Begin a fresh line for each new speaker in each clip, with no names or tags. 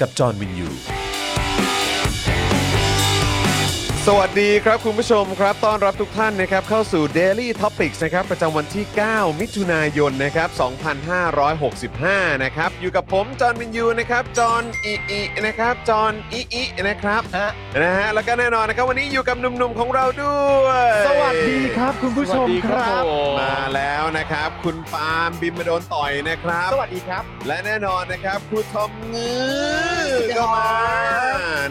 กับจอห์นวินยู
สวัสดีครับคุณผู้ชมครับ ต้อนรับทุกท่านนะครับเข้าสู่ Daily Topics นะครับประจำวันที่ 9 มิถุนายนนะครับ2565 นะครับ อยู่กับผม จอห์นวินยูนะครับจอห์นอีอีนะครับ จอห์นอีอีนะครับนะฮะแล้วก็แน่นอนนะครับวันนี้อยู่กับหนุ่มๆของเราด้วย
สวัสดีครับคุณผู้ชมครับ
มาแล้วนะครับ คุณปาล์มบิมมาโดนต่อยนะครับ
สวัสดีครับ
และแน่นอนนะครับครูทอมงื้อ
สุดยอ
ก็
ด
มา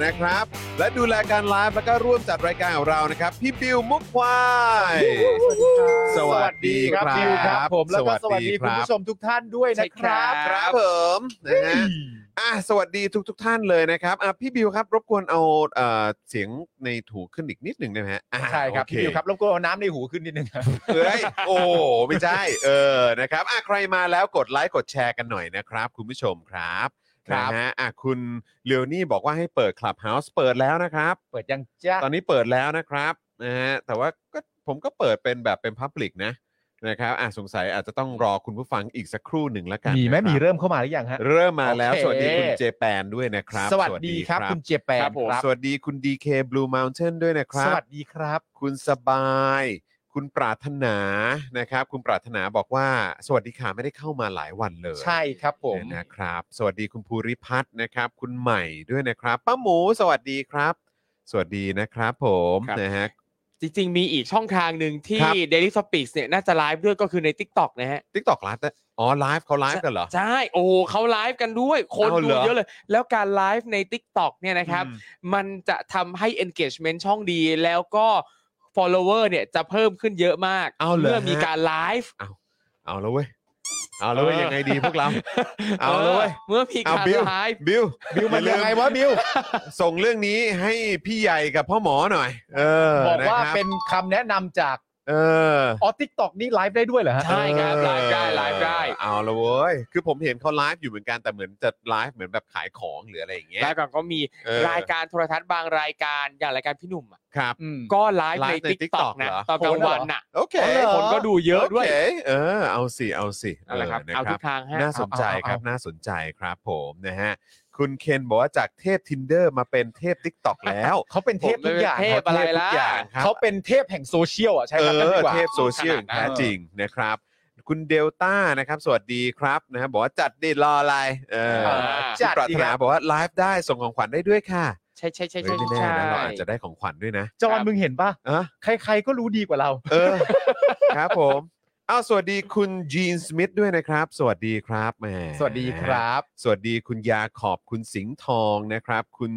นะครับ และดูแลการไลฟ์แล้วก็ร่วมจัดรายการของเรานะครับ พี่บิวมุกควาย สวัสดีครับ
บิวครับผมแล้วก็สวัส
สวัส
ดี
ดีครับ
คุณผู้ชมทุกท่านด้วยนะครับ
ครับผมนะฮะอ่ะสวัสดีทุกทท่านเลยนะครับอ่ะพี่บิวครับ รบกวนเอาเอ่อเสียงในถูขึ้นอีกนิดหนึ่งได้ไหมฮะอ่ะ
ใช่ครับ
โอเ
พี่บิวครับรบกวนเอาน้ำในหูขึ้นนิดนึงครับ
เอ้ยโอ้ไม่ใช่เออนะครับอ่ะใครมาแล้วกดไลค์กดแชร์กันหน่อยนะครับ คุณผู้ชมครับ
ครับ
นะฮะอ่ะคุณเลียวนี่บอกว่าให้เปิดคลับเฮาส์เปิดแล้วนะครับ
เปิดยังจ้า
ตอนนี้เปิดแล้วนะครับนะฮะแต่ว่าก็ผมก็เปิดเป็นแบบเป็นพับลิกนะนะครับอ่ะสงสัยอาจจะต้องรอคุณผู้ฟังอีกสักครู่หนึ่งแล้วกัน
มีไหม
นะครับ
มีเริ่มเข้ามาหรือยังฮะ
เริ่มมาแล้ว
โอเค
สวัสดีคุณเจแปนด้วยนะครับ
สวัสดีครับคุณเจแปนครับ
สวัสดีคุณ DK Blue Mountain ด้วยนะครั
ส
บ
วัสดีครับ
คุณสบาย คุณปรารถนานะครับ คุณปรารถนาบอกว่า สวัสดีค่ะไม่ได้เข้ามาหลายวันเลย
ใช่ครับผม
นะครับ สวัสดีคุณภูริพัฒน์นะครับ คุณใหม่ด้วยนะครับป้าหมูสวัสดีครับ สวัสดีนะครับผม
ครับ
นะฮะ
จริงๆ มีอีกช่องทางหนึ่งที่
ครับ
Daily Topics เนี่ยน่าจะไลฟ์ด้วยก็คือใน TikTok นะฮะ
ทิกตอกไลฟ์อ๋อไลฟ์เขาไลฟ์กันเหรอ
ใช่ โอ้โหเขาไลฟ์กันด้วย คน
เอา
ดู
เหรอ
เยอะเลย แล้วการไลฟ์ใน TikTok เนี่ยนะครับ มันจะทำให้ engagement ช่องดี แล้วก็ follower เนี่ยจะเพิ่มขึ้นเยอะมาก
เอาเหรอ
อมีการไลฟ์
เอาแล้วเว้ยเอาแล้วเว้ย
ออ
ยังไงดีพวกเรา เอาแล้วเว้ย
เมื่อมี
เอา
การ
บิว
ไลฟ์
บิว
บิวมัน
อย่าลื
ยังไงวะบิว
ส่งเรื่องนี้ให้พี่ใหญ่กับพ่อหมอหน่อย เออ
บอกว่า
ะครั
เป็นคำแนะนำจาก
เออ
ออทิกตอกนี่ไลฟ์ได้ด้วยเหรอฮะ
ใช่ ครับไลฟ์ได้ไลฟ์ได้
เอาละเว้ย คือผมเห็นเขาไลฟ์อยู่เหมือนกันแต่เหมือนจะไลฟ์เหมือนแบบขายของหรืออะไรอย่างเงี้ย
แล้วก็ก็มี
เออ
รายการโทรทัศน์บางรายการอย่างรายการพี่หนุ่มอะ
ครับ
ก็ไลฟ์
ไล
ใน
ฟ์ใน
TikTok
TikTok
นะ
เหรอ
ตอนกลางวันน่ะ
โอเค
คนก็ดูเยอะด้วย
โคเออ เอาสิ เอาสิ
นั่นแหละครับ
นะ
เอาทุกทางฮะ
น่าสนใจครับ น่าสนใจครับผมนะฮะ คุณเคนบอกว่าจากเทพ tinder มาเป็นเทพ tiktok แล้ว
เขาเป็นเทพทุกอย่าง
ผมเลยเป็นเทพอะไรล่ะ
ทุกอย่างครับ
เขาเป็นเทพแห่งโซเชียลอ่ะใช้
เอ
คำนั้นดี
อก
ว่า
เทพโซเชียลอย่างแท้จริงนะครับ คุณเดลต้านะครับ สวัสดีครับนะครับบอกว่าจัดดิรออะไรเออ
อ่า
คุณปรารถนาบอกว่าไลฟ์ได้ส่งของขวัญได้ด้วยค่ะ
ใช่ใช่ใช่
เฮ้ย
ใช่
ไม่
ใช่
แน่นะเราอาจจะได้ของขวัญด้วยนะ
จอห์
ค
น
รับ
มึงเห็นป่ะ
อ่ะ
ใครๆก็รู้ดีกว่าเรา
เอ อ ครับผมอ้าวสวัสดีคุณจีนสมิธด้วยนะครับ สวัสดีครับแหม
สวัสดีครับ
สวัสดีคุณยาขอบคุณสิงห์ทองนะครับ คุณ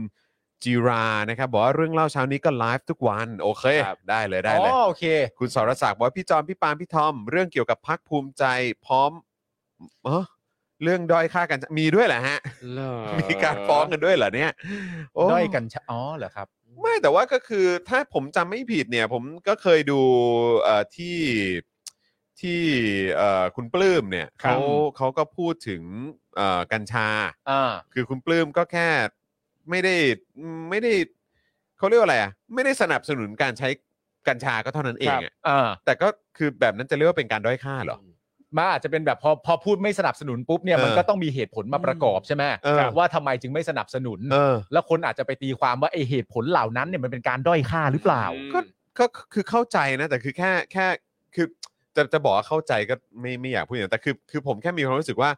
จีรานะครับบอกว่าเรื่องเล่าเช้านี้ก็ไลฟ์ทุกวันโอเค
ครับ
ได้เลยได้
อ๋
เลย
อโอเค
คุณสรศักดิ์บอกว่าพี่จอมพี่ปาล์มพี่ทอม เรื่องเกี่ยวกับพักภูมิใจพร้อมเอ้อเรื่องด้อยค่ากันมีด้วยเหรอฮะ
เหรอ
มีการฟ้องกันด้วยเหรอเนี่ยโ
ด้อยกันชะอ๋อเหรอครับ
ไม่แต่ว่าก็คือถ้าผมจำไม่ผิดเนี่ย ผมก็เคยดูเอ่อที่ที่เอ่อคุณปลื้มเนี่ย
ครับ
เขาเขาก็พูดถึงเอ่อกัญชา
อ่า
คือคุณปลื้มก็แค่ไม่ได้ไม่ได้เขาเรียกว่าอะไรอ่ะไม่ได้สนับสนุนการใช้กัญชาก็เท่านั้นเอง
ครับ
อะ
อ่า
แต่ก็คือแบบนั้นจะเรียกว่าเป็นการด้อยค่าเหรอ
มันอาจจะเป็นแบบพอพอพูดไม่สนับสนุนปุ๊บเนี่ย
เออ
มันก็ต้องมีเหตุผลมาประกอบใช่ไหม
เออ
ว่าทำไมจึงไม่สนับสนุน
เออ
แล้วคนอาจจะไปตีความว่าไอเหตุผลเหล่านั้นเนี่ยมันเป็นการด้อยค่าหรือเปล่า
อืม
ก็ก็คือเข้าใจนะ แต่คือแค่แค่คือจะจะบอกว่าเข้าใจก็ไม่ไม่อยากพูดอย่างนั้นแต่คือคือผมแค่มีความรู้สึกว่า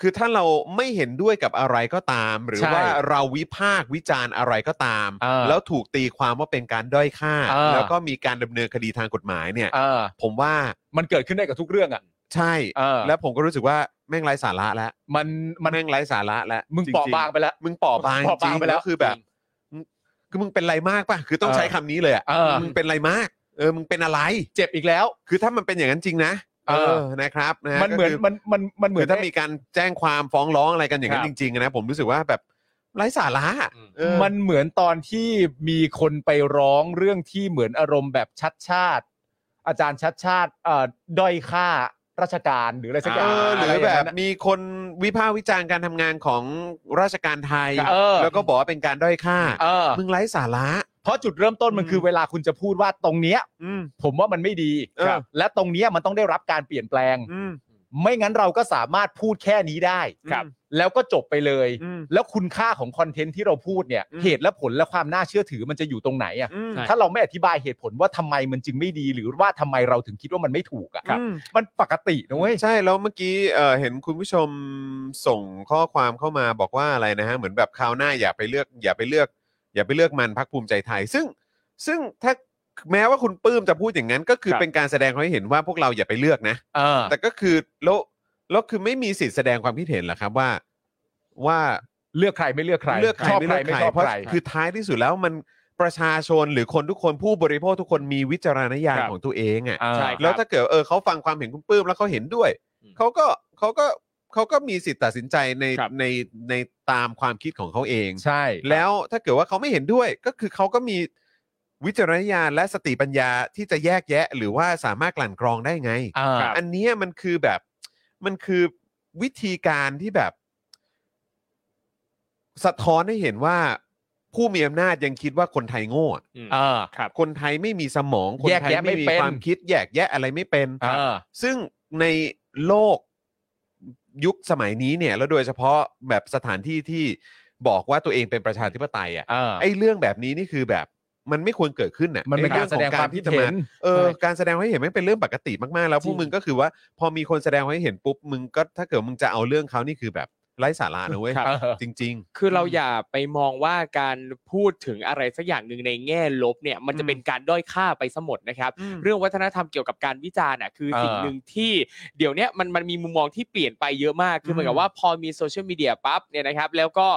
คือถ้าเราไม่เห็นด้วยกับอะไรก็ตาม หรือ
ใช่
ว่าเราวิพากษ์วิจารณ์อะไรก็ตาม
เออ
แล้วถูกตีความว่าเป็นการด้อยค่า
เออ
แล้วก็มีการดำเนินคดีทางกฎหมายเนี่ย
เออ
ผมว่า
มันเกิดขึ้นได้กับทุกเรื่องอ่ะ
ใช่
เออ
แล้วผมก็รู้สึกว่าแม่งไร้สาระแล้ว
มันมัน
แม่งไร้สาระแล้ว
มึง
จริๆ
เปราะบางไปแล้ว
มึงเปอบาง
เปราะ
จ
บาง
ริง
ไป
ๆ
แล้
แล้ว วคือแบบคือมึงเป็นอะไรมากป่ะคือต้อง
เออ
ใช้คำนี้เลยอะ
เออ
มึงเป็นอะไรมากเออมึงเป็นอะไร
เจ็บอีกแล้ว
คือถ้ามันเป็นอย่างนั้นจริงนะ
เออ
นะครับะฮะ
มันเหมือน
ก็คื
มันมันมันเห
เห
มื
มื
อ
อนนถ้ามีการแจ้งความฟ้องร้องอะไรกันอย่างนั้
คนรั
จ
บ
ริงๆนะผมรู้สึกว่าแบบไร้สาระเออ
มันเหมือนตอนที่มีคนไปร้องเรื่องที่เหมือนอารมณ์แบบชัดชาติ อาจารย์ชัดชาติเอ่อด้อยค่าราชการหรืออะไรสักอ
เอย่างอหรื
ะ
อ
ไย่าง
แบบ
นั้นน่ะ
มีคนวิพากษ์วิจารณ์การทำงานของราชการไทย
เออ
แล้วก็บอกว่าเป็นการด้อยค่า
เออ
มึงไร้สาระ
เพราะจุดเริ่มต้นมัน
อืม
คือเวลาคุณจะพูดว่าตรงเนี้ย
อืม
ผมว่ามันไม่ดี
เออ
ครับและตรงเนี้ยมันต้องได้รับการเปลี่ยนแปลง
อืม
ไม่งั้นเราก็สามารถพูดแค่นี้ได้
ครับ
แล้วก็จบไปเลย
อืม
แล้วคุณค่าของคอนเทนต์ที่เราพูดเนี่ย
อืม
เหตุและผลและความน่าเชื่อถือมันจะอยู่ตรงไหนอะ
อืม
ถ้าเราไม่อธิบายเหตุผลว่าทำไมมันจึงไม่ดี หรือว่าทำไมเราถึงคิดว่ามันไม่ถูกอะ
อืม
มันปกตินะเว้ย
ใช่แล้วเมื่อกี้เอ่อเห็นคุณผู้ชมส่งข้อความเข้ามาบอกว่าอะไรนะฮะเหมือนแบบคราวหน้าอย่าไปเลือก อย่าไปเลือก อย่าไปเลือกมันพักภูมิใจไทย ซึ่งซึ่งถ้าแม้ว่าคุณปลื้มจะพูดอย่างนั้น ก็คือ
ครับ
เป็นการแสดงให้เห็นว่าพวกเราอย่าไปเลือกนะ
เออ
แต่ก็คือแล้วแล้วคือไม่มีสิทธิ์แสดงความคิดเห็นเหรอครับว่าว่า
เลือกใครไม่เลือกใคร
เลือกใคร
ชอบ
ไม่
ใคร
เลือก
ไม่
ใคร
ชอบ
เพราะ
ใคร
คือท้ายที่สุดแล้วมันประชาชนหรือคนทุกคนผู้บริโภคทุกคนมีวิจารณญาณ
ครับ
ของตัวเอง
อ่า
อะ่ะ
ใช่ครับ
แล้วถ้าเกิดเออเขาฟังความเห็นคุณปื้มแล้วเขาเห็นด้วย
อืม
เขาก็เขาก็เขาก็มีสิทธิ์ตัดสินใจใน
ครับ
ในในตามความคิดของเขาเอง
ใช่
แล้วถ้าเกิดว่าเขาไม่เห็นด้วยก็คือเขาก็มีวิจารณญาณและสติปัญญาที่จะแยกแยะ หรือว่าสามารถกลั่นกรองได้ไง
เออ
อันเนี้ยมันคือแบบมันคือวิธีการที่แบบ สะท้อนให้เห็นว่า ผู้มีอำนาจยังคิดว่าคนไทยโง่อะ
เออครับ
คนไทยไม่มีสมอง คน
แยก
ไทย
แยะไม่
ไม่มี
เป็น
ความคิดแยกแยะอะไรไม่เป็น
เออ
ซึ่งในโลกยุคสมัยนี้เนี่ย แล้วโดยเฉพาะแบบสถานที่ที่บอกว่าตัวเองเป็นประชาธิปไตยอ่ะ
เออ
ไอ้เรื่องแบบนี้นี่คือแบบ มันไม่ควรเกิดขึ้นน่ะ
มันเป็น
ไอ้
การ
อง
แส
ของ
ดงความคิด
ที่จะ
เห็น
เออ
ใช่
การแสดงให้เห็นไม่เป็นเรื่องปกติมากๆ แล้วพวกมึงก็คือว่า พอมีคนแสดงให้เห็นปุ๊บมึงก็ถ้าเกิดมึงจะเอาเรื่องเขานี่คือแบบไร้สาระนะเว้ย
ครับ
จริง
คื
คือ อ
เรา
เราอย่
อา
ย่าไปมองว่าการพูดถึงอะไรสักอย่างหนึ่งในแง่ลบเนี่ยมันจะเป็นการด้อยค่าไปสมดนะครับ
อืม
เรื่องวัฒนธรรมเกี่ยวกับการวิจารณ์อ่ะคือ
เออ
สิ่งหนึ่งที่เดี๋ยวเนี้ยมันมันมีมุมมองที่เปลี่ยนไปเยอะมากคือเหมือนกับว่าพอมีโซเชียลมีเดียปั๊บเนี่ยนะครับ แล้วก็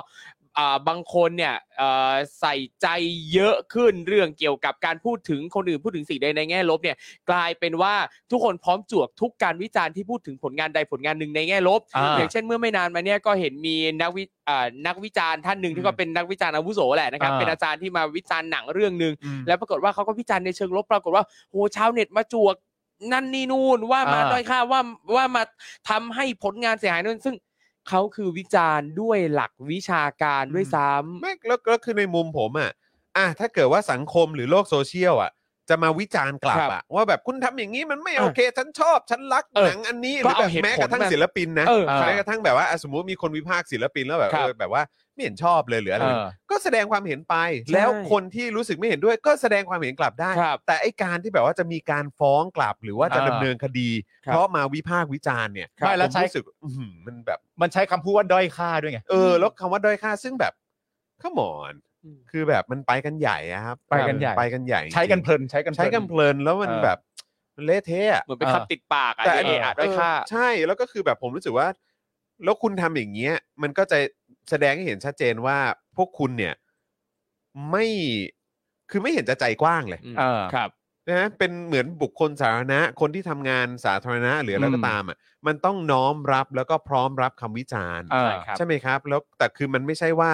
อ่าบางคนเนี่ยเอ่อใส่ใจเยอะขึ้นเรื่องเกี่ยวกับการพูดถึงคนอื่นพูดถึงสิ่งใดในแง่ลบเนี่ยกลายเป็นว่าทุกคนพร้อมจวกทุกการวิจารณ์ที่พูดถึงผลงานใดผลงานหนึ่งในแง่ลบ
อ่า
อย่างเช่นเมื่อไม่นานมาเนี่ยก็เห็นมีนักวิอ่านักวิจารณ์ท่านหนึ่งที่ก็เป็นนักวิจารณ์อาวุโสแหละนะครับ
อ่า
เป็นอาจารย์ที่มาวิจารณ์หนังเรื่องหนึ่ง
อืม
แล้วปรากฏว่าเขาก็วิจารณ์ในเชิงลบปรากฏว่าโหชาวเน็ตมาจวกนั่นนี่นู่นว่ามา
อ่า
ด้อยค่าว่าว่ามาทำให้ผลงานเสียหายนั่นซึ่งเขาคือวิจารณ์ด้วยหลักวิชาการด้วยซ้ำ
ๆไม่แล้วแล้วคือในมุมผมอ่ะอ่ะถ้าเกิดว่าสังคมหรือโลกโซเชียลอ่ะ จะมาวิจารณ์กลับ
ครับ
อ่ะว่าแบบคุณทำอย่างนี้มันไม่
เออ
โอเค ฉันชอบฉันรัก
เออ
หนังอันนี้ห
ก็
รือแบ
เอา
บ
เหตุ
แม้กระทั่ง
ผลมา
ศิลปินนะ
เออครับ
แม้กระทั่งแบบว่าอ่ะสมมติมีคนวิพากษ์ศิลปินแล้วแบบ
ครับ
เออแบบว่าไม่เห็นชอบเลยหรืออะไร
เอ
แบบ
อ
นี้ก็แสดงความเห็นไป แล้วคนที่รู้สึกไม่เห็นด้วย ก็แสดงความเห็นกลับได้
ครับ
แต่ไอการที่แบบว่าจะมีการฟ้องกลับหรือว่าจะ
อ่า
ดำเนินคดี
ครับ
เพราะมาวิพากษ์วิจารณ์เนี่ย
ไม่แล้ว
ผ
ใช้
รู้สึกอื้อหือมันแบบ
มันใช้คำพูดว่าด้อยค่าด้วยไง
เออแล้วคำว่าด้อยค่าซึ่งแบบขมอน
อืม
คือแบบมันไปกันใหญ่อะครับ
ไปกันใหญ่
ไปกันใหญ่จริงๆ
ใช้กันเพลินใช้กันเพลิ
ใช้กันเพลินแล้วมัน
เออ
แบบมันเละเทะอะ
เหมือนไปน
เออ
คำติดปากอะ
แต่อัน
เดี๋ยว
นี้
เอะอะด้อยค่า
เออใช่แล้วก็คือแบบผมรู้สึกว่า แล้วคุณทำอย่างเงี้ย มันก็จะแสดงให้เห็นชัดเจนว่าพวกคุณเนี่ย ไม่คือไม่เห็นจะใจกว้างเลย
เออ
ครับ
นะฮะเป็นเหมือนบุคคลสาธารณะ คนที่ทำงานสาธารณะหรืออะไร
อืม
ก็ตามอ่ะมันต้องน้อมรับแล้วก็พร้อมรับคำวิจารณ์
เออ
ใช่ไหมครับ แล้วแต่คือมันไม่ใช่ว่า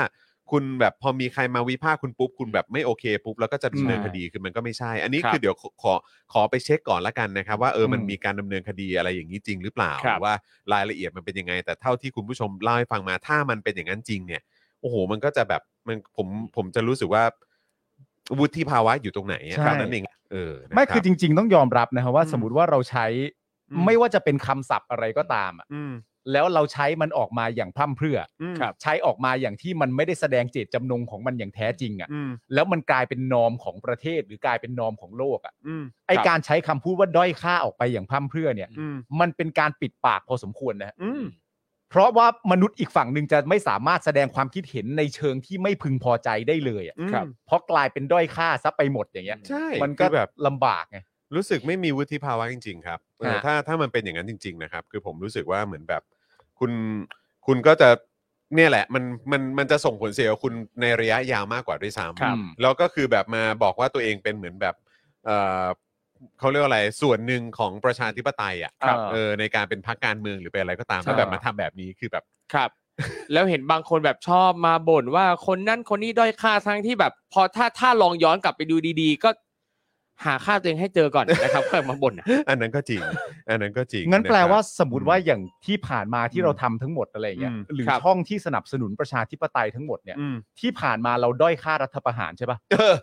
คุณแบบพอมีใครมาวิพากษ์คุณปุ๊บ คุณแบบไม่โอเคปุ๊บแล้วก็จะดำเนิน
ใช่
คดีคือมันก็ไม่ใช่ อันนี้
ครับ
คือเดี๋ยวขอขอขอไปเช็คก่อนละกันนะครับ ว่าเออมัน
อืม
มีการดำเนินคดีอะไรอย่างนี้จริงหรือเปล่าห
ครับ
รือว่ารายละเอียดมันเป็นยังไง แต่เท่าที่คุณผู้ชมเล่าให้ฟังมาถ้ามันเป็นอย่างนั้นจริงเนี่ย โอ้โห มันก็จะแบบมันผมผมจะรู้สึกว่าวุฒิภาวะอยู่ตรงไหนอะ
ใช่
เท่านั้นเองเออนะ
ไม่
รับ
คือจริง ๆ ต้องยอมรับนะครับว่า
อืม
สมมติว่าเราใช้
อืม
ไม่ว่าจะเป็นคำศัพท์อะไรก็ตามอะ
อืม
แล้วเราใช้มันออกมาอย่างพร่ำเพรื่ออ
ม
ใช้ออกมาอย่างที่มันไม่ได้แสดงเจตจำนงของมันอย่างแท้จริงอ่ะ
อืม
แล้วมันกลายเป็นนอมของประเทศหรือกลายเป็นนอมของโลกอ่ะ
อืม
ไอการใช้คำพูดว่าด้อยค่าออกไปอย่างพร่ำเพรื่อเนี่ย
อืม
มันเป็นการปิดปากพอสมควรนะฮะ
อืม
พ เพราะว่ามนุษย์อีกฝั่งหนึ่งจะไม่สามารถแสดงความคิดเห็นในเชิงที่ไม่พึงพอใจได้เลยอะ
อืม
ครับ เพราะกลายเป็นด้อยค่าซะไปหมดอย่างเงี้ย
ใช่
มันก็
คือแบบ
ลำบากไง
รู้สึกไม่มีวุฒิภาวะจริง ๆ ครับเออ
ฮะ
ถ้าถ้ามันเป็นอย่างนั้นจริง ๆ นะครับ คือผมรู้สึกว่าเหมือนแบบ คุณคุณก็จะเนี่ยแหละ มันมันมันจะส่งผลเสียกับคุณในระยะยาวมากกว่าด้วยซ้
ครับ
ำแล้วก็คือแบบมาบอกว่าตัวเองเป็นเหมือนแบบเออเขาเรียกว่าอะไรส่วนหนึ่งของประชาธิปไตยอ่ะ
ครับ
เออในการเป็นพรรคการเมืองหรือเป็นอะไรก็ตาม
ใช่
แล้วแบบมาทำแบบนี้คือแบบ
ครับ แล้วเห็นบางคนแบบชอบมาบ่นว่าคนนั่นคนนี้ด้อยค่าทั้งที่แบบ พอถ้าถ้าลองย้อนกลับไปดูดีๆ ก็หาค่าตัวเองให้เจอก่อนนะครับค่อยมาบ่นอะ
อันนั้นก็จริง อันนั้นก็จริง
งั้นแปละ
ครับ
ว่าสมมติว่าอย่างที่ผ่านมา
อื
ที่
ม
เราทำทั้งหมดอะไรอย่างเงี้ย
อืม
หรือ
ครับ
ช่องที่สนับสนุนประชาธิปไตยทั้งหมดเนี่ย
อืม
ที่ผ่านมาเราด้อยค่ารัฐประหารใช่ปะ
เออ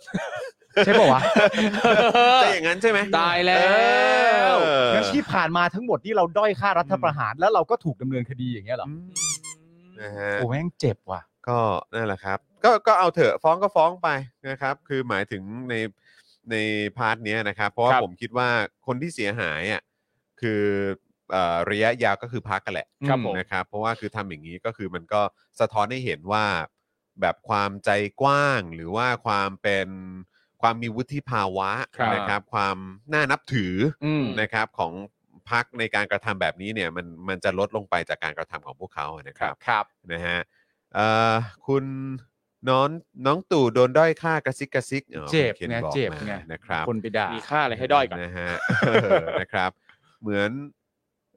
ใช่ปะวะ
จะอย่างนั้นใช่ไหม
ตายแล้ว
เออ
งั้นที่ผ่านมาทั้งหมดนี่เราด้อยค่ารัฐประหาร แล้วเราก็ถูกดำเนินคดีอย่างเงี้ยเหรอ
นะฮะ
โอ้แม่งเจ็บว่ะ
ก็นั่นแหละครับ ก็ก็เอาเถอะฟ้องก็ฟ้องไปนะครับ คือหมายถึงในในพาร์ทเนี้ยนะครับ เพราะว่า
ครับ
ผมคิดว่าคนที่เสียหายอ่ะคือเอ่อระยะยาวก็คือพักกันแหละ
ครับผม
นะครับ เพราะว่าคือทำอย่างนี้ก็คือมันก็สะท้อนให้เห็นว่าแบบความใจกว้างหรือว่าความเป็นความมีวุฒิภาวะ
ครับ
นะครับ ความน่านับถืออ
อืม
นะครับของพักในการกระทำแบบนี้เนี่ยมันมันจะลดลงไปจากการกระทำของพวกเขาอะนะครับ
ครับ
นะฮะเอ่อคุณน้องน้องตู่โดนด้อยค่ากระซิกกระซิกอ๋อ
เจ็บ
คุณคน
ไง
บอก
เจ็บ
มา
ไง
นะครับ
คนไปด่า
มีค่าอะไรให้ด้อยก่อน
นะฮะ เออนะครับ เหมือน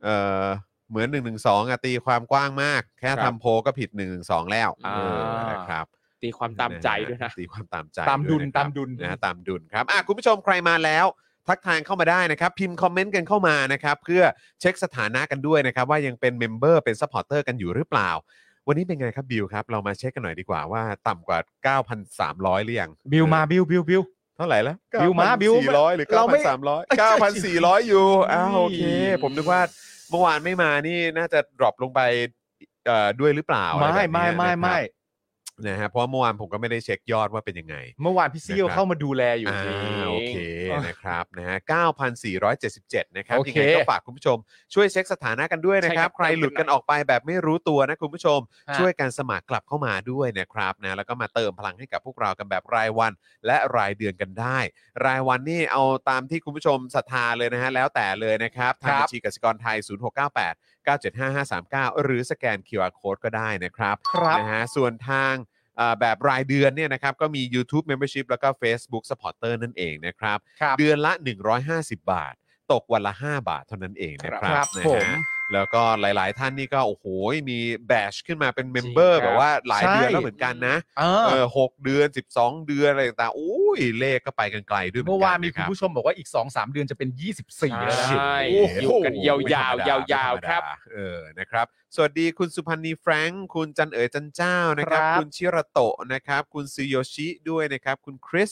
เอ่อเหมือนหนึ่งหนึ่งสองอะตีความกว้างมาก แค่
ครั
ทำ
บ
โพลก็ผิดหนึ่งหนึ่งสองแล้ว
อ่า
เออนะครับ
ตีความตามใจด้วยนะ
ฮตีความตามใจ
ตามดุล
วยนะครับ
ตามดุล
นะฮะตามดุลครับอ่ะคุณผู้ชมใครมาแล้ว ทักทายเข้ามาได้นะครับ พิมพ์คอมเมนต์กันเข้ามานะครับ เพื่อเช็คสถานะกันด้วยนะครับ ว่ายังเป็นเมมเบอร์เป็นซัพพอร์เตอร์กันอยู่หรือเปล่า วันนี้เป็นไงครับบิวครับ เรามาเช็คกันหน่อยดีกว่าว่าต่ำกว่า 9,300 หรือยัง
บิวมาบิวบิวบิว
เท่าไหร่แล้ว
บิวมาบิว
400 หรือ
เราไม่
9,300 9,400 อยู่อ้าวโอเค ผมนึกว่าเมื่อวานไม่มานี่น่าจะดรอปลงไปเอ่อด้วยหรือเปล่าอะร
ไม่
แบบเนี้ย
ไม่ไม่
นะครับนะ
ไม่
ฮะเพราะว่าเมื่อวานผมก็ไม่ได้เช็คยอดว่าเป็นยังไง
เมื่อวานพี่ซี่
นะครับ
ก็เข้ามาดูแลอยู่
อ่าโอเคนะครับนะฮะ9,477 นะครับ
โอ
ยั
เค
งไงก็ฝากคุณผู้ชม ช่วยเช็คสถานะกันด้วยนะครับ
ใช่ครับ
ใครหลุดกันออกไปแบบไม่รู้ตัวนะคุณผู้ชม
ฮะ
ช่วยกันสมัครกลับเข้ามาด้วยนะครับนะแล้วก็มาเติมพลังให้กับพวกเรากันแบบรายวันและรายเดือนกันได้ รายวันนี่เอาตามที่คุณผู้ชมศรัทธาเลยนะฮะแล้วแต่เลยนะครับทางบัญชีกสิกรไทย 0698 975539 หรือสแกน QR Code ก็ได้นะครับ
ครับ
นะฮะส่วนทาง อ่าแบบรายเดือนเนี่ยนะครับก็มี YouTube Membership แล้วก็ Facebook Supporter นั่นเองนะครับ
ครับ
เดือนละ 150 บาท ตกวันละ 5 บาทเท่านั้นเองนะครับ
ครับ
นะฮะ
ผม
แล้วก็หลาย ๆ ท่านนี่ก็ โอ้โห มีแบชขึ้นมาเป็นเมมเบอร์
จริงครั
แบ
บ
บว่าหลาย
ใช่
เดือนแล้วเหมือนกันนะ
เออ
เออหกเดือน 12 เดือนอะไรต่างๆอุ้ยเลขก็ไปกันไกลด้วยห
เมื่อวานมี
ะ
คุ
รั
ณ
บ
ผู้ชมบอกว่าอีก 2 3 เดือนจะเป็น 24 แล้วนะ
ใช่
โโห
อยู่กันยาวๆ
ไม่ธรรมด
ยาวๆ
ไม่ธมด
ครับ
เออนะครับ สวัสดีคุณสุพันธ์นีแฟรงค์คุณจันเอ๋ยจันเจ้านะครับ
ครับ
คุณชิระโตะนะครับ คุณซูโยชิด้วยนะครับ คุณคริส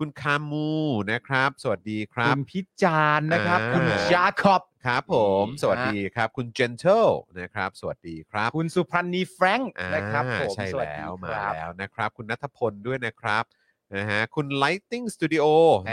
คุณคามูนะครับ สวัสดีครั
คุ
บ
ณพิจารณ์นะครับ
อ่า
คุณยาคอบ
ครับผม
นี่
สวัสดีครับ คุณเจนเทลนะครับ สวัสดีครับ
คุณสุพันธ์นีแฟรงค์
อ่า
นะครับผม
ใช่
สวัส
แล้
ดี
วมา
ครับ
แล้วนะครับ คุณนัทพลด้วยนะครับนะฮะคุณ Lighting Studio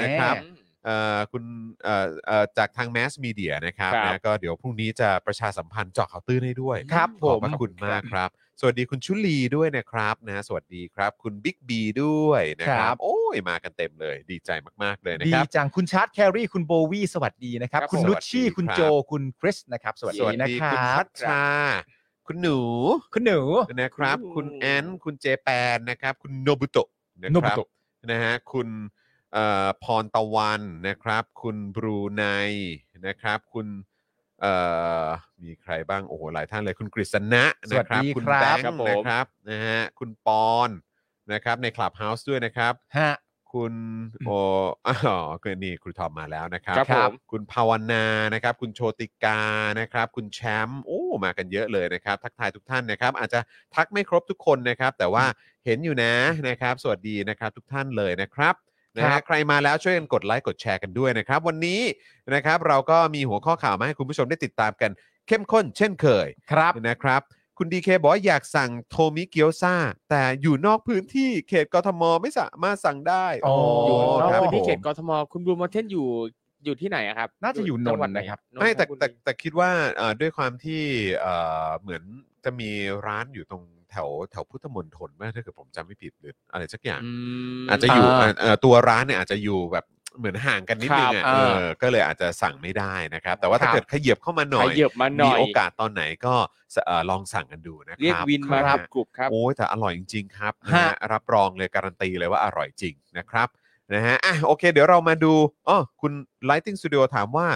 นะครับ
แหม
เอ่อคุณเอ่อเอ่อจากทางแมสมีเดียนะครับ
ครับ
นะก็เดี๋ยวพรุ่งนี้จะประชาสัมพันธ์เจาะข่าวตื้นให้ด้วย
ครับ
ขอบ
ผม
พระคุณมากครับ สวัสดีคุณชุลีด้วยนะครับนะสวัสดีครับ คุณบิ๊กบีด้วยนะค
ครั
รับ
บ
โอ้ยมากันเต็มเลยดีใจมาก ๆ เลยนะ
ดี
ครับ
จังคุณชาร์ตแครี่คุณโบวี่สวัสดีนะครับ
ครับ
คุณ
ผม
นุชชี่
สวัสดี
คุณ
ครับ
โจคุณคริสนะครับ สวัสดีนะค
คุณ
รั
พั
บ
ชชา คุณหนู
คุณหนู
นะครับ คุณแอนคุณเจแปนนะครับ คุณโนบุโตะนะ
โน
ค
บุ
รับ
โตะ
นะฮะคุณเอ่อพรตะวันนะครับ คุณบรูไนนะครับ คุณเอ่อมีใครบ้างโอ้โหหลายท่านเลยคุณกฤษณะ
ส
นะ
วัส
ครับ
ดี
คุณ
ครับ
แบงค์
ครับผม
นะครับนะฮะคุณปอน นะครับในคลับเฮาส์ด้วยนะครับ
ฮะ
คุณโอ อ๋อคือนี่ครูทอมมาแล้วนะครับ
ครับผม
คุณภาวนานะครับ คุณโชติกานะครับ คุณแชมป์โอ้มากันเยอะเลยนะครับ ทักทายทุกท่านนะครับ อาจจะทักไม่ครบทุกคนนะครับ แต่ว่าเห็นอยู่นะนะครับ สวัสดีนะครับทุกท่านเลยนะครับนะ
ครั
ฮะ
บ
ใครมาแล้วช่วยกันกดไลค์กดแชร์กันด้วยนะครับ วันนี้นะครับเราก็มีหัวข้อข่าวมาให้คุณผู้ชมได้ติดตามกันเข้มข้น เช่นเคย
ครับ
นะครับ คุณดีเคบอกว่าอยากสั่งโทมิเกียวซาแต่อยู่นอกพื้นที่เขตกทมไม่สามารถสั่งได้
อ๋อ
โ
อยู่นอก
ครับ
พื้นที่เขต
ผม
กทมคุณบลูมอเทนอยู่อยู่ที่ไหนอะครับ
น่าจะอยู่นนท์
จังหวัดไห
นะครับ
นนท
ไม่แต่
บุรี
แต่แต่คิดว่าเอ่อด้วยความที่เอ่อเหมือน จะมีร้านอยู่ตรงแถวแถวพุทธมณฑลไหมถ้าเกิดผมจำไม่ผิดหรืออะไรสักอย่าง อาจจะอยู่
า
เอ่อตัวร้านเนี่ยอาจจะอยู่แบบเหมือนห่างกันนิดนึงอ่ะ
ครับ
เอ
อ่า
อก็เลยอาจจะสั่งไม่ได้นะครับ แต่ว่า
ครั
ถ้า
บ
เกิดขยับเข้ามาหน่อ
ข
ย
ยับมาหน่
มี
อย
โอกาสตอนไหนก็สเอ่อลองสั่งกันดูนะครับ
เรียกวินมา
ค
รั
รั
บบ กลุ่มครับ
โอ้ยแต่อร่อยจริง ๆ ครับนะฮะรับรองเลยการันตีเลยว่าอร่อยจริงนะครับนะฮะอ่ะโอเค เดี๋ยวเรามาดูอ๋อคุณ Lighting Studio ถามว่า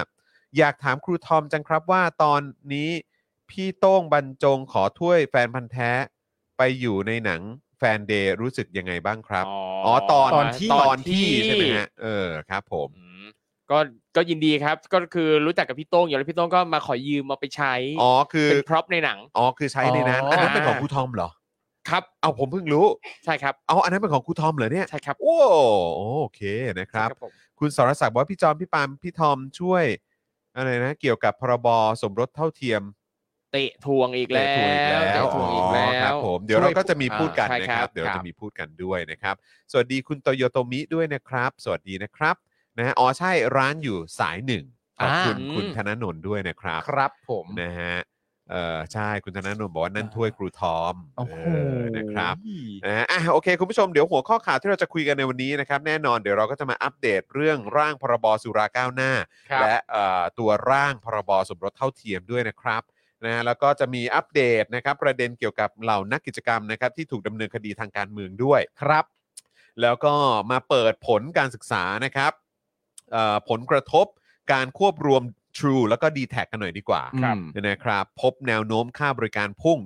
อยากถามครูทอมจังครับว่าตอนนี้พี่โต้งบรรจงขอถ้วยแฟนพันธ์แท้ ไปอยู่ในหนังแฟนเดย์รู้สึกยังไงบ้างครับ อ๋อตอน
ตอนที่
ตอนที่ใช่ไหมฮะเออครับผม
อืมก็ก็ยินดีครับ ก็คือรู้จักกับพี่โต้งอยู่แล้วพี่โต้งก็มาขอยืมมาไปใช้
อ๋อคือ
เป็นพร็อพในหนัง
อ๋อคือใช้ในนั้น
อ๋ออั
อันนั้นเป็นของครูทอมเหรอ
ครับ
เอาผมเพิ่งรู้
ใช่ครับ
เอาอันนั้นเป็นของครูทอมเหรอเนี่ย
ใช่ครับ
โอ้โอเคนะครับ
ผม
คุณสรศักดิ์บอกว่าพี่จอมพี่ปาล์มพี่ทอมช่วยอะไรนะเกี่ยวกับพรบสมรสเท่าเทียม
เตะทวงอีกแล้ว
ถูกอีกแล้ว
เตะทวงอีกแล้
ครั
ว
บผมเดี๋ยวเราก็จะมีพูดกัน
ใช่
นะค
ครั
รับ บ เดี๋ยวเราจะมีพูดกันด้วยนะครับ สวัสดีคุณโตโยโตมิด้วยนะครับ สวัสดีนะครับนะฮะอ๋อใช่ร้านอยู่สายหนึ่งขอบคุณ
อ่า
คุณธนนนท์ด้วยนะครับ
ครับผม
นะฮะ เออใช่ คุณธนาโนนบอกว่านั่นถ้วยครูทอม
โอ้โห
เออนะครับนะฮะอ่ะโอเค คุณผู้ชมเดี๋ยวหัวข้อข่าวที่เราจะคุยกันในวันนี้นะครับ แน่นอนเดี๋ยวเราก็จะมาอัปเดตเรื่องร่างพรบสุราก้าวหน้า
ครับ
และเอ่อตัวร่างพรบสมรสเท่าเทียมด้วยนะครับนะฮะแล้วก็จะมีอัปเดตนะครับประเด็นเกี่ยวกับเหล่านักกิจกรรมนะครับที่ถูกดำเนินคดีทางการเมืองด้วย
ครับ
แล้วก็มาเปิดผลการศึกษานะครับเอ่อผลกระทบการควบรวม True แล้วก็ d t แทกันหน่อยดีกว่า
ครับ
นะครับ พบแนวโน้มค่าบริการพุ่ง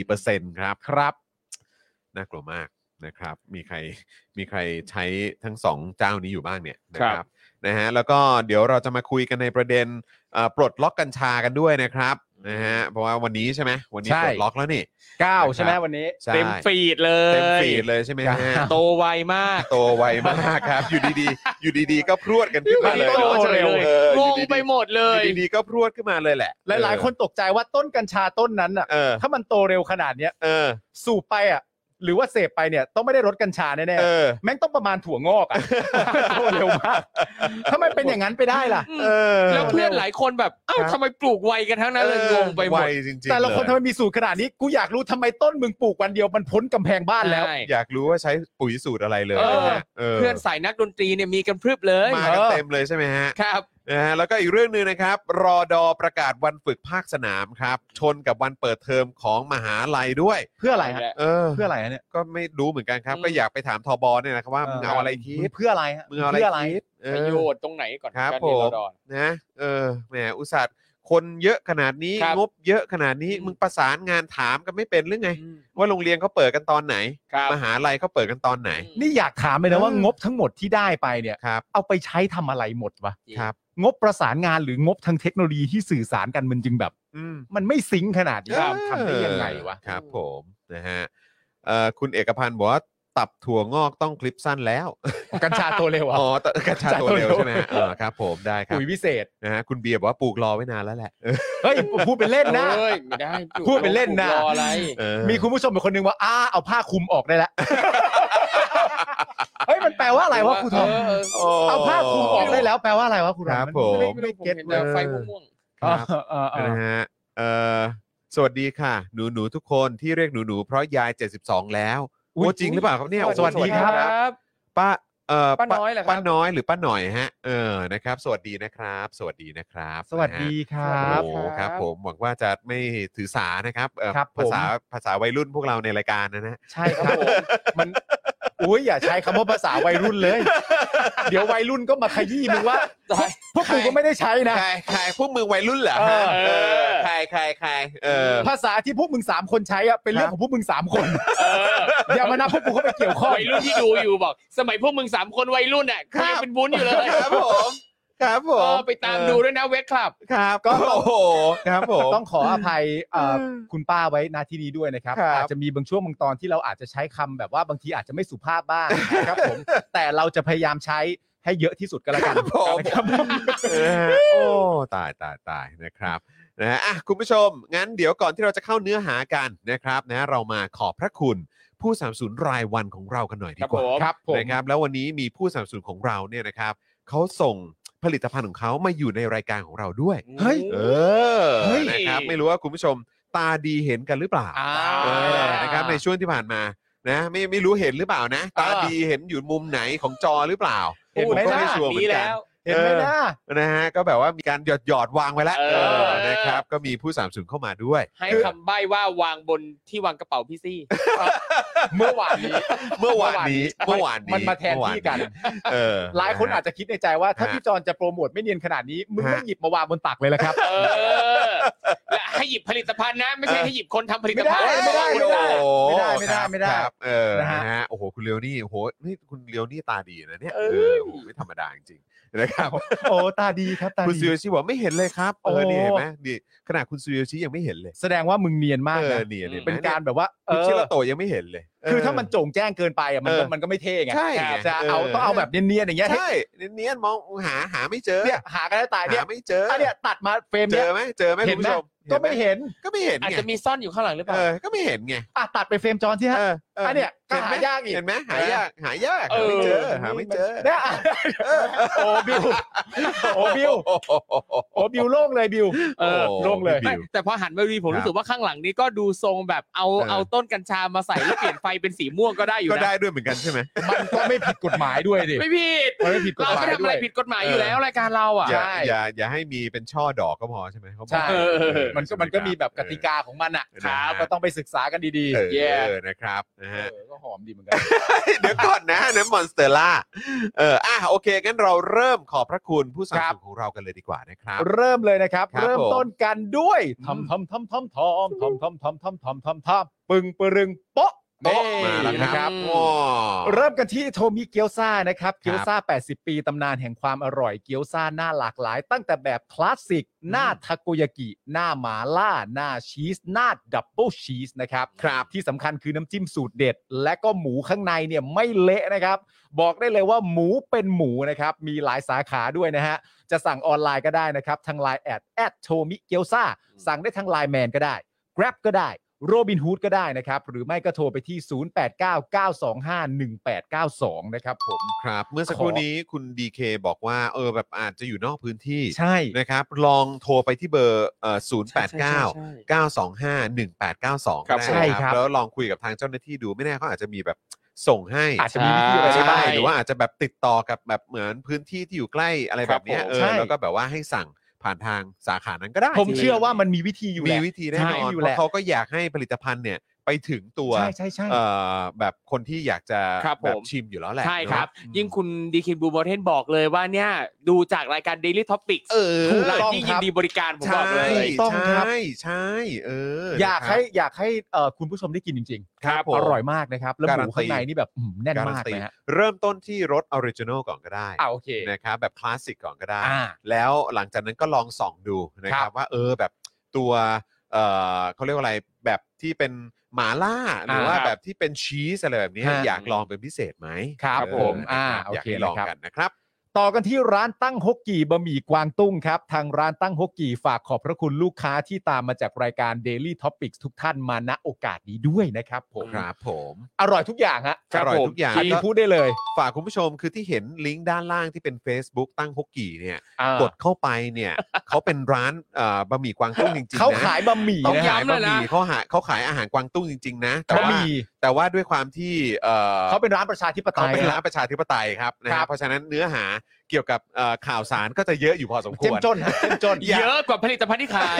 244%ครับครับ น่ากลัวมากนะครับ มีใครมีใครใช้ทั้งสองเจ้านี้อยู่บ้างเนี่ยนะค
ครั
รับบ นะฮะแล้วก็เดี๋ยวเราจะมาคุยกันในประเด็นเอ่อปลดล็อกกัญชากันด้วยนะครับนะฮะเพราะว่าวันนี้ใช่ไหมวันนี้
ใช่
ปลดล็อกแล้วนี่
เก้า
นะครับ
ใช่ไหมวันนี้
ใช่
เต็มฟีดเล
เต็
ย
มฟีดเลยใช่ไหมฮะ
โตไวมาก
โตไวมากครับ อยู่ดีๆ อยู่ดีๆ ก็พรวดกันขึ้นมาเลย
โตเร็ว
เออองยู่
ง
ดีๆ
ไปหมดเลย
อยู่ดีๆก็พรวดขึ้นมาเลยแหละ
หลาย ๆ คนตกใจว่าต้นกัญชาต้นนั้นอ่ะ
เออ
ถ้ามันโตเร็วขนาดเนี้ย
เออ
สูบไปอ่ะ หรือว่าเสพไปเนี่ย ต้องไม่ได้รสกัญชาแน่
เออ
ๆแม่งต้องประมาณถั่วงอกอ่ะ โตเร็วมากทำไมเป็นอย่างนั้นไปได้ล่ะ
เออ
แล้วเพื่อนหลายคนแบบเอ้า
ครับ
ทำไมปลูกไวกันทั้งนั้นเลยงงไปหม
ว
ด
จริงๆ
แต่ละคน
เย
ทำไมมีสูตรขนาดนี้ กูอยากรู้ทำไมต้นมึงปลูกวันเดียวมันพ้นกำแพงบ้านแล้ว
ใช่
อยากรู้ว่าใช้ปุ๋ยสูตรอะไรเลย
เออ
นะฮะเออ
เพื่อนสายนักดนตรีเนี่ยมีกันพรึบเลย
มากันเต็มเลยใช่ไหมฮะ
ครับ
นะฮะแล้วก็อีกเรื่องหนึ่งนะครับ รอดอประกาศวันฝึกภาคสนามครับ ชนกับวันเปิดเทอมของมหาลัยด้วย
เพื่ออะไรฮะ
เออ
เพื่ออะไรฮะเนี่ย
ก็ไม่รู้เหมือนกันครับ
อืม
ก็อยากไปถามทบเนี่ยนะครับว่ามึงเอาอะไรคิ
มึ
ด
งเพื่ออะไรฮะ
มึงเอาอะไร
เพื่ออะไร
คิดเออ
ประโยชน์ตรงไหนก่อน
ครับ
การเรียน
ผม
รอดอน
นะเออแหมอุตส่าห์คนเยอะขนาดนี้
ครับ
งบเยอะขนาดนี้
อืม
มึงประสานงานถามกันไม่เป็นหรือไง
อืม
ว่าโรงเรียนเขาเปิดกันตอนไหน
ครับ
มหาลัยเขาเปิดกันตอนไหน
นี่อยากถามเลยนะว่า
เออ
งบทั้งหมดที่ได้ไปเนี่ย
ครับ
เอาไปใช้ทำอะไรหมดวะ
จริง
ครับ
งบประสานงานหรืองบทางเทคโนโลยีที่สื่อสารกันมันจึงแบบ
อืม
มันไม่ซิงค์ขนาดนี้
ครับ
ทำได้ยังไงวะ
ครับผมนะฮะเอ่อคุณเอกพันธ์บอกว่าตับถั่วงอกต้องคลิปสั้นแล้ว
กัญชาตัวเร็วอ่ะ
อ๋อแต่กระชาตัวเร็วใช่ไหมฮะเออครับ ผมได้ครับ
ปุ๋ยพิเศษ
นะฮะคุณเบียร์บอกว่าปลูกรอไว้นานแล้วแหละเออ
เฮ้ย พูดเป็นเล่นนะ
เอ้ยไม่ได้ปลูก
พูดเป็นเล่นนะ
ปกรออะไร
เออ
มีคุณผู้ชมเป็นคนหนึงว่าอ้าเอาผ้าคลุมออกได้แล้ว เฮ้ย มันแปลว่าอะไรวะครูทอม
เออ
โ
เอาผ้าคลุมออกได้แล้วแปลว่าอะไรวะครูทอม
ครับ
น
ผม
ไม่
ไม่
ไม่
เก็
เก็
ต
ต
เล
เลย ย
ไฟม่วง
ครับ
เออเออเออ
นะฮะเอ่อสวัสดีค่ะ หนูหนูๆทุกคนที่เรียกหนูหนูๆเพราะยาย 72 แล้วโอ้จริงหรือเปล่าครับเนี่ยโอ้
ๆ
สวัสดีครับ
บ
ป้าเอ่อ
ป้าน้อยเหรอครับ
ป้าน้อยหรือป้าหน่อยฮะเออนะครับ สวัสดีนะครับ สวัสดีนะครับ
สวัสดีครั
นะฮะ
บ
โอ้ครับ ผมหวังว่าจะไม่ถือสานะครับเอ่อ
ครับผ
ภา
ม
ษาภาษาวัยรุ่นพวกเราในรายการนะนะ
ใช่ครับผมมันอุ้ยอย่าใช้คำว่าภาษาวัยรุ่น เลย เดี๋ยววัยรุ่นก็มาขยี้มึงว่า พวกกูก็ไม่ได้ใช้นะ
ใครใครพวกมึงวัยรุ่นเหรอฮะ
เออ
เออใครใครใครเออ
ภาษาที่พวกมึงสามคนใช้อะเป็นเรื่องของพวกมึงสามคนอย่ามานับพวกกูเข้าไปเกี่ยวข้อง
วัยรุ่นที่ดูอยู่บอก สมัยพวกมึงสามคนวัยรุ่นอ่ะ
ค
คุ
รั
ย
บ
เป็นบุญอยู่เลย
ครับผมครับผ
เอ
ม
อไปตามดูด้วยนะเวทคลับ
ครับก็โอ้โหครับผม
ต้องขออภัยเอ่อคุณป้าไว้นาที่นี้ด้วยนะครับ
ครับ
อาจจะมีบางช่วงบางตอนที่เราอาจจะใช้คำแบบว่าบางทีอาจจะไม่สุภาพบ้างนะครับผม แต่เราจะพยายามใช้ให้เยอะที่สุดก็แล้วกัน
ผม
นะครับ
นะฮะโอ้ตายตายตายนะครับนะฮะอ่ะคุณผู้ชม งั้นเดี๋ยวก่อนที่เราจะเข้าเนื้อหากันนะครับนะฮะเรามาขอบพระคุณผู้สนับสนุนรายวันของเรากันหน่อยดีกว่า
ครับผม
ครับผม
นะครับแล้ววันนี้มีผู้สนับสนุนของเราเนี่ยนะครับเขาส่งผลิตภัณฑ์ของเขามาอยู่ในรายการของเราด้วย
เฮ้ย
เออ
เฮ้ย
นะครับไม่รู้ว่าคุณผู้ชม ตาดีเห็นกันหรือเปล่า
อ่า
เออนะครับในช่วงที่ผ่านมานะไม่ไม่รู้เห็นหรือเปล่านะ ตาดีเห็นอยู่มุมไหนของจอหรือเปล่า
เห็นไหม
ผก็
ล่ะ
ไม่ชัวร์เหมือนกัน
เห็นไหมนะ
นะฮะก็แบบว่ามีการหยอดหยอดๆวางไว้แล้ว
เออ
เออนะครับ ก็มีผู้สามสูนเข้ามาด้วย
ให้คำใบ้ว่าวางบนที่วางกระเป๋าพี่ ซี่ เมื่อวานนี้
เมื่อวานนี้เมื่อวานนี้
มันมาแทนที่กัน
เออ
หลายคนอาจ
จะ
จะคิดในใจว่าถ้า
ฮะ
พี่จอนจะโปรโมทไม่เนียนขนาดนี้ มึง
ฮะ
ไม่หยิบมาวางบนตักเลยละครับ
เออและให้หยิบผลิตภัณฑ์นะ ไม่ใช่ให้หยิบคนทำผลิตภัณฑ์
ไม่ได้ไม่ได้ ไม่ได้ไม่ได้ไม่ได้
ครับเออ
นะฮะ
นะฮะโอ้โหคุณเลียวนี่โอ้โหนี่คุณเลียวนี่ตาดีนะเนี่ย
เอ้
เอย อโอ้โหไม่ธรรมดาจริงๆนะครับ
โอ้ตาดีครับตา
คุณซู
ดี
โยชิบอกไม่เห็นเลยครับเออ
โอ้
นี่เห็นไหมนี่ขนาดคุณซูโยชิยังไม่เห็นเลย
แสดงว่ามึงเนียนมาก
เออ
นะ
เนี่ยเนี่ย
เป็นการแบบว่าเอ
คุณ
อ
ชิระโตะยังไม่เห็นเลยเ
คือถ้ามันโจ่งแจ้งเกินไปอ่ะมันก็
เออ
มันก็ไม่เท่ไง
ใช่ไง
จะเอาต้องเอาแบบเนียนๆอย่างเงี้ย
ใช่เนียนๆมองหาหาไม่เจอ
เนี่ยหากันได้ตายเนี่ย
หาไม่เจอ
อันเนี้ยตัดมาเฟรม
เจ
เนี้ย
อไหมเจอไหม
เห็
คุ
น
ณ
ไหม
ผู้ชม
ก็ไม่เห็น
ก็ไม่เห็น
อาจ
ไง
จะมีซ่อนอยู่ข้างหลังหรือเปล่า
เออก็ไม่เห็นไง
อ่ะตัดไปเฟรมจอนที่ฮะ
เออเออ
อันเนี้ยก็หายากอีก
เห็นไหมหายากหายาก
เอ
หา
อ
ไม่เจอหาไม่เจอ
เนี่ยโอ้บิวโอ้บิว
โอ้โห
โอ้บิวโล่งเลยบิว
เออ
โอ้
โล่งเลย
พี่บิว
ไม่แต่พอหันมาดีผม
ครับ
รู้สึกว่าข้างหลังนี้ก็ดูทรงแบบเอา
เออ
เอาต้นกัญชามาใส่แล้วเปลี่ยนไฟเป็นสีม่วงก็ได้อยู่
ก็ได้
นะ
ด้วยเหมือนกันใช่ไหม
มันก็ไม่ผิดกฎหมายด้วยดิ
ไม่ผิด
มันไม่ผิดกฎ
เรา
หมาย
ไม่ทำ
ด้ว
อะไร
ย
ผิดกฎหมายอ
เอ
ยู่
อ
แล้วรายการเราอ่ะ
อย่า
ใช่
อย่าอย่าให้มีเป็นช่อดอกก็พอใช่ไหมเขาบอก
ใช่
เออ
เออ
มันก็มันก็มีแบบกติกาของมันอ่ะครับก็ต้องไปศึกษากันดีๆ
เออ
แย่
เออนะครับนะ
เอ
ฮะ
อก็หอมดีเหมือนกัน
เดี๋ยวก่อนนะน้ำมอนสเตอร่าเอออ่ะโอเคงั้นเราเริ่มขอบพระคุณผู้สนับสนุนของเรากันเลยดีกว่านะครับ
เริ่มเลยนะครับ
ครับ
เริ่ม
ผม
ต้นกันด้วยทำทำทำทำทำทำทำทำทำทำทำทำปึงปรึงโป๊ะ
โต๊ะ
นี่
มาแล้ว
นะ
ค
ค
รั
รั
บบ โอ้
เริ่มกันที่โทมิเกียวซานะครับ เกียวซา80 ปีตำนานแห่งความอร่อยเกียวซาหน้าหลากหลาย ตั้งแต่แบบคลาสสิก หน้าทาโกยากิ หน้าหมาล่า หน้าชีส หน้าดับเบิลชีสนะครับ
ครับ
ที่สำคัญคือน้ำจิ้มสูตรเด็ด และก็หมูข้างในเนี่ยไม่เละนะครับ บอกได้เลยว่าหมูเป็นหมูนะครับ มีหลายสาขาด้วยนะฮะ จะสั่งออนไลน์ก็ได้นะครับ ทางไลน์แอดแอดโทมิเกียวซาสั่งได้ทางไลน์แมนก็ได้ Grab ก็ได้โรบินฮูดก็ได้นะครับ หรือไม่ก็โทรไปที่ 0899251892 นะครับผม
ครับ เมื่อสักครู่
ขอ
นี้คุณดีเคบอกว่าเออแบบอาจจะอยู่นอกพื้นที่
ใช่
นะครับ ลองโทรไปที่เบอร์เอ่อ0 8 9
ใช่ใช่
925 1892
ครับ
ได้
ใช่
นะครับ แล้วลองคุยกับทางเจ้าหน้าที่ดูไม่แน่เขาอาจจะมีแบบส่งให้
อาจจะมีวิธีอะไร
ใช่
ได้บ้าง
หรือว่าอาจจะแบบติดต่อกับแบบเหมือนพื้นที่ที่อยู่ใกล้อะไร
ค
แบ
รับบ
เนี้ย
ผม
เออ
ใช่
แล้วก็แบบว่าให้สั่งผ่านทางสาขานั้นก็ได้
ผมเชื่อว่ามันมีวิธีอยู่แห
มี
ละ
วิธีแน่น
ใช่
อน
อยู่
เพ
แหละ
ราะเขาก็อยากให้ผลิตภัณฑ์เนี่ยไปถึงตัว
ใช่ใช่ใช่
เอ่อแบบคนที่อยากจะ
ครับ
แบบ
ผม
ชิมอยู่แล้วแหละ
ใช่ครับ
เนอะ
ยิ่งคุณดีคินบูโบเทนบอกเลยว่าเนี่ย ดูจากรายการ Daily Topics
เออ
ถูก
ต้อง
ที่
ค
ยิ
รั
น
บ
ดีบริการผม
ใช่
บอกเลย
ต้องครับ
ใช่ใช่เออ
อ
อย
ากให้อยากให้เอ่อคุณผู้ชมได้กินจริง
ครับผม
ๆ อร่อยมากนะครับ แล้วห
การัน
มู
ตี
ข้างในนี่แบบอื้อหือแน่น
การั
มาก
ตี
นะฮะ
เริ่มต้นที่รสออริจินอลก่อนก็ได้
อ่าโอเค
นะครับแบบคลาสสิกก่อนก็ได้
อ่า
แล้วหลังจากนั้นก็ลองส่องดูนะค
ครั
รับบ ว่าเออแบบตัวเออเขาเรียกว่าอะไรแบบที่เป็นหมาล่าหรือว่า
ครับ
แบบที่เป็นชีสอะไรแบบนี้
ฮะ
อยากลองเป็นพิเศษไหม
ครับ
เออ
ผม
นะครับ
อ่าโอ
อยาก
เค
ให้ลอง
นะครับ
กันนะครับ
ต่อกันที่ร้านตั้งฮกกี่บะหมี่กวางตุ้งครับ ทางร้านตั้งฮกกี่ฝากขอบพระคุณลูกค้าที่ตามมาจากรายการ Daily Topics ทุกท่านมาณโอกาสนี้ด้วยนะครับผม
ครับผม
อร่อยทุกอย่างฮะ
อร่อยทุกอย่าง
อันนี้
แล้ว
พูดได้เลย
ฝากคุณผู้ชมคือที่เห็นลิงก์ด้านล่างที่เป็น Facebook ตั้งฮกกี่เนี่ย
อ่าก
ดเข้าไป เนี่ย เขาเป็นร้านเอ่อบะหมี่กวางตุ้งจริงๆนะ
เขาขายบะหมี่
เขา
นะ
ขา
ฮะ
ย
ต้
บะ
อ
ห
งย้ำเลยนะ
มี่เขาหาเขาขายอาหารกวางตุ้งจริง ๆ นะ แต่
บะห
ว่า
มี่
แต่ว่าด้วยความที่เอ่อ
เขาเป็นร้านประชาธิปไต
เขา
ย
เป็นร้านประชาธิปไตยครับนะ
ครั
ฮะ
บ
เพราะฉะนั้นเนื้อหาเกี่ยวกับเอ่อข่าวสารก็จะเยอะอยู่พอสมค
เจ้ม
วร
จนฮะเจ้มจน
อย่า
เยอะกว่าผลิตภัณฑ์ที่ขาย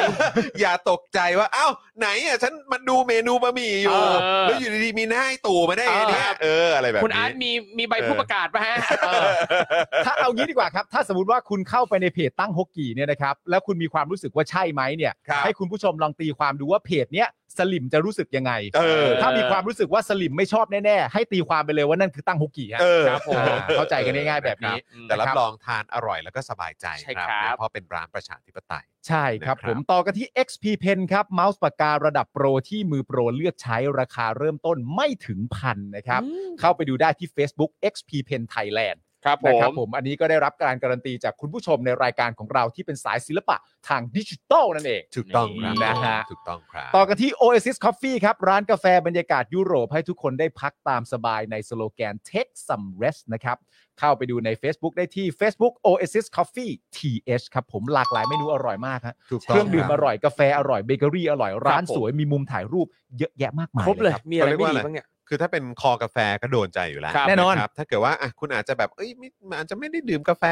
อย่าตกใจว่าเอ้าไหนอ่ะฉันมันดูเมนูบะหมี่อยู่
เออ
แล้วอยู่ดีๆมีหน้าให้ตู่มาได้ไงเนี่ย
เออครับ
เอออะไรแบบ
คุณอา
นี้
ร์ตมีมีใบ
เออ
ผู้ประกาศปะฮะ
เออ
ถ้าเอางี้ดีกว่าครับ ถ้าสมมติว่าคุณเข้าไปในเพจตั้งฮกกี่เนี่ยนะครับ แล้วคุณมีความรู้สึกว่าใช่ไหมเนี่ย
ครับ
ให้คุณผู้ชมลองตีความดูว่าเพจเนี้ยสลิมจะรู้สึกยังไง
เออ
ถ้ามีความรู้สึกว่าสลิมไม่ชอบแน่ๆ ให้ตีความไปเลยว่านั่นคือตั้งฮกกี่ฮะ
เออ
ครับผม
อ่าเข้าใจกันง่ายๆแบบนี้
แต่รับ
นะครับ
รองทานอร่อยแล้วก็สบายใจ
ใช่
ครับ
ครับ
นะเพราะเป็นร้านประชาธิปไตย
ใช่ครับ
นะครับ
ผมต่อกันที่ XP Pen ครับเมาส์ปากการะดับโปรที่มือโปรเลือกใช้ราคาเริ่มต้นไม่ถึงพันนะครับ เข้าไปดูได้ที่ Facebook XP Pen Thailand
ครับผ
นะครับ
ม
ผมอันนี้ก็ได้รับการการันตีจากคุณผู้ชมในรายการของเราที่เป็นสายศิลปะทางดิจิทัลนั่นเอง
ถูกต้องครับ
นะฮะ
ถูกต้องครับ
ต่อกันที่ Oasis Coffee ครับ ร้านกาแฟบรรยากาศยุโรปให้ทุกคนได้พักตามสบายในสโลแกน Take some rest นะครับ เข้าไปดูใน Facebook ได้ที่ Facebook Oasis Coffee TH ครับผมหลากหลายเมนูอร่อยมากฮะ
ถูกต้
เครื่องดื่ม
ค
อบ ร่อยกาแฟอร่อยเบเกอรี่อร่อยร้าน
ครับผม
สวยมีมุมถ่ายรูปเยอะแยะมากมาย
ครบเลย
ค
มีอะไรไม่
เขาเรียกว่าอะ
ดี
ไร
บ้างเนี่ย
คือถ้าเป็นคอกาแฟก็โดนใจอยู่แล้ว
ครับ
แน่นอน
ครับถ้าเกิดว่าอ่ะคุณอาจจะแบบเอ้ยไม่อาจจะไม่ได้ดื่มกาแฟ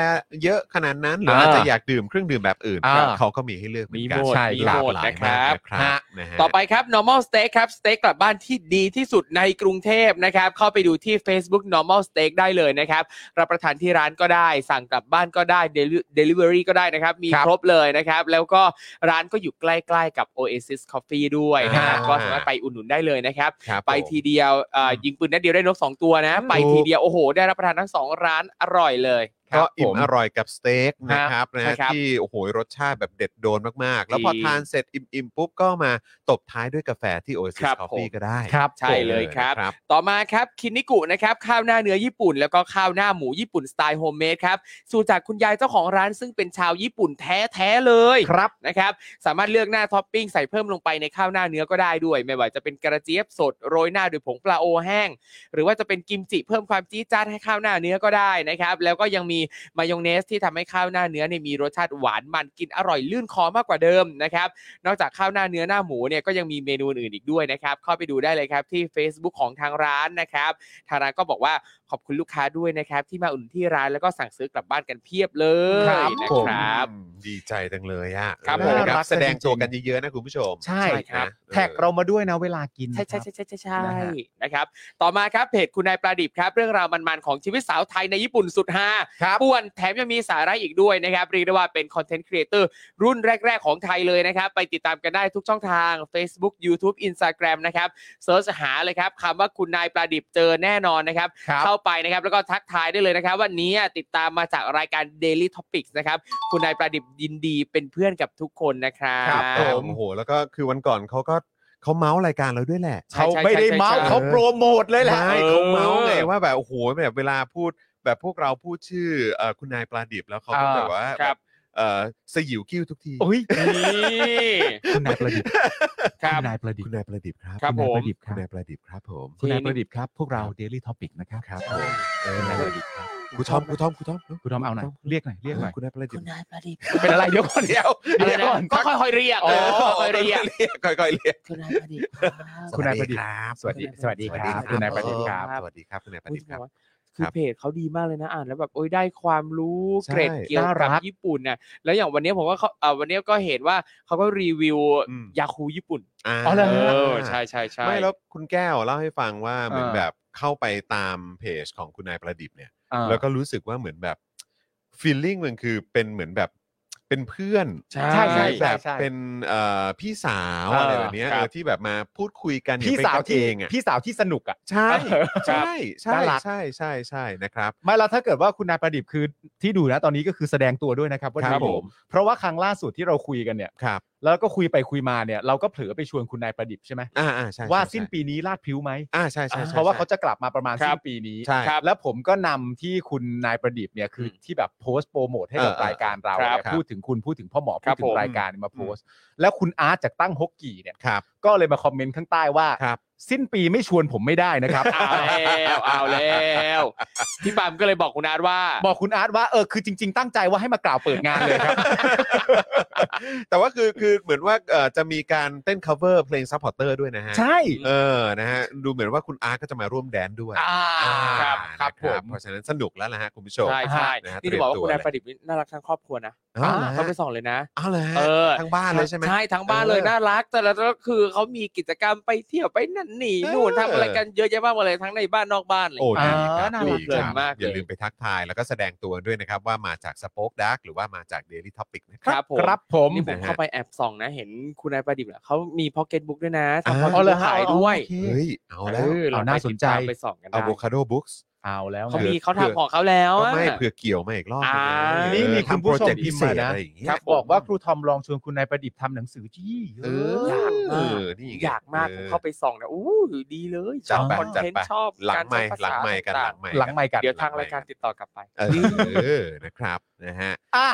เยอะขนาดนั้น หรืออา อาจจะอยากดื่มเครื่องดื่มแบบอื่น
อ่า
ครับเขาก็มีให้เลือกเหมือนกัน
มีหมด
ใช่
มี
หลาก
หมด
หลาย
นะครั
มาก
บ
นะครับนะ
ฮะ
ฮะ
ต่อไปครับ normal steak ครับ สเต็กกลับบ้านที่ดีที่สุดในกรุงเทพนะครับ เข้าไปดูที่ Facebook normal steak ได้เลยนะครับ รับประทานที่ร้านก็ได้ สั่งกลับบ้านก็ได้ Deli- delivery ก็ได้นะครับ มี
ครับ
ครบเลยนะครับ แล้วก็ร้านก็อยู่ใกล้ๆกับ Oasis Coffee ด้วยนะฮะ
อ่า
ก็สามารถไปอุดหนุนได้เลยนะครับ
ครับ
ไป
ผม
ทีเดียวเอ่อยิงปืนนัดเดียวได้นกสองตัวนะ ไป
ถูก
ทีเดียวโอ้โห ได้รับประทานทั้งสองร้านอร่อยเลย
ครับ
ก็อิ่
ผม ม
อร่อยกับสเต็กนะครับนะ
ใช่
ฮะ
ครับ
ที่โอ้โหรสชาติแบบเด็ดโดนมากๆ แล้วพอ
จริง
ทานเสร็จอิ่มๆปุ๊บก็มาตบท้ายด้วยกาแฟที่ Oasis
ครับผม
Coffee ก็ได้
ครับ
ใช่เลยครับ
นะ
ต่อมาครับคินิกุนะครับข้าวหน้าเนื้อญี่ปุ่น แล้วก็ข้าวหน้าหมูญี่ปุ่นสไตล์โฮมเมดครับสูตรจากคุณยายเจ้าของร้านซึ่งเป็นชาวญี่ปุ่นแท้ๆเลย
ครับ
นะครับสามารถเลือกหน้าท็อปปิ้งใส่เพิ่มลงไปในข้าวหน้าเนื้อก็ได้ด้วย ไม่ว่าจะเป็นกระเจี๊ยบสดโรยหน้าด้วยผงปลาโอแห้ง หรือว่าจะเป็นกิมจิเพิ่มความจี๊ดจ้าดให้ข้าวหน้าเนื้อก็ได้นะครับแล้วก็ยังมีมายองเนสที่ทำให้ข้าวหน้าเนื้อเนี่ยมีรสชาติหวานมันกินอร่อยลื่นคอมากกว่าเดิมนะครับ นอกจากข้าวหน้าเนื้อหน้าหมูเนี่ยก็ยังมีเมนูอื่นอีกด้วยนะครับ เข้าไปดูได้เลยครับที่ Facebook ของทางร้านนะครับ ทางร้านก็บอกว่าขอบคุณลูกค้าด้วยนะครับ ที่มาอุ่นนที่ร้านแล้วก็สั่งซื้อกลับบ้านกันเพียบเลย
ครับ
นะครับ
อืมดีใจจังเลยอะ
ครับ
เออ
ผ
ค
ม
น่ารั
รับ
ก
แสดง
จริงๆ
ตัวกันเยอะๆนะคุณผู้ชม
ใช่
ใช่ครับ
นะ
แท็ก
ออ
เรามาด้วยนะเวลากินนะค
ใช่
รับ
ใช่ใช่ใช่ใช่ใช่
นะฮะ
นะครับ ต่อมาครับเพจคุณนายประดิษฐ์ครับ เรื่องราวมันๆของชีวิตสาวไทยในญี่ปุ่นสุดฮา
ครับ
ป่วนแถมยังมีสาระอีกด้วยนะครับเรียกได้ว่าเป็นคอนเทนต์ครีเอเตอร์รุ่นแรก ๆ ของไทยเลยนะครับ ไปติดตามกันได้ทุกช่องทาง Facebook YouTube Instagram นะครับเซิร์ชหาเลยครับคำว่าคุณนายปลาดิบเจอแน่นอนนะครับ
ครับ
เข้าไปนะครับแล้วก็ทักทายได้เลยนะครับ วันนี้ติดตามมาจากรายการ Daily Topics นะครับ คุณนายปลาดิบยินดีเป็นเพื่อนกับทุกคนนะครั
ครับ บ ผม
โอ้โห แล้วก็คือวันก่อนเขาก็เขาเมาส์รายการเราด้วยแหละ
ใช่
เขา
ใช่
ไม่ได้
ใช่
เมาส์
ใช่
เขาโปรโมทเลยแหละ
ใช่เขาเมาส์ไงว่าแบบโอ้โหแบบเวลาพูดแบบพวกเราพูดชื่อเอ่อคุณนายปลาดิบแล้วเขาก็
อ่า
แบบว่า
ครับ
เอ่อสยิวคิ้วทุกที
โอ้ย
นี่
คุณนายประดิษฐ์
ครับ
คุณนายประดิษ
คุณ
ฐ์
นายปลาดิบครับ
ครับผ
ณ
ม
นายประดิษฐ์ค
คุณ
รับ
นายปลาดิบครับผม
คุณนายประดิษฐ์ครับ พวกเรา Daily Topic นะครับ
ครับผมเออ
คุณนายประดิษฐ์ครับ
ครูทอมครูทอมครูทอม
คุณทอมเอาหน่อยเรียกหน่อยเรียกหน่อย
คุณนายปลาดิบ
เป็นอะไรเดี๋ยวก่อนเดี๋ยว
อะไร
เดี๋ยว
นะ
ก่อน
ก็ค่อยๆเรียก
เออ
ค่อยๆเรียก
ค่อยๆเรียก
คุณนายประดิษฐ์
สวัสดี
สวัสดีครับคุณนายประดิษฐ์ครับ
สวัสดีครับคุณนายประดิษฐ์ครับ
คือ
ครับ
เพจเขาดีมากเลยนะอ่านแล้วแบบโอ้ยได้ความรู้
ใช่
เกร็ดเกี่ยว
น่ารั
กับ
ก
ญี่ปุ่นนะแล้วอย่างวันเนี้ยผมก็เขาเอ่อวันเนี้ยก็เห็นว่าเขาก็รีวิวยาคูญี่ปุ่น
อ๋อเหรอฮะ
เออใช่ใช่ใช่
ไม่แล้วคุณแก้วเล่าให้ฟังว่าเหมือน
เออ
แบบเข้าไปตามเพจของคุณนายประดิษฐ์เนี่ย
อ่า
แล้วก็รู้สึกว่าเหมือนแบบฟีลลิ่งมันคือเป็นเหมือนแบบเป็นเพื่อน
ใช่
ใช่ใช่
แบบ
ใช่
เป็นเอ่อพี่สาว
เอออ
อะไรแบบเนี้ย
ครับ
เออที่แบบมาพูดคุยกันอย่ง
พี่สาว
เป็นกัน
ที่
เองอ่ะ
พี่สาวที่สนุกอ่ะ
ใช่ใช่ใช่
น่ารัก
ใช่ใช่ใช่นะครับ
ไม่แล้วถ้าเกิดว่าคุณนายประดิษฐ์คือที่ดูนะตอนนี้ก็คือแสดงตัวด้วยนะครับว่า
ครับ
ดูอยู่
ผม
เพราะว่าครั้งล่าสุดที่เราคุยกันเนี่ย
ครับ
แล้วก็คุยไปคุยมาเนี่ยเราก็เผลอไปชวนคุณนายประดิษฐ์ใช่ไหม
อ่าอ่าใช่ใช่
ว่าสิ้น
ใช่
ปีนี้ลาดพริ้วไหม
อ่าใช่ใช่ใช่
เพราะว่า
ใช่
เขาจะกลับมาประมาณ
ครั
สิ้
บ
นปีนี้
ใช่
ครับ
แล้วผมก็นำที่คุณนายประดิษฐ์เนี่ยคืออ
ม
ที่แบบโพสต์โปรโมทให้
เอ
กับ
อเออ
รายการเรา
ครับ
เนี่ยพูดถึงคุณพูดถึงพ่อหมอ
ค
พู
รั
ด
บ
ถึงรายการมาโพสต์ แล้วคุณอาร์ตจากตั้งฮกกี่เนี่ย
ครับ
ก็เลยมาคอมเมนต์ข้างใต้ว่า
ครับ
สิ้นปีไม่ชวนผมไม่ได้นะครับ
เอาแล้วเอาแล้วพี่ปั๊มก็เลยบอกคุณอาร์ตว่า
บอกคุณอาร์ตว่าเออคือจริง ๆ ตั้งใจว่าให้มากล่าวเปิดงานเลยครับ
แต่ว่าคือคือเหมือนว่าเอ่อจะมีการเต้น cover เพลง supporter ด้วยนะฮะ
ใช่
เออนะฮะดูเหมือนว่าคุณอาร์ตก็จะมาร่วมแดนซ์ด้วย
อ่าครับ
อ่า
ครับ
นะ
ผม
เพราะฉะนั้นสนุกแล้วนะฮะคุณผู้ชม
ใช่ใช่
นะฮะ
นี่
เตรีย
จะ
ม
บอกว่า
ตัว
คุณนายประ
เลย
ดิษฐ์นี่น่ารักทั้งครอบครัวนะ
อ้าวเหรอ
เขา
ฮะ
ไปส่องเลยนะ
อ้าวเหรอฮะ
เออ
ทั้งบ้านเลยใช่ไหม
ใช่ทั้งบ้านเลย
เออ
น่ารัก แต่ละคือเขามีกิจกรรมไปเที่ยวไปนั่นนี่
เออ
นู่นทำอะไรกันเยอะแยะมากมายเลยทั้งในบ้านนอกบ้านเลย
โอ้ดีครับ
อ่าน่า
ดี
รั
ค
ก
เลย
รับ
มากเลย
อย่าลืมไปทักทายแล้วก็แสดงตัวด้วยนะครับ ว่ามาจากสป็อคดักหรือว่ามาจาก Daily Topic นะค
ครับ รับผม
ครับผม
นี่ผม
นะฮะ
เข้าไปแอบส่องนะ เห็นคุณนายประดิษฐ์น่ะเขามีพ็อกเก็ตบุ๊กด้วยนะ
อ่า
ทำพ็อกเก็
เอา
ต
เลย
บุ๊ก
ฮะ
ขาย
เอา
ด้วย
โอเค
เฮ้ย เอาแล้ว
เออ
เอาน่าสนใจ
ลองไปติดตามไปส่องกันได้
อะโวคาโดบุ๊กส์
เอาแล้ว
เขา
ไง
มีเขาทำของเขาแล้ว
ก็
อะ
ไม่เผื่อเกี่ยวมาอีกรอบ
อ่า
เออ
นี่มีคุณ
ทำ
ผู้ช
โปร
ม
เจกต์
พิ
พิ
มพ์
เศ
มา
ษ
นะ
อะไรอย่างเงี้ย
ครับ
บอกว่าครูทอมลองชวนคุณนายประดิษฐ์ทำหนังสือที่
เออ
เยอะ
เออนี่ไง
อยากมาก
ออ
เข้าไปส่องนะอู้ดีเลยช
จัด
อบ
ไป
คอน
จัด
เทน
ไป
ต์ชอบ
หลัง
การ
ไม่
ใช้ภา
หลัง
ษา
ไม่กันหลั
ต่าง
ไม่
หลังไมค์กัน
ๆเดี๋ยวทางรายการติดต่อกลับไป
เออนะครับนะฮะ
อ่ะ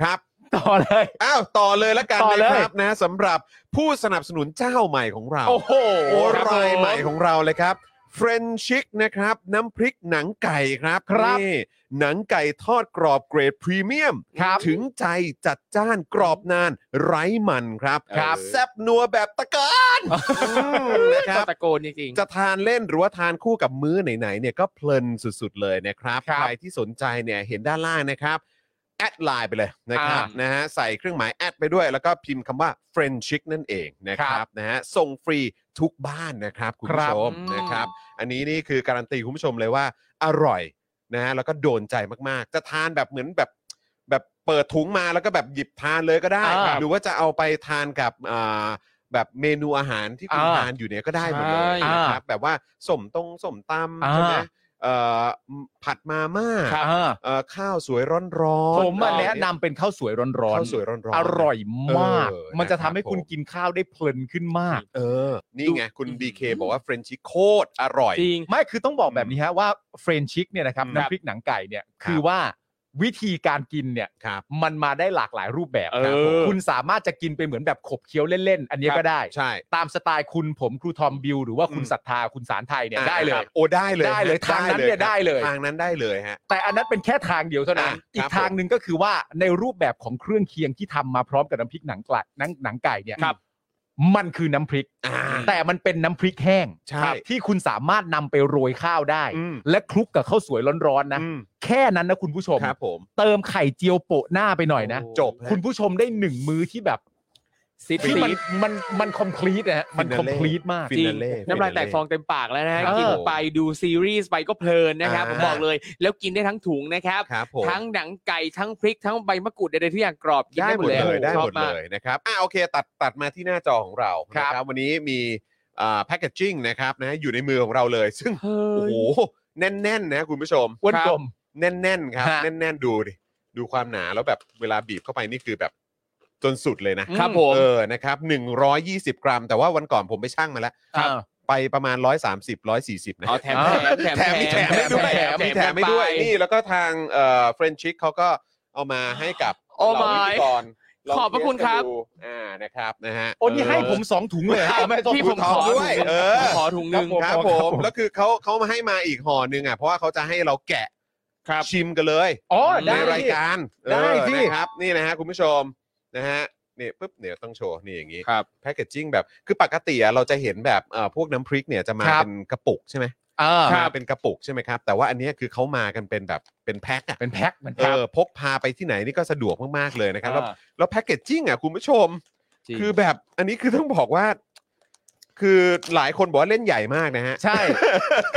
ครับ
ต่อเลย
อ้าวต่อเลยละกัน
ต่อเลย
นะครับนะสำหรับผู้สนับสนุนเจ้าใหม่ของเรา
โอ้โห
โอ้รายใหม่ของเราเลยครับเฟรนชิกนะครับ น้ำพริกหนังไก่ครับ
ครับ
นี่หนังไก่ทอดกรอบเกรดพรีเมียม
ครับ
ถึงใจจัดจ้านกรอบนาน ไร้มันครับ
ครับ
แซบนัวแบบตะการนะครับ
ตะโกนจริง
จะทานเล่นหรือว่าทานคู่กับมื้อไหนๆเนี่ยก็เพลินสุดๆเลยนะครับ
ครับ
ใครที่สนใจเนี่ยเห็นด้านล่างนะครับแอดไลน์ไปเลยนะครับ
อ่าน
นะฮะใส่เครื่องหมายแอดไปด้วย แล้วก็พิมพ์คำว่า f r i e n d c h i c นั่นเองนะค
ครั
รับบนะฮะส่งฟรีทุกบ้านนะครับคุณผู้ชม
ครับ
นะครับ อันนี้นี่คือการันตีคุณผู้ชมเลยว่าอร่อยนะฮะแล้วก็โดนใจมากๆ จะทานแบบเหมือนแบบแบบเปิดถุงมาแล้วก็แบบหยิบทานเลยก็ได้
อ่า
หรือว่าจะเอาไปทานกับอ่าแบบเมนูอาหารที่คุณ
อ่า
ทานอยู่เนี่ยก็ได้หมดเลย
ใช่
นะครับแบบว่าสมตรงสมตำใช่ไหม
อ่า
เอ่อผัดมาม่า
ครับ
เอ่อข้าวสวยร้อน
ผ
ๆ
มอะ
อไร
แนะนำเป็นข้าวสวยร้อน
ข้าวสวยร้อนๆ
อร่อยมาก
เออ
มันจะ
นะครับ
ทำให้คุณกินข้าวได้เพลินขึ้นมาก
เออนี่ไงคุณ BK บอกว่าเฟรนชิโคตรอร่อย
จริง
ไม่คือต้องบอกแบบนี้ฮะว่าเฟรนชิกเนี่ยนะครับ
ครับ
น้ำพริกหนังไก่เนี่ยคือว่าวิธีการกินเนี่ย
ครับ
มันมาได้หลากหลายรูปแบบ
เออ
ครับผมคุณสามารถจะกินไปเหมือนแบบขบเคี้ยวเล่นๆ อันนี้
ครับ
ก็ได้
ใช่
ตามสไตล์คุณผมครูทอมบิวหรือว่าคุณ
อืม
ศรัทธาคุณสารไทยเนี่ย
อ่ะ
ได้เลย
โอ้ได้เลย
ได้เลย
ฮะ
ทางนั้นเนี่ยได้เลย
ทางนั้นได้เลยฮะ
แต่อันนั้นเป็นแค่ทางเดียวเท่านั้น
อ่ะครับ
อีกทางหนึ่งก็คือว่าในรูปแบบของเครื่องเคียงที่ทำมาพร้อมกับน้ำพริกหนังไก่หนังหนังไก่เนี่ย
ครับ
มันคือน้ำพริก
อ่า
แต่มันเป็นน้ำพริกแห้ง
ใช่
ครับที่คุณสามารถนำไปโรยข้าวได้
อืม
และคลุกกับข้าวสวยร้อนๆนะ
อืม
แค่นั้นนะคุณผู้ชม
ครับผม
เติมไข่เจียวโปะหน้าไปหน่อยนะ
โอ้
จบฮะ
คุณผู้ชมได้หนึ่งมื้อที่แบบ
ซิต
ที่มัน
ซี
มันมันคอมพลีทนะฮะมันคอมพลีทมาก
ฟิ
จริ
นาง เล่
น้ำลายแตกฟองเต็มปากแล้วนะฮะ
เออ
กินไปดูซีรีส์ไปก็เพลินนะครับ
อ่า
ผมบอกเลยแล้วกินได้ทั้งถุงนะครับ
ครับผม
ทั้งหนังไก่ทั้งพริกทั้งใบมะกรูดใดๆทุกอย่างกรอบกิน
ได้
ได้
หมด
หมดเลย
เลยได้
ชอ
หม
บ
ดเล
มาก
ยนะครับอ่าโอเคตัดตัดมาที่หน้าจอของเรา
ครับ
นะวันนี้มีอ่าแพคเกจจิ้งนะครับนะอยู่ในมือของเราเลย ซึ่ง
เฮ้
โอ้
ย
โหแน่นๆนะคุณผู้ชม
อ้วนกลม
แน่นๆครับ
ฮะ
แน่นๆดูดิดูความหนาแล้วแบบเวลาบีบเข้าไปนี่คือแบบจนสุดเลยนะครับ
ผม
เออนะครับ120 กรัม แต่ว่าวันก่อนผมไปชั่งมาแล้ว
อ่า
ไปประมาณ 130 140นะ
อ๋อแถม
อ่า
แถม
แถมมีแถมให้ด้วย
แถม
มีแถมให้ด้วย
แถมไป
นี่แล้วก็ทางเอ่อเฟรนชิกเขาก็เอามาให้กับ
โอ้
เหล่าพิธี
my
กรลง
ขอบพระคุณครับ
เทสกันดูอ่านะครับนะฮะ
โอ้นี่ให้
เออ
ผมสองถุงเลยฮะ
เอาไม่ต้องพี่ผมขอ
ถุงด้วยเออ
ผมขอถุงหนึง
ครับผ
ครับผม ม
แล้วคือเขาเขามาให้มาอีกห่อหนึ่งอ่ะเพราะว่าเขาจะให้เราแกะ
ครับ
ชิมกันเลย
อ๋อได้
ในราย
สิ
การ
ได้
เออ
สิ
นะครับนี่นะฮะคุณผู้ชมนะฮะนี่ปุ๊บเนี่ยต้องโชว์นี่อย่างนี้
ครับ
แพคเกจจิ้งแบบคือปกติอะเราจะเห็นแบบเอ่อพวกน้ำพริกเนี่ยจะมา
ครับ
เป็นกระปุกใช่ไหม
อ่า
มาเป็นกระปุกใช่ไหมครับ แต่ว่าอันเนี้ยคือเขามากันเป็นแบบเป็นแพ็คอะ
เป็นแพ็คเหมือน
เอ
กัน
อพกพาไปที่ไหนนี่ก็สะดวกมากๆเลยนะครับแล้วแล้วแพ็กเกจจิ้งอ่ะคุณผู้ชม
จริง
คือแบบอันนี้คือต้องบอกว่า คือหลายคนบอกว่าเล่นใหญ่มากนะฮะ
ใช่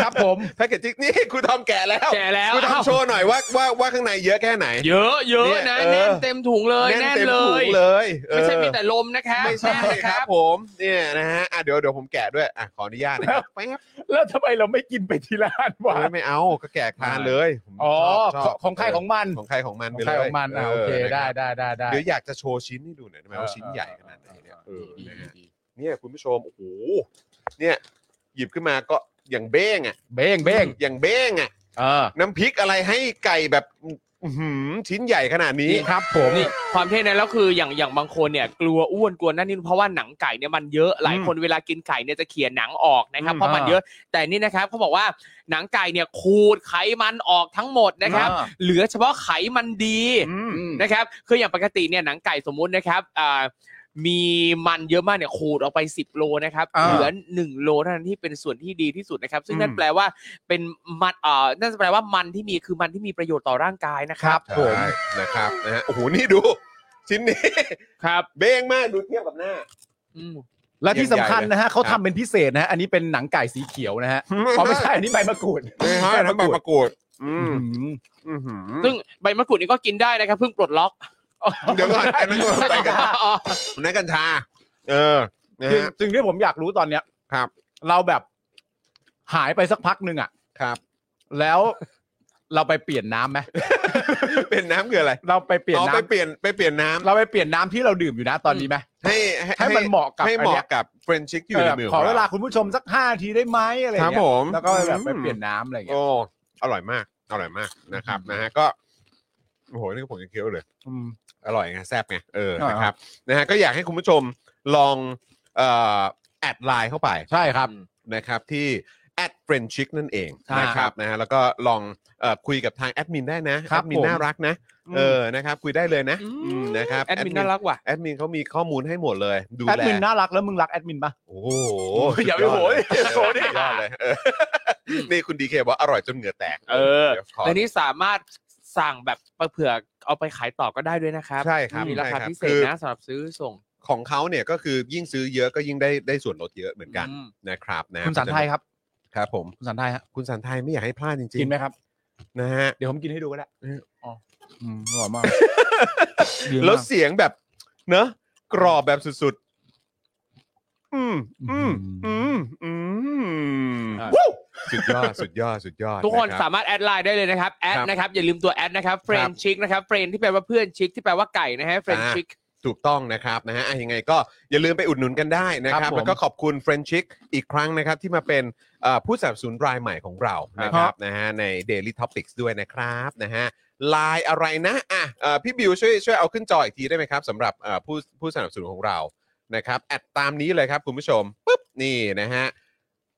ครับผม
แพ็กเกจจิ้งนี่คุณทอมแกะแล้ว
แกะแล้ว
คุณทอม
อ้าว
โชว์หน่อยว่าว่าว่าข้างในเยอะแค่ไหน
เยอะเยอะ
เนี่ย
นะ
เออ
แน่นเต็มถุงเลยแน่น
เต็ม
เล
ถุ
ย
งเลยเออ
ไม่ใช่มีแต่ลมนะครับ
ไม่ใช่
แน่นเลย
ค
ค
รั
รั
บบ ผมเนี่ยนะฮะอ่ะเดี๋ยวเดี๋ยวผมแกะด้วยอ่ะขออนุญาตนะครับแป๊บ
แล้วทำไมเราไม่กินไปทีละอันวะ
เอ้ยไม่เอาก็แกะทานเลยผม
อ๋อ
ชบชบ
ของใครของมัน
ของใครของมัน
ขอ
ไปเลย
งใครของมันอ่ะโอเคได้
นะครับ
ได้ได้ได้
เดี๋ยวอยากจะโชว์ชิ้นให้ดูหน่อยได้ไหม
เออ
ว่าชิ้นใหญ่ขนาดไหนเนี่ยเออ
ดี
นะฮะ
ดี
เนี่ยคุณผู้ชมโอ้โหเนี่ยหยิบขึ้นมาก็อย่างเบ้งอ่ะ
เบ้งเบ้ง
อย่างเบ้งอ่ะ
เออ
น้ำพริกอะไรให้ไก่แบบอื้อหือชิ้นใหญ่ขนาดนี้
นี่ครับผม
นี่ความเท่นั้นแล้วคืออย่างอย่างบางคนเนี่ยกลัวอ้วนกลัวนั่นนี่เพราะว่าหนังไก่เนี่ยมันเยอะหลายคนเวลากินไก่เนี่ยจะเขี่ยหนังออกนะครับ
อืม
เพราะมันเยอะ แต่นี่นะครับเขาบอกว่าหนังไก่เนี่ยขูดไขมันออกทั้งหมดนะครับ
อ่า
เหลือเฉพาะไขมันดี
อืม
นะครับคืออย่างปกติเนี่ยหนังไก่สมมุตินะครับอ่ามีมันเยอะมากเนี่ยขูดออกไป 10 โลนะครับ
อ่า
เหลือ 1 โลเท่านั้นที่เป็นส่วนที่ดีที่สุดนะครับ ซึ่งนั่น
อืม
แปลว่าเป็นมันเอ่อนั่นแปลว่ามันที่มีคือมันที่มีประโยชน์ต่อร่างกายนะค
ค
รั
รั
บบ
ผม
ใช่นะครับนะฮะโอ้โหนี่ดู ชิ้นนี้
ครับ
เบ้งมากดูเทียบกับหน้า
อืม
และที่สำคัญนะฮะเขา
ครั
ทำ
บ
เป็นพิเศษนะฮะอันนี้เป็นหนังไก่สีเขียวนะฮะอ๋อไม่ใช่อันนี้ใบมะกรูด
ไม่ใช่นะใบมะกรูดอื
อื
ม
ม
อื้อหือ
ซึ่งใบมะกรูดนี่ก็กินได้นะครับเพิ่งปลดล็อก
เดี๋ยวก่อนอันนั้นก็ไปกัน อันนั้นกัญชา เออนะ
จึง
ฮะ
จึงที่ผมอยากรู้ตอนเนี้ย
ครับ
เราแบบหายไปสักพักหนึ่งอ่ะ
ครับ
แล้วเราไปเปลี่ยนน้ำไหม
เป็นน้ำคืออะไร
เราไปเปลี่ยน
อ๋อไป
น้ำ
เปลี่ยนไปเปลี่ยนน้ำ
เราไปเปลี่ยนน้ำที่เราดื่มอยู่นะตอนนี้ไหม
ให้
ให้มันเหมาะกับ
ให้เหมาะ
อันนี้ย
กับเฟรนชิกอยู่ในมือ
ขอเวลา
ขง
คุณผู้ชมสักห้าทีได้ไหมอะไร
เรา
อ
ค
ย่า
รับ
ง
ผ
เงี้ย
ม
แล้วก็แบบไป
อืม
เปลี่ยนน้ำอะไรอย่างเงี้ย
โอ้อร่อยมาก อร่อยมากนะครับนะฮะก็โอ้โหนี่ผมยังเคี้ยวเลย
อืม
อร่อยไงแซ่บไงเออ
อ่า
นะครับนะฮะก็อยากให้คุณผู้ชมลองเอ่อแอดไลน์เข้าไป
ใช่ครับ
นะครับที่แอดเฟรนชิกนั่นเอง
อ่า
นะครับนะฮะแล้วก็ลองเอ่อคุยกับทางแอดมินได้นะ
ค
แอ
รับ
ดมิน
ผม
น่ารักนะเออนะครับคุยได้เลยนะอืมนะครับ
แอดมินน่ารักว่ะ
แอดมินเขามีข้อมูลให้หมดเลย ดู
แอด
แล
มินน่ารักแล้วมึงรักแอดมินปะ
โอ้โห
อย่าไปโหย
สุดอดเลยสุดยอดเลยเออนี่คุณดีเคบอกอร่อยจนเหงื่อแตก
เออ
ดี๋ยวขอ
และนี่สามารถสั่งแบบเผื่อเอาไปขายต่อก็ได้ด้วยนะครับ
ใช่ครับ
มีรา
ใช่
คา
ครับ
พิเศ
คื
ษ
อ
นะสำหรับซื้อส่ง
ของเขาเนี่ยก็คือยิ่งซื้อเยอะก็ยิ่งได้ได้ส่วนลดเยอะเหมือนกัน
อืม
นะครับนะ
คุณสันไทยครับ
ครับผม
คุณสันไทยฮะ
คุณสันไทยไม่อยากให้พลาดจริ
กิ
ง
นไหมครับ
ๆนะฮะ
เดี๋ยวผมกินให้ดูก็ได้
เออ
อ๋ออืมอร่อยมากดี
แล้ว
มาก
เสียงแบบ เนอะกรอบแบบสุดๆ อืมอืมอืมอืมวู้สุดยอด สุดยอด สุดยอด
ทุกคน
นะ
สา
รับ
มารถแอดไลน์ได้เลยนะครับแอด
ครับ
นะครับอย่าลืมตัวแอดนะครับเฟรนชิกนะครับเฟรนที่แปลว่าเพื่อนชิกที่แปลว่าไก่นะฮะเฟรน
อ่า
ชิก
ถูกต้องนะครับนะฮะอ่ะยังไงก็อย่าลืมไปอุดหนุนกันได้นะครับ แล้วก็ขอบคุณเฟรนชิกอีกครั้งนะครับ ที่มาเป็นเอ่อผู้สนับสนุนรายใหม่ของเรานะครับนะฮะใน Daily Topics ด้วยนะครับนะฮะไลน์อะไรนะอ่ะเอ่อพี่บิวช่วยช่วยเอาขึ้นจออีกทีได้ไหมครับสำหรับเอ่อผู้ผู้สนับสนุนของเรานะครับแอดตามนี้เลยครับคุณผู้ชมปุ๊บนี่นะฮะ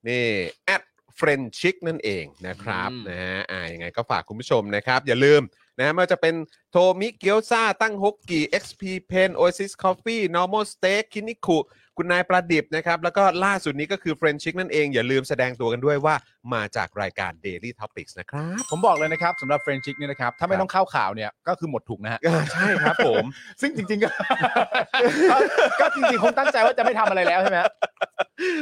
นี่แอดเฟรนชิกนั่นเองนะครับ
อืม
นะฮะอ่ะยังไงก็ฝากคุณผู้ชมนะครับ อย่าลืม นะไม่ว่าจะเป็นโทมิเกียวซาตั้งฮกกี XP Pen Oasis Coffee Normal Steak คินิคุคุณนายประดิบนะครับ แล้วก็ล่าสุดนี้ก็คือเฟรนชิกนั่นเอง อย่าลืมแสดงตัวกันด้วยว่ามาจากรายการ Daily Topics นะครับ
ผมบอกเลยนะครับสำหรับเฟรนชิกเนี่ยนะครับ ถ้าไม่ต้องเข้าข่าวเนี่ยก็คือหมดถุงนะฮะ
อ่าใช่ครับผม
ซึ่งจริงๆก็ ก็ ก็จริงๆคงตั้งใจว่าจะไม่ทำอะไรแล้วใช่ไหม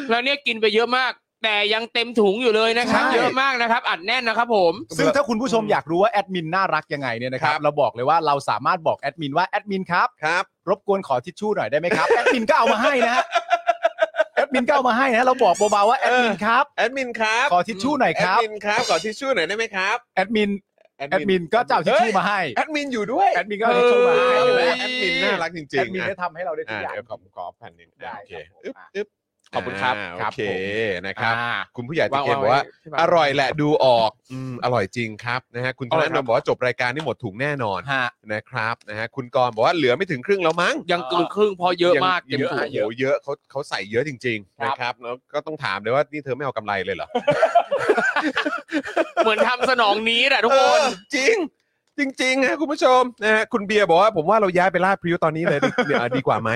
แล้วเนี่ยกินไปเยอะมาก แต่ยังเต็มถุงอยู่เลยนะครับ
ใช่
เยอะมากนะครับ อัดแน่นนะครับผม
ซึ่งถ้าคุณผู้ชมอยากรู้ว่าแอดมินน่ารักยังไงเนี่ยนะครับ
ครับ
เราบอกเลยว่าเราสามารถบอกแอดมินว่าแอดมินครับ
ครับ
รบกวนขอทิชชู่หน่อยได้ไหมครับ แอดมินก็เอามาให้นะฮะแอดมินก็เอามาให้นะ เราบอกเบาๆว่าแอดมินครับ
แอดมินครับ
ขอทิชชู่หน่อย
แอ
ค
ด
รับ
มินครับ ขอทิชชู่หน่อยได้ไหมครับ
แอดมินแอดมินก็จะเอาทิชชู่มาให้
แอดมินอยู่ด้วย
แอดมินก็เอาทิชชู่มาให้
เอ
เห็น
อ
ไหม
แอดมินน่ารักจริงๆ
แอดมิน
อ่ะ
ได้ทำให้เราได้ทุ
อ่าก
อย่าง
เดี๋ยวขอบขอแผ่นหนึ่งอ่า
ได้
โอเค
ครับผม
อึ๊บ
อ่ะ
อึ๊บ
ขอบคุณครับ
าโอ
ครับ
เค
ผม
นะครับ
อ่า
คุณผู้ใหญ่ตะ
วาง
เกียบ
วาง
บอกว่า
ไว้ที่บ้าน
อร่อยแหละดูออกอืมอร่อยจริงครับนะฮะคุณธนาโนบอกว่าจบรายการนี่หมดถุงแน่นอน
ฮะ
นะครับนะฮะคุณกรณ์บอกว่าเหลือไม่ถึงครึ่งแล้วมั้ง
ยังเกินครึ่งเพอเยอะมาก
ยั
เต็
ง
ม
เยอะ
ถุง
โอ้โหเยอะเขาเขาใส่เยอะจริงๆ
ครับ
นะครับแล้วก็ต้องถามเลยว่านี่เธอไม่เอากำไรเลยเหรอ
เหมือนทำสนองนี้แหละทุกคน
เออจริง จริงๆนะคุณผู้ชมนะฮะคุณเบียร์บอกว่าผมว่าเราย้ายไปลาดพริ้วตอนนี้เลย ดี เนี่ยดีกว่าไหม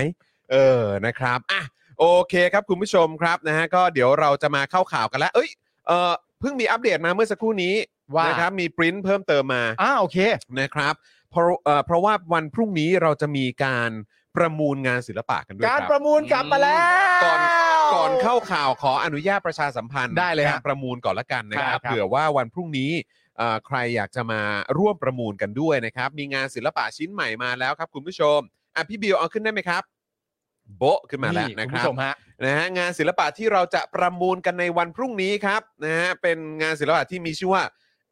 เออนะครับอ่ะโอเคครับคุณผู้ชมครับนะฮะก็เดี๋ยวเราจะมาเข้าข่าวกันแล้วเอ้ยเออเพิ่งมีอัปเดตมาเมื่อสักครู่นี้
ว่า
นะครับมีปริ้นท์เพิ่มเติมมา
อ่าโอเค
นะครับเพราะเอ่อเพราะว่าวันพรุ่งนี้เราจะมีการประมูลงานศิลปะกันด้วย
การ
คั
ร
บ
ประมูลกลับมาแล้ว
ก่อน ก่อนเข้าข่าวขออนุญาตประชาสัมพันธ์
ได้เลยฮะ
การประมูลก่อนละกันนะครับ
ครับ
เผื่อว่าวันพรุ่งนี้เอ่อใครอยากจะมาร่วมประมูลกันด้วยนะครับ มีงานศิลปะชิ้นใหม่มาแล้วครับคุณผู้ชมอ่ะพี่บิวเอาขึ้นได้ไหมครับ โบะขึ้นมาแล้วนะค
คุณ
รับ
ผู้ชมฮะ
นะฮะงานศิลปะที่เราจะประมูลกันในวันพรุ่งนี้ครับนะฮะเป็นงานศิลปะที่มีชื่อว่า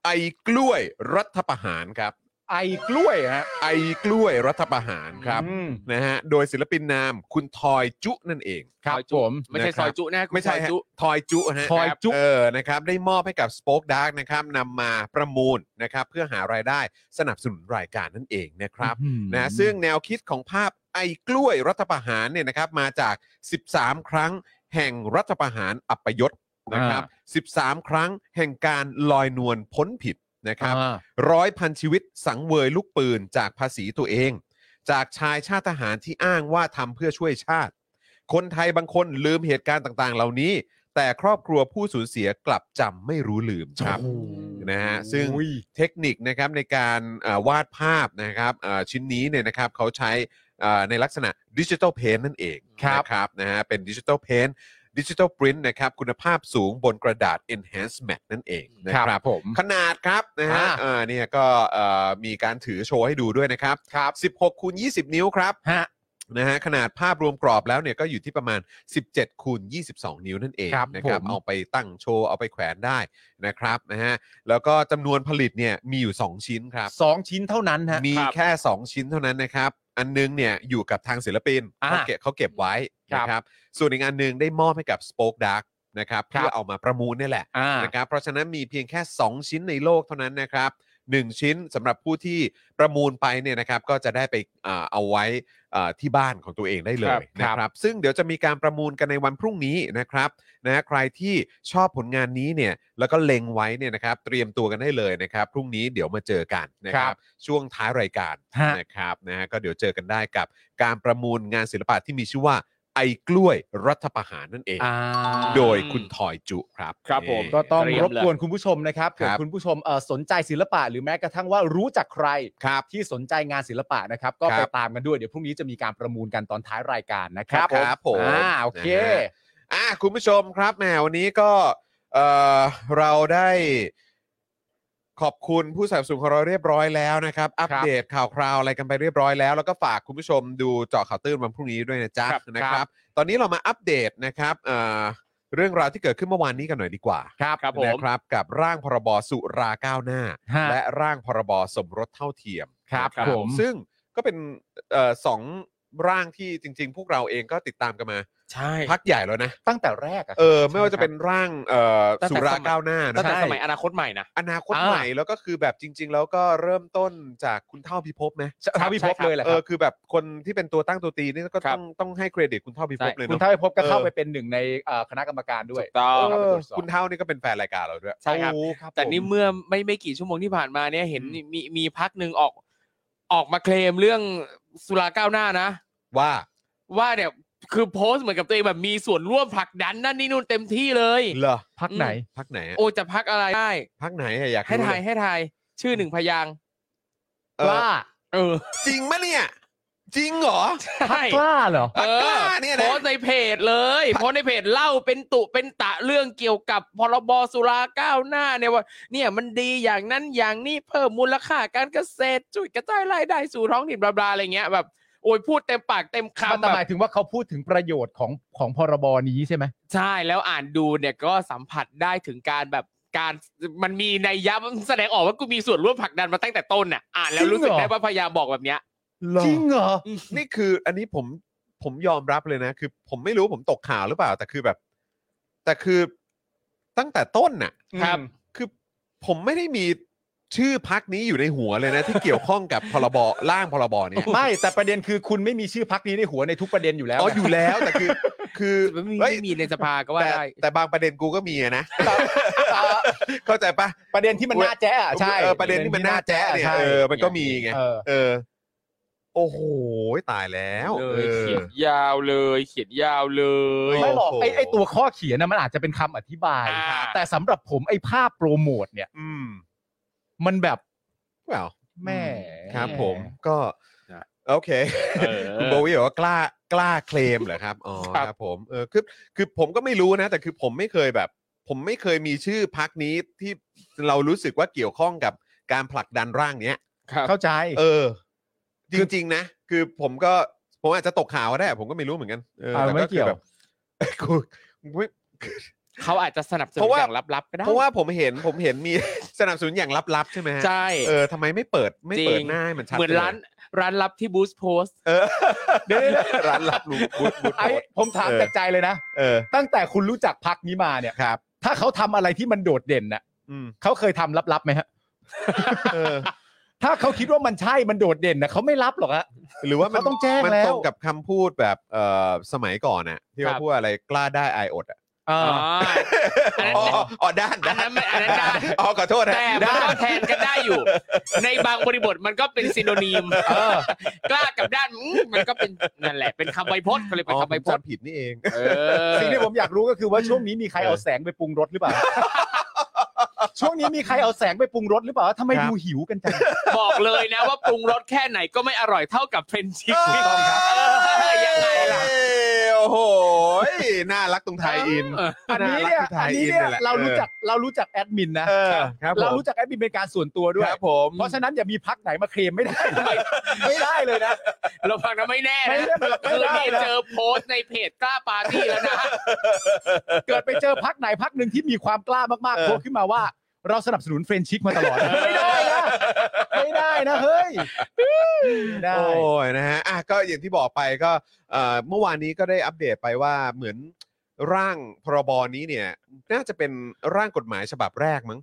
ไอ้กล้วยรัฐประหารครับ
ไอ้กล้วยฮะ
ไอ้กล้วยรัฐประหารครับ
อืม
นะฮะโดยศิลปินนามคุณทอยจุนั่นเอง
ครับผม
ไม่ใช่
นะครับ
ซอยจุนะคุณ
ไม่ใช่
ซอย
ฮะ
จุ
ทอยจุฮะ
ทอยจุ
เออนะครับได้มอบให้กับ Spoke Dark นะครับนำมาประมูลนะครับเพื่อหารายได้สนับสนุนรายการนั่นเองนะครับ นะซึ่งแนวคิดของภาพไอ้กล้วยรัฐประหารเนี่ยนะครับมาจาก 13 ครั้งแห่งรัฐประหารอัปยศนะครับ13 ครั้งแห่งการลอยนวลพ้นผิดนะครับ
อ่า
ร้อยพันชีวิตสังเวยลูกปืนจากภาษีตัวเอง จากชายชาติทหารที่อ้างว่าทำเพื่อช่วยชาติ คนไทยบางคนลืมเหตุการณ์ต่างๆ เหล่านี้ แต่ครอบครัวผู้สูญเสียกลับจำไม่รู้ลืมครับ นะฮะซึ่งเทคนิคนะครับในการเอ่อวาดภาพนะครับเอ่อชิ้นนี้เนี่ยนะครับเขาใช้เอ่อในลักษณะดิจิทัลเพนนั่นเอง
ครับ
นะครับนะฮะเป็นดิจิทัลเพนดิจิทัลปรินต์นะครับคุณภาพสูงบนกระดาษ enhanced matte นั่นเองนะค
ครั
รับบ
ผม
ขนาดครับนะฮะ
อ่า
เอ่อเนี่ยก็เอ่อมีการถือโชว์ให้ดูด้วยนะครับ 16คูณ20 นิ้วครับ
ฮะ
นะฮะขนาดภาพรวมกรอบแล้วเนี่ยก็อยู่ที่ประมาณ 17คูณ22 นิ้วนั่นเอง
ครับ
นะครับ
ผม
เอาไปตั้งโชว์เอาไปแขวนได้นะครับนะฮะแล้วก็จำนวนผลิตเนี่ยมีอยู่ 2 ชิ้นครับ
สองชิ้นเท่านั้นฮะ
มีแค่ 2 ชิ้นเท่านั้นนะครับ อันนึงเนี่ยอยู่กับทางศิลปิน
อ่า
เขาเก็บเขาเก็บไว้
ครับ
นะครับส่วนอีกอันนึงได้มอบให้กับ Spoke Dark นะครับเพื่อเอามาประมูลนี่แหละ
อ่า
นะครับเพราะฉะนั้นมีเพียงแค่ 2 ชิ้นในโลกเท่านั้นนะครับ 1 ชิ้นสำหรับผู้ที่ประมูลไปเนี่ยนะครับก็จะได้ไปอ่าเอาไว้อ่าที่บ้านของตัวเองได้เล
ครั
ย
บ
นะครับซึ่งเดี๋ยวจะมีการประมูลกันในวันพรุ่งนี้นะครับนะใครที่ชอบผลงานนี้เนี่ยแล้วก็เล็งไว้เนี่ยนะครับเตรียมตัวกันได้เลยนะครับพรุ่งนี้เดี๋ยวมาเจอกันนะครับช่วงท้ายรายการ
ฮะ
นะครับนะฮะก็เดี๋ยวเจอกันได้กับการประมูลงานศิลปะที่มีชื่อว่าไอ้กล้วยรัฐประหารนั่นเอง
อ่า
โดยคุณถอยจุครับ
ครับผม
นี่
ก็ต้อง
เตรียม
ร
เล
บ
ย
กวนคุณผู้ชมนะครับเผื่อคุณผู้ชมเอ่อสนใจศิลปะ หรือแม้กระทั่งว่ารู้จักใคร
ครับ
ที่สนใจงานศิลปะนะครับ ก็
ครับ
ไปตามกันด้วยเดี๋ยวพรุ่งนี้จะมีการประมูลกันตอนท้ายรายการนะครับ
ครับผม
อ่าโอเค
นะฮะ อ่ะคุณผู้ชมครับแหมวันนี้ก็เอ่อเราได้ขอบคุณผู้สนับสนุนของเราเรียบร้อยแล้วนะครับ อัปเดตข่าวคราวอะไรกันไปเรียบร้อยแล้ว แล้วก็ฝากคุณผู้ชมดูเจาะข่าวตื้นวันพรุ่งนี้ด้วยนะจ๊ะ
ครับ
นะครับ ตอนนี้เรามาอัปเดตนะครับเอ่อเรื่องราวที่เกิดขึ้นเมื่อวานนี้กันหน่อยดีกว่า
ครับครับผม
นะครับกับร่างพรบสุราก้าวหน้า
ฮะ
และร่างพรบสมรสเท่าเทียม
ครับ
นะ
ผม
ซึ่งก็เป็นเอ่อสองร่างที่จริง ๆ พวกเราเองก็ติดตามกันมา
ใช่
พักใหญ่แล้วนะ
ตั้งแต่แรกอะ
เออไม่ว่าจะเป็นร่างเอ่อสุราก้าวหน้า
ตั้
นะ
งแต่สมัยอนาคตใหม่นะ
อนาคต
อ่า
ใหม่แล้วก็คือแบบจริง ๆ แล้วก็เริ่มต้นจากคุณเท่าพิภพไหม
เท่าพิภพเลยแหละครับ
เออคือแบบคนที่เป็นตัวตั้งตัวตีนี่ก็
ครั
ต้อ
บ
งต้องให้เครดิตคุณเท่าพิภพเลย
คุณ
เนาะ
ถ้าไปพบก็
เออ
เข้าไปเป็นหนึ่งในเอ่อคณะกรรมการด้วย
ถูกต้อง
เออ
ไปตรวจสอบ
คุณเท่านี่ก็เป็นแฟนรายการเราด้วย
ใช่ครับ
โอ้ผม
แต่นี่เมื่อไม่ไม่กี่ชั่วโมงที่ผ่านมาเนี่ยเห็น
อืม
มีมีพักหนึ่งออก ออกมาเคลมเรื่องสุราก้าวหน้านะ
ว่า
ว่าเนี่ยคือโพสต์เหมือนกับตัวเองแบบมีส่วนร่วมผลักดันนั่นนี่นู่นเต็มที่เลย
เหรอ
พักไหน
พักไหนอะ
โอ้จะพักอะไรได้
พักไหนอะอยาก
ให้
รู้
ทาย
เลย
ให้ทายชื่อหนึ่งพยางค์
เออก
ล้า
เอ อ
จริงมะเนี่ย จริงเหรอ
ใช่
กล้าเหรอ
เอ
พักกล้า
อ
เนี่ยนะ
โพสต์ในเพจเลยโพสต์ในเพจเล่าเป็นตุเป็นตะเรื่องเกี่ยวกับพรบสุราก้าวหน้าเนี่ยว่า เนี่ยมันดีอย่างนั้นอย่างนี้เพิ่มมูลค่าการเกษตรจุดกระจายรายได้สู่ท้องถิ่นบลาบลาอะไรเงี้ยแบบโอ้ยพูดเต็มปากเต็มคำ
แต่
แบบ
หมายถึงว่าเขาพูดถึงประโยชน์ของของพรบนี้ใช่ไหม
ใช่แล้วอ่านดูเนี่ยก็สัมผัสได้ถึงการแบบการมันมีในยยะมันแสดงออกว่ากูมีส่วนร่วมผลักดันมาตั้งแต่ต้นน่ะอ่านแล้
จ
ว
ริงเหรอ
รู้สึกได้ว่าพยาบอกแบบเนี้ย
จริงเหรอ
นี่คืออันนี้ผมผมยอมรับเลยนะ คือผมไม่รู้ผมตกข่าวหรือเปล่า แต่คือแบบ แต่คือตั้งแต่ต้นน่ะ
ครับ
คือผมไม่ได้มีชื่อพักนี้อยู่ในหัว เลยนะ ที่เกี่ยวข้องกับพรบร่างพรบเนี่ย
ไม่แต่ประเด็นคือคุณไม่มีชื่อพักนี้ในหัวในทุกประเด็นอยู่แล้ว
อ๋อ
ไง
อยู่แล้วแต่คือ คือ
มันมี
เฮ้ย
ไม่มีในสภาก็ว่า
แต่
ได้
แต่บางประเด็นกูก็มีอะ นะ เข้าใจปะ
ประเด็นที่มันน่าแจ๊ะอะใช่
เออประเด็นที่มันน่าแจ๊ะเนี่ย
ใช่
เออมันก็มีไง
เออ
เออ โอ้โหตายแล้ว
เลย
ออ
เขียนยาวเลยเขียนยาวเลย
ไม่หรอก
โอ้โห
ไอ้ไอ้ตัวข้อเขียนนะมันอาจจะเป็นคำอธิบาย
อ่า
แต่สำหรับผมไอ้ภาพโปรโมทเนี่ย
อืม
มันแบบ
เปล่า
แหม่
ครับผมก็
นะ
โอเค
เออ
คุณโบวี่บอกว่ากล้ากล้าเคลมเหรอครับอ๋อ
ครับ
ครับผมเออคือคือผมก็ไม่รู้นะ แต่คือผมไม่เคยแบบ ผมไม่เคยมีชื่อพักนี้ที่เรารู้สึกว่าเกี่ยวข้องกับการผลักดันร่างเนี้ย
ครับ
เข้าใจ
เออ จริง ๆ นะ คือผมก็ผมอาจจะตกข่าวก็ได้ ผมก็ไม่รู้เหมือนกันเออ
เอา
แต่
ไม่
ก็
เกี่
คือ
ยว
แบบ กูไม่
เขาอาจจะสนับสนุ
เพราะ
น
ว่า
อย่างลับๆก็ได้
เพราะว่าผมเห็นผมเห็นมี สนับสนุนอย่างลับๆใช่ไหมฮะ
ใช่
เออทำไมไม่เปิดไม่เปิด
จริง
หน้าให้มันชัด
เหมือน
ไปลย
ร้านร้านลับที่บูสโพส
เออเดี๋ยวร้านลับรู้บูธบูธ
ไอ้ผมถามจากใจเลยนะ
เออ
ตั้งแต่คุณรู้จักพักนี้มาเนี่ย
ครับ
ถ้าเขาทำอะไรที่มันโดดเด่นน่ะ
อืม
เขาเคยทำลับๆไหมฮะ
เออ
ถ้าเขาคิดว่ามันใช่มันโดดเด่นนะเขาไม่รับหรอกฮะ
หรือว่ามัน
เขาต้องแจ้ง
มัน
แล้ว
ตรงกับคำพูดแบบเอ่อสมัยก่อนน่ะ ที่เขา
ครับ
พูดอะไรกล้าได้อายอดอ่ะ
อ่า
อ๋อ
อ๋
อันนั้น
ออ๋อด้าน
อันนั้นไม่อันนั้นด้าน
อ๋อขอโทษนะ
แต่มันก็แทนกันได้อยู่ ในบางบริบทมันก็เป็นซิโนนีมกล้ากับด้านอืมมันก็เป็นนั่นแหละ เป็นคำไวยพจน์ก็เลยเป็
อ๋
น
อ
คำไวย
ผม
พจน์
จำผิดนี่เอง
เออ
สิ่งที่ผมอยากรู้ก็คือว่าช่วงนี้มีใครเอาแสงไปปรุงรสหรือเปล่า ช่วงนี้มีใครเอาแสงไปปรุงรสหรือเปล่าทำไม
ครับ
ดูหิวกันจัง
บอกเลยนะว่าปรุงรสแค่ไหนก็ไม่อร่อยเท่ากับเฟรนช์ชิก
ถูกต้องครับ
เออยังไงล่ะ
เอ้ยโอ้โห ยน่ารักตรงไทยอิน
อันนี้เนี่ย
น่ารักที่ไท
อัน
ย
นี้เนี่
อิน
ย
นี่แหละ
เรารู้จักเรารู้จักแอดมินนะ
เออครับผม
เรารู้จักแอดมินเป็นการส่วนตัวด้
ค
วย
รับผม
เพราะฉะนั้นอย่ามีพักไหนมาเคลมไม่ได้ ไม่ได้เลยนะ
เราฟังนะไม่แน่
ไม่
นะ
ได้แบบไม่
คือ
ได้
นี่
นะ
เจอโพสต์ในเพจกล้าปาร์ตี้แล้วนะ
เกิดไปเจอพักไหนพักหนึ่งที่มีความกล้ามากๆโผล่ขึ้นมาว่า เราสนับสนุนเฟรนชิกมาตลอด ไม่ได้นะไม่ได้นะเฮ้ยไม่ได้
โอ้ยนะฮะอ่ะก็อย่างที่บอกไปก็เอ่อเมื่อวานนี้ก็ได้อัปเดตไปว่าเหมือนร่างพรบนี้เนี่ยน่าจะเป็นร่างกฎหมายฉบับแรกมั้ง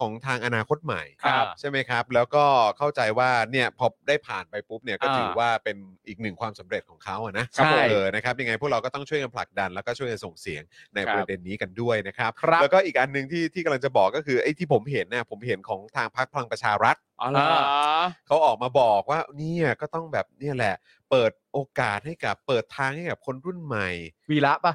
ของทางอนาคตใหม่
ครับ
ใช่ไหมครับ แล้วก็เข้าใจว่าเนี่ยพอได้ผ่านไปปุ๊บเนี่ยก็ถือว่าเป็นอีกหนึ่งความสำเร็จของเขาอะนะ
ใช่
เออนะครับยังไงพวกเราก็ต้องช่วยกันผลักดัน แล้วก็ช่วยกันส่งเสียงใน
ครั
ป
บ
ระเด็นนี้กันด้วยนะครับ
ครับ
แล้วก็อีกอันหนึ่งที่ที่กำลังจะบอกก็คือไอ้ที่ผมเห็นเนี่ยผมเห็นของทางพรรคพลังประชารัฐ
อ๋อเหรอ
เขาออกมาบอกว่าเนี่ยก็ต้องแบบเนี่ยแหละ เปิดโอกาสให้กับเปิดทางให้กับคนรุ่นใหม่
วีระปะ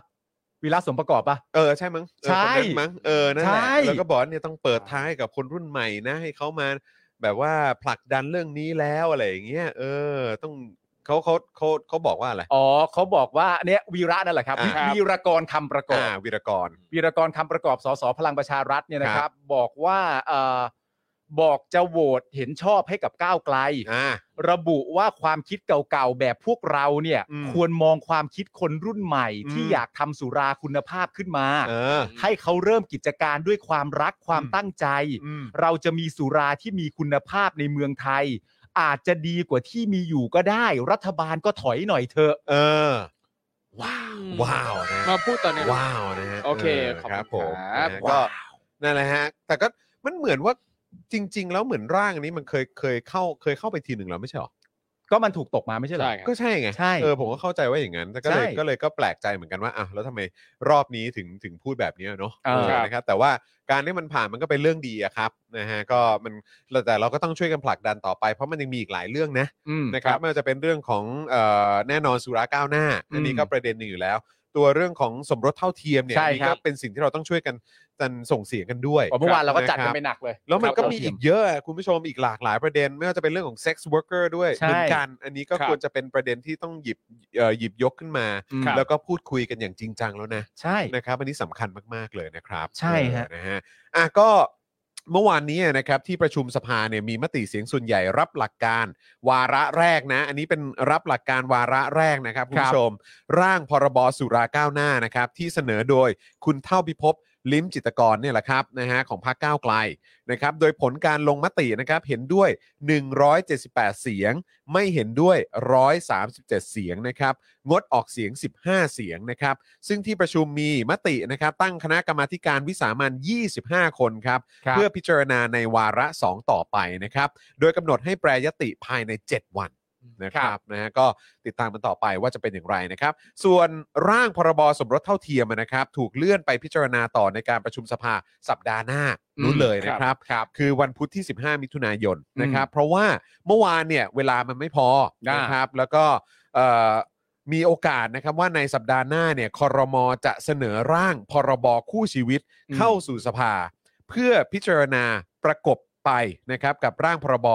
วีระสมประกอบปะ
เออใช่มั้งเออ
ใช่
คนนั้นมั้งเออนั่นแหละ
ใช่
แล้วก็บอกว่าเนี่ยต้องเปิดท้ายกับคนรุ่นใหม่นะให้เขามาแบบว่าผลักดันเรื่องนี้แล้วอะไรอย่างเงี้ยเออ ต้องเขาเขาเขาเขาบอกว่าอะไร
อ๋อเขาบอกว่าเนี่ยวีระนั่นแหละครับ
อ่าครับ
วีระกรคำประกอ
อ่า
บ
วีรกร
วีรกรคำประกอบสสพลังประชารัฐเนี่ยนะค
ครั
รับ บ บอกว่าเอ่อบอกจะโหวตเห็นชอบให้กับก้าวไกล
อ่า
ระบุว่าความคิดเก่าๆ แบบพวกเราเนี่ย
อืม
ควรมองความคิดคนรุ่นใหม่
อืม
ที่อยากทำสุราคุณภาพขึ้นมา
เออ
ให้เขาเริ่มกิจการด้วยความรักความตั้งใจ
อืม
เราจะมีสุราที่มีคุณภาพในเมืองไทย อาจจะดีกว่าที่มีอยู่ก็ได้ รัฐบาลก็ถอยหน่อยเถอะ
เออ
ว้าว
ว้าวนะ
มาพูดตอนนี้
ว้าวนะฮะ
โอเคขอบ
ค
คุณ
รับผม
ครับ
นะฮะก็นั่นแหละฮะ แต่ก็มันเหมือนว่าจริง ๆ แล้วเหมือนร่างอันนี้มันเคยเคยเข้าเคยเข้าไปทีหนึ่งแล้วไม่ใช่หรอ
ก็มันถูกตกมาไม่ใช่เหรอ
ใช่ครับ
ก็ใช่ไง
ใช่
เออผมก็เข้าใจว่าอย่างนั้นแต่ก็เลย
ใช่
ก็เลยก็แปลกใจเหมือนกันว่าอ่ะแล้วทำไมรอบนี้ถึงถึงพูดแบบนี้เนาะ
เออ
เออนะครับแต่ว่าการที่มันผ่านมันก็เป็นเรื่องดีอะครับนะฮะก็มันแต่เราก็ต้องช่วยกันผลักดันต่อไป เพราะมันยังมีอีกหลายเรื่องนะนะครับไม่ว่าจะเป็นเรื่องของเอ่อแน่นอนสุราก้าวหน้าอันนี้
อืม
ก็ประเด็นหนึ่งอยู่แล้ว ตัวเรื่องของสมรสเท่าเทียมเนี่ย
ใช่
อันนี่
ครั
ก็
บ
เป็นสิ่งที่เราต้องช่วยกันกันส่งเสียงกันด้วย
อ๋อเมื่อวานเราก็จัดกั
ะค
น
บ
ไปหนักเลย
แล้วมันก็
ครับ
มีอีกเยอะอะคุณผู้ชมอีกหลากหลายประเด็น ไม่ว่าจะเป็นเรื่องของ sex worker ด้วย
ใช่
เหมือนกัน อันนี้ก็
ครับ
ควรจะเป็นประเด็นที่ต้องหยิบเอ่อหยิบยกขึ้นมา
ครับ
แล้วก็พูดคุยกันอย่างจริงจังแล้วนะ
ใช่
นะครับอันนี้สำคัญมากๆเลยนะครับ
ใช่ฮะ
เออนะฮะอ่ะก็เมื่อวานนี้นะครับที่ประชุมสภาเนี่ยมีมติเสียงส่วนใหญ่รับหลักการ วาระแรกนะ อันนี้เป็นรับหลักการวาระแรกนะครับคุณผู้ชม ร่างพรบสุราก้าวหน้านะครับที่เสนอโดยคุณเท่าพิภพลิ้มจิตรกรเนี่ยแหละครับนะฮะของพรรคก้าวไกลนะครับโดยผลการลงมตินะครับเห็นด้วย 178 เสียง ไม่เห็นด้วย 137 เสียงนะครับงดออกเสียง 15 เสียงนะครับซึ่งที่ประชุมมีมตินะครับตั้งคณะกรรมาธิการวิสามัน 25 คนครับ
ครับ
เพื่อพิจารณาในวาระ 2 ต่อไปนะครับ โดยกำหนดให้แปรยติภายใน 7 วันนะครับนะฮะก็ติดตามกันต่อไปว่าจะเป็นอย่างไรนะครับ ส่วนร่างพรบสมรสเท่าเทียมนะครับ ถูกเลื่อนไปพิจารณาต่อในการประชุมสภาสัปดาห์หน้านู้นเลยนะครับ
ครับ
คือวันพุธที่ 15 มิถุนายนนะครับ เพราะว่าเมื่อวานเนี่ยเวลามันไม่พอ
อ่าน
นะครับ แล้วก็เอ่อมีโอกาสนะครับว่าในสัปดาห์หน้าเนี่ยคอรมอจะเสนอร่างพรบคู่ชีวิตเข้าสู่สภา เพื่อพิจารณาประกบไปนะครับกับร่างพรบ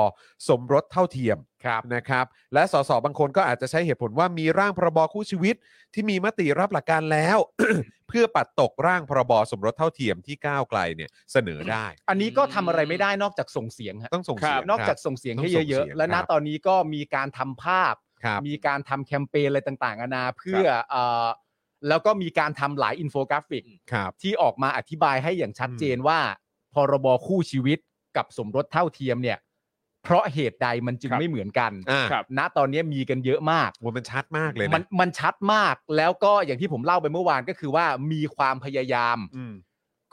สมรสเท่าเทียมนะครับ และสสบางคนก็อาจจะใช้เหตุผลว่ามีร่างพรบคู่ชีวิต ที่มีมติรับหลักการแล้ว เพื่อปัดตกร่างพรบสมรสเท่าเทียมที่ก้าวไกลเนี่ยเสนอได้
อันนี้ก็ทำอะไรไม่ได้นอกจากส่งเสียงฮะ
ต้องส่งเสียง
นอกจาก
ครับ
ส่งเสียง
ต้อง
ให้
ส่งเสี
เย
ย
อะ
ง
ๆ และ
ค
ณ
รับ
ตอนนี้ก็มีการทำภาพ
ครับ
มีการทำแคมเปญอะไรต่างๆนานาเพื่อเอ่อแล้วก็มีการทำหลายอินโฟกราฟิก
ครับ
ที่ออกมาอธิบายให้อย่างชัดเจนว่า พรบคู่ชีวิตกับสมรสเท่าเทียมเนี่ย เพราะเหตุใดมันจึง
ครับ
ไม่เหมือนกัน
อ่า
ครับ
ณตอนนี้มีกันเยอะมาก
โอ้ยมันชัดมากเลยนะ
มันมันชัดมากแล้วก็อย่างที่ผมเล่าไปเมื่อวานก็คือว่ามีความพยายาม
อืม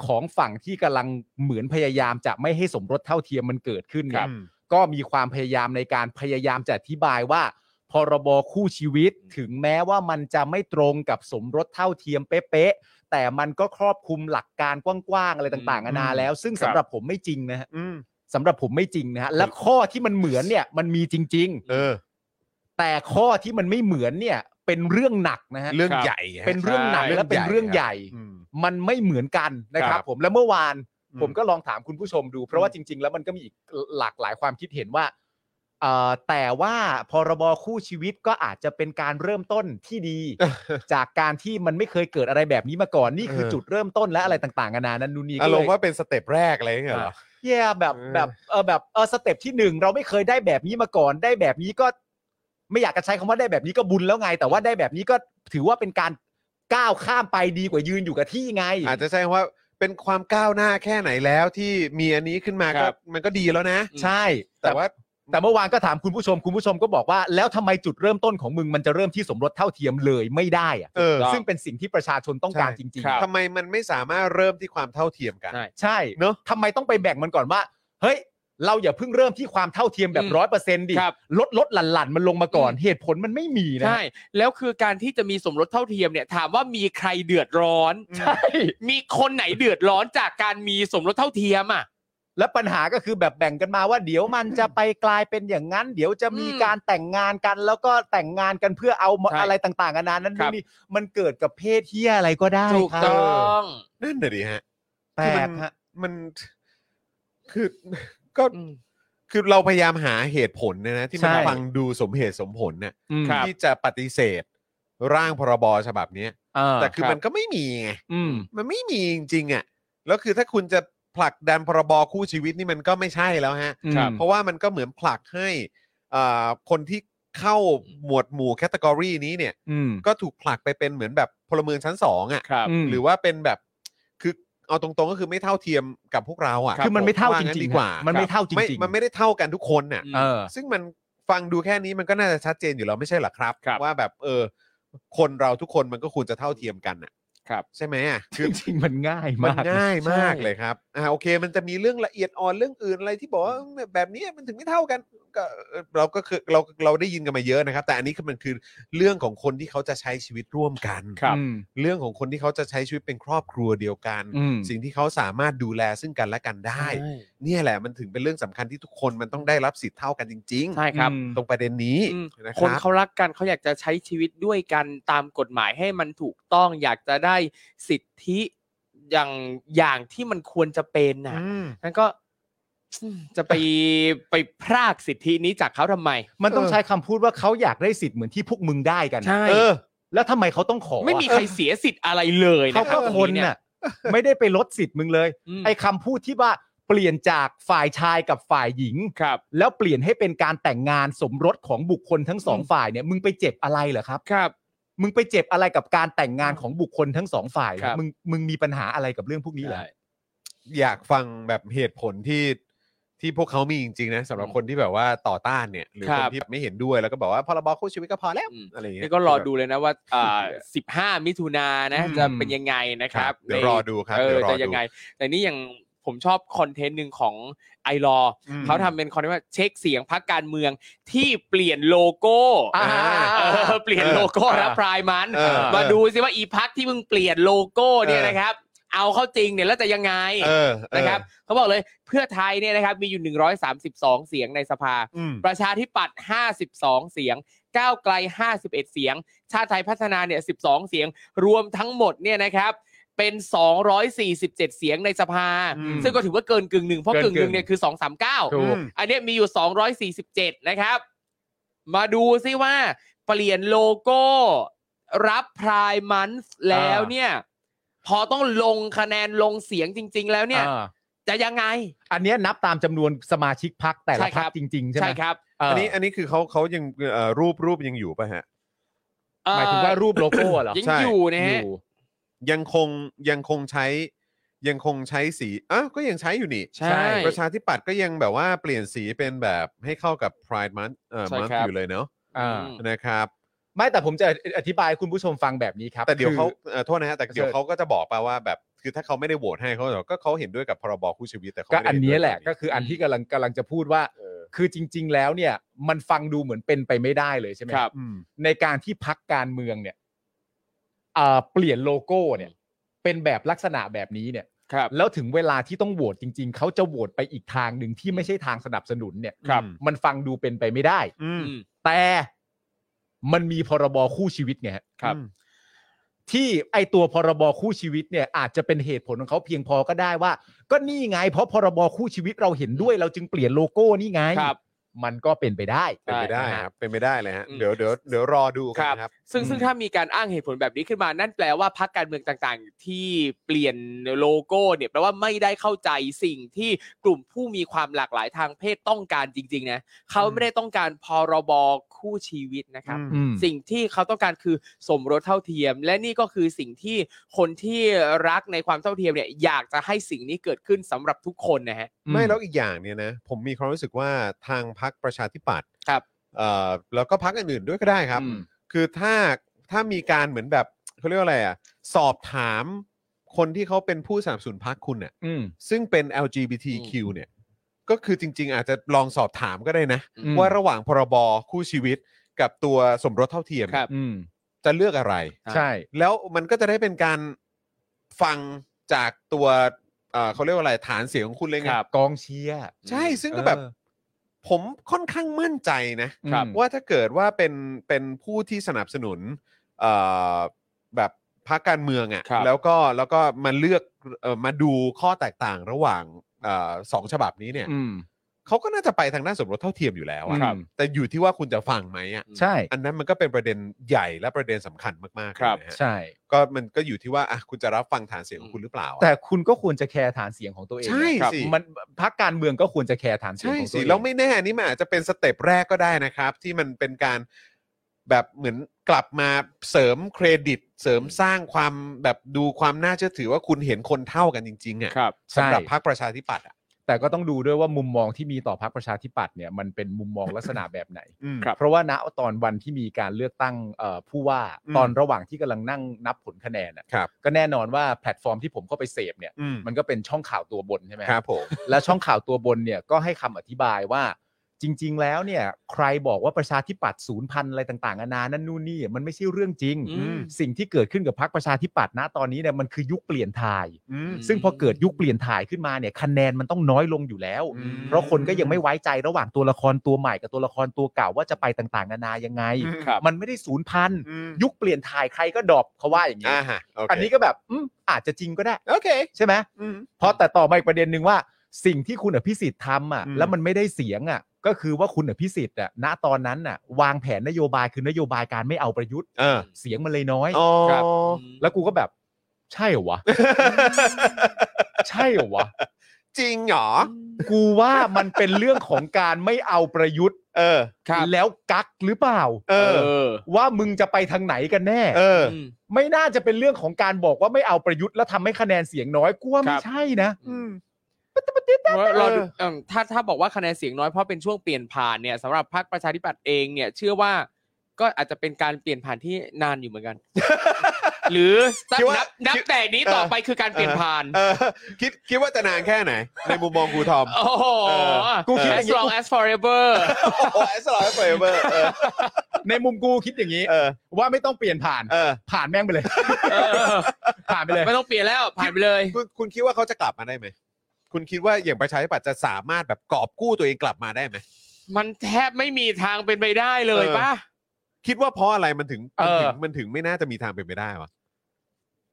ของฝั่งที่กำลังเหมือนพยายามจะไม่ให้สมรสเท่าเทียมมันเกิดขึ้นเนี่ย
อืม
ก็มีความพยายามในการพยายามจะอธิบายว่า พรบคู่ชีวิตถึงแม้ว่ามันจะไม่ตรงกับสมรสเท่าเทียมเป๊ะๆแต่มันก็ครอบคลุมหลักการกว้างๆอะไรต่างๆนานาแล้ว ซึ่ง
ครั
สำ
บ
หรับผมไม่จริงนะฮะ
อืม
สำหรับผมไม่จริงนะฮะและข้อที่มันเหมือนเนี่ยมันมีจริง
เออ
ๆ แต่ข้อที่มันไม่เหมือนเนี่ยเป็นเรื่องหนักนะฮะ
เรื่อง
ครับ
ใหญ่ฮะ
เป็นเรื่องหนัก
ใช่
และเป็นเรื่องใหญ่
อืม
มันไม่เหมือนกันนะค
ครั
รับ
บ
ผมและเมื่อวาน
อืม
ผมก็ลองถามคุณผู้ชมดู เพราะว่าจริง ๆ แล้วมันก็มีอีกหลากหลายความคิดเห็นว่า เอ่อแต่ว่าพรบคู่ชีวิตก็อาจจะเป็นการเริ่มต้นที่ดี จากการที่มันไม่เคยเกิดอะไรแบบนี้มาก่อนนี่คือ
เออ
จุดเริ่มต้นและอะไรต่างๆนานานั้นนู่นนี่
อา
ก็
ร
เล
ม
ย
ณ์ว่าเป็นสเต็ปแรกอะไรอย่างเงี้ยเหรอ
แย่แบบ
เออ
แบบเออแบบเออสเต็ปที่หนึ่งเราไม่เคยได้แบบนี้มาก่อนได้แบบนี้ก็ ไม่อยากจะใช้คำว่าได้แบบนี้ก็บุญแล้วไง แต่ว่าได้แบบนี้ก็ถือว่าเป็นการก้าวข้ามไปดีกว่ายืนอยู่กับที่ไง
อาจจะใช่ว่าเป็นความก้าวหน้าแค่ไหนแล้วที่มีอันนี้ขึ้นมาก็
ครับ
มันก็ดีแล้วนะ
ใช่
แต่ว่า
แต่เมื่อวานก็ถามคุณผู้ชม คุณผู้ชมก็บอกว่า แล้วทำไมจุดเริ่มต้นของมึงมันจะเริ่มที่สมรสเท่าเทียมเลยไม่ได้อะ
เออ
ถูกต้อ
ซึ่งเป็นสิ่งที่ประชาชนต้องการ
ใช่
จริง
ครับ
ทำไมมันไม่สามารถเริ่มที่ความเท่าเทียมกัน
ใช่
ๆ ใช่
เนอะ
ทำไมต้องไปแบ่งมันก่อนว่า เฮ้ย เราอย่าเพิ่งเริ่มที่ความเท่าเทียมแบบ
อืม
ร้อยเปอร์เซ็นต์ดิ
ครับ
ลดลดหลั่นหลั่นๆมันลงมาก่อนเหตุผลมันไม่มีนะ
ใช่ แล้วคือการที่จะมีสมรสเท่าเทียมเนี่ย ถามว่ามีใครเดือดร้อน
ใช่
มีคนไหนเดือดร้อนจากการมีสมรสเท่าเทียมอ่ะ
และปัญหาก็คือแบบแบ่งกันมาว่าเดี๋ยวมันจะไปกลายเป็นอย่างนั้น เดี๋ยวจะมี
อืม
การแต่งงานกัน แล้วก็แต่งงานกันเพื่อเอามา
ใช่
อะไรต่างๆกันานานั้น
ครับ
นี่มันเกิดกับเพศเฮียอะไรก็ได้
ถูก
ครับ
ต้อง
นั่นน่ะดิฮะ
แปลกฮะ
มันคือ ก็คือเราพยายามหาเหตุผลเนะนะ ที่มัน
ใช่
ฟังดูสมเหตุสมผลเนี่ย
อืม
ครับ
ที่จะปฏิเสธ ร่างพรบฉบับเนี้ย
อ่า
แต่คือ
ครับ
มันก็ไม่มีไง
อืม
มันไม่มีจริงๆอ่ะแล้วคือถ้าคุณจะผลักดันพรบคู่ชีวิตนี่มันก็ไม่ใช่แล้วฮะ
ครับ
อืม
เพราะว่ามันก็เหมือนผลักให้อ่าคนที่เข้าหมวดหมู่แคตตากรีนี้เนี่ย
อืม
ก็ถูกผลักไปเป็นเหมือนแบบพลเมืองชั้นสองอ่ะ
ครับ
อืม
หรือว่าเป็นแบบคือเอาตรงๆก็คือไม่เท่าเทียมกับพวกเราอ่ะ
คือมันไม่เท่า
ว่
จ
งั้น
ริง
ดี
ๆ
กว่า
ฮะ
มั
มันไม่เท่าจริงๆ
มันไม่ได้เท่ากันทุกคนน่ะ
เออ
ซึ่งมันฟังดูแค่นี้มันก็น่าจะชัดเจนอยู่แล้วไม่ใช่เหรอครับ
ครับ
ว่าแบบเออ คนเราทุกคนมันก็ควรจะเท่าเทียมกันอ่ะ
ครับ
ใช่ไหมอ่ะ
จริงๆมันง่าย
มัน
มาก
ง่ายมาก
ใช่
เลยครับอ่าโอเค มันจะมีเรื่องละเอียดอ่อนเรื่องอื่นอะไรที่บอกว่าเออแบบนี้มันถึงไม่เท่ากันก็เออเราก็คือเราเราได้ยินกันมาเยอะนะครับ แต่อันนี้คือมันคือเรื่องของคนที่เขาจะใช้ชีวิตร่วมกัน
ครับ
อืม
เรื่องของคนที่เขาจะใช้ชีวิตเป็นครอบครัวเดียวกัน
อืม
สิ่งที่เขาสามารถดูแลซึ่งกันและกันได้ เนี่ยแหละมันถึงเป็นเรื่องสำคัญที่ทุกคนมันต้องได้รับสิทธิ์เท่ากันจริง
ใช่ครับ
อืม
ตรงประเด็นนี้
อืม
นะ
คน
ครับ
เขารักกันเขาอยากจะใช้ชีวิตด้วยกันตามกฎหมายให้มันถูกต้อง อยากจะได้สิทธิอย่างอย่างที่มันควรจะเป็นนะ
อืม
นั่นก็ อืมจะไปไปพรากสิทธินี้จากเขาทำไม
มันต้อง
เออ
ใช้คำพูดว่าเขาอยากได้สิทธิ์เหมือนที่พวกมึงได้กัน
ใช่
เออ แล้วทำไมเขาต้องขอ
ไม่มีใครเสียสิทธิ์อะไรเลยนะ
เขาก็
รับ
คน
ตรงเนี่ย
น่ะไม่ได้ไปลดสิทธิ์มึงเลย
อืม
ไอ้คำพูดที่ว่าเปลี่ยนจากฝ่ายชายกับฝ่ายหญิง
ครับ
แล้วเปลี่ยนให้เป็นการแต่งงานสมรสของบุคคลทั้งสอง
อืม
ฝ่ายเนี่ยมึงไปเจ็บอะไรเหรอครับ
ครับ
มึงไปเจ็บอะไรกับการแต่งงานของบุคคลทั้งสองฝ่ายเหรอ
ครับ
มึงมึงมีปัญหาอะไรกับเรื่องพวกนี้เหรอ
ใช่
อยากฟังแบบเหตุผลที่ที่พวกเขามีจริงๆนะสำหรับ
อืม
คนที่แบบว่าต่อต้านเนี่ย หรือ
ครั
คน
บ
ที่ไม่เห็นด้วยแล้วก็บอกว่าพรบคู่ชีวิตก็พอแล้ว
อืม
อะไรอย่างเงี้ย
นี่ก็รอดูเลยนะว่าอ่า15 มิถุนายนนะ
อืม
จะเป็นยังไงนะ
ค
ค
รั
รั
บบ เดี๋ยวรอดูครับ
เอ
เดี๋ยว
อ
รอ
จะ
ดู
ยังไง แต่นี่อย่างผมชอบคอนเทนต์หนึ่งของไอรอ
อืม
เขาทำเป็นคอนเทนต์ว่าเช็คเสียงพักการเมืองที่เปลี่ยนโลโก้
อ่า
เออ เปลี่ยนโลโก้รับพรายมัน
เออ
มาดูสิว่าอีพักที่มึงเปลี่ยนโลโก้เนี่ยนะครับ เอาเข้าจริงเนี่ยแล้วจะยังไง
เออเออ
นะครับเขาบอกเลยเพื่อไทยเนี่ยนะครับมีอยู่ 132 เสียงในสภา
อืม
ประชาธิปัตย์52 เสียง ก้าวไกล 51 เสียง ชาติไทยพัฒนาเนี่ย12 เสียง รวมทั้งหมดเนี่ยนะครับเป็น 247 เสียงในสภา
อืม
ซึ่งก็ถือว่าเกินกึ่งหนึ่งเพราะ
เกิ
กึ่
น
ง
กึ่ง
หนึ่งเนี่ยคือ 239
ถูก
อันเนี้ยมีอยู่ 247 นะครับ มาดูซิว่า เปลี่ยนโลโก้ รับพรายมันแล้วเนี่ย พอต้องลงคะแนนลงเสียงจริง ๆ แล้วเนี่ย
อ่า
จะยังไง
อันเนี้ยนับตามจำนวนสมาชิกพักแต่ละ
ใช่ค
พั
รั
ก
บ
จริง ๆ ใช่ไหม
ใช่ครับ
เออ
อั
อั
นนี้อันนี้คือเขาเขายังเอ่อรูปรูปยังอยู่ป่ะฮะ
หมายถึงว่ารูปโลโก้เหรอ
ยัง
ใช่
อยู่นะฮะ
อยู่
ยังคงยังคงใช้ยังคงใช้สีอ่ะก็ยังใช้อยู่นี่
ใช่
ประชาธิปัตย์ก็ยังแบบว่าเปลี่ยนสีเป็นแบบให้เข้ากับ Pride Month เอ่อ
ใช่
Month
ครับ
อยู่เลยเนาะ
อ่า
ม
นะครับ
ไม่แต่ผมจะอธิบายให้คุณผู้ชมฟังแบบนี้ครับ
แต่เดี๋ยว
คือ
เขาเอ่อโทษนะฮะแต่เดี๋ยว
เชิญ
เขาก็จะบอกไปว่าแบบคือถ้าเขาไม่ได้โหวตให้เขาจะบอกก็เขาเห็นด้วยกับพรบคู่ชีวิตแต่เขา
ก็
ไม่ได้
อันเนี้ยแหละ
เด้
ก็
วยบ
คืออันที่กำลังกำลังจะพูดว่า
เออ
คือจริง ๆ แล้วเนี่ยมันฟังดูเหมือนเป็นไปไม่ได้เลยใช่ไหม
ครับ
อืม
ในการที่พักการเมืองเนี่ยเอ่อเปลี่ยนโลโก้เนี่ย เป็นแบบลักษณะแบบนี้เนี่ย
ครับ
แล้วถึงเวลาที่ต้องโหวตจริง ๆ เขาจะโหวตไปอีกทางหนึ่งที่ไม่ใช่ทางสนับสนุนเนี่ย
ครับ
มันฟังดูเป็นไปไม่ได้
อืม
อืม
แต่มันมีพรบคู่ชีวิตไงฮะ
ครับ
ที่ไอตัวพรบคู่ชีวิตเนี่ย อาจจะเป็นเหตุผลของเขาเพียงพอก็ได้ว่า ก็นี่ไง เพราะพรบคู่ชีวิตเราเห็นด้วย เราจึงเปลี่ยนโลโก้นี่ไง
ครับ
มันก็เป็นไปได้
เป็นไปได้ครับเป็นไปได้เลยฮะ
อืม
เดี๋ยวเดี๋ยวเดี๋ยวรอดูกันนะครับ
ซึ่ง
อืม
ซึ่งถ้ามีการอ้างเหตุผลแบบนี้ขึ้นมานั่นแปลว่าพรรคการเมืองต่างๆ ที่เปลี่ยนโลโก้เนี่ยแปลว่าไม่ได้เข้าใจสิ่งที่กลุ่มผู้มีความหลากหลายทางเพศต้องการจริงๆนะเขาไม่ได้ต้องการพรบคู่ชีวิตนะครับ
อืม
สิ่งที่เขาต้องการคือสมรสเท่าเทียม และนี่ก็คือสิ่งที่คนที่รักในความเท่าเทียมเนี่ยอยากจะให้สิ่งนี้เกิดขึ้นสำหรับทุกคนนะฮะ
ไม่แล้วอีกอย่างเนี่ยนะผมมีความรู้สึกว่าทางพักประชาธิปัตย์
ครับ
เอ่อแล้วก็พักอื่นๆด้วยก็ได้ครับ
อืม
คือถ้าถ้ามีการเหมือนแบบเขาเรียกว่าอะไรอ่ะสอบถามคนที่เขาเป็นผู้สนับสนุนพักคุณเนี่ย
อืม
ซึ่งเป็น LGBTQ เนี่ยก็คือจริง ๆ อาจจะลองสอบถามก็ได้นะ
อืม
ว่าระหว่างพรบคู่ชีวิตกับตัวสมรสเท่าเทียม
ครับ
อืม
จะเลือกอะไร
ใช่
แล้วมันก็จะได้เป็นการฟังจากตัวเอ่อเขาเรียกว่าอะไรฐานเสียงของคุณเลยไง
กองเชียร์
ใช่ซึ่งก็
เออ
แบบผมค่อนข้างมั่นใจนะครับ ว่าถ้าเกิดว่าเป็นเป็นผู้ที่สนับสนุนเอ่อแบบพรรคการเมือง
ครั
อะ่ะ
บ
แล้วก็แล้วก็มาเลือกเอ่อมาดูข้อแตกต่างระหว่างเออสองฉบับนี้เนี่ย
อืม
เขาก็น่าจะไปทางด้านสมรสเท่าเทียมอยู่แล้วอะ
ครับ
แต่อยู่ที่ว่าคุณจะฟังไหมอะ่ะ
ใช่
อันนั้นมันก็เป็นประเด็นใหญ่และประเด็นสำคัญมากๆ
ครับ
เลยนะฮะ
ใช่
ก็มันก็อยู่ที่ว่าอ่ะคุณจะรับฟังฐานเสียงของคุณหรือเปล่าอะ
แต่คุณก็ควรจะแคร์ฐานเสียงของตัวเอง
ใช่
นะครับ
สิ
มันพักการเมืองก็ควรจะแคร์ฐานเสียง
ใช่
ของตั
สิ
วเอง
แล้วไม่แน่นี่มันอาจจะเป็นสเต็ปแรกก็ได้นะครับ ที่มันเป็นการแบบเหมือนกลับมาเสริมเครดิต เสริมสร้างความแบบดูความน่าเชื่อถือว่าคุณเห็นคนเท่ากันจริงๆอ่ะ
ครับ
ใช่
สำหรับพรรคประชาธิปัตย์อ่ะ
แต่ก็ต้องดูด้วยว่ามุมมองที่มีต่อพรรคประชาธิปัตย์เนี่ยมันเป็นมุมมองลักษณะแบบไหน
อืม
ครับ
เพราะว่าณตอนวันที่มีการเลือกตั้งเอ่อผู้ว่า
อืม
ตอนระหว่างที่กำลังนั่งนับผลคะแนนน่ะ
ครับ
ก็แน่นอนว่าแพลตฟอร์มที่ผมเข้าไปเสพเนี่ย
อืม
มันก็เป็นช่องข่าวตัวบนใช่ไหม
ครับผม
และช่องข่าวตัวบนเนี่ยก็ให้คำอธิบายว่าจริง ๆ แล้วเนี่ยใครบอกว่าประชาธิปัตย์ศูนย์พันธุ์อะไรต่างๆนานานั่นนู่นนี่มันไม่ใช่เรื่องจริง
อืม
สิ่งที่เกิดขึ้นกับพรรคประชาธิปัตย์ณตอนนี้เนี่ยมันคือยุคเปลี่ยนถ่าย
อืม
ซึ่งพอเกิดยุคเปลี่ยนถ่ายขึ้นมาเนี่ยคะแนนมันต้องน้อยลงอยู่แล้ว
อืม
เพราะคนก็ยังไม่ไว้ใจระหว่างตัวละครตัวใหม่กับตัวละครตัวเก่าว่าจะไปต่างๆ นานายังไง
ครับ
มันไม่ได้ศูนย์พัน
อืม
ยุคเปลี่ยนถ่ายใครก็ดรอปเขาว่าอย่างนี้
อ่าฮะโอเค
อันนี้ก็แบบอืมอาจจะจริงก็ได้
โอเค
ใช่ไหม
อืม
เพราะแต่ต่อมาอีกประเด็นหนึ่งว่า สิ่งที่คุณอภิสิทธิ์ทำอ่ะ
อืม
แล้วมันไม่ได้เสียงอ่ะก็คือว่าคุณอภิสิทธิ์อ่ะณตอนนั้นอ่ะวางแผนนโยบายคือนโยบายการไม่เอาประยุทธ์
เออ
เสียงมันเลยน้อย
อ๋อ
ครับ
แล้
แล้ว
วกูก็แบบ ใช่เหรอวะ ใช่เหรอวะ
จริงเหรอ
กูว่ามันเป็นเรื่องของการไม่เอาประยุทธ์
เออ
ครับ
แล้วกักหรือเปล่า
เออ
ว่ามึงจะไปทางไหนกันแน่
เออ
ไม่น่าจะเป็นเรื่องของการบอกว่าไม่เอาประยุทธ์แล้วทำให้คะแนนเสียงน้อยกูว่า
ค
ไม่
รับ
ใช่นะ
อืม
รอดูเอิ่มถ้าถ้าบอกว่าคะแนนเสียงน้อยเพราะเป็นช่วงเปลี่ยนผ่านเนี่ยสำหรับพรรคประชาธิปัตย์เองเนี่ยเชื่อว่าก็อาจจะเป็นการเปลี่ยนผ่านที่นานอยู่เหมือนกัน หรือนั
คิดว่า
บนับแต่นี้ต่อไปคือการเปลี่ยนผ่าน
เออคิดคิดว่าจะนานแค่ไหน ในมุมมองครูทอม
โอ้โห
เออ
กูคิดอ
as
ย่างนี้
long as forever
โอ้ยสลอยเฟเวอร์
ในมุมกูคิดอย่างนี้
เออ
ว่าไม่ต้องเปลี่ยนผ่าน
เออ
ผ่านแม่งไปเลย
เออ
ผ่านไปเลย
ไม่ต้องเปลี่ยนแล้วผ่านไปเลย
คุณคุณคิดว่าเขาจะกลับมาได้ไหม คุณคิดว่าอย่างประชาธิปัตย์จะสามารถแบบกอบกู้ตัวเองกลับมาได้ไหม
มันแทบไม่มีทางเป็นไปได้เลย
เออ
ป่ะ
คิดว่าเพราะอะไรมันถึง
เอ
มัน
อ
ถึงมันถึงไม่น่าจะมีทางเป็นไปได้วะ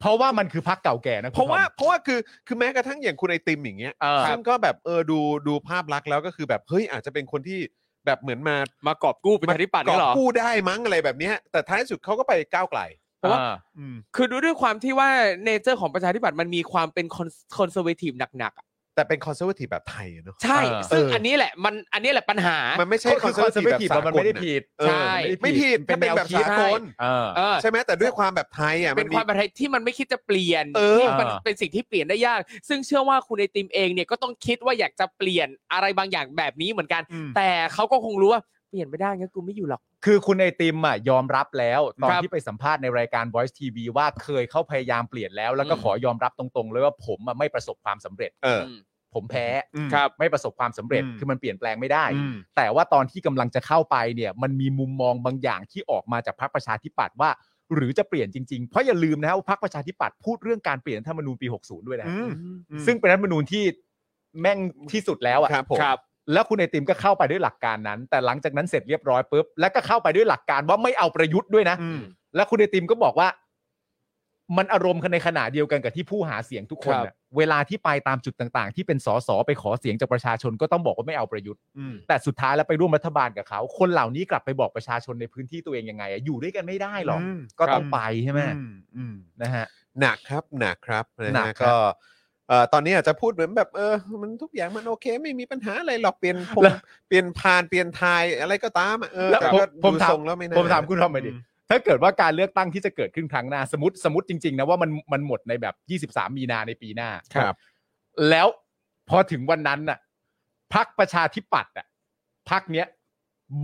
เพราะว่ามันคือพักเก่าแก่นะคุณ
เพราะว่า
ทอม
เพราะว่าคือคือแม้กระทั่งอย่างคุณไอติมอย่างเงี้ย
เออ
ซึ่งก็แบบเออดูดูภาพลักษณ์แล้วก็คือแบบเฮ้ยอาจจะเป็นคนที่แบบเหมือนมาม
ากอบกู้ประชาธิปัตย์
ก
นี่
อบ
เหรอ
กู้ได้มั้งอะไรแบบเนี้ยแต่ท้ายสุดเขาก็ไปก้าวไกล
เพราะว่า
อ่
อืม
คือด้วยด้วยความที่ว่าเนเจอร์ของประชาธิปัตย์มันมีความเป็นคอนเซอร์เวทีฟหนักๆอะ
แต่เป็นคอนเซอร์วทีฟแบบไทยอะเนอะ
ใช่
เออ
ซึ่งอันนี้แหละมันอันนี้แหละปัญหา
มันไม่ใช่ค
ก็
อ
คื
นเซอ
อคอน
ร์
เซอร์
ว
เว
ที
ที
ฟ
ฟ
แบบ
มัน
สากล
ไม่ได้
น่ะ
ผิด
เออ
ใช่
ไม่ผิด
เป็
เป็น น
แนว
แบบ
คิด
สากล
เออ
เออ
ใช่ไหมแต่ด้วยความแบบไทยอ่ะ
เป็น
น
ความอะไรที่มันไม่คิดจะเปลี่ยน
เออ
ที่มันเป็นสิ่งที่เปลี่ยนได้ยาก ซึ่งเชื่อว่าคุณไอติมเองเนี่ยก็ต้องคิดว่าอยากจะเปลี่ยนอะไรบางอย่างแบบนี้เหมือนกัน
อืม
แต่เขาก็คงรู้ว่าเปลี่ยนไม่ได้งั้นกูไม่อยู่หรอก
คือคุณไอติมอ่ะยอมรับแล้ว ตอน
ครับ
ที่ไปสัมภาษณ์ในรายการ Voice TV ว่าเคยเข้าพยายามเปลี่ยนแล้ว แล้วก็
อืม
ขอยอมรับตรงๆ เลยว่าผมอ่ะไม่ประสบความสำเร็จ
เออ
ม
ผมแพ้
อืม
ครับไม่ประสบความสำเร็จ
อืม
คือมันเปลี่ยนแปลงไม่ได้
อืม
แต่ว่าตอนที่กำลังจะเข้าไปเนี่ยมันมีมุมมองบางอย่างที่ออกมาจากพรรคประชาธิปัตย์ว่า หรือจะเปลี่ยนจริงๆ เพราะอย่าลืมนะฮะว่าพรรคประชาธิปัตย์พูดเรื่องการเปลี่ยนรัฐธรรมนูญปี 60 ด้วยนะฮะ
อืม
ซึ่งเป็นรัฐธรรมนูญที่แม่งที่สุดแล้วอ่ะ
ครับผม
ครับ
แล้วคุณไอติมก็เข้าไปด้วยหลักการนั้น แต่หลังจากนั้นเสร็จเรียบร้อยปุ๊บแล้วก็เข้าไปด้วยหลักการว่าไม่เอาประยุทธ์ด้วยนะ
อืม
แล้วคุณไอติมก็บอกว่า มันอารมณ์กันในขณะเดียวกันกับที่ผู้หาเสียงทุกคน
ครับ
น่ะเวลาที่ไปตามจุดต่างๆ ที่เป็นสสไปขอเสียงจากประชาชนก็ต้องบอกว่าไม่เอาประยุทธ์
อืม
แต่สุดท้ายแล้วไปร่วมรัฐบาลกับเขา คนเหล่านี้กลับไปบอกประชาชนในพื้นที่ตัวเองยังไงอะอยู่ด้วยกันไม่ได้หรอก
อืม
ก็ต้องไปใช่ไหม
อือืม
นะฮะ
หนักครับหนักครับนะ
หนัก
ฮะ
ครับ
ก็เอ่อตอนนี้อาจจะพูดเหมือนแบบเออมันทุกอย่างมันโอเค ไม่มีปัญหาอะไรหรอกเปลี่ยนผม
แล้ว
เปลี่ยนผ่านเปลี่ยนทายอะไรก็ตามอะเออ
แล้ว
แต่
ผม
ก็
ผม
ดู
ถาม
ทรงแล้วไม่น่
ผมถามคุณทอมไปดิ
อื
ถ้าเกิดว่าการเลือกตั้งที่จะเกิดขึ้นครั้งหน้า สมมติสมมติจริงๆนะว่ามันมันหมดในแบบ 23 มีนาในปีหน้า
ครับ
แล้วพอถึงวันนั้นน่ะพักประชาธิปัตย์อ่ะพักเนี้ย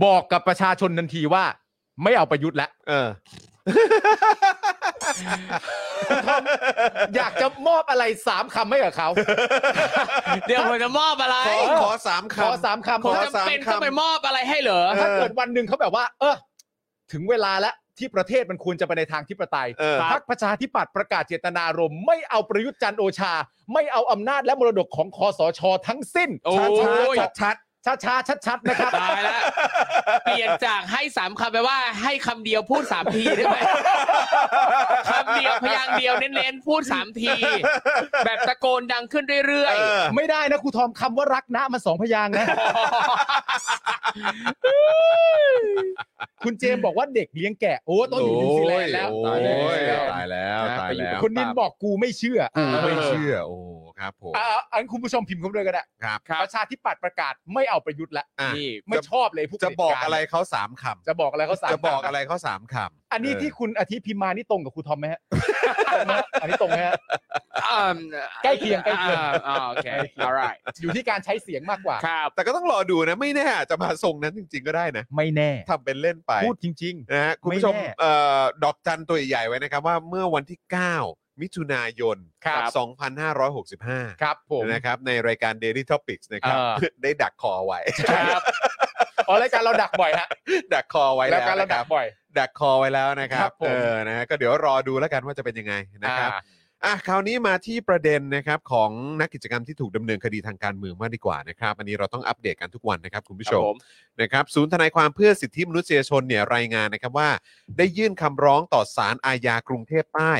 บอกกับประชาชนทันทีว่า ไม่เอาประยุทธ์แล้ว
เออ
อยากจะมอบอะไรสามคำให้กับเขา
เดี๋ยวผมจะมอบอะไร
ขอขอสาม
ขอ
คำ
สามคำ
ขอ
ถ้า
จำเป็น
สามคำ
ต้องไปมอบอะไรให้เหรอ
ถ้าเกิดวันหนึ่งเขาแบบว่า เออถึงเวลาแล้วที่ประเทศมันควรจะไปในทางที่ประไตย
เออ
พักประชาธิปัตย์ประกาศเจตนารมณ์ไม่เอาประยุทธ์จันทร์โอชา ไม่เอาอำนาจและมรดกของคอสช ทั้งสิ้น
โอ้ย
ชัดๆชัดๆชัดๆชัดๆนะครับ
ตายแล้วเปลี่ยนจากให้สามคำไปว่าให้คำเดียวพูดสามทีได้ไหมคำเดียวพยางค์เดียวเน้นๆพูดสามที แบบตะโกนดังขึ้นเรื่อย
เออ
ไม่ได้นะครูทอมคำว่ารักนะมันสองพยางค์นะ คุณเจมส์บอกว่าเด็กเลี้ยงแกะโอ้ต้องอยู่นิวซีแลนด์แล้ว
โอ้ยตายแล้ว
นะ
ตาย
ไปอยู่
แล้ว
กับ
คุณนินบอกกูไม่เชื่อ
กูไม่เชื่อโอ้ครับผม
อ่ะอันคุณผู้ชมพิมพ์เข้ามาด้วยก็ได้
ครับ
ประชาธิปัตย์ประกาศไม่เอาประยุทธ์ละ
อ่ะ
นี่
ไม่ชอบเลยผู้
จะบอกอะไรเขาสามค
จะบอกอะไรเขาสา
ำ
ม
จะบอกอะไรเขาสามคำ
อันนี้ที่คุณอาทิตย์พิมพ์มานี่ตรงกับครูทอมไหม ฮะ อันนี้ตรงไหมฮะ
อ่า
ใกล้เคียงใกล้เคียง
อ่าอ่าโอเค alright
อยู่ที่การใช้เสียงมากกว่า
ครับ
แต่ก็ต้องรอดูนะ ไม่แน่อาจจะมาทรงนั้นจริง ๆ ก็ได้นะ
ไม่แน่
ทำเป็นเล่นไป
พูดจริง
นะฮะคุณผู้ชม
ไม่แน่
เอ่อดอกจันตัวใหญ่ๆไว้นะครับว่าเมื่อวันที่ 9 มิถุนายน
ครับ ๆ
2565
ครับผม
นะครับในรายการ Daily Topics นะครับ
เออ
ได้ดักคอไว้
ครับ
อ๋อรายการเราดักบ่อยฮะ
ดักคอไว้
รา
แล้
ยว การเรา
นะครั
ดัก
บ
บ่อย
ดักคอไว้แล้วนะครั
ครับ บผม
เออนะฮะก็เดี๋ยวรอดูแล้วกันว่าจะเป็นยังไงนะครับ
อ่า
อ่ะคราวนี้มาที่ประเด็นนะครับของนักกิจกรรมที่ถูกดำเนินคดีทางการเมืองมากดีกว่านะครับอันนี้เราต้องอัปเดตกันทุกวันนะครับคุณผู้ชม นะครับศูนย์ทนายความเพื่อสิทธิมนุษยชนเนี่ยรายงานนะครับว่า ได้ยื่นคำร้องต่อศาลอาญากรุงเทพใต้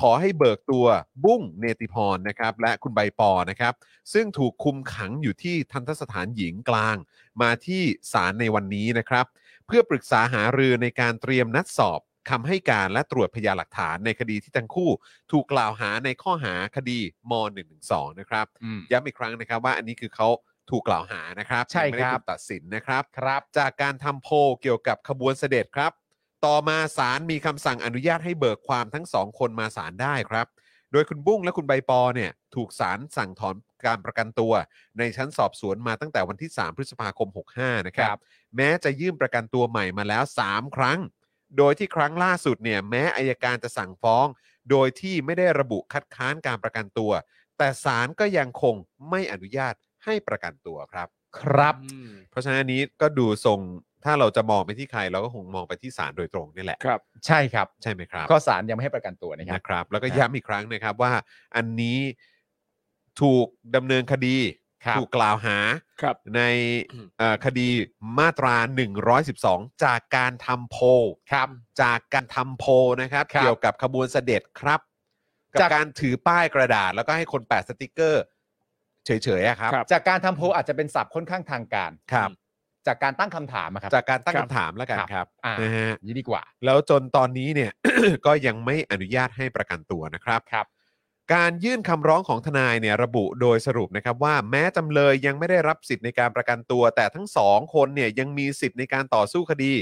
ขอให้เบิกตัวบุ้งเนติพรนะครับและคุณใบปอนะครับ ซึ่งถูกคุมขังอยู่ที่ทันทสถานหญิงกลาง มาที่ศาลในวันนี้นะครับ เพื่อปรึกษาหารือในการเตรียมนัดสอบคำให้การและตรวจพยานหลักฐานในคดีที่ทั้งคู่ ถูกกล่าวหาในข้อหาคดีม .112 นะครับย้ำอีกครั้งนะครับว่าอันนี้คือเขาถูกกล่าวหานะครับ
ใช่
ยังไม่ได้
ครับ
ถูกตัดสินนะครับ
ครับ
จากการทำโพลเกี่ยวกับขบวนเสด็จครับ ต่อมาศาลมีคำสั่งอนุญาตให้เบิกความทั้งสองคนมาศาลได้ครับ โดยคุณบุ้งและคุณใบปอเนี่ยถูกศาลสั่งถอนการประกันตัว ในชั้นสอบสวนมาตั้งแต่วันที่ 3 พฤษภาคม 65 นะครับ
ครับ
แม้จะยื่นประกันตัวใหม่มาแล้ว 3 ครั้ง โดยที่ครั้งล่าสุดเนี่ยแม้อายการจะสั่งฟ้อง โดยที่ไม่ได้ระบุคัดค้านการประกันตัว แต่ศาลก็ยังคงไม่อนุญาตให้ประกันตัวครับ
ครับ
อืม
เพราะฉะนั้นอันนี้ก็ดูทรงถ้าเราจะมองไปที่ใครเราก็คงมองไปที่ศาลโดยตรงนี่แหละ
ครับ
ใช่ครับ
ใช่ไหมครับ
ก็ศาลยังไม่ให้ประกันตัวนะครับ
นะครับ แล้วก็
ครับ
ย้ำอีกครั้งนะครับว่าอันนี้ถูกดำเนินคดี
ครับ
ถูกกล่าวหา
ครับ
ในเอ่อคดีมาตรา 112 จากการทำโพล
ครับ
จากการทำโพลนะครับ
ครับ
เกี่ยวกับขบวนเสด็จครับ กับ
จาก
การถือป้ายกระดาษ แล้วก็ให้คนแปะสติกเกอร์ เฉยๆอะครับ
ครับ
จากการทำโพลอาจจะเป็นศัพท์ค่อนข้างทางการ
ครับ
จากการตั้งคำถามอะครับ
จากการตั้ง
ครับ
คำถามแล้วกันครับ
อ่า
นะฮะ
นี่ดีกว่า
แล้วจนตอนนี้เนี่ย ก็ยังไม่อนุญาตให้ประกันตัวนะครับ
ครับ
การยื่นคำร้องของทนายเนี่ยระบุโดยสรุปนะครับว่าแม้จำเลยยังไม่ได้รับสิทธิ์ในการประกันตัว แต่ทั้งสองคนเนี่ยยังมีสิทธิ์ในการต่อสู้คดี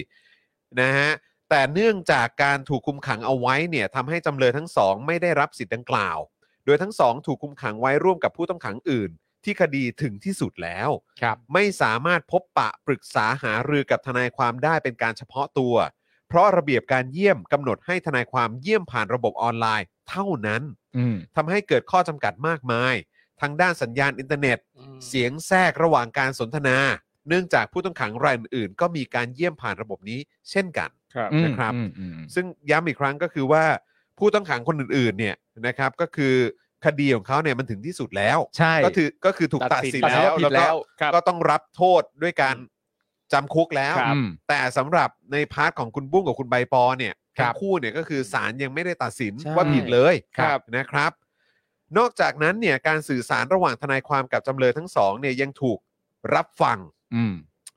นะฮะแต่เนื่องจากการถูกคุมขังเอาไว้เนี่ยทำให้จำเลยทั้งสองไม่ได้รับสิทธิ์ดังกล่าว โดยทั้งสองถูกคุมขังไว้ร่วมกับผู้ต้องขังอื่น ที่คดีถึงที่สุดแล้ว
ครับ
ไม่สามารถพบปะปรึกษาหารือกับทนายความได้เป็นการเฉพาะตัว เพราะระเบียบการเยี่ยมกำหนดให้ทนายความเยี่ยมผ่านระบบออนไลน์ เท่านั้น
อืม
ทำให้เกิดข้อจำกัดมากมาย ทั้งด้านสัญญาณอินเทอร์เน็ต เสียงแทรกระหว่างการสนทนา เนื่องจากผู้ต้องขังรายอื่นๆก็มีการเยี่ยมผ่านระบบนี้เช่นกัน
ครับ
นะครับ ซึ่งย้ำอีกครั้งก็คือว่าผู้ต้องขังคนอื่นๆเนี่ยนะครับก็คือคดีของเขาเนี่ยมันถึงที่สุดแล้ว
ใช่
ก็คือก็คือถูกตัดสิน
ตัดสิน
แล้ว
ว่าผิด
แล้ว
แล้
ก็
วครับ
ก็ต้องรับโทษด้วยการจำคุกแล้ว
ครับ
อืม
แต่สำหรับในพาร์ทของคุณบุ้งกับคุณใบปอเนี่ย
ครั
ทั้
บ
งคู่เนี่ยก็คือศาลยังไม่ได้ตัดสิน
ใช่
ว่าผิดเลย
ครับ
นะครับ นอกจากนั้นเนี่ยการสื่อสารระหว่างทนายความกับจำเลยทั้งสองเนี่ยยังถูกรับฟัง
อืม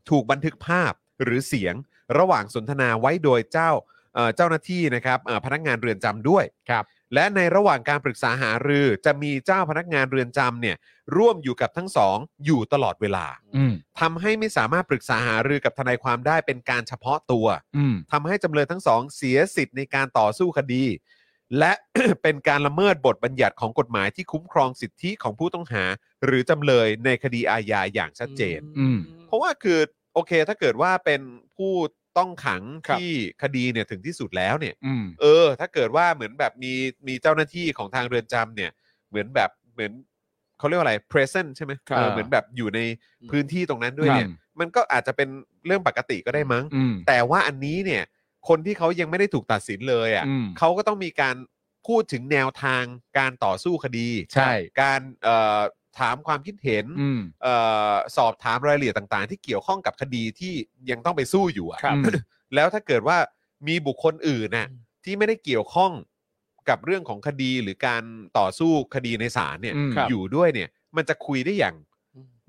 ถูกบันทึกภาพหรือเสียงระหว่างสนทนาไว้โดยเจ้าเอ่อเจ้าหน้าที่นะครับเอ่อพนักงานเรือนจำด้วย
ครับ
และในระหว่างการปรึกษาหารือจะมีเจ้าพนักงานเรือนจำเนี่ยร่วมอยู่กับทั้งสองอยู่ตลอดเวลา
อืม
ทำให้ไม่สามารถปรึกษาหารือกับทนายความได้เป็นการเฉพาะตัว
อืม
ทำให้จำเลยทั้งสองเสียสิทธิ์ในการต่อสู้คดี และ เป็นการละเมิดบทบัญญัติของกฎหมายที่คุ้มครองสิทธิของผู้ต้องหา หรือจำเลยในคดีอาญาอย่างชัดเจน
อืม
เพราะว่าคือโอเคถ้าเกิดว่าเป็นผู้ต้องขังที่คดีเนี่ยถึงที่สุดแล้วเนี่ย
อืม
เออ ถ้าเกิดว่าเหมือนแบบมีมีเจ้าหน้าที่ของทางเรือนจำเนี่ย เหมือนแบบเหมือนเขาเรียกว่าอะไร present ใช่ไหม
ครับ
เออเหมือนแบบอยู่ในพื้นที่ตรงนั้นด้วยเนี่ย
ครับ
มันก็อาจจะเป็นเรื่องปกติก็ได้มั้ง
อืม
แต่ว่าอันนี้เนี่ย คนที่เขายังไม่ได้ถูกตัดสินเลยอ่ะ
อืม
เขาก็ต้องมีการพูดถึงแนวทางการต่อสู้คดี
ใช่
การเอ่อถามความคิดเห็น
อืม
เออสอบถามรายละเอียดต่างๆ ที่เกี่ยวข้องกับคดีที่ยังต้องไปสู้อยู่อะ
ครับอืม
แล้วถ้าเกิดว่ามีบุคคลอื่นน่ะที่ไม่ได้เกี่ยวข้องกับเรื่องของคดีหรือการต่อสู้คดีในศาลเนี่ย
อืม
อยู่ด้วยเนี่ย มันจะคุยได้อย่าง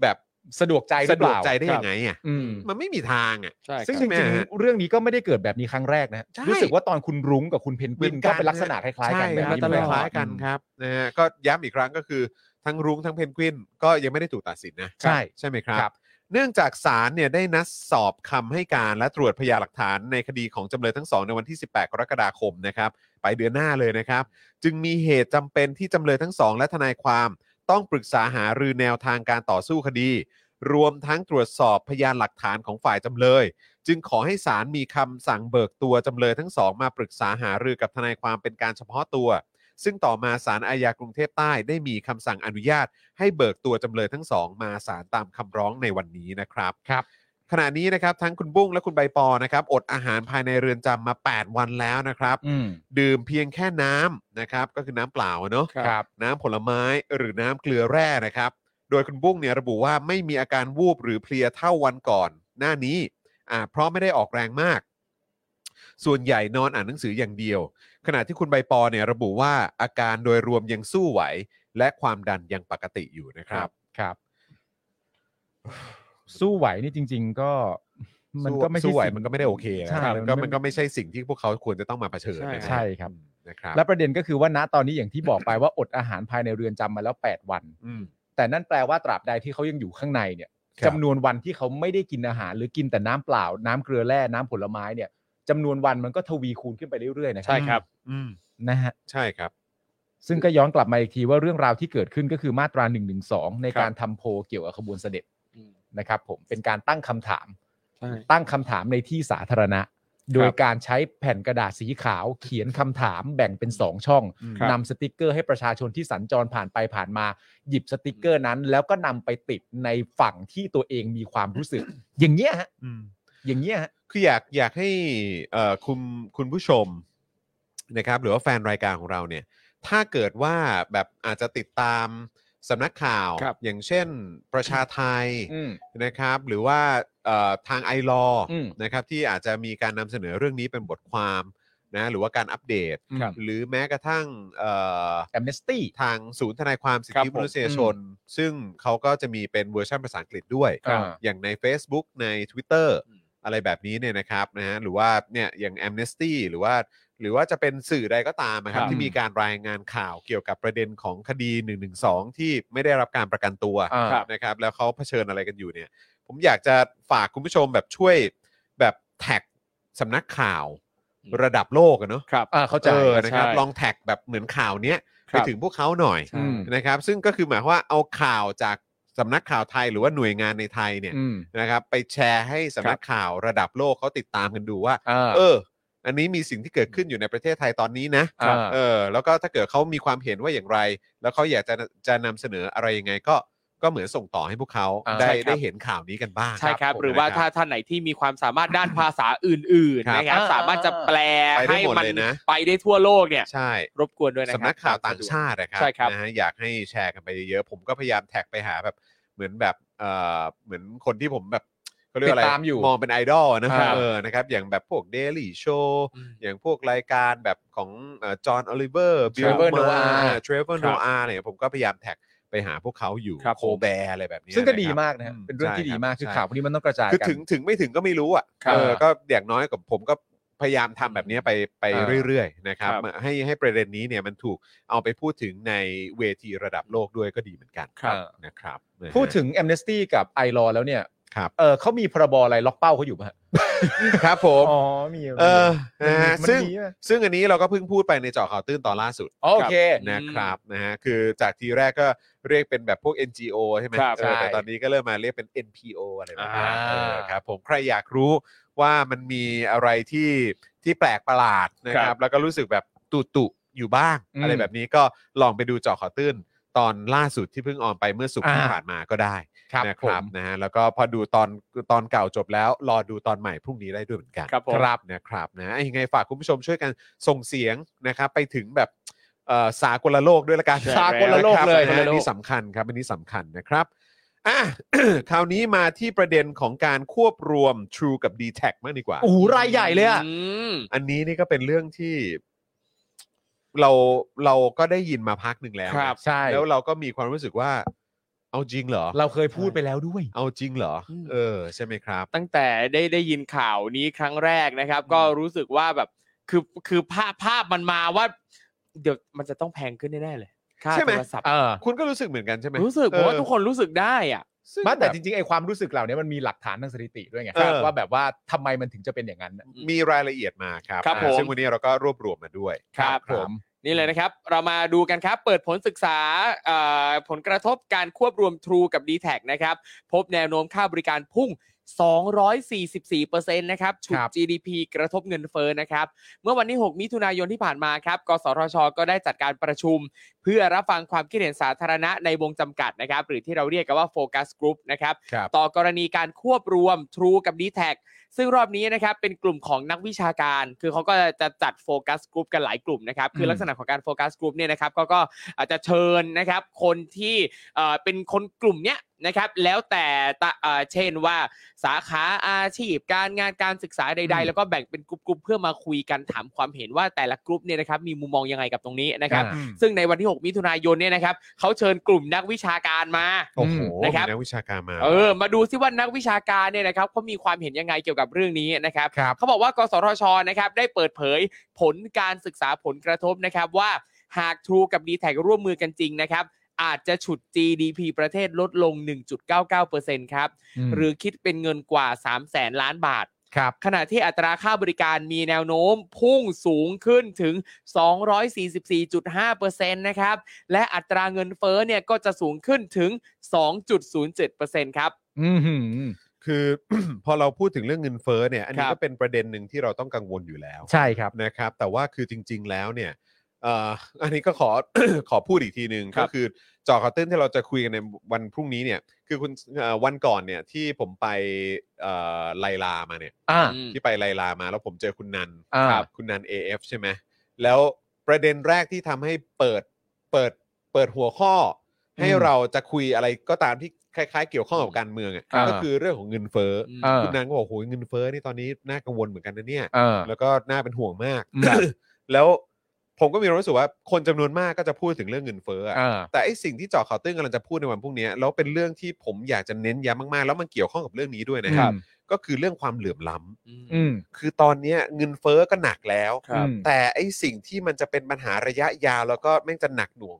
แบบ
สะดวกใจหรื
สะ
อ
ดว
เป
ก
ล่า
ใจได้ยังไงอ่ะ
อืม
มันไม่มีทางอ่ะ
ใช่
ซึ่ง
ค
จ
รับ
ริง
ใช่ไหมฮะ
ๆ เรื่องนี้ก็ไม่ได้เกิดแบบนี้ครั้งแรกนะ
ใช่
รู้สึกว่าตอนคุณรุ้งกับคุณเพนกวินก็เป็นลักษณะคล้ายๆกัน
ใช่
แบ
เป็น
บ
ลัก
นี้
ษณะ
ม
คล้ายๆกันครับนะฮะก็ย้ำอีกครั้งก็คือทั้งรุ้งทั้งเพนกวินก็ยังไม่ได้ถูกตัดสินนะ
ใช่
ใช่ไหมครับ
ครับ
เนื่องจากศาลเนี่ยได้นัดสอบคำให้การและตรวจพยานหลักฐานในคดีของจำเลยทั้งสองในวันที่ 18 กรกฎาคมนะครับ ไปเดือนหน้าเลยนะครับ จึงมีเหตุจำเป็นที่จำเลยทั้งสองและทนายความต้องปรึกษาหารือแนวทางการต่อสู้คดี รวมทั้งตรวจสอบพยานหลักฐานของฝ่ายจำเลย จึงขอให้ศาลมีคำสั่งเบิกตัวจำเลยทั้งสองมาปรึกษาหารือกับทนายความเป็นการเฉพาะตัว ซึ่งต่อมาศาลอาญากรุงเทพใต้ได้มีคำสั่งอนุญาต ให้เบิกตัวจำเลยทั้งสองมาศาลตามคำร้องในวันนี้นะครับ
ครับ
ขณะนี้นะครับทั้งคุณบุ้งและคุณใบปอนะครับอดอาหารภายในเรือนจำมา 8 วันแล้วนะครับ
อืม
ดื่มเพียงแค่น้ำนะครับก็คือน้ำเปล่าเนอะ
ครับ
ครับ
น้ำผลไม้หรือน้ำเกลือแร่นะครับ โดยคุณบุ้งเนี่ยระบุว่าไม่มีอาการวูบหรือเพลียเท่าวันก่อน หน้านี้อ่าเพราะไม่ได้ออกแรงมาก ส่วนใหญ่นอนอ่านหนังสืออย่างเดียว ขณะที่คุณใบปอเนี่ยระบุว่าอาการโดยรวมยังสู้ไหว และความดันยังปกติอยู่นะครับ
ครับ สู้ไหวนี่จริง ๆ ก็ มันก็ไม่ใช่
สู้ไหว
สิ่ง
มันก็ไม่ได้โอเคนะ
ใช่
มันก็
ไ
มันก็ไม่ใช่สิ่งที่พวกเขาควรจะต้องมาเผชิญ
ใช่
นะ
ใช่ครับ
นะครับ
และประเด็นก็คือว่าณตอนนี้อย่างที่บอกไปว่าอดอาหารภายในเรือนจำมาแล้ว 8 วัน
อืม
แต่นั่นแปลว่าตราบใดที่เขายังอยู่ข้างในเนี่ย
ครับ
จำนวนวันที่เขาไม่ได้กินอาหาร หรือกินแต่น้ำเปล่า น้ำเกลือแร่น้ำผลไม้เนี่ยจำนวนวันมันก็ทวีคูณขึ้นไปเรื่อยๆนะ
ใช่ครับ
อืม
นะฮะ
ใช่ครับ
ซึ่งก็ย้อนกลับมาอีกทีว่าเรื่องราวที่เกิดขึ้นก็คือมาตรา1นึใน
ครับ
การทำโพลเกี่ยวกับขบวนเสด็จ
อืม
นะครับผมเป็นการตั้งคำถาม
ใช่
ตั้งคำถามในที่สาธารณะ โดยการใช้แผ่นกระดาษสีขาว เขียนคำถามแบ่งเป็น 2 ช่อง
ครับ
นำสติกเกอร์ให้ประชาชนที่สัญจรผ่านไปผ่านมา หยิบสติกเกอร์นั้น แล้วก็นำไปติดในฝั่งที่ตัวเองมีความรู้สึก อย่างเงี้ยฮะ
อืม
อย่างเงี้ยฮะ
คืออยากอยากให้เอ่อคุณคุณผู้ชมนะครับหรือว่าแฟนรายการของเราเนี่ย ถ้าเกิดว่าแบบอาจจะติดตามสำนักข่าว
ครับ
อย่างเช่นประชาไทยนะครับ หรือว่าเอ่อทางไอรอ
อืม
นะครับที่อาจจะมีการนำเสนอเรื่องนี้เป็นบทความนะหรือว่าการอัปเดต
ครับ
หรือแม้กระทั่งเอ่อ
แอมเนสตี้
ทางศูนย์ทนายความสิท
ครับ
ธิ
ผม
มนุษยชน ซึ่งเขาก็จะมีเป็นเวอร์ชันภาษาอังกฤษด้วย
อ่า
อย่างใน Facebook ใน Twitter
อืม
อะไรแบบนี้เนี่ยนะครับนะฮะหรือว่าเนี่ยอย่าง Amnesty หรือว่า หรือว่าจะเป็นสื่อใดก็ตามนะครับ
ครับ
ที่มีการรายงานข่าวเกี่ยวกับประเด็นของคดี 112 ที่ไม่ได้รับการประกันตัว
อ่า
ครับ
นะครับ แล้วเขาเผชิญอะไรกันอยู่เนี่ย ผมอยากจะฝากคุณผู้ชมแบบช่วยแบบแท็กสำนักข่าวระดับโลกอะเนาะ
ครับ
อ่าเข้าใจ
เออนะครับ
ใช่
ลองแท็กแบบเหมือนข่าวเนี้ย
ค
ไป
รับ
ถึงพวกเขาหน่อย
ใช่
นะครับ ซึ่งก็คือหมายความว่าเอาข่าวจากสำนักข่าวไทยหรือว่าหน่วยงานในไทยเนี่ย
อืม
นะครับ ไปแชร์ให้สำนักข่าวระดับโลกเขาติดตามกันดูว่า
อ่า
เออ อันนี้มีสิ่งที่เกิดขึ้นอยู่ในประเทศไทยตอนนี้นะครับ เออ แล้วก็ถ้าเกิดเขามีความเห็นว่าอย่างไร แล้วเขาอยากจะจะนำเสนออะไรยังไงก็ก็เหมือนส่งต่อให้พวกเขา
อ่า
ได้
ใช่ครับ
ได้เห็นข่าวนี้กันบ้าง
ใช่ครับ
ผม
หรือว่า
นะค
ถ้า
บ
ท่านไหนที่มีความสามารถด้านภาษาอื่น
ครับ
ๆนะครับ
อ่า
สามารถจะแปล
ไปได้
ให้
หมด
มัน
เลยนะ
ไปได้ทั่วโลกเนี่ย
ใช่
รบกวนด้วยนะครับ
สำนักข่าวต่างชาตินะครับ
ใช่ครับ
นะฮะอยากให้แชร์กันไปเยอะๆผมก็พยายามแท็กไปหาแบบเหมือนแบบเอ่อเหมือนคนที่ผมแบบเขา เขาเรียกอะไร
ติดตามอยู่
มองเป็นไอดอลนะค
ครั
รับบ เออนะครับอย่างแบบพวก Daily Show
อืม
อย่างพวกรายการแบบของจอห์นอลิเวอร์บิล
Trevor
มา
Noah
เทรเวอร์โนอาเนี่ยผมก็พยายามแท็กไปหาพวกเขาอยู่
ครับ
โค
ผม
แบร์อะไรแบบเนี้ย
ซึ่งก็
นะครับ
ดีมากนะฮะเป็นเรื่องที่
ใช่
ดี
บ
มากคือ
ใช่
ข่าวพวกนี้มันต้องกระจาย
คือ
กัน
ถึงถึงไม่ถึงก็ไม่รู้อ่ะ
ครับ
เออก็อย่างน้อยกับผมก็พยายามทำแบบนี้ไปไป
เออ
เรื่อยๆนะครับ
ครับ
ให้ให้ประเด็นนี้เนี่ยมันถูกเอาไปพูดถึงในเวทีระดับโลกด้วยก็ดีเหมือนกัน
ครับ
นะครับนะฮะ
พูดถึง a อ n e s t y กับไอรอแล้วเนี่ย
ครับ
เออเขามีพรบอะไรล็อกเป้าเขาอยู่ป่ะฮะ
ครับผม
อ๋อมี
เออนะฮะ
มัน
ซึ่ง
มีไหม
ซึ่งอันนี้เราก็เพิ่งพูดไปในเจาะข่าวตื้นตอนล่าสุด
อ๋อโอเค
นะครับนะฮะคือจากทีแรกก็เรียกเป็นแบบพวก NGO ใช่ไหม
ครับ
เออแต่
ใช่
ตอนนี้ก็เริ่มมาเรียกเป็น NPO อะไรแบบนี้
อ่า
เออครับผมใครอยากรู้ว่ามันมีอะไรที่ที่แปลกประหลาดนะครับ แล้วก็รู้สึกแบบตุตุๆอยู่บ้าง
อืม
อะไรแบบนี้ก็ลองไปดูเจอขอตื้นตอนล่าสุดที่เพิ่งออนไปเมื่อสุกร์ที่
อ่า
ผ่านมาก็ได้
ครับ
นะ
ผ
ครับ
ม
นะฮะแล้วก็พอดูตอนตอนเก่าจบแล้ว รอดูตอนใหม่พรุ่งนี้ได้ด้วยเหมือนกัน
ครับผม
ครับนะครับนะยังไงฝากคุณผู้ชมช่วยกันส่งเสียงนะครับไปถึงแบบเอ่อสากลโลกด้วยละกัน
ใช่สากลโลก
นะครับ
เลย
นะฮะ
สากลโลก
อันนี้สำคัญครับอันนี้สำคัญนะครับอ่ะ คราวนี้มาที่ประเด็นของการควบรวม True กับ d t แทมากดีกว่า
โอ้โหรายใหญ่เลยอะ
ม
อันนี้นี่ก็เป็นเรื่องที่ เราเราก็ได้ยินมาพักหนึ่งแล้ว
ครับ
ใช่
แล้วเราก็มีความรู้สึกว่า เอาจริงเหรอ
เราเคยพูดไปแล้วด้วย
เอาจริงเหรอ เออ ใช่ไหมครับ
ตั้งแต่ได้ได้ยินข่าวนี้ครั้งแรกนะครับ ก็รู้สึกว่าแบบคือคือภาพภาพมันมาว่า เดี๋ยวมันจะต้องแพงขึ้นแน่ๆเลยค่า
ใช่ไหม
โทรศัพท์
เออ
คุณก็รู้สึกเหมือนกันใช่ไหม
รู้สึกผมว่า
เออ
ทุกคนรู้สึกได้อ่ะ
ซึ่ง
มาแต่
บบ
จริงๆไอความรู้สึกเหล่านี้มันมีหลักฐานทางสถิติด้วยไง
เออ
ว่าแบบว่าทำไมมันถึงจะเป็นอย่างนั้นน่ะ
มีรายละเอียดมาครับ
ครับ
อ่า
ผม
ซึ่งวันนี้เราก็รวบรวมมาด้วย
ครับ
ผม
นี่เลยนะครับ เรามาดูกันครับ เปิดผลศึกษาเอ่อผลกระทบการควบรวม True กับ d t แทนะครับ พบแนวโน้มค่าบริการพุ่ง 244%นะครับฉุด
ครับ
GDP กระทบเงินเฟ้อนะครับ เมื่อวันที่ 6 มิถุนายนที่ผ่านมาครับ กสทช ก็ได้จัดการประชุม เพื่อรับฟังความคิดเห็นสาธารณะในวงจำกัดนะครับ หรือที่เราเรียกกันว่าโฟกัสก r o u p นะครับ
ครับ
ต่อกรณีการควบรวม True กับ d t แทซึ่งรอบนี้นะครับเป็นกลุ่มของนักวิชาการ คือเขาก็จะจัดโฟกัสกลุ่มกันหลายกลุ่มนะครับ คือ
ม
ลักษณะของการโฟกัสกลุ่มเนี่ยนะครับก็ก็อาจจะเชิญนะครับ คนที่เอ่อเป็นคนกลุ่มเนี้ยนะครับ แล้วแต่ตะเอ่อเช่นว่าสาขาอาชีพ การงานการศึกษาใด ๆ แล้วก็แบ่งเป็นกลุ่มๆเพื่อมาคุยกันถามความเห็นว่าแต่ละกลุ่มเนี่ยนะครับมีมุมมองยังไงกับตรงนี้นะครับ
อ่า
ซึ่งในวันที่ 6 มิถุนายนเนี่ยนะครับเขาเชิญกลุ่มนักวิชาการมา
โอ้โห
นะครับ
มีนักวิชาการมา
เออ มาดูซิว่านักวิชาการเนี่ยนะครับเขามีความเห็นยังไงเกี่ยวกับเรื่องนี้นะครับ
ครับ
เขาบอกว่ากสทช นะครับ ได้เปิดเผยผลการศึกษาผลกระทบนะครับ ว่าหาก True กับ d t แทร่วมมือกันจริงนะครับ อาจจะฉุด GDP ประเทศลดลง 1.99%ครับ
ม
หรือคิดเป็นเงินกว่า 3 0 0แสนล้านบาท
ครับ
ขณะที่อัตราค่าบริการมีแนวโน้มพุ่งสูงขึ้นถึง 244.5%นะครับ และอัตราเงินเฟ้อเนี่ยก็จะสูงขึ้นถึง 2.07%ครับ
อือหือ
คือ พอเราพูดถึงเรื่องเงินเฟ้อเนี่ย อันนี้
ครับ
ก็เป็นประเด็นหนึ่งที่เราต้องกังวลอยู่แล้ว
ใช่ครับ
นะครับ แต่ว่าคือจริง ๆ แล้วเนี่ยเอ่ ออันนี้ก็ขอ ขอพูดอีกทีหนึ่ง
ครั
ก็
บ
คือจอคาวเต้นที่เราจะคุยกันในวันพรุ่งนี้เนี่ย คือคุณเอ่อวันก่อนเนี่ยที่ผมไปเอ่อไลลามาเนี่ย
อ่า
อืม
ที่ไปไลลามาแล้วผมเจอคุณนัน
อ่า
ครับคุณนัน AF ใช่ไหมแล้วประเด็นแรกที่ทำให้เปิดเปิดเปิดหัวข้อ ให้เราจะคุยอะไรก็ตามที่คล้ายๆ เกี่ยวข้องกับการเมืองอะ
อ่า
ก็คือเรื่องของเงินเฟ้ออ
ม
เออ
คุณนันก็บอกโอ้ยเงินเฟ้อนี่ตอนนี้น่ากังวลเหมือนกันนะเนี่ย
เออ
แล้วก็น่าเป็นห่วงมาก
ครับ
แล้วผมก็มีความรู้สึกว่าคนจำนวนมากก็จะพูดถึงเรื่องเงินเฟ้ออะ
เออ
แต่ไอสิ่งที่เจาะข่าวตื้นกำลังจะพูดในวันพรุ่งนี้แล้วเป็นเรื่องที่ผมอยากจะเน้นย้ำมากๆ แล้วมันเกี่ยวข้องกับเรื่องนี้ด้วยนะครั
ครับ บ
ก็คือเรื่องความเหลื่อมล้ำ
อืม
คือตอนเนี้ยเงินเฟ้อก็หนักแล้ว
ครับ
แต่ไอสิ่งที่มันจะเป็นปัญหาระยะยาวแล้วก็แม่งจะหนักหน่วง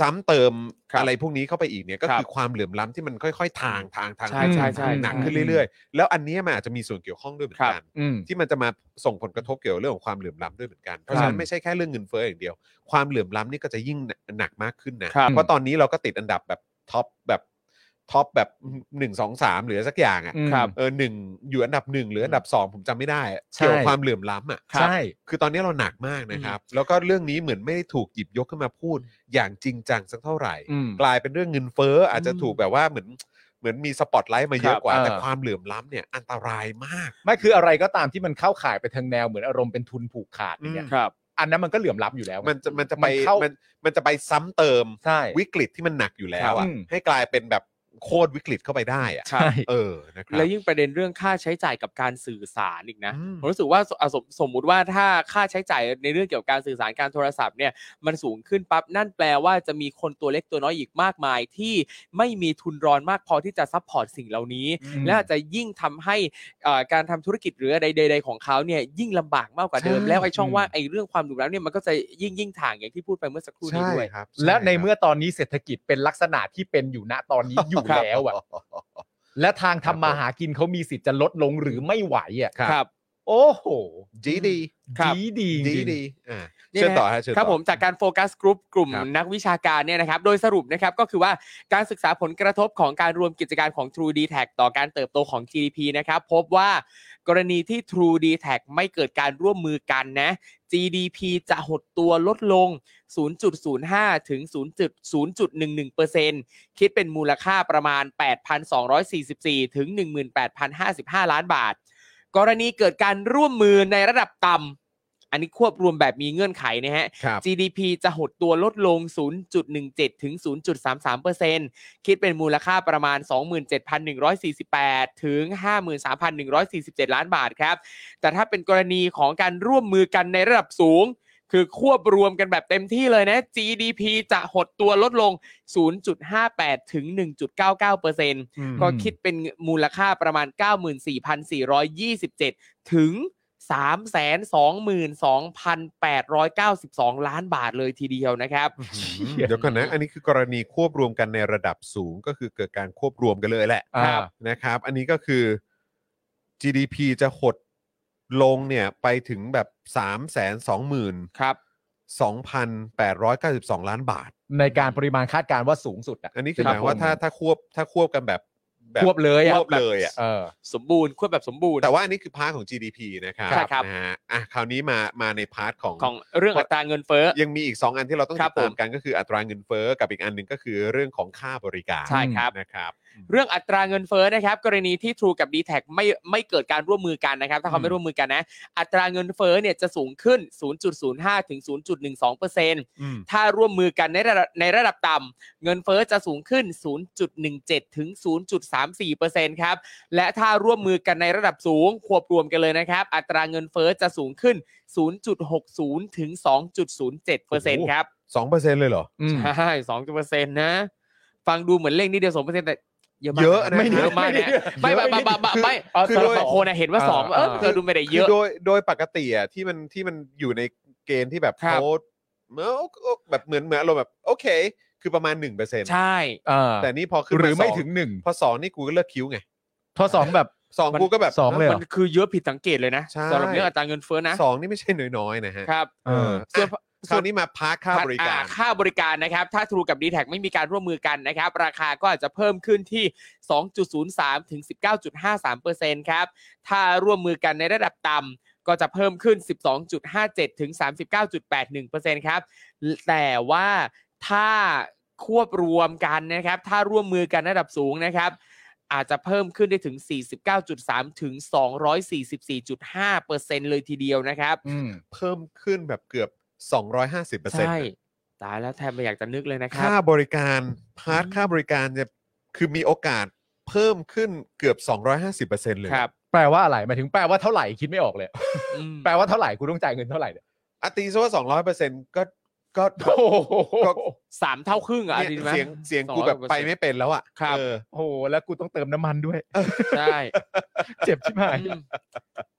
ซ้ำเติมอะไรพวกนี้เข้าไปอีกเนี่ยก็คือความเหลื่อมล้ำที่มันค่อยๆ ทางทางทาง
ใช่
ขึ้น
ใช่ใช่
หนัก
อืม
ขึ้นเรื่อยๆ แล้วอันเนี้ยมันอาจจะมีส่วนเกี่ยวข้องด้วยเหมือนกัน
อืม
ที่มันจะมาส่งผลกระทบเกี่ยวกับเรื่องของความเหลื่อมล้ำด้วยเหมือนกัน เพราะ
ครับ
ฉะนั้นไม่ใช่แค่เรื่องเงินเฟ้ออย่างเดียว ความเหลื่อมล้ำนี่ก็จะยิ่งหนักมากขึ้นนะ
ครับ
เพราะตอนนี้เราก็ติดอันดับแบบท็อปแบบท็อปแบบหนึ่งสองสามหรือสักอย่างอ่ะ
ครับ
เออหนึ่งอยู่อันดับหนึ่งหรืออันดับสองผมจำไม่ได้อะ
ใช่
เกี่ยวกับความเหลื่อมล้ำอ่ะ
ใช่
คือตอนนี้เราหนักมากนะครับ แล้วก็เรื่องนี้เหมือนไม่ได้ถูกหยิบยกขึ้นมาพูดอย่างจริงจังสักเท่าไหร่
อืม
กลายเป็นเรื่องเงินเฟ้ออาจจะถูกแบบว่าเหมือนเหมือนมีสปอตไลท์มาเยอะกว่า
ครับ
แต่ความเหลื่อมล้ำเนี่ยอันตรายมาก
ไม่คืออะไรก็ตามที่มันเข้าข่ายไปทางแนวเหมือนอารมณ์เป็นทุนผูกขาดอย่างเงี้ย
ครับ
อันนั้นมันก็เหลื่อมล้ำอยู่แล้วไง
มันจะมันจะไป
มันเข้ามั
นมันจะไปซ้ำเติม
ใช่
วิกฤตที่มันหนักอยู่แล้ว
ครั
อ่ะ
บอืม
ให้กลายเป็นแบบ โคตรวิกฤตเข้าไปได้อะ
ใช่
เออนะครับ
แล้วยิ่งประเด็นเรื่องค่าใช้จ่ายกับการสื่อสารอีกนะ
อืม
ผมรู้สึกว่าสอ่ะสมสมมุติว่าถ้าค่าใช้จ่ายในเรื่องเกี่ยวกับการสื่อสารการโทรศัพท์เนี่ยมันสูงขึ้นปั๊บนั่นแปลว่าจะมีคนตัวเล็กตัวน้อยอีกมากมาย ที่ไม่มีทุนรอนมากพอที่จะซัพพอร์ตสิ่งเหล่านี้
อืม
และอาจจะยิ่งทำให้เอ่อการทำธุรกิจหรืออะไรใด ๆ ของเขาเนี่ยยิ่งลำบากมากกว่าเดิม
ใช่
แล้วไอ้ช่องว่างไอ้เรื่องความดุร้ายเนี่ยมันก็จะยิ่งยิ่งถ่างอย่างที่พูดไปเมื่อสักครู่นี้
ใช่
ด้วย
ครับ
และใน
ช่ครับ
เมื่อตอนนี้เศรษฐกิจเป็นลักษณะที่เป็นอยู่ณตอนนี้อยู่
ครับ
แล้วอ่ะ และทางทำมาหากินเขามีสิทธิ์จะลดลงหรือไม่ไหวอ่ะ
ครับ
โอ้โห
ดีดี
ครับ
ดีดีจ
ดี
ริงๆ
ดีอ่า
นี่นะ
เชิญต่อฮะเชิญ
ค
ต่
รั
อ
บผมจากการโฟกัสกลุ่มกลุ่ม
ครับ
นักวิชาการเนี่ยนะครับ โดยสรุปนะครับก็คือว่าการศึกษาผลกระทบของการรวมกิจการของ True d t a c ต่อการเติบโตของ GDP นะครับ พบว่ากรณีที่ True d t a c ไม่เกิดการร่วมมือกันนะ GDP จะหดตัวลดลง 0.05 ถึง 0.011%คิดเป็นมูลค่าประมาณ 8,244 ถึง 18,055 ล้านบาท กรณีเกิดการร่วมมือในระดับต่ำอันนี้ควบรวมแบบมีเงื่อนไขนะฮะ
ครับ
GDP จะหดตัวลดลง 0.17 ถึง 0.33%คิดเป็นมูลค่าประมาณ 27,148 ถึง 53,147 ล้านบาทครับ แต่ถ้าเป็นกรณีของการร่วมมือกันในระดับสูง คือควบรวมกันแบบเต็มที่เลยนะ GDP จะหดตัวลดลง 0.58 ถึง 1.99%
อืม
ก็คิดเป็นมูลค่าประมาณ 94,427 ถึง 322,892 ล้านบาทเลยทีเดียวนะครับ
เดี๋ยวก่อนนะ อันนี้คือกรณีควบรวมกันในระดับสูงก็คือเกิดการควบรวมกันเลยแหละ
อ่าครับ
นะครับ อันนี้ก็คือ GDP จะหดลงเนี่ยไปถึงแบบ 3 2 0 0 0
ครับ
2,892 ล้านบาท
ในการปริมาณคาดการณ์ว่าสูงสุดอ่ะ
อันนี้คือหมายความว่าถ้าถ้าควบถ้าควบกันแบบแ
ควบเลยอ่ะ
ควบเลยอ่ะ
เออ
สมบูรณ์ควบแบบสมบูรณ์
แต่ว่าอันนี้คือพาร์ทของ GDP นะครับ
ใช่ครับ
นะฮะอ่ะคราวนี้มามาในพาร์ทของ
ของเรื่องอัตราเงินเฟ้อ
ยังมีอีก 2 อันที่เราต้อง
ครั
ติ
บ
ดตาม
ผม
กันก็คืออัตราเงินเฟ้อกับอีกอันหนึ่งก็คือเรื่องของค่าบริการ
ใช่ครับ
นะครับ
เรื่องอัตราเงินเฟ้อนะครับ กรณีที่ True กับ d t แทไม่ไม่เกิดการร่วมมือกันนะครับ ถ้าเขาไม่ร่วมมือกันนะ อัตราเงินเฟ้อเนี่ยจะสูงขึ้น 0.05 ถึง
อืม
0.12%ถ้าร่วมมือกันในระดับในระดับต่ำเงินเฟ้อจะสูงขึ้น 0.17 ถึง 0.34%ครับ และถ้าร่วมมือกันในระดับสูงควบรวมกันเลยนะครับ อัตราเงินเฟ้อจะสูงขึ้น 0.60 ถึง 2.07%ครับ
สองเปอร์เซ็นต์เลยเหรอ
อืม
ใช่สองเปอร์เซ็นต์นะ ฟังดูเหมือนเลขนิดเดียวสองเปอร์เซ็นต์แต่เยอะมาก
เยอะนะ
ไม่เยอะมาก
ไม่
นะ
เยอะ
ไม่ไม่ไม่ไม่ไม่
เอา
คือ
แต่
เรา
ละ
สองคนน่ะเห็นว่า
เออ
สองเออ
เออ
เธอดูไม่ได้เย
คื
อะ
โดยโดยปกติอ่ะที่มันที่มันอยู่ในเกณฑ์ที่แบบ
ครับ
เขาเหมื่อนแบบเหมือนเหมือนอารมณ์แบบโอเค คือประมาณ1%เปอร์เซ็นต์
ใช่
เออ
แต่นี่พอขึ้น
หรือไม่
าส
ถึงหนึ่ง
พอสองนี่กูก็เลิกคิ้วไง
ทดสอบแบบ
สอง
มัน
กูก็แบบ
สองเลยเหร
มันคือเยอะผิดสังเกตเลยนะ
ใช่
สำหรับเรื่องอัตราเงินเฟ้อนะ
สองนี่ไม่ใช่น้อยๆนะฮะ
ครับ
เออ
ส่วน
คราวนี้มาพาร์คค่าบริการ
อ่ค่าบริการนะครับ ถ้า True กับ d t แทไม่มีการร่วมมือกันนะครับ ราคาก็อาจจะเพิ่มขึ้นที่ 2.03 ถึง 19.53%ครับ ถ้าร่วมมือกันในระดับต่ำก็จะเพิ่มขึ้น 12.57 ถึง 39.81%ครับ แต่ว่าถ้าควบรวมกันนะครับ ถ้าร่วมมือกันระดับสูงนะครับ อาจจะเพิ่มขึ้นได้ถึง 49.3 ถึง 244.5%เลยทีเดียวนะครับ
อืม
เพิ่มขึ้นแบบเกือบ 250เปอร์เซ็นต์
ใช่ ตายแล้วแทบไม่อยากจะนึกเลยนะครับ
ค่าบริการพาร์คค่าบริการจะคือมีโอกาสเพิ่มขึ้นเกือบ 250เปอร์เซ็นต์เลย
ครับ
แปลว่าอะไรหมายถึงแปลว่าเท่าไหร่คิดไม่ออกเลย
อืม
แปลว่าเท่าไหร่กูต้องจ่ายเงินเท่าไหร่เนี่ย
อะตีซะว่า200เปอร์เซ็นต์ก็ก็ก็
โอ้โห
ก็
สามเท่าครึ่งอ่ะ
เนี่ย
ดีไหม
เสียงเสียงกูแบบ
200%
ไปไม่เป็นแล้วอ่ะ
ครับ
เออ
โอ้โหแล้วกูต้องเติมน้ำมัน ด้วย
ใช่
เจ็บชิบหาย
อืม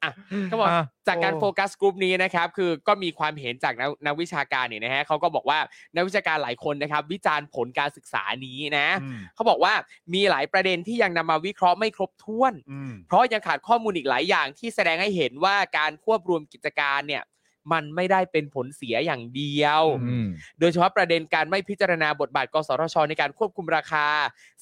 อ่ะก็บอก
อ่ะ
จากการ
โอ้
โฟกัสกลุ่มนี้นะครับ คือก็มีความเห็นจากนักนักวิชาการเนี่ยนะฮะเขาก็บอกว่านักวิชาการหลายคนนะครับ วิจารณ์ผลการศึกษานี้นะเขาบอกว่ามีหลายประเด็นที่ยังนำมาวิเคราะห์ไม่ครบถ้วน เพราะยังขาดข้อมูลอีกหลายอย่างที่แสดงให้เห็นว่าการควบรวมกิจการเนี่ย มันไม่ได้เป็นผลเสียอย่างเดียว
อืม
โดยเฉพาะประเด็นการไม่พิจารณาบทบาท กสทช ในการควบคุมราคา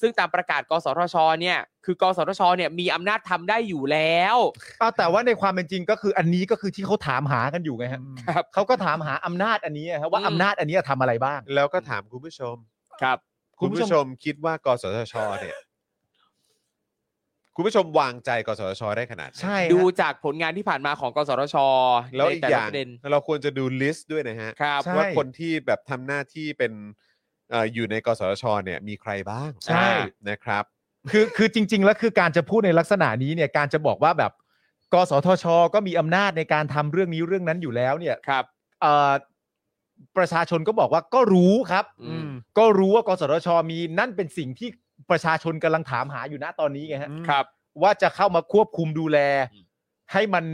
ซึ่งตามประกาศ กสทช เนี่ย คือกสทช เนี่ยมีอำนาจทำได้อยู่แล้ว
เอาแต่ว่าในความเป็นจริงก็คืออันนี้ก็คือที่เขาถามหากันอยู่ไงฮะ
ครับ
เขาก็ถามหาอำนาจอันนี้ฮะว่า
อืม
อำนาจอันนี้ทำอะไรบ้าง
แล้วก็ถามคุณผู้ชม
ครับ
คุ
คุณ
ณผู้ชม
ผู้ชมคิดว่ากสทช เนี่ย คุณผู้ชมวางใจกสทช ได้ขนาดไหน
ใช่ฮะ
ดูจากผลงานที่ผ่านมาของ กสทช
แล้วอีก
ในต่ะ
อย่าง
ประเด็น
เราควรจะดูลิสต์ด้วยนะฮะ
ครับ
ใช่
ว่าคนที่แบบทำหน้าที่เป็น เอ่ออยู่ในกสทชเนี่ยมีใครบ้าง
ใช่
นะครับ
คือคือจริง ๆ แล้วคือการจะพูดในลักษณะนี้เนี่ยการจะบอกว่าแบบ กสทช ก็มีอำนาจในการทำเรื่องนี้เรื่องนั้นอยู่แล้วเนี่ย
ครับ
เอ่อประชาชนก็บอกว่าก็รู้ครับ
อืม
ก็รู้ว่ากสทช มีนั่นเป็นสิ่งที่ประชาชนกำลังถามหาอยู่นะตอนนี้ไงฮะ
ครับ
ว่าจะเข้ามาควบคุมดูแล
อืม
ให้มัน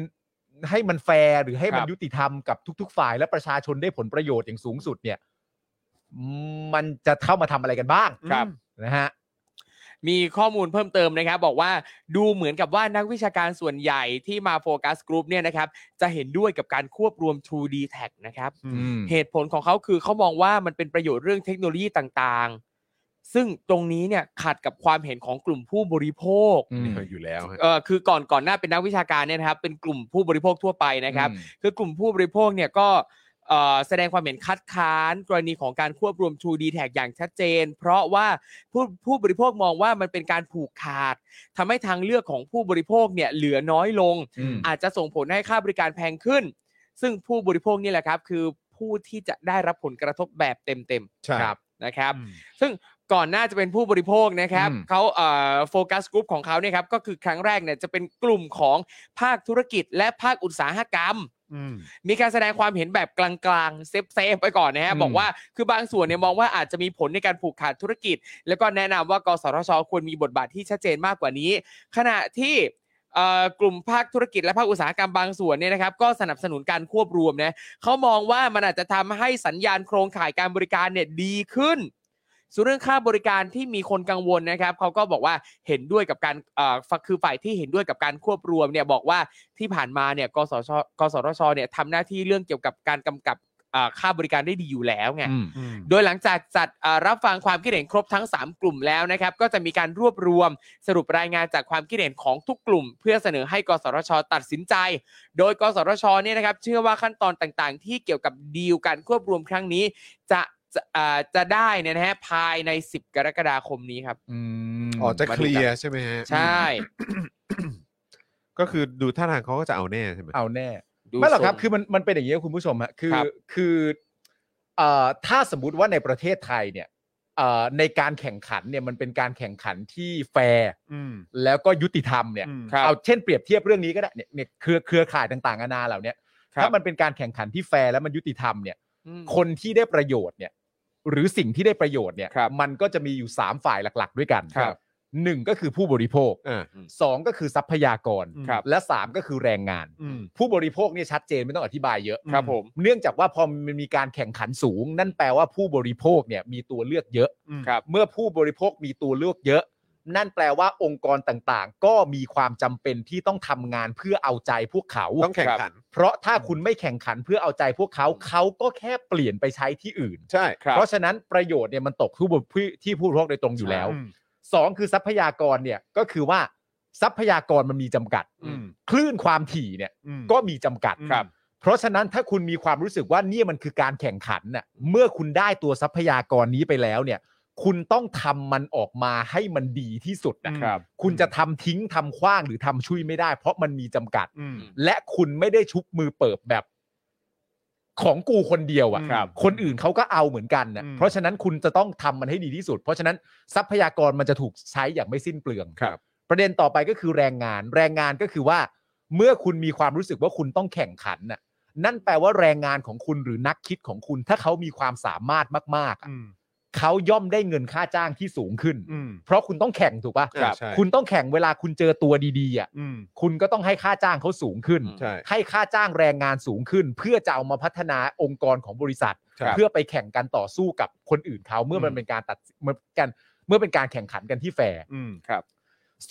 ให้มันแฟร์หรือให้มัน
ครับ
ยุติธรรมกับทุก ๆ ฝ่ายและประชาชนได้ผลประโยชน์อย่างสูงสุดเนี่ย มันจะเข้ามาทำอะไรกันบ้าง
ครับ
นะฮะ
มีข้อมูลเพิ่มเติมนะครับ บอกว่าดูเหมือนกับว่านักวิชาการส่วนใหญ่ที่มาโฟกัสกรุ๊ปเนี่ยนะครับ จะเห็นด้วยกับการควบรวม True d t a c นะครับ เหตุผลของเขาคือเขามองว่ามันเป็นประโยชน์เรื่องเทคโนโลยีต่างๆ ซึ่งตรงนี้เนี่ยขัดกับความเห็นของกลุ่มผู้บริโภค
อืม
อยู่แล้วฮะ
เออคือก่อนก่อนหน้าเป็นนักวิชาการเนี่ยนะครับ เป็นกลุ่มผู้บริโภคทั่วไปนะครับ คือกลุ่มผู้บริโภคเนี่ยก็เอ่อแสดงความเห็นคัดค้าน กรณีของการควบรวม True d t a c อย่างชัดเจน เพราะว่าผู้ผู้บริโภคมองว่ามันเป็นการผูกขาดทำให้ทางเลือกของผู้บริโภคเนี่ยเหลือน้อยลง
อืม
อาจจะส่งผลให้ค่าบริการแพงขึ้น ซึ่งผู้บริโภคนี่แหละครับ คือผู้ที่จะได้รับผลกระทบแบบเต็ม
ใช่
ๆนะครับ
อืม
ซึ่งก่อนหน้าจะเป็นผู้บริโภคนะครับ
อืม
เขาเอ่อโฟกัสกลุ่มของเขาเนี่ยครับก็คือครั้งแรกเนี่ยจะเป็นกลุ่มของภาคธุรกิจและภาคอุตสาหกรรม มีการแสดงความเห็นแบบกลางๆเซฟเซฟๆไปก่อนนะฮะ
อืม
บอกว่าคือบางส่วนเนี่ยมองว่าอาจจะมีผลในการผูกขาดธุรกิจ แล้วก็แนะนำว่ากสทชควรมีบทบาทที่ชัดเจนมากกว่านี้ ขณะที่เอ่อกลุ่มภาคธุรกิจและภาคอุตสาหกรรมบางส่วนเนี่ยนะครับ ก็สนับสนุนการควบรวมนะเขามองว่ามันอาจจะทำให้สัญญาณโครงข่ายการบริการเนี่ยดีขึ้น ส่วนเรื่องค่าบริการที่มีคนกังวลนะครับเขาก็บอกว่าเห็นด้วยกับการเอ่อฝั่งคือฝ่ายที่เห็นด้วยกับการควบรวมเนี่ยบอกว่าที่ผ่านมาเนี่ยกสชกสทชเนี่ยทำหน้าที่เรื่องเกี่ยวกับการกำกับเอ่อค่าบริการได้ดีอยู่แล้วไง
อืม
โดยหลังจากจัดอ่ารับฟังความคิดเห็นครบทั้ง 3 กลุ่มแล้วนะครับ ก็จะมีการรวบรวมสรุปรายงานจากความคิดเห็นของทุกกลุ่ม เพื่อเสนอให้กสทช ตัดสินใจ โดยกสทชเนี่ยนะครับ เชื่อว่าขั้นตอนต่างๆ ที่เกี่ยวกับดีลการควบรวมครั้งนี้ จะจะอ่าจะได้เนยนะฮะภายใน 10 กรกฎาคมนี้ครับ
อ๋อจะเคลียร์ใช่ไหมฮะ
ใช่
ก็คือดูท่าทางเขาก็จะเอาแน่ใช่ไหม
เอาแน่
ดู
ไม่หรอกครับ
ทง
คือมันมันเป็นอย่างนี้ครับคุณผู้ชมฮะคือ
ครับ
คือเอ่อถ้าสมมติว่าในประเทศไทยเนี่ยเอ่อในการแข่งขันเนี่ยมันเป็นการแข่งขันที่แฟร์แล้วก็ยุติธรรมเนี่ย
ครับ
เอาเช่นเปรียบเทียบเรื่องนี้ก็ได้เนี่ยเนี่ยเครือเครือข่ายต่างๆนานาเหล่าเนี้ย
ครับ
ถ้ามันเป็นการแข่งขันที่แฟร์และมันยุติธรรมเนี่ย
อืม
คนที่ได้ประโยชน์เนี่ย หรือสิ่งที่ได้ประโยชน์เนี่ย
ครับ
มันก็จะมีอยู่สามฝ่ายหลัก ๆ ด้วยกัน
ครับ
หนึ่งก็คือผู้บริโภค
อ่า
สองก็คือทรัพยากร
ครับ
และสามก็คือแรงงาน ผู้บริโภคเนี่ยชัดเจนไม่ต้องอธิบายเยอะ
ครับผม
เนื่องจากว่าพอมันมีการแข่งขันสูง นั่นแปลว่าผู้บริโภคเนี่ยมีตัวเลือกเยอะ
ครับ
เมื่อผู้บริโภคมีตัวเลือกเยอะ นั่นแปลว่าองค์กรต่างๆ ก็มีความจำเป็นที่ต้องทำงานเพื่อเอาใจพวกเขา
ต้องแข่งขัน
เพราะถ้าคุณไม่แข่งขันเพื่อเอาใจพวกเขาเขาก็แค่เปลี่ยนไปใช้ที่อื่น
ใช่
ครับ
เพราะฉะนั้นประโยชน์เนี่ยมันตกที่ผู้ผู้ที่ผู้บริโภคโดยตรงอยู่แล้วสองคือทรัพยากรเนี่ยก็คือว่าทรัพยากรมันมีจำกัด
อืม
คลื่นความถี่เนี่ยก็มีจำกัด
ครับ
เพราะฉะนั้นถ้าคุณมีความรู้สึกว่าเนี่ยมันคือการแข่งขันน่ะเมื่อคุณได้ตัวทรัพยากรนี้ไปแล้วเนี่ย คุณต้องทำมันออกมาให้มันดีที่สุดนะครับ คุณจะทำทิ้งทำขว้างหรือทำช่วยไม่ได้ เพราะมันมีจำกัด
อืม
และคุณไม่ได้ชุบมือเปิบแบบ ของกูคนเดียวอะ
ครับ
คนอื่นเขาก็เอาเหมือนกันนะเพราะฉะนั้นคุณจะต้องทำมันให้ดีที่สุด เพราะฉะนั้นทรัพยากรมันจะถูกใช้อย่างไม่สิ้นเปลือง
ครับ
ประเด็นต่อไปก็คือแรงงาน แรงงานก็คือว่า เมื่อคุณมีความรู้สึกว่าคุณต้องแข่งขันน่ะ นั่นแปลว่าแรงงานของคุณหรือนักคิดของคุณ ถ้าเขามีความสามารถมากๆอะเขาย่อมได้เงินค่าจ้างที่สูงขึ้น เพราะคุณต้องแข่งถูกปะ
ครั่
ะ
บใช่
คุณต้องแข่งเวลาคุณเจอตัวดีๆอ่ะคุณก็ต้องให้ค่าจ้างเขาสูงขึ้น
ใช่
ให้ค่าจ้างแรงงานสูงขึ้น เพื่อจะเอามาพัฒนาองค์กรของบริษัท
ครับ
เพื่อไปแข่งกันต่อสู้กับคนอื่นเขาเมื่อมันเป็นการตัดเมื่อกันเมื่อเป็นการแข่งขันกันที่แฟร์
ครับ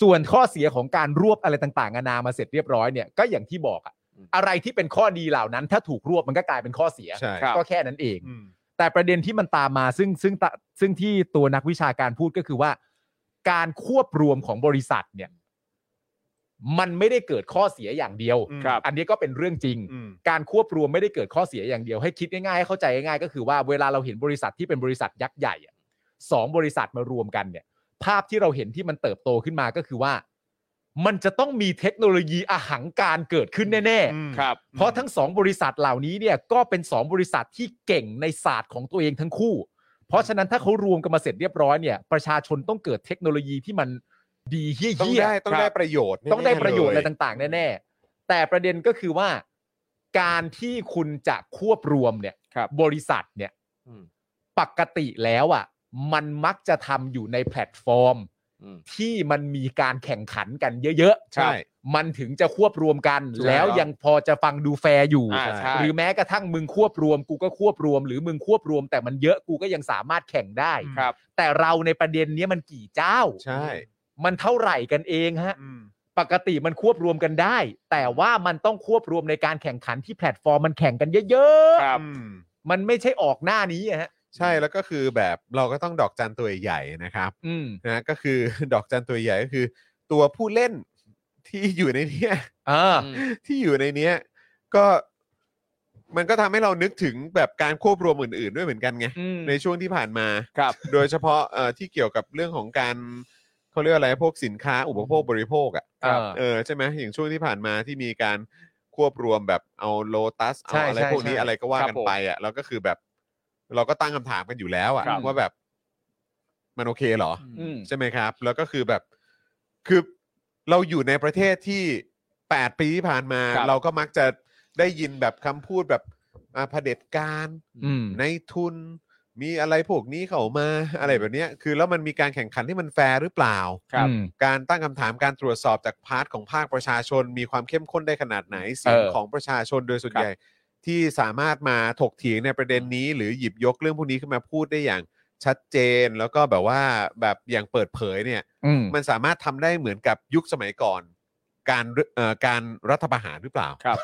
ส่วนข้อเสียของการรวบอะไรต่างๆนานามาเสร็จเรียบร้อยเนี่ยก็อย่างที่บอกอะ
อืม
อะไรที่เป็นข้อดีเหล่านั้น ถ้าถูกรวบมันก็กลายเป็นข้อเสีย
ใช่
ครับ
ก็แค่นั้นเอง แต่ประเด็นที่มันตามมาซึ่งซึ่งตะซึ่งที่ตัวนักวิชาการพูดก็คือว่า การควบรวมของบริษัทเนี่ย มันไม่ได้เกิดข้อเสียอย่างเดียว
ครับ
อันนี้ก็เป็นเรื่องจริง การควบรวมไม่ได้เกิดข้อเสียอย่างเดียวให้คิดง่ายๆให้เข้าใจง่ายๆก็คือว่าเวลาเราเห็นบริษัทที่เป็นบริษัทยักษ์ใหญ่อะสองบริษัทมารวมกันเนี่ย ภาพที่เราเห็นที่มันเติบโตขึ้นมาก็คือว่า มันจะต้องมีเทคโนโลยีอหังการเกิดขึ้นแน่ๆ
ครับ
เพราะทั้งสองบริษัทเหล่านี้เนี่ยก็เป็นสองบริษัทที่เก่งในศาสตร์ของตัวเองทั้งคู่ เพราะฉะนั้นถ้าเขารวมกันมาเสร็จเรียบร้อยเนี่ยประชาชนต้องเกิดเทคโนโลยีที่มันดีเฮี้ยๆ
ต้องได้ต้องได้ประโยชน์
ต้องได้
แๆ
ประโยชน์อะไร
เล
ต่างๆ แน่ ๆ แต่ประเด็นก็คือว่าการที่คุณจะควบรวมเนี่ย
ครับ
บริษัทเนี่ย
อืม
ปกติแล้วอ่ะ มันมักจะทำอยู่ในแพลตฟอร์ม
อืม
ที่มันมีการแข่งขันกันเยอะๆ
ใช่
มันถึงจะควบรวมกัน
ถูก
แล้ว
ต้อง
ยังพอจะฟังดูแฟร์อยู่
อ่าใช่
หรือแม้กระทั่งมึงควบรวม กูก็ควบรวม หรือมึงควบรวม แต่มันเยอะกูก็ยังสามารถแข่งได้
ครับ
แต่เราในประเด็นเนี้ยมันกี่เจ้า
ใช่
มันเท่าไหร่กันเองฮะ ปกติมันควบรวมกันได้ แต่ว่ามันต้องควบรวมในการแข่งขันที่แพลตฟอร์มมันแข่งกันเยอะ
ครับ
อืม
ๆ มันไม่ใช่ออกหน้านี้อะฮะ
ใช่แล้วก็คือแบบเราก็ต้องดอกจันตัวใหญ่ๆนะครับ
อืม
นะก็คือ ดอกจันตัวใหญ่ก็คือ ตัวผู้เล่นที่อยู่ในเนี้ย
อ่า
อืม
ที่อยู่ในเนี้ยก็มันก็ทำให้เรานึกถึงแบบการควบรวมอื่น ๆ ด้วยเหมือนกันไง ในช่วงที่ผ่านมา
ครับ
โดยเฉพาะเอ่อที่เกี่ยวกับเรื่องของการเขาเรียกอะไรพวกสินค้าอุปโภคบริโภคอ่ะ
ครับ
เออใช่ไหมอย่างช่วงที่ผ่านมาที่มีการควบรวมแบบเอาโลตัสเอา
ใช่
อะไร
ใช่
พวกนี้
ใช่
อะไรก็ว่า
ครับ
กันไปอ่ะแล้วก็คือแบบเราก็ตั้งคำถามกันอยู่แล้วอ่ะ
ครับ
ว่าแบบมันโอเคเหรอ
อืม
ใช่ไหมครับ แล้วก็คือแบบคือเราอยู่ในประเทศที่ 8 ปีที่ผ่านมา
ครับ
เราก็มักจะได้ยินแบบคำพูดแบบอ่าเผด็จการ
อืม
ในทุน มีอะไรพวกนี้เข้ามาอะไรแบบเนี้ยคือแล้วมันมีการแข่งขันที่มันแฟร์หรือเปล่า
ครับ
อืม
การตั้งคำถามการตรวจสอบจากพาร์ทของภาคประชาชน มีความเข้มข้นได้ขนาดไหนเสียง
เออ
ของประชาชนโดยส่วนใหญ่ ที่สามารถมาถกเถียงในประเด็นนี้ หรือหยิบยกเรื่องพวกนี้ขึ้นมาพูดได้อย่างชัดเจน แล้วก็แบบว่าแบบอย่างเปิดเผยเนี่ย
อืม
มันสามารถทำได้เหมือนกับยุคสมัยก่อน การเอ่อการรัฐประหารหรือเปล่า
ครับ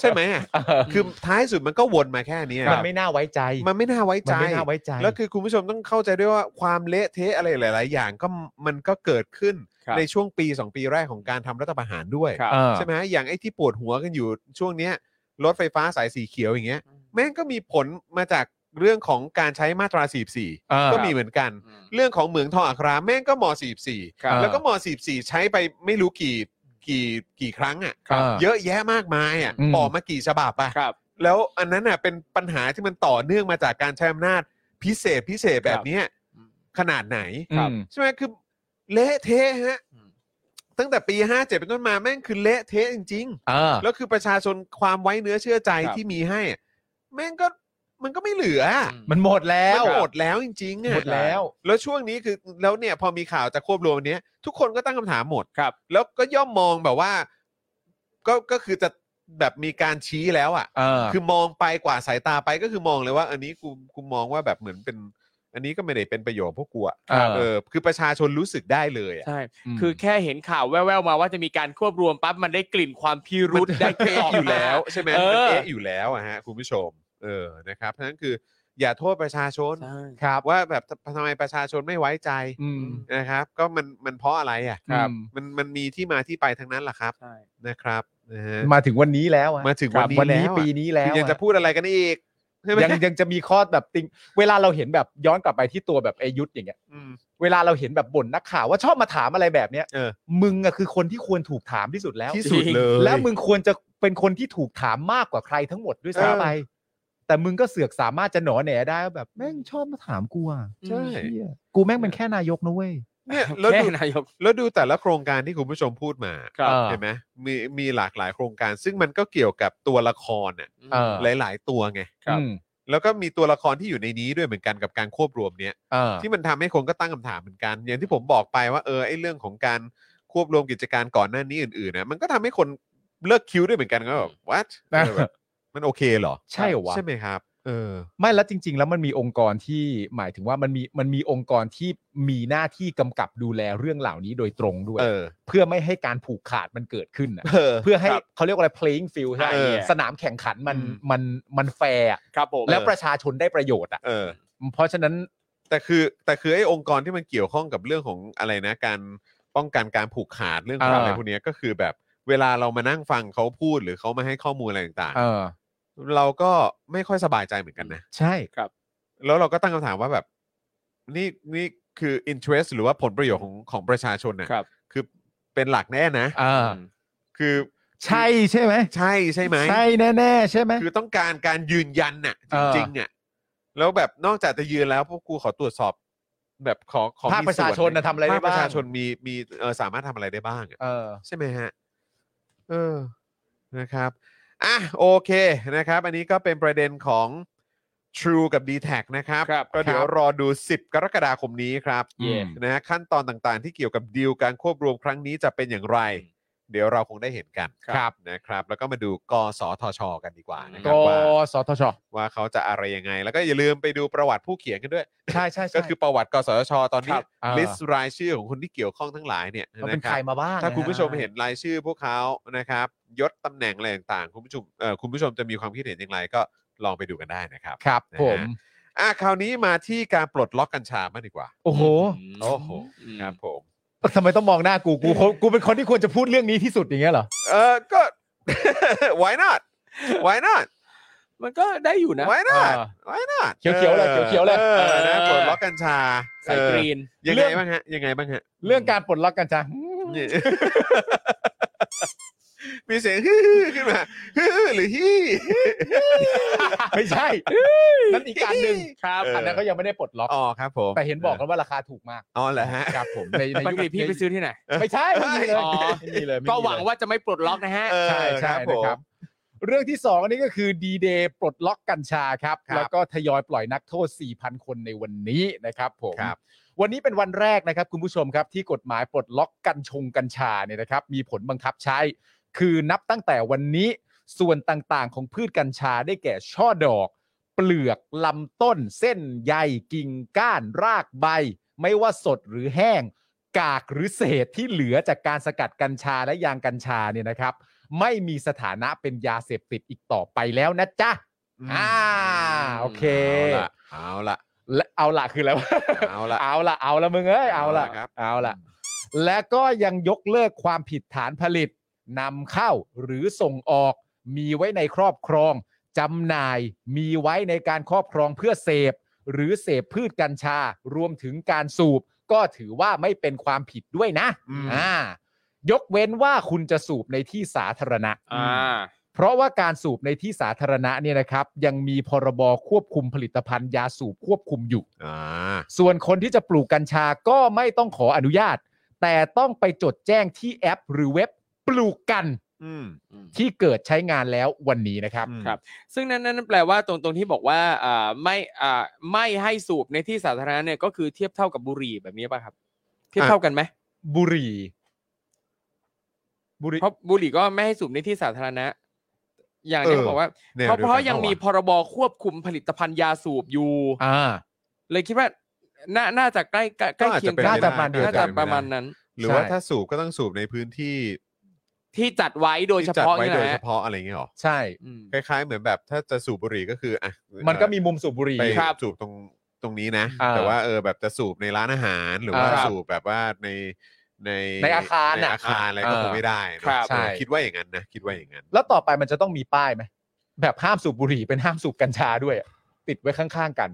ใช่ไหมอะ
เออ
คือท้ายสุดมันก็วนมาแค่เนี้ย
มันไม่น่าไว้ใจ
มันไม่น่าไว้ใจ
มันไม่น่าไว้ใจ
แล้วคือคุณผู้ชมต้องเข้าใจด้วยว่าความเละเทะอะไรหลาย ๆ อย่างก็มันก็เกิดขึ้น
ครับ
ในช่วงปี 2 ปีแรกของการทำรัฐประหารด้วย
ครับ
เออ
ใช่ไหมฮะอย่างไอ้ที่ปวดหัวกันอยู่ช่วงเนี้ยรถไฟฟ้าสายสีเขียวอย่างเงี้ยแม่งก็มีผลมาจากเรื่องของการใช้มาตรา
เออ
44 ก็มีเหมือนกัน
อืม
เรื่องของเหมืองทองอัคราแม่งก็ม 44
ครับ
แล้วก็ม .44 ใช้ไปไม่รู้กี่กี่กี่ครั้ง
ครั
อะ่ะ
บ
เยอะแยะมากมายอะ่ะ
อืม
ออกมากี่ฉบับอะ
ครับ
แล้วอันนั้นอ่ะเป็นปัญหาที่มันต่อเนื่องมาจากการใช้อำนาจพิเศษพิเศษแบบเนี้ย
อืม
ขนาดไหน
อืม
ใช่ไหมคือเละเทะฮะ
อืม
ตั้งแต่ปี 57 เป็นต้นมาแม่งคือเละเทะจริง
เออ
ๆ แล้วคือประชาชนความไว้เนื้อเชื่อใจ
ครับ
ที่มีให้อะแม่งก็มันก็ไม่เหลืออะ
มันหมดแล้ว
มันหมดแล้วจริงๆอะ
หมดแล้ว
แล้วช่วงนี้คือแล้วเนี่ยพอมีข่าวจะควบรวมอันเนี้ย ทุกคนก็ตั้งคำถามหมด
ครับ
แล้วก็ย่อมมองแบบว่า ก็ก็คือจะแบบมีการชี้แล้วอะ
เออ
่ะ คือมองไปกว่าดสายตาไปก็คือมองเลยว่า อันนี้กูกูมองว่าแบบเหมือนเป็น อันนี้ก็ไม่ได้เป็นประโยชน์พวกกูอะ
ครับ
เออ คือประชาชนรู้สึกได้เลยอะ
ใช่
ม
คือแค่เห็นข่าวแว่วๆมาว่าจะมีการควบรวมปั๊บมันได้กลิ่นความพิรุ ษได้กลิ่น
เอ๊ะ
ออก
อ
มา
ยู่แล้ว ใช่ไหม
เอ
มัน
อ
เอ๊ะอยู่แล้วอะฮะคุณผู้ชม เออนะครับเพราะฉะนั้นคือ อย่าโทษประชาชน
ใช่
ครับ
ว่าแบบทำไมประชาชนไม่ไว้ใจ
อืม
นะครับก็มันมันเพราะอะไรอ่ะ
ครับ
มันมันมีที่มาที่ไปทั้งนั้นแหละครับ
ใช่
นะครับนะฮะ
มาถึงวันนี้แล้วอะ
มาถึง
ครับ
วันนี้แล้วอะ
ปีนี้แล้ว
คือยัง
อะ
จะพูดอะไรกันอีกใช่ไหม
ยังยังจะมีข้อแบบติงเวลาเราเห็นแบบย้อนกลับไปที่ตัวแบบไอายุทธอย่างเงี้ย
อืม
เวลาเราเห็นแบบบ่นนักข่าวว่าชอบมาถามอะไรแบบเนี้ย
เออ
มึงอะคือคนที่ควรถูกถามที่สุดแล้ว
ที่สุดเลย
แล้วมึงควรจะเป็นคนที่ถูกถามมากกว่าใครทั้งหมดด้วยซ้ำไป แต่มึงก็เสือกสามารถจะหนอแหนได้ว่าแบบแม่งชอบมาถามกูอะ
ใช่
เหี้ยกูแม่งเป็นแค่นายกนะเว้ย
เนี่ยแล้ว
แค่
ดู
นายก
แล้วดูแต่ละโครงการที่คุณผู้ชมพูดมา
ครับ
เห็นไหมมีมีหลากหลายโครงการ ซึ่งมันก็เกี่ยวกับตัวละครน่ะ
เออ
หลาย ๆ ตัวไง
อืม
แล้วก็มีตัวละครที่อยู่ในนี้ด้วยเหมือนกันกับการควบรวมเนี้ย
เออ
ที่มันทำให้คนก็ตั้งคำถามเหมือนกัน อย่างที่ผมบอกไปว่าเออไอ้เรื่องของการควบรวมกิจการก่อนหน้านี้อื่นๆนะมันก็ทำให้คนเลิกคิวด้วยเหมือนกันก็แบบ what
นะ
เออแบบมันโอเคเหรอ
ใช่เหรอวะ
ใช่ไหมครับ เออ
ไม่แล้วจริง ๆ แล้วมันมีองค์กรที่หมายถึงว่ามันมีมันมีองค์กรที่มีหน้าที่กำกับดูแลเรื่องเหล่านี้โดยตรงด้วย
เออ
เพื่อไม่ให้การผูกขาดมันเกิดขึ้นอะ
เออ
เพื่อให้
ครับ
เขาเรียกว่าอะไร playing field ใช่ไหม
เออ
สนามแข่งขันมัน
อืม
มันมันแฟร์อะ
ครับผม
แล้วประชาชนได้ประโยชน์อ่ะ
เออ
เพราะฉะนั้น
แต่คือแต่คือไอ้องค์กรที่มันเกี่ยวข้องกับเรื่องของอะไรนะ การป้องกันการผูกขาดเรื่องของ
เอออ
อะไรพวกเนี้ยก็คือแบบเวลาเรามานั่งฟังเขาพูดหรือเขามาให้ข้อมูลอะไรต่าง
เออ
ๆเราก็ไม่ค่อยสบายใจเหมือนกันนะ
ใช่
แล้วเราก็ตั้งคำถามว่าแบบนี่นี่คือ interest หรือว่าผลประโยชน์ของของประชาชนเนี่ย
ครับ
คือเป็นหลักแน่นะ
เออ
คือ
ใช่ใช่ไหม
ใช่ใช่ไหม
ใช่แน่ ๆ ใช่ไหม
คือต้องการการยืนยันน่ะจ
เออ
ริงๆอ่ะ แล้วแบบนอกจากจะยืนแล้วพวกกูขอตรวจสอบ แบบขอขอมี
ภาคประชาชนน่ะ
ส่ว
ทำอะไรได้
ภคประชา
บ้าง
ชนมีมีเออสามารถทำอะไรได้บ้างอะ
เออ
ใช่ไหมฮะ เออ นะครับ อ่ะ โอเค นะครับ อันนี้ก็เป็นประเด็นของ True กับ d t แทนะครับ
ครับ
ก็เดี๋ยวรอดู 10 กรกฎาคมนี้ครับ
เย่
นะฮะขั้นตอนต่างๆ ที่เกี่ยวกับดีลการควบรวมครั้งนี้จะเป็นอย่างไร เดี๋ยวเราคงได้เห็นกัน
ครับ
นะครับ แล้วก็มาดูกสทช กันดีกว่านะค
ก
รับว่า
สทช
ว่าเขาจะอะไรยังไง แล้วก็อย่าลืมไปดูประวัติผู้เขียนกันด้วย
ใช่ใช่ใช่
ก็คือประวัติกสทช ตอนนี้
ครับอ่า
ลิสต์รายชื่อของคนที่เกี่ยวข้องทั้งหลายเนี่ย
ว่าเป็น
นะค
ใค
รั
ร
บ
มาบ้าง
ถ้าคุณ
ะฮะ
ผู้ชมเห็นรายชื่อพวกเขานะครับยศตำแหน่งอะไรต่างๆคุณผู้ชมเอ่อคุณผู้ชมจะมีความคิดเห็นอย่างไรก็ลองไปดูกันได้นะครับ
ครับ
นะฮะ
ผม
อ่ะคราวนี้มาที่การปลดล็อกกัญชามากดีกว่า
โอ้โห
โอ้โห
ม
ครับผม
ทำไมต้องมองหน้ากูกูกูกูเป็นคนที่ควรจะพูดเรื่องนี้ที่สุดอย่างเงี้ยเหรอ
เออก็ why not why not
มันก็ได้อยู่นะ
why not
อ่า
why not
เขียวๆเลยเขียวๆเลย
ออออนะ
เออ
ปลดล็อกกัญชา
ใส่
เออก
รีน
ยังไงบ้างฮะยังไงบ้างฮะ
เรื่องการปลดล็อกกัญชา
เนี่ย มีเสียง ฮือขึ้นมาฮือ หรือ ฮี่
ไม่ใช่ นั่นอีกการหนึ่ง
ครับ
เอออั
อันนั้นก็ยังไม่ได้ปลดล็อก
อ๋อครับผม
แต่เห็นบอกกันว่าราคาถูกมาก
อ๋อเหรอฮะ
ครับผมในใน
ปก
ยุค
ติพี่ไปซื้อที่ไหน
ไม่ใช่ไม่มีเลย
อ๋อ
ไม่มีเลยไม่มีเลย
ก็หวังว่าจะไม่ปลดล็อกนะฮะ
เออ
ใช่ใช่
ครับผม
นะครับ เรื่องที่สองอันนี้ก็คือดีเดย์ปลดล็อกกัญชาครับ
ครับ
แล้วก็ทยอยปล่อยนักโทษ 4,000 คนในวันนี้นะครับผม
ครับ
วันนี้เป็นวันแรกนะครับคุณผู้ชมครับที่กฎหมายปลดล็อกกัญชงกัญชาเนี่ยนะครับมีผลบังคับใช้ คือนับตั้งแต่วันนี้ส่วนต่างๆ ของพืชกัญชาได้แก่ช่อดอก เปลือกลำต้น เส้นใยกิ่งก้านรากใบ ไม่ว่าสดหรือแห้ง กากหรือเศษที่เหลือจากการสกัดกัญชาและยางกัญชาเนี่ยนะครับ ไม่มีสถานะเป็นยาเสพติดอีกต่อไปแล้วนะจ๊ะอ่าโอเค
เอาละ
และเอาละคือแล้วะ
เอาละ
เอาละเอาละมึงเอ้ยเอาละ
เอาล่ะครับ
เอาละและก็ยังยกเลิกความผิดฐานผลิตนำเข้าหรือส่งออก มีไว้ในครอบครองจำหน่าย มีไว้ในการครอบครองเพื่อเสพ หรือเสพพืชกัญชา รวมถึงการสูบ ก็ถือว่าไม่เป็นความผิดด้วยนะ
อืม
อ่ายกเว้นว่าคุณจะสูบในที่สาธารณะ
อ่า
เพราะว่าการสูบในที่สาธารณะเนี่ยนะครับ ยังมีพรบควบคุมผลิตภัณฑ์ยาสูบควบคุมอยู่
อ่า
ส่วนคนที่จะปลูกกัญชาก็ไม่ต้องขออนุญาต แต่ต้องไปจดแจ้งที่แอป หรือเว็บปลูกกัน
อืม
ที่เกิดใช้งานแล้ววันนี้นะครับ
อืม
ครับ ซึ่งนั่นนั่นแปลว่าตรงตรงที่บอกว่าอ่าไม่อ่าไม่ให้สูบในที่สาธารณะเนี่ยก็คือเทียบเท่ากับบุหรี่แบบนี้ป่ะครับ เทียบเท่ากันไหม
บุหรีบุหรี
เพราะบุหรี่ก็ไม่ให้สูบในที่สาธารณะ อย่างที่
เออ
เขาบอกว่า
แนว
เพราะ
ดีวกัน
เพราะยังมี
ปะวะ
พรบควบคุมผลิตภัณฑ์ยาสูบอยู่
อ่า
เลยคิดว่าน่าน่าจะใกล้ใกล้ใกล้เคียงกั
ก็
น
อาจจะเป็นไปได้
น่าจะประมาณนั้น
หรือว่า
ใช่
ถ้าสูบก็ต้องสูบในพื้นที่
ที่จัดไว้โดยเฉ
ที่จัด
พาะ
ไว้
นี่
โด
แห
ยเฉ
ละ
พาะอะไรอย่างเงี้ยหรอ
ใช่
อืม
คล้ายๆ เหมือนแบบถ้าจะสูบบุหรี่ก็คืออ่ะ
มันก็มีมุมสูบบุหรี
ไป
ครับ
สูบตรงตรงนี้นะ
อ่า
แต่ว่าเออแบบจะสูบในร้านอาหารหรือว่า
ครับ
สูบแบบว่าในใน
ในอาคาร
ใน
น่ะ
อาคารอะไรก็
อ่า
คงไม่ได้เนอะ
ครับ
เออ
ใช่
คิดว่าอย่างนั้นนะคิดว่าอย่างนั้น
แล้วต่อไปมันจะต้องมีป้ายไหมแบบห้ามสูบบุหรี่เป็นห้ามสูบกัญชาด้วยอะติดไว้ข้างๆกัน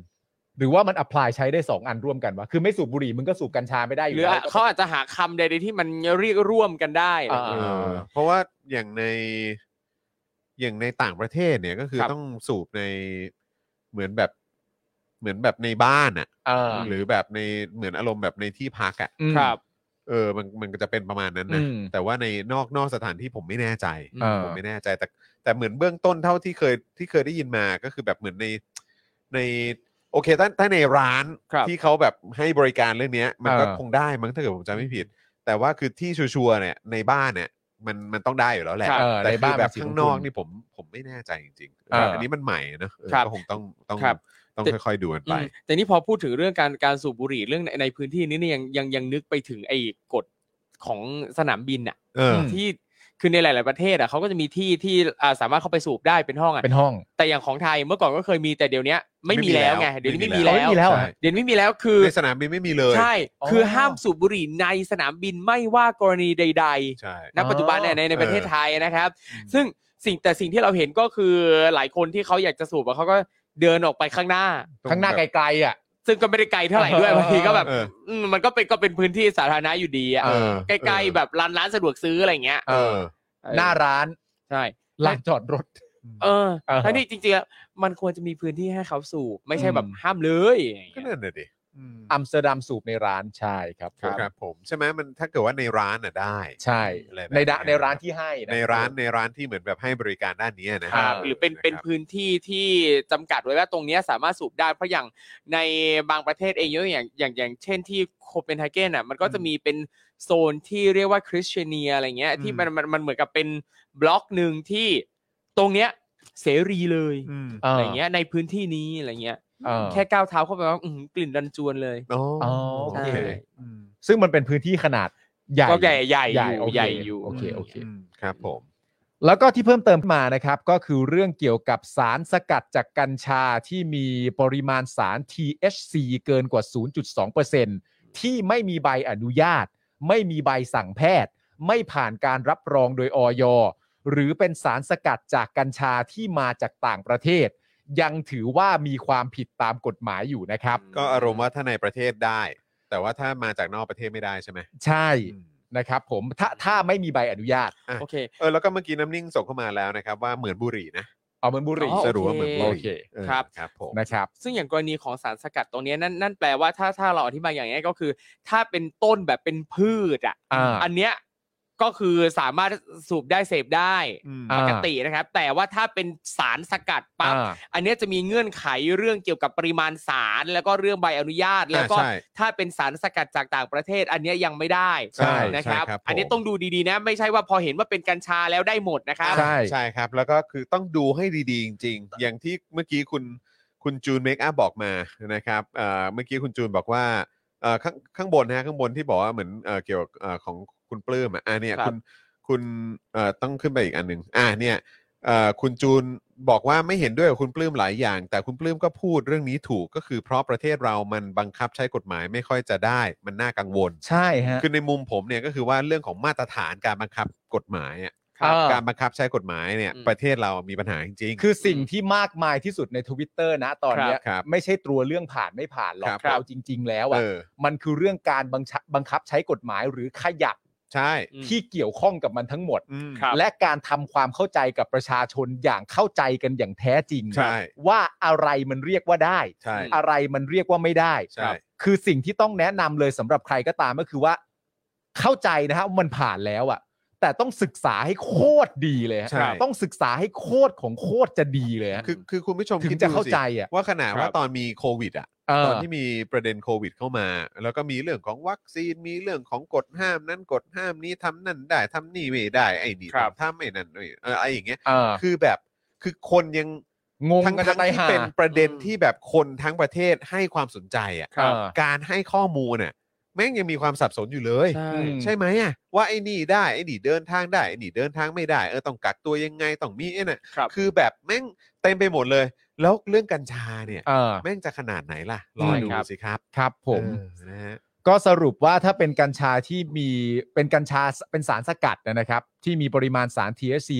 หรือว่ามันอ p พลายใช้ได้สองอันร่วมกันวะคือไม่สูบบุหรี่มึงก็สูบกัญชาไม่ได้อ
ห
ยู่
รือ
แล้ว
เขาอาจจะหาคำใดๆที่มันเรียกร่วมกันได้
อ่า
เอ
เอ
อ
อเพราะว่าอย่างในอย่างในต่างประเทศเนี่ยก็คือ
ครับ
ต้องสูบในเหมือนแบบเหมือนแบบในบ้านอะ
อ่า
หรือแบบในเหมือนอารมณ์แบบในที่พักอะ
อืม
ครับ
เออมันมันก็จะเป็นประมาณนั้นนะ
อืม
แต่ว่าในนอกนอกสถานที่ผมไม่แน่ใจ
อ่า
ผมไม่แน่ใจแต่แต่เหมือนเบื้องต้นเท่าที่เคยที่เคยได้ยินมาก็คือแบบเหมือนในในโอเคถ้าถ้าในร้าน
ครับ
ที่เขาแบบให้บริการเรื่องเนี้ย มันก็
อ่า
คงได้มั้งถ้าเกิดผมจำไม่ผิด แต่ว่าคือที่ชัวร์ๆเนี่ยในบ้านเนี่ยมันมันต้องได้อยู่แล้วแหละ
ครับ
เออ
แต่
ใน
คื
บ้า
อนแบบ
มันสี
ข้างนอก
ของคุณ
นี่ผมผมไม่แน่ใจจริงๆ
อ่า
อันนี้มันใหม่นะเออ
ครับ
ก็คงต้องต้อง
ครับ
ต้อง
แต่
ค่อยๆดูกัน
อื
ไป
มแต่นี่พอพูดถึงเรื่องการการสูบบุหรี่เรื่องในในพื้นที่นี้เนี่ยยังยังยังนึกไปถึงไอ้กฎของสนามบินอ่ะ
เออ
ม
ที่คือในหลาย ๆประเทศอ่ะเขาก็จะมีที่ที่อ่าสามารถเข้าไปสูบได้เป็นห้องอ่ะ
เป็นห้อง
แต่อย่างของไทยเมื่อก่อนก็เคยมีแต่เดี๋ยวเนี้ยไม่มีแล้วไงเดี๋ยวนี้ไม่มีแล้
ไม่
ว
มีแล้ว
ใช่
เดี๋ยวนี้ไม่มีแล้วคือ
ในสนามบินไม่มีเลย
ใช่
อ๋อ
คือห้ามสูบบุหรี่ในสนามบินไม่ว่ากรณีใด ๆ
ใช่
ณปัจจุบันเนี่ยในในประเทศ
เออ
ไทยนะครับ ซึ่งสิ่งแต่สิ่งที่เราเห็นก็คือหลายคนที่เขาอยากจะสูบอะเขาก็เดินออกไปข้างหน้า
ตร
ข้างหน้า
แบบ
ไกลๆอ่ะ
ซึ่งก็ไม่ได้ไกลเท่าไหร่ด้วย
เออ
บางทีก็แบบ
เออ
มมันก็เป็นก็เป็นพื้นที่สาธารณะอยู่ดีอะ
เออ
ใกล้ๆแบบร้านร้านสะดวกซื้ออะไรเงี้ย
เออ
หน้าร้าน
ใช่
ลานจอดรถ
เออ
อ่าฮะ
ทั้งที่จริงๆแล้วมันควรจะมีพื้นที่ให้เขาสูบไม่ใช่แบบห้ามเลย
ก็นั่นน่ะดิ
อัมสเตอร์ดัมสูบในร้านใช่ครับผม
ครับผมใช่ไหมมันถ้าเกิดว่าในร้านน่ะได้
ใช่
อะไรแบบ
ในดะ
นี้
ในร้านที่ให้ะ
ในร้านในร้านที่เหมือนแบบให้บริการด้านนี้นะ
คบ
หรือเป็นเป็นพื้นที่ที่จำกัดไว้ว่าตรงเนี้ยสามารถสูบได้เพราะอย่างในบางประเทศเองยกตัวอย่างอย่างอย่างเช่นที่โคเปนเฮเกนอ่ะมันก็จะมีเป็นโซนที่เรียกว่าคริสเตเนียอะไรเงี้ยที่มันมันมันเหมือนกับเป็นบล็อกหนึ่งที่ตรงเนี้ยเสรีเลยอะไรเงี้ยในพื้นที่นี้อะไรเงี้ย
เออ
แค่ก้าวเท้าเข้าไปว่าอื้อหือกลิ่นดันจวนเลย
โอ้
อ๋อโอเค
ใช่
ซึ่งมันเป็นพื้นที่ขนาดใหญ่
ก็ใหญ่ใหญ่
ใหญ่
อยู่
โอเค
ใหญ่
โอเค
อยู่
โอเค
ครับผม
แล้วก็ที่เพิ่มเติมมานะครับก็คือเรื่องเกี่ยวกับสารสกัดจากกัญชาที่มีปริมาณสาร THC เกินกว่า 0.2%ที่ไม่มีใบอนุญาต ไม่มีใบสั่งแพทย์ ไม่ผ่านการรับรองโดยอย หรือเป็นสารสกัดจากกัญชาที่มาจากต่างประเทศ ยังถือว่ามีความผิดตามกฎหมายอยู่นะครับ
ก็อารมณ์ว่าถ้าในประเทศได้ แต่ว่าถ้ามาจากนอกประเทศไม่ได้ใช่ไหม
ใช่นะครับผมถ้าถ้าไม่มีใบอนุญาต
โอเค
เออแล้วก็เมื่อกี้น้ำนิ่งส่งเข้ามาแล้วนะครับ ว่าเหมือนบุหรี่นะ
เอาเหมือนบุหรี่
อ๋อ
สรุปว่าเหมือนบุห
โอ
รี่
เค
เออ
ครับ
ครับผม
นะครับ
ซึ่งอย่างกรณีของสารสกัดตรงเนี้ยนั่นนั่นแปลว่าถ้าถ้าเราอธิบายอย่างนี้ก็คือ ถ้าเป็นต้นแบบเป็นพืชอ่ะ
อ่า
นเนี้ยก็คือสามารถสูบได้เสพได้
อ่า
ปกตินะครับ แต่ว่าถ้าเป็นสารสกัดปั๊บ
อ่า
อันเนี้ยจะมีเงื่อนไขเรื่องเกี่ยวกับปริมาณสารแล้วก็เรื่องใบอนุญาต แล้วก็
อ่าใช่
ถ้าเป็นสารสกัดจากต่างประเทศ อันเนี้ยยังไม่ได้
ใช่
นะครับ
ใช่ครับผม
อันนี้ต้องดูดีๆนะ ไม่ใช่ว่าพอเห็นว่าเป็นกัญชาแล้วได้หมดนะครับ
ใช่
ใช่ครับ แล้วก็คือต้องดูให้ดีๆ จริงๆ อย่างที่เมื่อกี้คุณคุณจูนเมคอัพบอกมานะครับเอ่อเมื่อกี้คุณจูนบอกว่าเอ่อข้างข้างบนนะฮะข้างบนที่บอกว่าเหมือนเอ่อเกี่ยวกับเอ่อของคุณปลื้มอะอ่ะเนี่ย
ครับ
คุณคุณเอ่อต้องขึ้นไปอีกอันหนึ่งอ่ะเนี่ยเอ่อคุณจูนบอกว่าไม่เห็นด้วยกับคุณปลื้มหลายอย่าง แต่คุณปลื้มก็พูดเรื่องนี้ถูกก็คือ เพราะประเทศเรามันบังคับใช้กฎหมายไม่ค่อยจะได้มันน่ากังวล
ใช่ฮะ
คือในมุมผมเนี่ยก็คือว่าเรื่องของมาตรฐานการบังคับกฎหมายอะ
ครับ
การบังคับใช้กฎหมายเนี่ย
อืม
ประเทศเรามีปัญหาจริง
คือสิ่งที่มากมายที่สุดในทวิตเตอร์นะตอนเนี้ย
ครับ
ไม่ใช่ตัวเรื่องผ่านไม่ผ่านหรอ
ครั
ก
บ
เราจริง ๆ แล้ว
เอ
อ่ะ
อ
มันคือเรื่องการบังคับบังคับใช้กฎหมายหรือขยัก
ใช่
อืม
ที่เกี่ยวข้องกับมันทั้งหมด
อืม
ครับ
และการทำความเข้าใจกับประชาชนอย่างเข้าใจกันอย่างแท้จริง
ใช่
ว่าอะไรมันเรียกว่าได้
ใช่
อะไรมันเรียกว่าไม่ได้
ใช่
ครับคือสิ่งที่ต้องแนะนำเลยสำหรับใครก็ตามก็คือว่า เข้าใจนะฮะว่ามันผ่านแล้วอ่ะ แต่ต้องศึกษาให้โคตรดีเลยฮะ
ใช่
ต้องศึกษาให้โคตรของโคตรจะดีเลยฮะ
คือคือคุณผู้ชม
ถึง
คิด
จะ
ดู
เข้า
สิ
ใจอ่ะ
ว่าขนาด
ครับ
ว่าตอนมีโควิดอ่ะ
เอ
ต
อ
อนที่มีประเด็นโควิดเข้ามา แล้วก็มีเรื่องของวัคซีนมีเรื่องของกฎห้ามนั้นกฎห้ามนี้ทำนั่นได้ทำนี่ไม่ได้ไอ้นี่
ครับ
ทำไอ้นั่นไอ้เออไอ้อย่างเงี้ย
เออ
คือแบบคือคนยัง
งง
ทั้ง
กัน
ทั้ง
ไป
ที่
หา
เป็นประเด็นที่แบบคนทั้งประเทศให้ความสนใจอ่ะ
ครับ
การให้ข้อมูลน่ะแม่งยังมีความสับสนอยู่เลย
ใช่
อืม
ใช่ไหมอ่ะว่าไอ้นี่ได้ไอ้นี่เดินทางได้ไอ้นี่เดินทางไม่ได้เออต้องกักตัวยังไงต้องมีไอ้น่ะ
ครับ
คือแบบแม่งเต็มไปหมดเลย แล้วเรื่องกัญชาเนี่ย
เออ
แม่งจะขนาดไหนล่ะรอ
ใช่
ดู
ครับ
สิครับ
ครับผม
เออนะฮะ
ก็สรุปว่าถ้าเป็นกัญชาที่มีเป็นกัญชาเป็นสารสกัดนะครับ ที่มีปริมาณสาร THC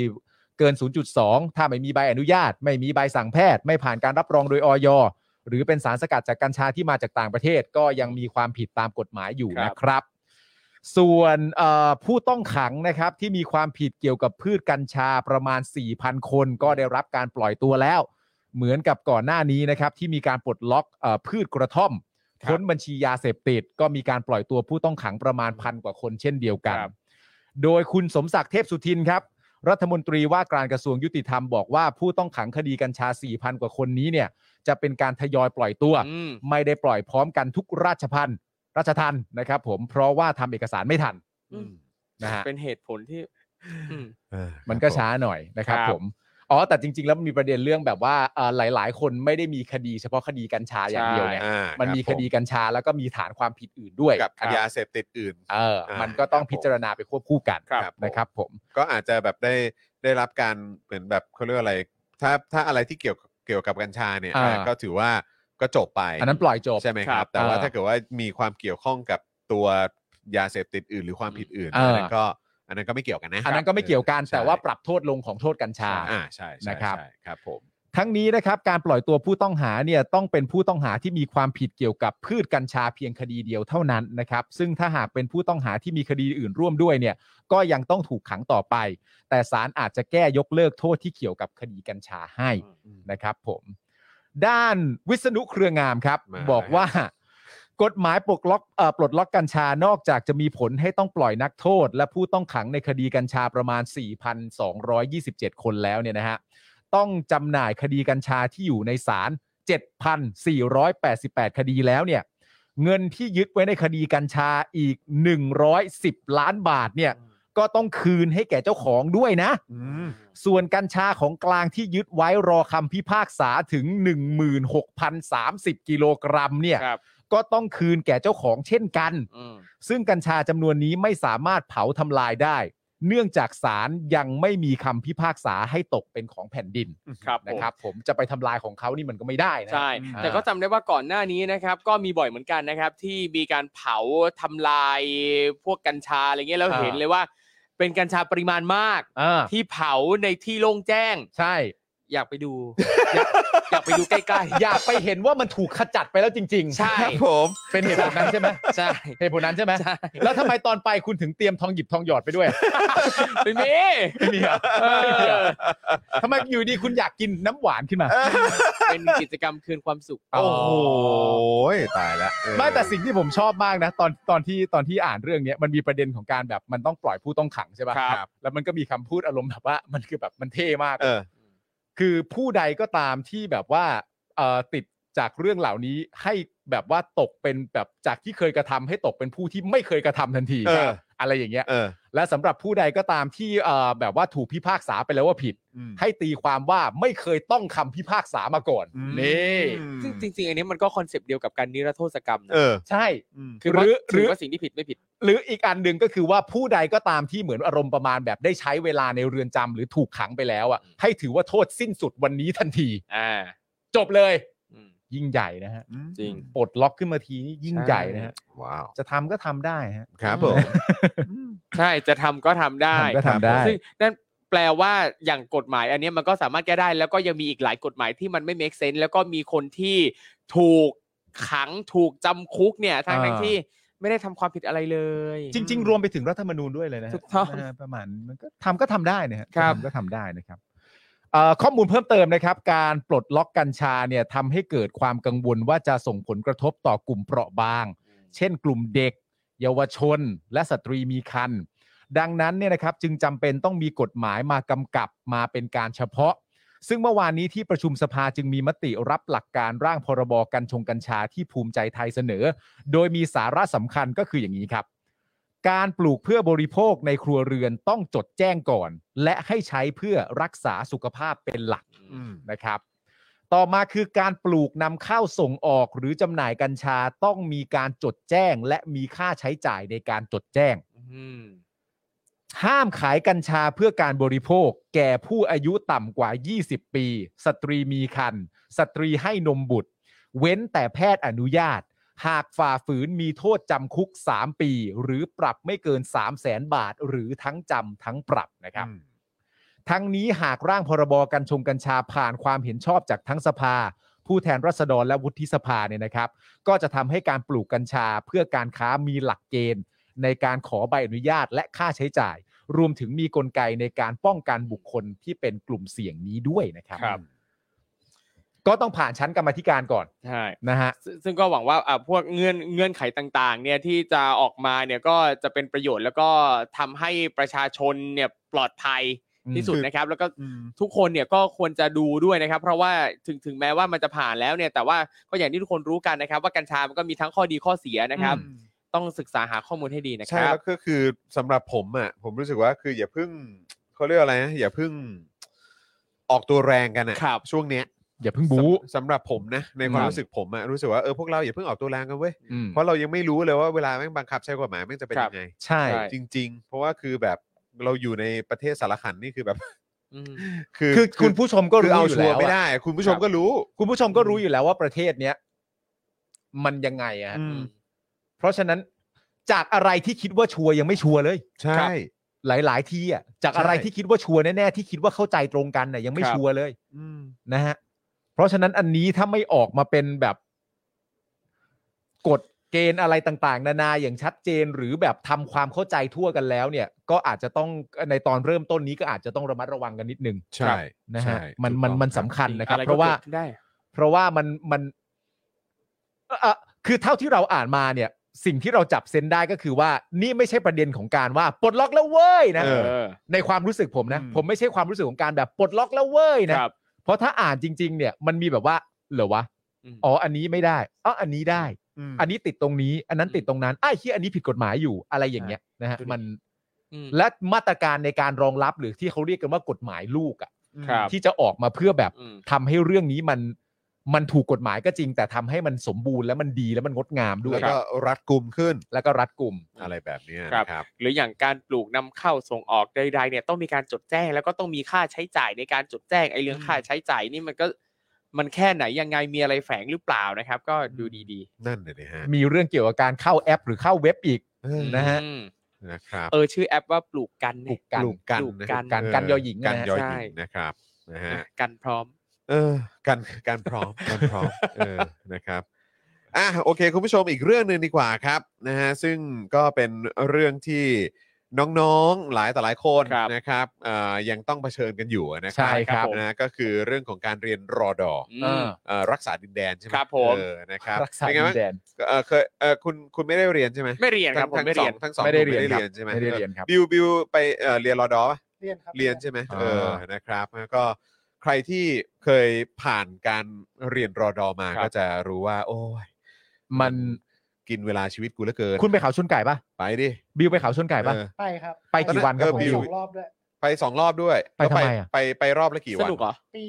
เกิน 0.2 ถ้าไม่มีใบอนุญาต ไม่มีใบสั่งแพทย์ ไม่ผ่านการรับรองโดยอยหรือเป็นสารสกัดจากกัญชาที่มาจากต่างประเทศ ก็ยังมีความผิดตามกฎหมายอยู่
ครับ
นะครับ ส่วนเอ่อผู้ต้องขังนะครับที่มีความผิดเกี่ยวกับพืชกัญชาประมาณ 4,000 คน ก็ได้รับการปล่อยตัวแล้ว เหมือนกับก่อนหน้านี้นะครับที่มีการปลดล็อกเออพืชกระท่อม พ้นบัญชียาเสพติด ก็มีการปล่อยตัวผู้ต้องขังประมาณพันกว่าคนเช่นเดียวกัน
ครับ
โดยคุณสมศักดิ์เทพสุทินครับ รัฐมนตรีว่าการกระทรวงยุติธรรมบอกว่าผู้ต้องขังคดีกัญชา 4,000 กว่าคนนี้เนี่ย จะเป็นการทยอยปล่อยตัว
อืม
ไม่ได้ปล่อยพร้อมกันทุกราชพันธ์ราชทันนะครับผมเพราะว่าทำเอกสารไม่ทัน
อืม
นะฮะ
เป็นเหตุผลที่อืม
เออ
มันก็ช้าหน่อยนะครับ
ครับ
ผมอ๋อแต่จริง ๆ แล้วมันมีประเด็นเรื่องแบบว่าเอ่อหลาย ๆ คนไม่ได้มีคดีเฉพาะคดีกัญชาอย่างเดียวไง
อ่า
มันมีคดีกัญชาแล้วก็มีฐานความผิดอื่นด้วย
กับยาเสพติดอื่น
เออ
อ่ามั
มันก็ต้อง
ครับผม
พิจารณาไปควบคู่กัน
ครับผม
นะครับผม
ก็อาจจะแบบได้ได้รับการเหมือนแบบเขาเรียกว่าอะไร ถ้าถ้าอะไรที่เกี่ยวกับเกี่ยวกับกัญชาเนี่ยอ่าก็ถือว่าก็จบไป
อันนั้นปล่อยจบ
ใช่ไหมค
ครั
รับ
บ
แต่ว่า
เออ
ถ้าเกิดว่ามีความเกี่ยวข้องกับตัวยาเสพติดอื่น หรือความผิดอื่น
เอออั
อันนั้นก็อันนั้นก็ไม่เกี่ยวกันนะ
อันนั้นก็ไม่เกี่ยวกัน
ออ
แต่ว่าปรับโทษลงของโทษกัญชา
อ่าใช่ใช่
นะครับ
ใช่ครับผม
ทั้งนี้นะครับการปล่อยตัวผู้ต้องหาเนี่ยต้องเป็นผู้ต้องหาที่มีความผิดเกี่ยวกับพืชกัญชาเพียงคดีเดียวเท่านั้นนะครับ ซึ่งถ้าหากเป็นผู้ต้องหาที่มีคดีอื่นร่วมด้วยเนี่ยก็ยังต้องถูกขังต่อไป แต่ศาลอาจจะแก้ยกเลิกโทษที่เกี่ยวกับคดีกัญชาให้นะครับผมด้านวิษณุเครืองามครับ
มา
บอก
แล้ว
ว่า กฎหมายปลดล็อกเอ่อปลดล็อกกัญชานอกจากจะมีผลให้ต้องปล่อยนักโทษ และผู้ต้องขังในคดีกัญชาประมาณ 4,227 คนแล้วเนี่ยนะฮะ ต้องจำหน่ายคดีกัญชาที่อยู่ในศาล 7,488 คดีแล้วเนี่ย เงินที่ยึดไว้ในคดีกัญชาอีก 110 ล้านบาทเนี่ย ก็ต้องคืนให้แก่เจ้าของด้วยนะ ส่วนกัญชาของกลางที่ยึดไว้รอคำพิพากษาถึง 16,030 กิโลกรัมเนี่ย
ครับ
ก็ต้องคืนแก่เจ้าของเช่นกัน
อืม
ซึ่งกัญชาจำนวนนี้ไม่สามารถเผาทำลายได้ เนื่องจากศาลยังไม่มีคำพิพากษาให้ตกเป็นของแผ่นดิน
ครับผม
นะครับ ผมจะไปทำลายของเขานี่มันก็ไม่ได้นะ
ใช่
อ่า
แต่ก็จำได้ว่าก่อนหน้านี้นะครับ ก็มีบ่อยเหมือนกันนะครับ ที่มีการเผาทำลายพวกกัญชาอะไรเงี้ยแล้ว
อ่า
เห็นเลยว่า เป็นกัญชาปริมาณมาก
อ่า
ที่เผาในที่โล่งแจ้ง
ใช่
อยากไปดู อยากอยากไปดูใกล้
อย ากไปเห็นว่ามันถูกขจัดไปแล้วจริง
ๆ ใช่
ครับผม
เป็นเหตุผลนั้นใช่ไหม
ใช่
เหตุผลนั้นใช่ไหม
ใช่
แล้วทำไมตอนไปคุณถึงเตรียมทองหยิบทองหยอดไปด้วย
ไม่มี
ไม่มีเหรอ
เออ
ทำไมอยู่ดีคุณอยากกินน้ำหวานขึ้นมา
เป็นกิจกรรมคืนความสุข
อ๋อ
โอ้โหตายแล้วเออ
ไม่แต่สิ่งที่ผมชอบมากนะ ตอนตอนที่ตอนที่อ่านเรื่องเนี้ยมันมีประเด็นของการแบบมันต้องปล่อยผู้ต้องขังใช่ปะ
ครับ
่ะแล้วมันก็มีคำพูดอารมณ์แบบว่ามันคือแบบมันเท่มาก
เออ
คือผู้ใดก็ตามที่แบบว่าเอ่อติดจากเรื่องเหล่านี้ให้แบบว่าตกเป็นแบบจากที่เคยกระทำให้ตกเป็นผู้ที่ไม่เคยกระทำทันที
เออ
อะไรอย่างเงี้ย
เออ
และสำหรับผู้ใดก็ตามที่เอ่อแบบว่าถูกพิพากษาไปแล้วว่าผิด
อืม
ให้ตีความว่าไม่เคยต้องคำพิพากษามาก่อนนี่
อืม
ซึ่งจริง ๆ อันนี้มันก็คอนเซปต์เดียวกับการนิรโทษกรรมนะ
เออ
ใช่
คือ
หรือ
ว่า
หรื
ถื
อ
อว่าสิ่งที่ผิดไม่ผิด
หรืออีกอันหนึ่งก็คือว่าผู้ใดก็ตามที่เหมือนอารมณ์ประมาณแบบได้ใช้เวลาในเรือนจำหรือถูกขังไปแล้วอ่ะให้ถือว่าโทษสิ้นสุดวันนี้ทันที
อ่า
จบเลย
อืม
ยิ่งใหญ่นะฮะ
จริง
ปลดล็อกขึ้นมาทีนี่ยิ่งใหญ่นะฮะ
ว้าว
จะทำก็ทำได้ฮะ
ครับผม
ใช่จะทำก็ทำได้
ทำก็ทำได้
ซึ่งนั่นแปลว่าอย่างกฎหมาย อันเนี้ยมันก็สามารถแก้ได้ แล้วก็ยังมีอีกหลายกฎหมายที่มันไม่ make sense แล้วก็มีคนที่ถูกขังถูกจำคุกเนี่ยทั้งทั้งที่ไม่ได้ทำความผิดอะไรเลย
จริง ๆ รวมไปถึงรัฐธรรมนูญด้วยเลยนะฮะ
ถูกต้อง
นะฮะประมาณมันก็ทำก็ทำได้นะฮะ
ครับ
ทำก็ทำได้นะครับเอ่อข้อมูลเพิ่มเติมนะครับ การปลดล็อกกัญชาเนี่ยทำให้เกิดความกังวลว่าจะส่งผลกระทบต่อกลุ่มเปราะบาง เช่นกลุ่มเด็ก เยาวชน และสตรีมีครรภ์ดังนั้นเนี่ยนะครับจึงจำเป็นต้องมีกฎหมายมากำกับมาเป็นการเฉพาะ ซึ่งเมื่อวานนี้ที่ประชุมสภาจึงมีมติรับหลักการร่างพรบกัญชงกัญชาที่ภูมิใจไทยเสนอ โดยมีสาระสำคัญก็คืออย่างนี้ครับ การปลูกเพื่อบริโภคในครัวเรือนต้องจดแจ้งก่อน และให้ใช้เพื่อรักษาสุขภาพเป็นหลัก นะครับ ต่อมาคือการปลูกนำเข้าส่งออกหรือจำหน่ายกัญชาต้องมีการจดแจ้ง และมีค่าใช้จ่ายในการจดแจ้ง
อืม
ห้ามขายกัญชาเพื่อการบริโภค แก่ผู้อายุต่ำกว่า 20 ปี สตรีมีครรภ์สตรีให้นมบุตร เว้นแต่แพทย์อนุญาต หากฝ่าฝืนมีโทษจำคุก 3 ปี หรือปรับไม่เกิน 3 0 0แสนบาท หรือทั้งจำทั้งปรับนะครับ
อืม
ทั้งนี้หากร่างพรบกัญชงกัญชาผ่านความเห็นชอบจากทั้งสภา ผู้แทนราษฎรและวุฒิสภาเนี่ยนะครับ ก็จะทำให้การปลูกกัญชาเพื่อการค้ามีหลักเกณฑ์ ในการขอใบอนุญาตและค่าใช้จ่าย รวมถึงมีกลไกในการป้องกันบุคคลที่เป็นกลุ่มเสี่ยงนี้ด้วยนะครับ
ครับ
ก็ต้องผ่านชั้นกรรมาธิการก่อน
ใช่
นะฮะ
ซึ่งซึ่งก็หวังว่าอ่ะพวกเงื่อนเงื่อนไขต่าง ๆ เนี่ยที่จะออกมาเนี่ยก็จะเป็นประโยชน์แล้วก็ทำให้ประชาชนเนี่ยปลอดภัยที่สุด
คือ
นะครับ แล้วก็
อืม
ทุกคนเนี่ยก็ควรจะดูด้วยนะครับ เพราะว่าถึงถึงแม้ว่ามันจะผ่านแล้วเนี่ย แต่ว่าก็อย่างที่ทุกคนรู้กันนะครับ ว่ากัญชามันก็มีทั้งข้อดีข้อเสียนะครับ
อืม
ต้องศึกษาหาข้อมูลให้ดีนะค
ใช่
รับ
แล้วก็คือสำหรับผมอ่ะผมรู้สึกว่าคืออย่าเพิ่งเขาเรียกอะไรนะอย่าเพิ่งออกตัวแรงกันอ่ะ
ครับ
ช่วงเนี้ย
อย่าเพิ่งบู๊
สำสำหรับผมนะในความ
ครับ
รู้สึกผมอ่ะรู้สึกว่าเออพวกเราอย่าเพิ่งออกตัวแรงกันเว้ย
อืม
เพราะเรายังไม่รู้เลยว่าเวลาแม่งบังคับใช้กฎหมายแม่งจะเป็น
ครับ
ยังไง
ใช่
ใช่
จริง ๆ เพราะว่าคือแบบเราอยู่ในประเทศสารคันนี่คือแบบ
อืม
คือ
คือคุณผู้ชมก็
คือ
รู้
เอา
อยู่
ชัว
แล้
ร์
ว
ไม่
อะ
ได้อะคุณผู้ชม
ครับ
ก็รู้
คุณผู้ชมก็รู้อยู่แล้วว่าประเทศเนี้ยมันยังไงอะฮะ
อืม
เพราะฉะนั้นจากอะไรที่คิดว่าชัวร์ยังไม่ชัวร์เลย
ใช่
ครับ
หลาย ๆ ที่อ่ะจาก
ใช่
อะไรที่คิดว่าชัวร์แน่ ๆ ที่คิดว่าเข้าใจตรงกันน่ะยังไม่
ครับ
ชัวร์เลยนะฮะเพราะฉะนั้นอันนี้ถ้าไม่ออกมาเป็นแบบกฎเกณฑ์อะไรต่าง ๆ นานาอย่างชัดเจนหรือแบบทำความเข้าใจทั่วกันแล้ว เนี่ย ก็อาจจะต้องในตอนเริ่มต้นนี้ก็อาจจะต้องระมัดระวังกันนิดนึง
ใช่
นะ
ใช่
ฮะมัน
ถูก
มัน
ต้อง
มัน
ครับ
สำคัญนะครับ
อไก็
เพราะว่า
กิดขึ้นได้
เพราะว่ามันมันเอ่อคือเท่าที่เราอ่านมาเนี่ย สิ่งที่เราจับเซนได้ก็คือว่า นี่ไม่ใช่ประเด็นของการว่าปลดล็อกแล้วเว้ยนะ
เออ
เออ
ในความรู้สึกผมนะ
อืม
ผมไม่ใช่ความรู้สึกของการแบบปลดล็อกแล้วเว้ยนะครับ เพราะถ้าอ่านจริง ๆ เนี่ยมันมีแบบว่าเหรอวะ
อืม
อ๋ออันนี้ไม่ได้อ๋ออันนี้ได้
ม
อันนี้ติดตรงนี้ อันนั้นติดตรงนั้นไอ้ที่อันนี้ผิดกฎหมายอยู่อะไรอย่างเงี้ยนะฮะมัน
อืม
และมาตรการในการรองรับหรือที่เขาเรียกกันว่ากฎหมายลูกอ่ะ
ครับ
ที่จะออกมาเพื่อแบบ
อืม
ทำให้เรื่องนี้มันมันถูกกฎหมายก็จริง แต่ทำให้มันสมบูรณ์และมันดีและมันงดงามด้วย
แล้วก็รัดกลุ่มขึ้น
แล้วก็รัดกลุ่ม
อะไรแบบเนี้ย
ครับ
นะครับ
หรืออย่างการปลูกนำเข้าส่งออกใดๆเนี่ยต้องมีการจดแจ้ง แล้วก็ต้องมีค่าใช้จ่ายในการจดแจ้งไอ้เรื่องค่าใช้จ่ายนี่มันก็มันแค่ไหนยังไงมีอะไรแฝงหรือเปล่านะครับ ก็ดูดี
นั่นเลยนะฮะ
มีเรื่องเกี่ยวกับการเข้าแอป หรือเข้าเว็บอีก
เออ
ๆ
นะฮะ
อืม
นะครับ
เออชื่อแอปว่าปลูกกันเนี่ย
กัน
ปลูกกัน
ปลูก
นะ
กัน
กันกันยอหญิง
กัน
นะฮะ
ยอ
ใช่
หญิงนะครับนะฮะ
กันพร้อม
เออการการพร้อม การพร้อมเออนะครับอ่ะโอเค คุณผู้ชมอีกเรื่องหนึ่งดีกว่าครับนะฮะซึ่งก็เป็นเรื่องที่น้องๆหลายต่อหลายคน
ครับ
นะครับอ่ายังต้องเผชิญกันอยู่นะครั
ใช่ครับ
นะฮะก็คือเรื่องของการเรียนรอดอ
เออ
เอ่อรักษาดินแดนใช่ไหม
ครับผม
เออนะครับ
รักษา
เป็นไง
ดิ
บ้าง
นแดน
เออเคยเออคุณคุณไม่ได้เรียนใช่ไหม
ไม่เรียนครับผม
ทั้ง
ไม่
สอ
เรีย
ง
น
ทั้งสอง
ไม่ได้เรียน
คน
ครับ
เรียนใช่ไหม
ไม่ได้เรียนครับ
บิวบิวไปเอ่อเรียนรอดอปะ
เรียนครับ
เรียนใช่ไหม
อ่า
เออ นะครับ แล้วก็ใครที่เคยผ่านการเรียนรอดอมา
ครับ
ก็จะรู้ว่า โอ้ย
มัน
กินเวลาชีวิตกูเหลือเกิน
คุณไปเขาชนไก่ปะ
ไปดิ
บิวไปเขาชนไก่ปะ
เออ
ไปครับ
ไปกี่วันครับ
เอ
ผ
อ
ม
บิ
บิ
ว
ว
สองรอบด้วย
ไปสองรอบด้วย
ไป
แล้ว
ทำไมอะ
ไปไปรอบละกี่
ส
วัน
นุกเหรอ
ปี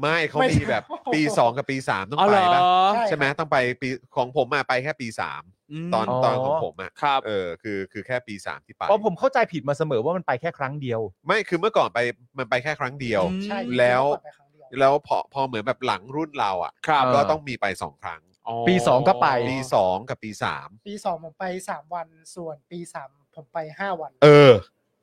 ไม่เขา
ไม่
มี
ใช่
แบบปี
โอ้โห
2 กับปี 3 ต้อง
อ๋อเห
ไป
รอ
ปะ
ใช่
ใช่ไหมต้องไปปีของผมอะไปแค่ปี
ม
3 ตอนตอนของผมอะ
ครับ
เออคือคือแค่ปี 3 ที่ไป
อ๋อผมเข้าใจผิดมาเสมอว่ามันไปแค่ครั้งเดียว
ไม่คือเมื่อก่อนไปมันไปแค่ครั้งเดียว
อืม
ใช่
แล้ว
ไปครั้งเดียว
แล้วพอพอเหมือนแบบหลังรุ่นเราอะ
ครับ
เ
ก็ต้องมีไปสองครั้ง
อ๋อ
ปีสองก็ไป
ปี 2 กับปี 3
ปีสองผมไปสามวัน ส่วนปีสามผมไปห้าวัน
เออ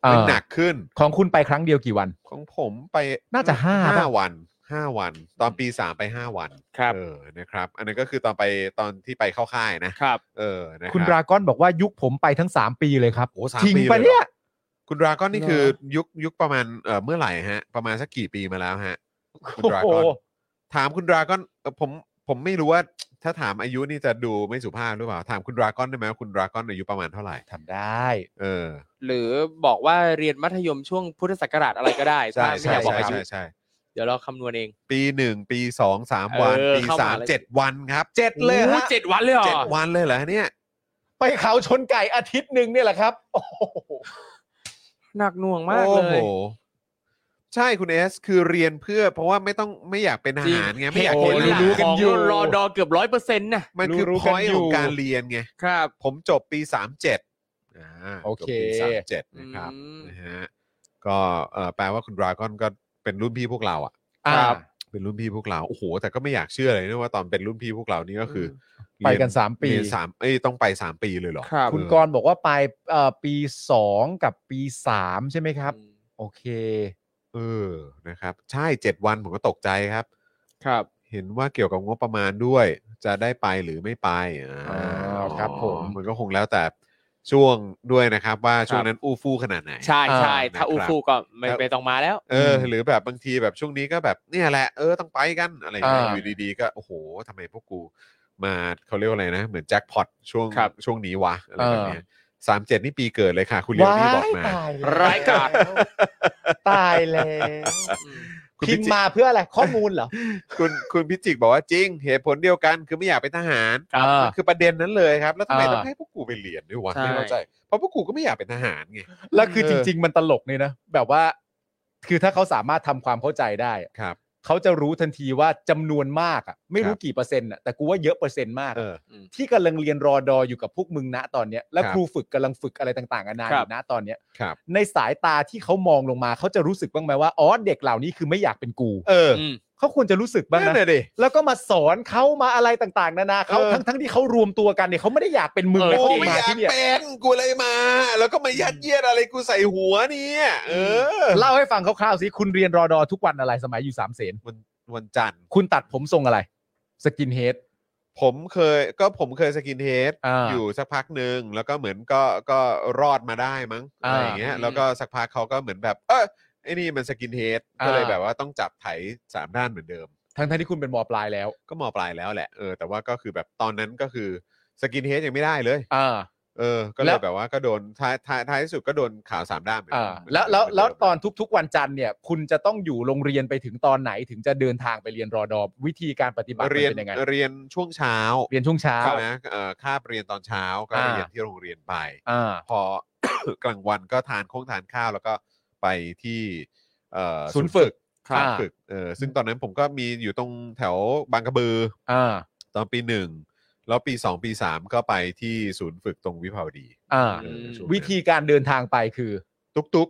เอ
มัน
อ
หนักขึ้น
ของคุณไปครั้งเดียวกี่วัน
ของผมไป
น่าจะห้า
ห้า
ป่ะ
วันห้าวัน ตอนปีสามไปห้าวัน
ครับ
เออนะครับ อันนั้นก็คือตอนไปตอนที่ไปเข้าค่ายนะครับ เออนะรับ
คุณดราก้อนบอกว่ายุคผมไปทั้งสามปีเลยครับ
โอ้สาม
จริง
ปีเลยเหรอ
ปะเนี่ย
คุณดราก้อนนี่คือยุคยุคประมาณเอ่อเมื่อไหร่ฮะ ประมาณสักกี่ปีมาแล้วฮะ คุณดรา
โอ้
ก้อน
โห
ถามคุณดราก้อนเอ่อผมผมไม่รู้ว่าถ้าถามอายุนี่จะดูไม่สุภาพหรือเปล่าถามคุณดราก้อนได้ไหมว่าคุณดราก้อนอายุประมาณเท่าไหร่
ทำได้
เออ
หรือบอกว่าเรียนมัธยมช่วงพุทธศักราชอะไรก็ได้
ใช่
ถ้าไม่
ใช่
อยากบอก
ใช่
อายุ
ใช่ใช่
เดี๋ยวเราคำนวณเอง
ปีหนึ่งปีสองสามวัน
เออ
ปี
เข้า
สาม
มาเลย
เจ็ดวันครับเจ็ด
โอ้โหเจ็ดวันเลยเหรอ
เจ็ดวันเลยเหรอเนี่ย
ไปเขาชนไก่อาทิตย์หนึ่งเนี่ยแหละครับโอ้โห
หนักหน่วงมากเลย
โอ้โหใช่คุณเอสคือเรียนเพื่อเพราะว่าไม่ต้องไม่อยากเป็นทหารไงไม่อยาก
โอ้
เป็น
โห
ท
นี่
หา
รู้
ร
กันอ
อยู่
ยู่รอดอเกือบร้อยเปอร์เซ็นต์นะ
มันคือ
รู้
พ
กั
อน ย
อยู่
ของการเรียนไง
ครับ
ผมจบปี 37อ่า
โอ
จ
เค
บปี37นะครับ
อืม
นะฮะก็เอ่อแปลว่าคุณดราก้อนก็เป็นรุ่นพี่พวกเราอ่ะ
อ่า
ครับ
เป็นรุ่นพี่พวกเราโอ้โห แต่ก็ไม่อยากเชื่อเลยนะว่าตอนเป็นรุ่นพี่พวกเรานี่ก็คือ
ไปกันสามปี
เรียนสามเอ้ยต้องไปสามปีเลยเหรอ
ครับ
คุณกรณ์บอกว่าไปเอ่อปีสองกับปีสามใช่ไหมครับ โอเค
เออนะครับใช่เจ็ดวันผมก็ตกใจครับ
ครับ
เห็นว่าเกี่ยวกับงบประมาณด้วย จะได้ไปหรือไม่ไปอ่า
อ๋อครับผม
มันก็คงแล้วแต่ช่วงด้วยนะครับ ว่าช่วงนั้นอู้ฟู่ขนาดไหน
ใช่ใช่
อ่า
ถ้าอู
นะครับ
ฟูก็ไม่ไปต้องมาแล้ว
เออ หรือแบบบางทีแบบช่วงนี้ก็แบบเนี่ยแหละเออต้องไปกันอะไรอย่างเงี้ยอยู่ดีๆ ก็โอ้โหทำไมพวกกูมาเขาเรียกว่าอะไรนะ เหมือนแจ็คพอตช่วง
ครับ
ช่วงนี้วะอะไรแบบเนี้ยสามเจ็ดนี่ปีเกิดเลยค่ะ คุณเลีย
ว้า
นี่บอก
ย
มา
ตายแล้ว
ร้ายกาจ
ตายแล้ว
คุณ
พิ
พิ
มพ์
จิก
มาเพื่ออะไรข้อมูลเหรอ
คุณคุณพิจิกบอกว่าจริง เหตุผลเดียวกันคือไม่อยากเป็นทหาร
อ่า
คือประเด็นนั้นเลยครับ แล้วทำไม
อ่า
ต้องให้พวกกูไปเรียนด้วยวะ
ใช่
ไม่เข้าใจ เพราะพวกกูก็ไม่อยากเป็นทหารไง
แล้วคือ
เออ
จริง ๆ มันตลกเลยนะ แบบว่า คือถ้าเขาสามารถทำความเข้าใจได้อะ
ครับ
เขาจะรู้ทันทีว่าจำนวนมากอ่ะไม่รู้
ครับ
กี่เปอร์เซ็นต์อ่ะแต่กูว่าเยอะเปอร์เซ็นต์มาก
เออ
ที่กำลังเรียนรอดออยู่กับพวกมึงณตอนเนี้ยและ
ครับ
ครูฝึกกำลังฝึกอะไรต่างๆนานาอ
ครับ
ยู่ณตอนเนี้ย
ครับ
ในสายตาที่เขามองลงมาเขาจะรู้สึกบ้างไหมว่าอ๋อเด็กเหล่านี้คือไม่อยากเป็นกู
เออ
อืม
เขาควรจะรู้สึกบ้าง
นั่น
นะ
น่ะดิ
แล้วก็มาสอนเขามาอะไรต่างๆ นานาเขา
เออ
ทั้งทั้งที่เขารวมตัวกันเนี่ยเขาไม่ได้อยากเป็นมึง
เออ
นะ
กู
เขา
ไม่
มา
อยาก
ที่เนี่ย
เป็นกูเลยมา แล้วก็มายัดเยียดอะไรกูใส่หัวเนี่ยเออ
เล่าให้ฟังคร่าวๆสิคุณเรียนรอดอทุกวันอะไรสมัยอยู่สามเสน
วันวันจันทร์
คุณตัดผมทรงอะไร สกินเฮด
ผมเคยก็ผมเคยสกินเฮด
อ่า
อยู่สักพักหนึ่งแล้วก็เหมือนก็ก็รอดมาได้มั้ง
อ่า
อะไรอย่างเงี้ยแล้วก็สักพักเขาก็เหมือนแบบ เออไอ้นี่มันสกินเฮด
อ่า
ก็เลยแบบว่าต้องจับไถสามด้านเหมือนเดิม
ทั้งๆที่คุณเป็นหมอปลายแล้ว
ก็มอปลายแล้วแหละเออแต่ว่าก็คือแบบตอนนั้นก็คือสกินเฮดยังไม่ได้เลย
อ่า
เออก็เล
แล้
ยว แบบว่าก็โดนท้ายท้ายท้ายที่สุดก็โดนข่าวสามด้านเหมือน
อ่า
เหมือน
แล้วแล้ว
เหมื
แล้ว
เดิม
ตอนทุกๆวันจันทร์เนี่ย คุณจะต้องอยู่โรงเรียนไปถึงตอนไหนถึงจะเดินทางไปเรียนรอดอวิธีการปฏิบัติมัน
เรียน
เป็นยังไง
เรียนช่วงเช้า
เรียนช่วงเช้า
ใช่ไหมเอ่อคาบเรียนตอนเช้าก็
อ่า
เรียนที่โรงเรียนไป
อ่า
พอ กลางวันก็ทานคงทานข้าวแล้วก็ไปที่เอ่อ
ศูนย์ฝึก
ศูนย์
ค่ะ
ฝึกเออซึ่งตอนนั้นผมก็มีอยู่ตรงแถวบางกระบือ
อ่า
ตอนปีหนึ่งแล้วปี 2 ปี 3 ก็ไปที่ศูนย์ฝึกตรงวิภาวดี
อ่า
เออช่ง
วิ
นั้น
ธีการเดินทางไปคือ
ตุ๊กตุ๊ก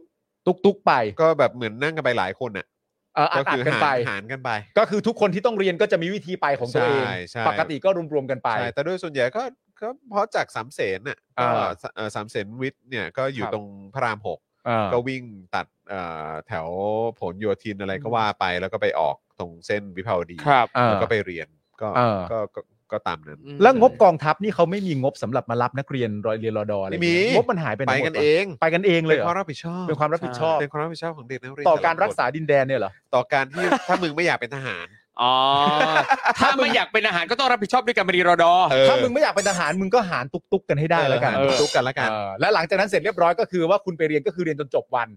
ตุกๆไป
ก็แบบเหมือนนั่งกันไปหลายคนน่ะ
เอ่ออั
ก็
ดอัด
คือ
กัน
หาร
ไป
หารกันไป
ก็คือทุกคนที่ต้องเรียนก็จะมีวิธีไปของตัวเอง
ใช่ใช่
ปกติก็รวมๆกันไป
ใช่แต่โด้วยส่วนใหญ่ก็ก็เพราะจากสามเสนน่ะก็
อ่า
เอ่อสามเสนวิทย์เนี่ยก็อยู่
ครับ
ตรงพระรามหก
อ่า
ก็วิ่งตัดเอ่อแถวผลโยธินอะไรก็ว่าไปแล้วก็ไปออกตรงเส้นวิภาวดี
ครับ
อ่า
แล้วก็ไปเรียนก็
อ่า
ก็ก็ก็ตามนั้น
แล้วงบกองทัพนี่เขาไม่มีงบสำหรับมารับนักเรียนรอยเรียนรอดออะไรอย่างเงี้ย
ไม่มี
งบมันหายไปไห
ไป
หมด
กัน
วะ
เอง
ไปกันเองเลยเหร
น
อ
ความรับผิดชอบ
เป็นความรับผิดชอบ
เป็นความรับผิดชอบของเด็กนักเรียน
ต่อการ
และคน
รักษาดินแดนเนี่ยเหรอ
ต่อการที่ ถ้ามึงไม่อยากเป็นทหาร
อ๋ อถ้าไม่อยากเป็นอาหารก็ต้องรับผิดชอบด้วยการมารีรอดอ
เออ
ถ้ามึงไม่อยากเป็นทหารมึงก็หารตุกตุกๆกันให้ได้แล้วกัน
เออตุ๊กกันละกัน
เออแล้วหลังจากนั้นเสร็จเรียบร้อยก็คือว่าคุณไปเรียนก็คือเรียนจนจบวัน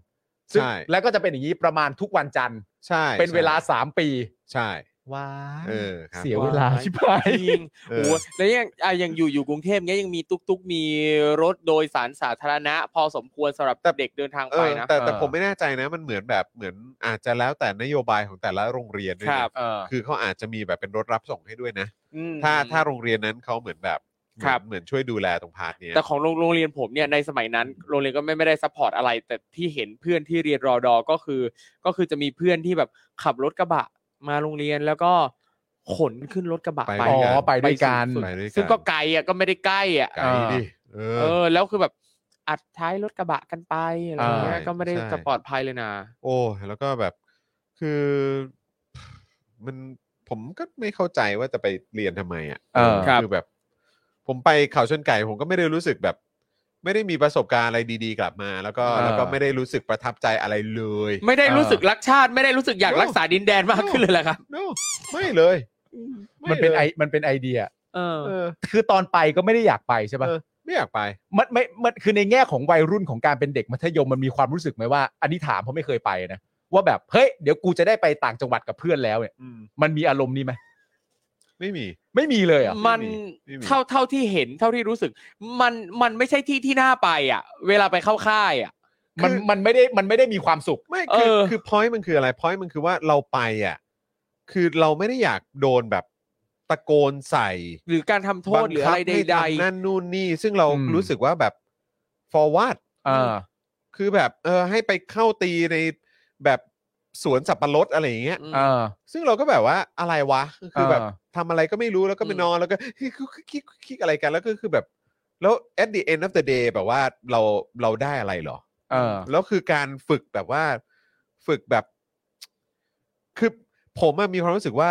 ซึ่ง
ใช่
แล้วก็จะเป็นอย่างนี้ประมาณทุกวันจันทร์
ใช่
เป็นเวลา
ใช่
สามปี
ใช่
ว้า
เออครับ
เสียเวลาชิบหาย
จริง
เอ
โอ้
อ
โหแล้วยังอ่ะยังอยู่อยู่กรุงเทพเนี้ยยังมีตุ๊กตุ๊กมีรถโดยสารสาธารณะ พอสมควรสำหรับเด็กเดินทาง
เอ
ไป
อ
นะ
แต่แต่
เออ
ผมไม่แน่ใจนะมันเหมือนแบบเหมือนอาจจะแล้วแต่นโยบายของแต่ละโรงเรียนด้วย
ครั
นะ
บ
เออ
คือเขาอาจจะมีแบบเป็นรถรับส่งให้ด้วยนะ
อืม
ถ้าถ้าโรงเรียนนั้นเขาเหมือนแบบเหมือน
ครับ
เหมือนช่วยดูแลตรงพาร์ทเนี้ย
แต่ของโรงโรงเรียนผมเนี่ยในสมัยนั้นโรงเรียนก็ไม่ไม่ได้ซัพพอร์ตอะไร แต่ที่เห็นเพื่อนที่เรียนรอดอก็คือ ก็คือจะมีเพื่อนที่แบบขับรถกระบะมาโรงเรียนแล้วก็ขนขึ้นรถกระบะ
ไป
ไป
ด้วยกัน
อ๋อไปด้วยกัน
สุด
ไปด้วย
ซึ่งก็ไกลอ่ะก็ไม่ได้ใกล้อ่ะ
ไกลดิเอ
เอ
อ
อแล้วคือแบบอัดท้ายรถกระบะกันไปอะไรอย่างเงี้ย
ใช่
ก็ไม่ได้
ใช่
จะปลอดภัยเลยนะ
โอ้ยแล้วก็แบบคือมันผมก็ไม่เข้าใจว่าจะไปเรียนทำไมอ่ะ
เออครับ
คือแบบ ผมไปเขาชนไก่ ผมก็ไม่ได้รู้สึกแบบ ไม่ได้มีประสบการณ์อะไรดีๆกลับมา แล้วก็
เออ
แล้วก็ไม่ได้รู้สึกประทับใจอะไรเลย
ไม่ได้รู้
เออ
สึกรักชาติไม่ได้รู้สึกอยากรักษาดินแดนมากขึ้นเลยแหละครับ
โนไม่เลย
มันเป็นไอ
ลย
มันเป็นไอเดีย
เออ
เออ
คือตอนไปก็ไม่ได้อยากไปใช่ปะ
เออ ไม่อยากไป
มันไม่มันคือในแง่ของวัยรุ่นของการเป็นเด็กมัธยมมันมีความรู้สึกไหมว่า อันนี้ถามเพราะไม่เคยไปนะว่าแบบเฮ้ยเดี๋ยวกูจะได้ไปต่างจังหวัดกับเพื่อนแล้วเนี่ย
อืม
มันมีอารมณ์นี้ไหม
ไม่มี
ไม่มีเลยเหรอ่ะ
มัน
ไม่มี
เท่าเท่าที่เห็นเท่าที่รู้สึก มันมันไม่ใช่ที่ที่น่าไปอ่ะ เวลาไปเข้าค่ายอ่ะ
มั
คื
น
อ
มันไม่ได้มันไม่ได้มีความสุข
ไม่คือ
เออ
คือ point มันคืออะไร point มันคือว่าเราไปอ่ะคือเราไม่ได้อยากโดนแบบตะโกนใส่
หรือการทำโทษหรืออะไร
บังคับให้
ใด
ทำนั่นนู่นนี่ ซึ่งเรา
อืม
รู้สึกว่าแบบ forward
อ่า
คือแบบเออให้ไปเข้าตีในแบบสวนสับปะรดอะไรอย่างเงี้ย
อืม
อ่า
ซึ่งเราก็แบบว่าอะไรวะคือแบบ
อ่า
ทำอะไรก็ไม่รู้แล้วก็ไป
อืม
นอนแล้วก็คิกคิกคิกคิกอะไรกัน แล้วก็คือแบบ แล้ว at the end of the day แบบว่าเราเราได้อะไรเหรอ
อ่า
แล้วคือการฝึกแบบว่าฝึกแบบคือผมอะมีความรู้สึกว่า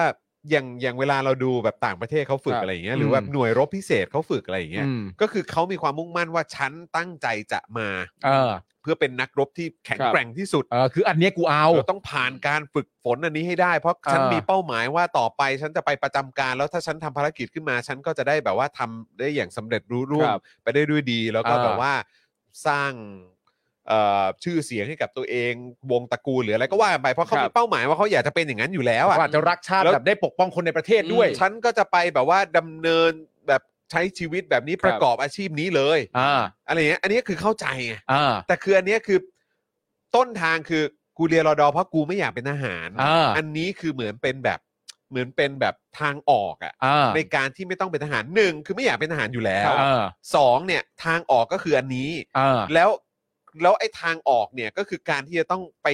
อย่างอย่างเวลาเราดูแบบต่างประเทศเขาฝึก
ครับ
อะไรอย่างเงี้ย
อื
ห
ม
รือแบบหน่วยรบพิเศษเขาฝึกอะไรอย่างเงี้ย
อืม
ก็คือเขามีความมุ่งมั่นว่าฉันตั้งใจจะมา
อ่า
เพื่อเป็นนักรบที่แข็ง
ครับ
แกร่งที่สุด
อ่าคืออันเนี้ยกูเอา
เราต้องผ่านการฝึกฝนอันนี้ให้ได้ เพราะ
อ่า
ฉันมีเป้าหมายว่าต่อไปฉันจะไปประจำการ แล้วถ้าฉันทำภารกิจขึ้นมา ฉันก็จะได้แบบว่าทำได้อย่างสำเร็จรู้ร่วง
ครับ
ไปได้ด้วยดีแล้วก็
อ่า
แบบว่าสร้างเอ่อชื่อเสียงให้กับตัวเองวงตระกูลหรืออะไรก็ว่าไปเพราะเขา
ครั
มี
บ
เป้าหมายว่าเขาอยากจะเป็นอย่างนั้นอยู่แล้วอ่ะ
เขาอาจจะรักชาติ
แล้ว
แบบได้ปกป้องคนในประเทศด้วย
ฉันก็จะไปแบบว่าดำเนินแบบใช้ชีวิตแบบนี้
ครับ
ประกอบอาชีพนี้เลย
อ่า
อะไรเงี้ยอันนี้คือเข้าใจไง
อ่า
แต่คืออันเนี้ยคือต้นทางคือกูเรียนรอดอเพราะกูไม่อยากเป็นทหาร
อ่า
นนี้คือเหมือนเป็นแบบเหมือนเป็นแบบทางออกอะ
อ่า
ในการที่ไม่ต้องเป็นทหารหนึ่งคือไม่อยากเป็นทหารอยู่แล้ว
อ่า
สองเนี่ยทางออกก็คืออันนี้
อ่า
แล้วแล้วไอ้ทางออกเนี่ยก็คือการที่จะต้องไป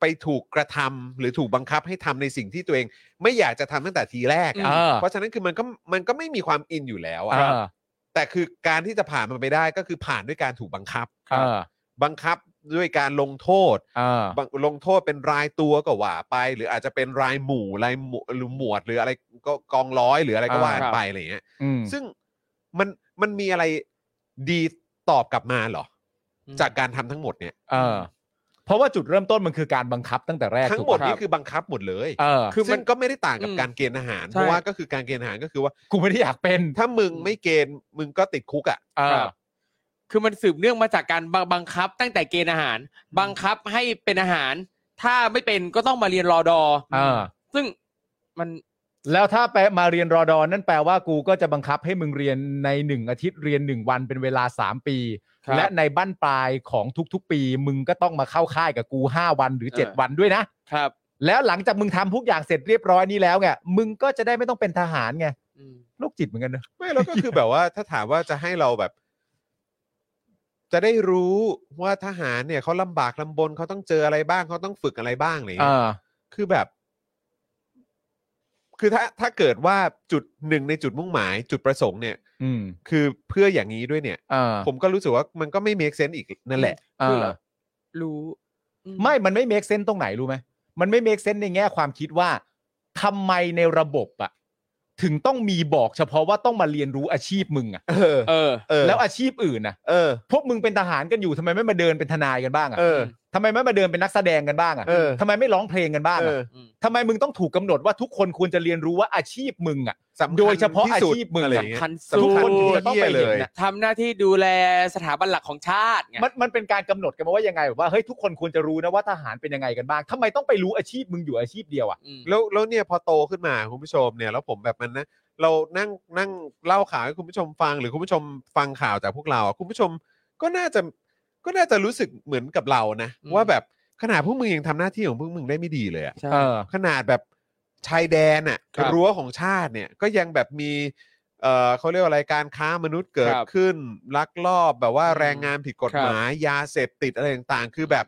ไปถูกกระทำหรือถูกบังคับให้ทำในสิ่งที่ตัวเอง ไม่อยากจะทำตั้งแต่ทีแรกอะ
เออ
เพราะฉะนั้นคือมันก็มันก็ไม่มีความอินอยู่แล้วอะ
เออ
แต่คือการที่จะผ่านมันไปได้ก็คือผ่านด้วยการถูกบังคับ
เออ
บังคับด้วยการลงโทษ
เออ
บางลงโทษเป็นรายตัวก็ว่าไป หรืออาจจะเป็นรายหมู่รายหมู่หรือหมวดหรืออะไรก็กองร้อยหรืออะไรก็
อ่า
ว่ากันไปอะไรอย่างเงี้ย ซึ่งมันมันมีอะไรดีตอบกลับมาเหรอ
อืม
จากการทำทั้งหมดเนี่ย
เออ เพราะว่าจุดเริ่มต้นมันคือการบังคับตั้งแต่แรก
ทั้ง
ถูก
หมด
ปะ
นี่คือบังคับหมดเลย
เออ
คือมันก็ไม่ได้ต่างกับ
อืม
การเกณฑ์อาหาร
ใช่
เพราะว่าก็คือการเกณฑ์อาหารก็คือว่า
กูไม่ได้อยากเป็น
ถ้ามึงไม่เกณฑ์มึงก็ติดคุกอ่ะ
เออ
ครับคือมันสืบเนื่องมาจากการบังบังคับตั้งแต่เกณฑ์อาหาร บังคับให้เป็นอาหาร ถ้าไม่เป็นก็ต้องมาเรียนรอดอ
เออ
ซึ่งมัน
แล้วถ้าไปมาเรียนรอดอนั่นแปลว่ากูก็จะบังคับให้มึงเรียนในหนึ่งอาทิตย์เรียนหนึ่งวันเป็นเวลา 3 ปี และในบั้นปลายของทุกๆ ปี มึงก็ต้องมาเข้าค่ายกับกู 5 วันหรือ 7 วันด้วยนะ
ครับ
แล้วหลังจากมึงทำทุกอย่างเสร็จเรียบร้อยนี้แล้วไงมึงก็จะได้ไม่ต้องเป็นทหารไง
อืม
โรคจิตเหมือนกันเนอะ
ไม่แล้วก็คือแบบว่าถ้าถามว่าจะให้เราแบบ จะได้รู้ว่าทหารเนี่ยเขาลำบากลำบนเขาต้องเจออะไรบ้างเขาต้องฝึกอะไรบ้างอะไรอย่างเงี้ย คือแบบ คือถ้าถ้าเกิดว่าจุดหนึ่งในจุดมุ่งหมาย จุดประสงค์เนี่ย
อืม
คือเพื่ออย่างนี้ด้วยเนี่ย
เออ
ผมก็รู้สึกว่ามันก็ไม่ make sense อีกนั่นแหละ
เอ
คือ
อ
เรา รู้อื
ไม่ มันไม่ make sense ตรงไหนรู้ไหม มันไม่ make sense ในแง่ความคิดว่าทำไมในระบบอะถึงต้องมีบอกเฉพาะว่าต้องมาเรียนรู้อาชีพมึงอะ
เออ
เออ
เออ
แล้วอาชีพอื่นนะ
เออ
พวกมึงเป็นทหารกันอยู่ทำไมไม่มาเดินเป็นทนายกันบ้างอะ
เออ
ทำไมไม่มาเดินเป็นนักแสดงกันบ้างอะ
เออ
ทำไมไม่ร้องเพลงกันบ้าง
เอ
อะ
อ
ทำไมมึงต้องถูกกำหนดว่าทุกคนควรจะเรียนรู้ว่าอาชีพมึงอะ
สำคัญ
โดยเฉพาะ
ที่สุด
อาชีพมึง
อะไรอย่างเงี้ย
สำคัญสุด
สำคัญ
ทุกคน
ที่
จะต้อง
เหี้ย
ไป
เล
เห็น
ย
นะ
ทำหน้าที่ดูแลสถาบันหลักของชาติไง
มันมันเป็นการกำหนดกันมาว่ายังไงแบบว่าเฮ้ยทุกคนควรจะรู้นะว่าทหารเป็นยังไงกันบ้างทำไมต้องไปรู้อาชีพมึงอยู่อาชีพเดียวอ่ะ
อืม
แล้วแล้วเนี่ยพอโตขึ้นมาคุณผู้ชมเนี่ยแล้วผมแบบมันนะ เรานั่งนั่งเล่าข่าวให้คุณผู้ชมฟัง หรือคุณผู้ชมฟังข่าวจากพวกเราอ่ะคุณผู้ชมก็น่าจะก็น่าจะรู้สึกเหมือนกับเรานะ
อืม
ว่าแบบขนาดพวกมึงยังทำหน้าที่ของพวกมึงได้ไม่ดีเลยอะ
ใช่
ขนาดแบบชายแดนน่ะ
ครับ
รั้วของชาติเนี่ยก็ยังแบบมี เอ่อเขาเรียกว่าอะไรการค้ามนุษย์เกิด
ครับ
ขึ้น ลักลอบแบบว่า
อืม
แรงงานผิดกฎ
ครับ
หมาย ยาเสพติดอะไรต่างๆ คือแบบ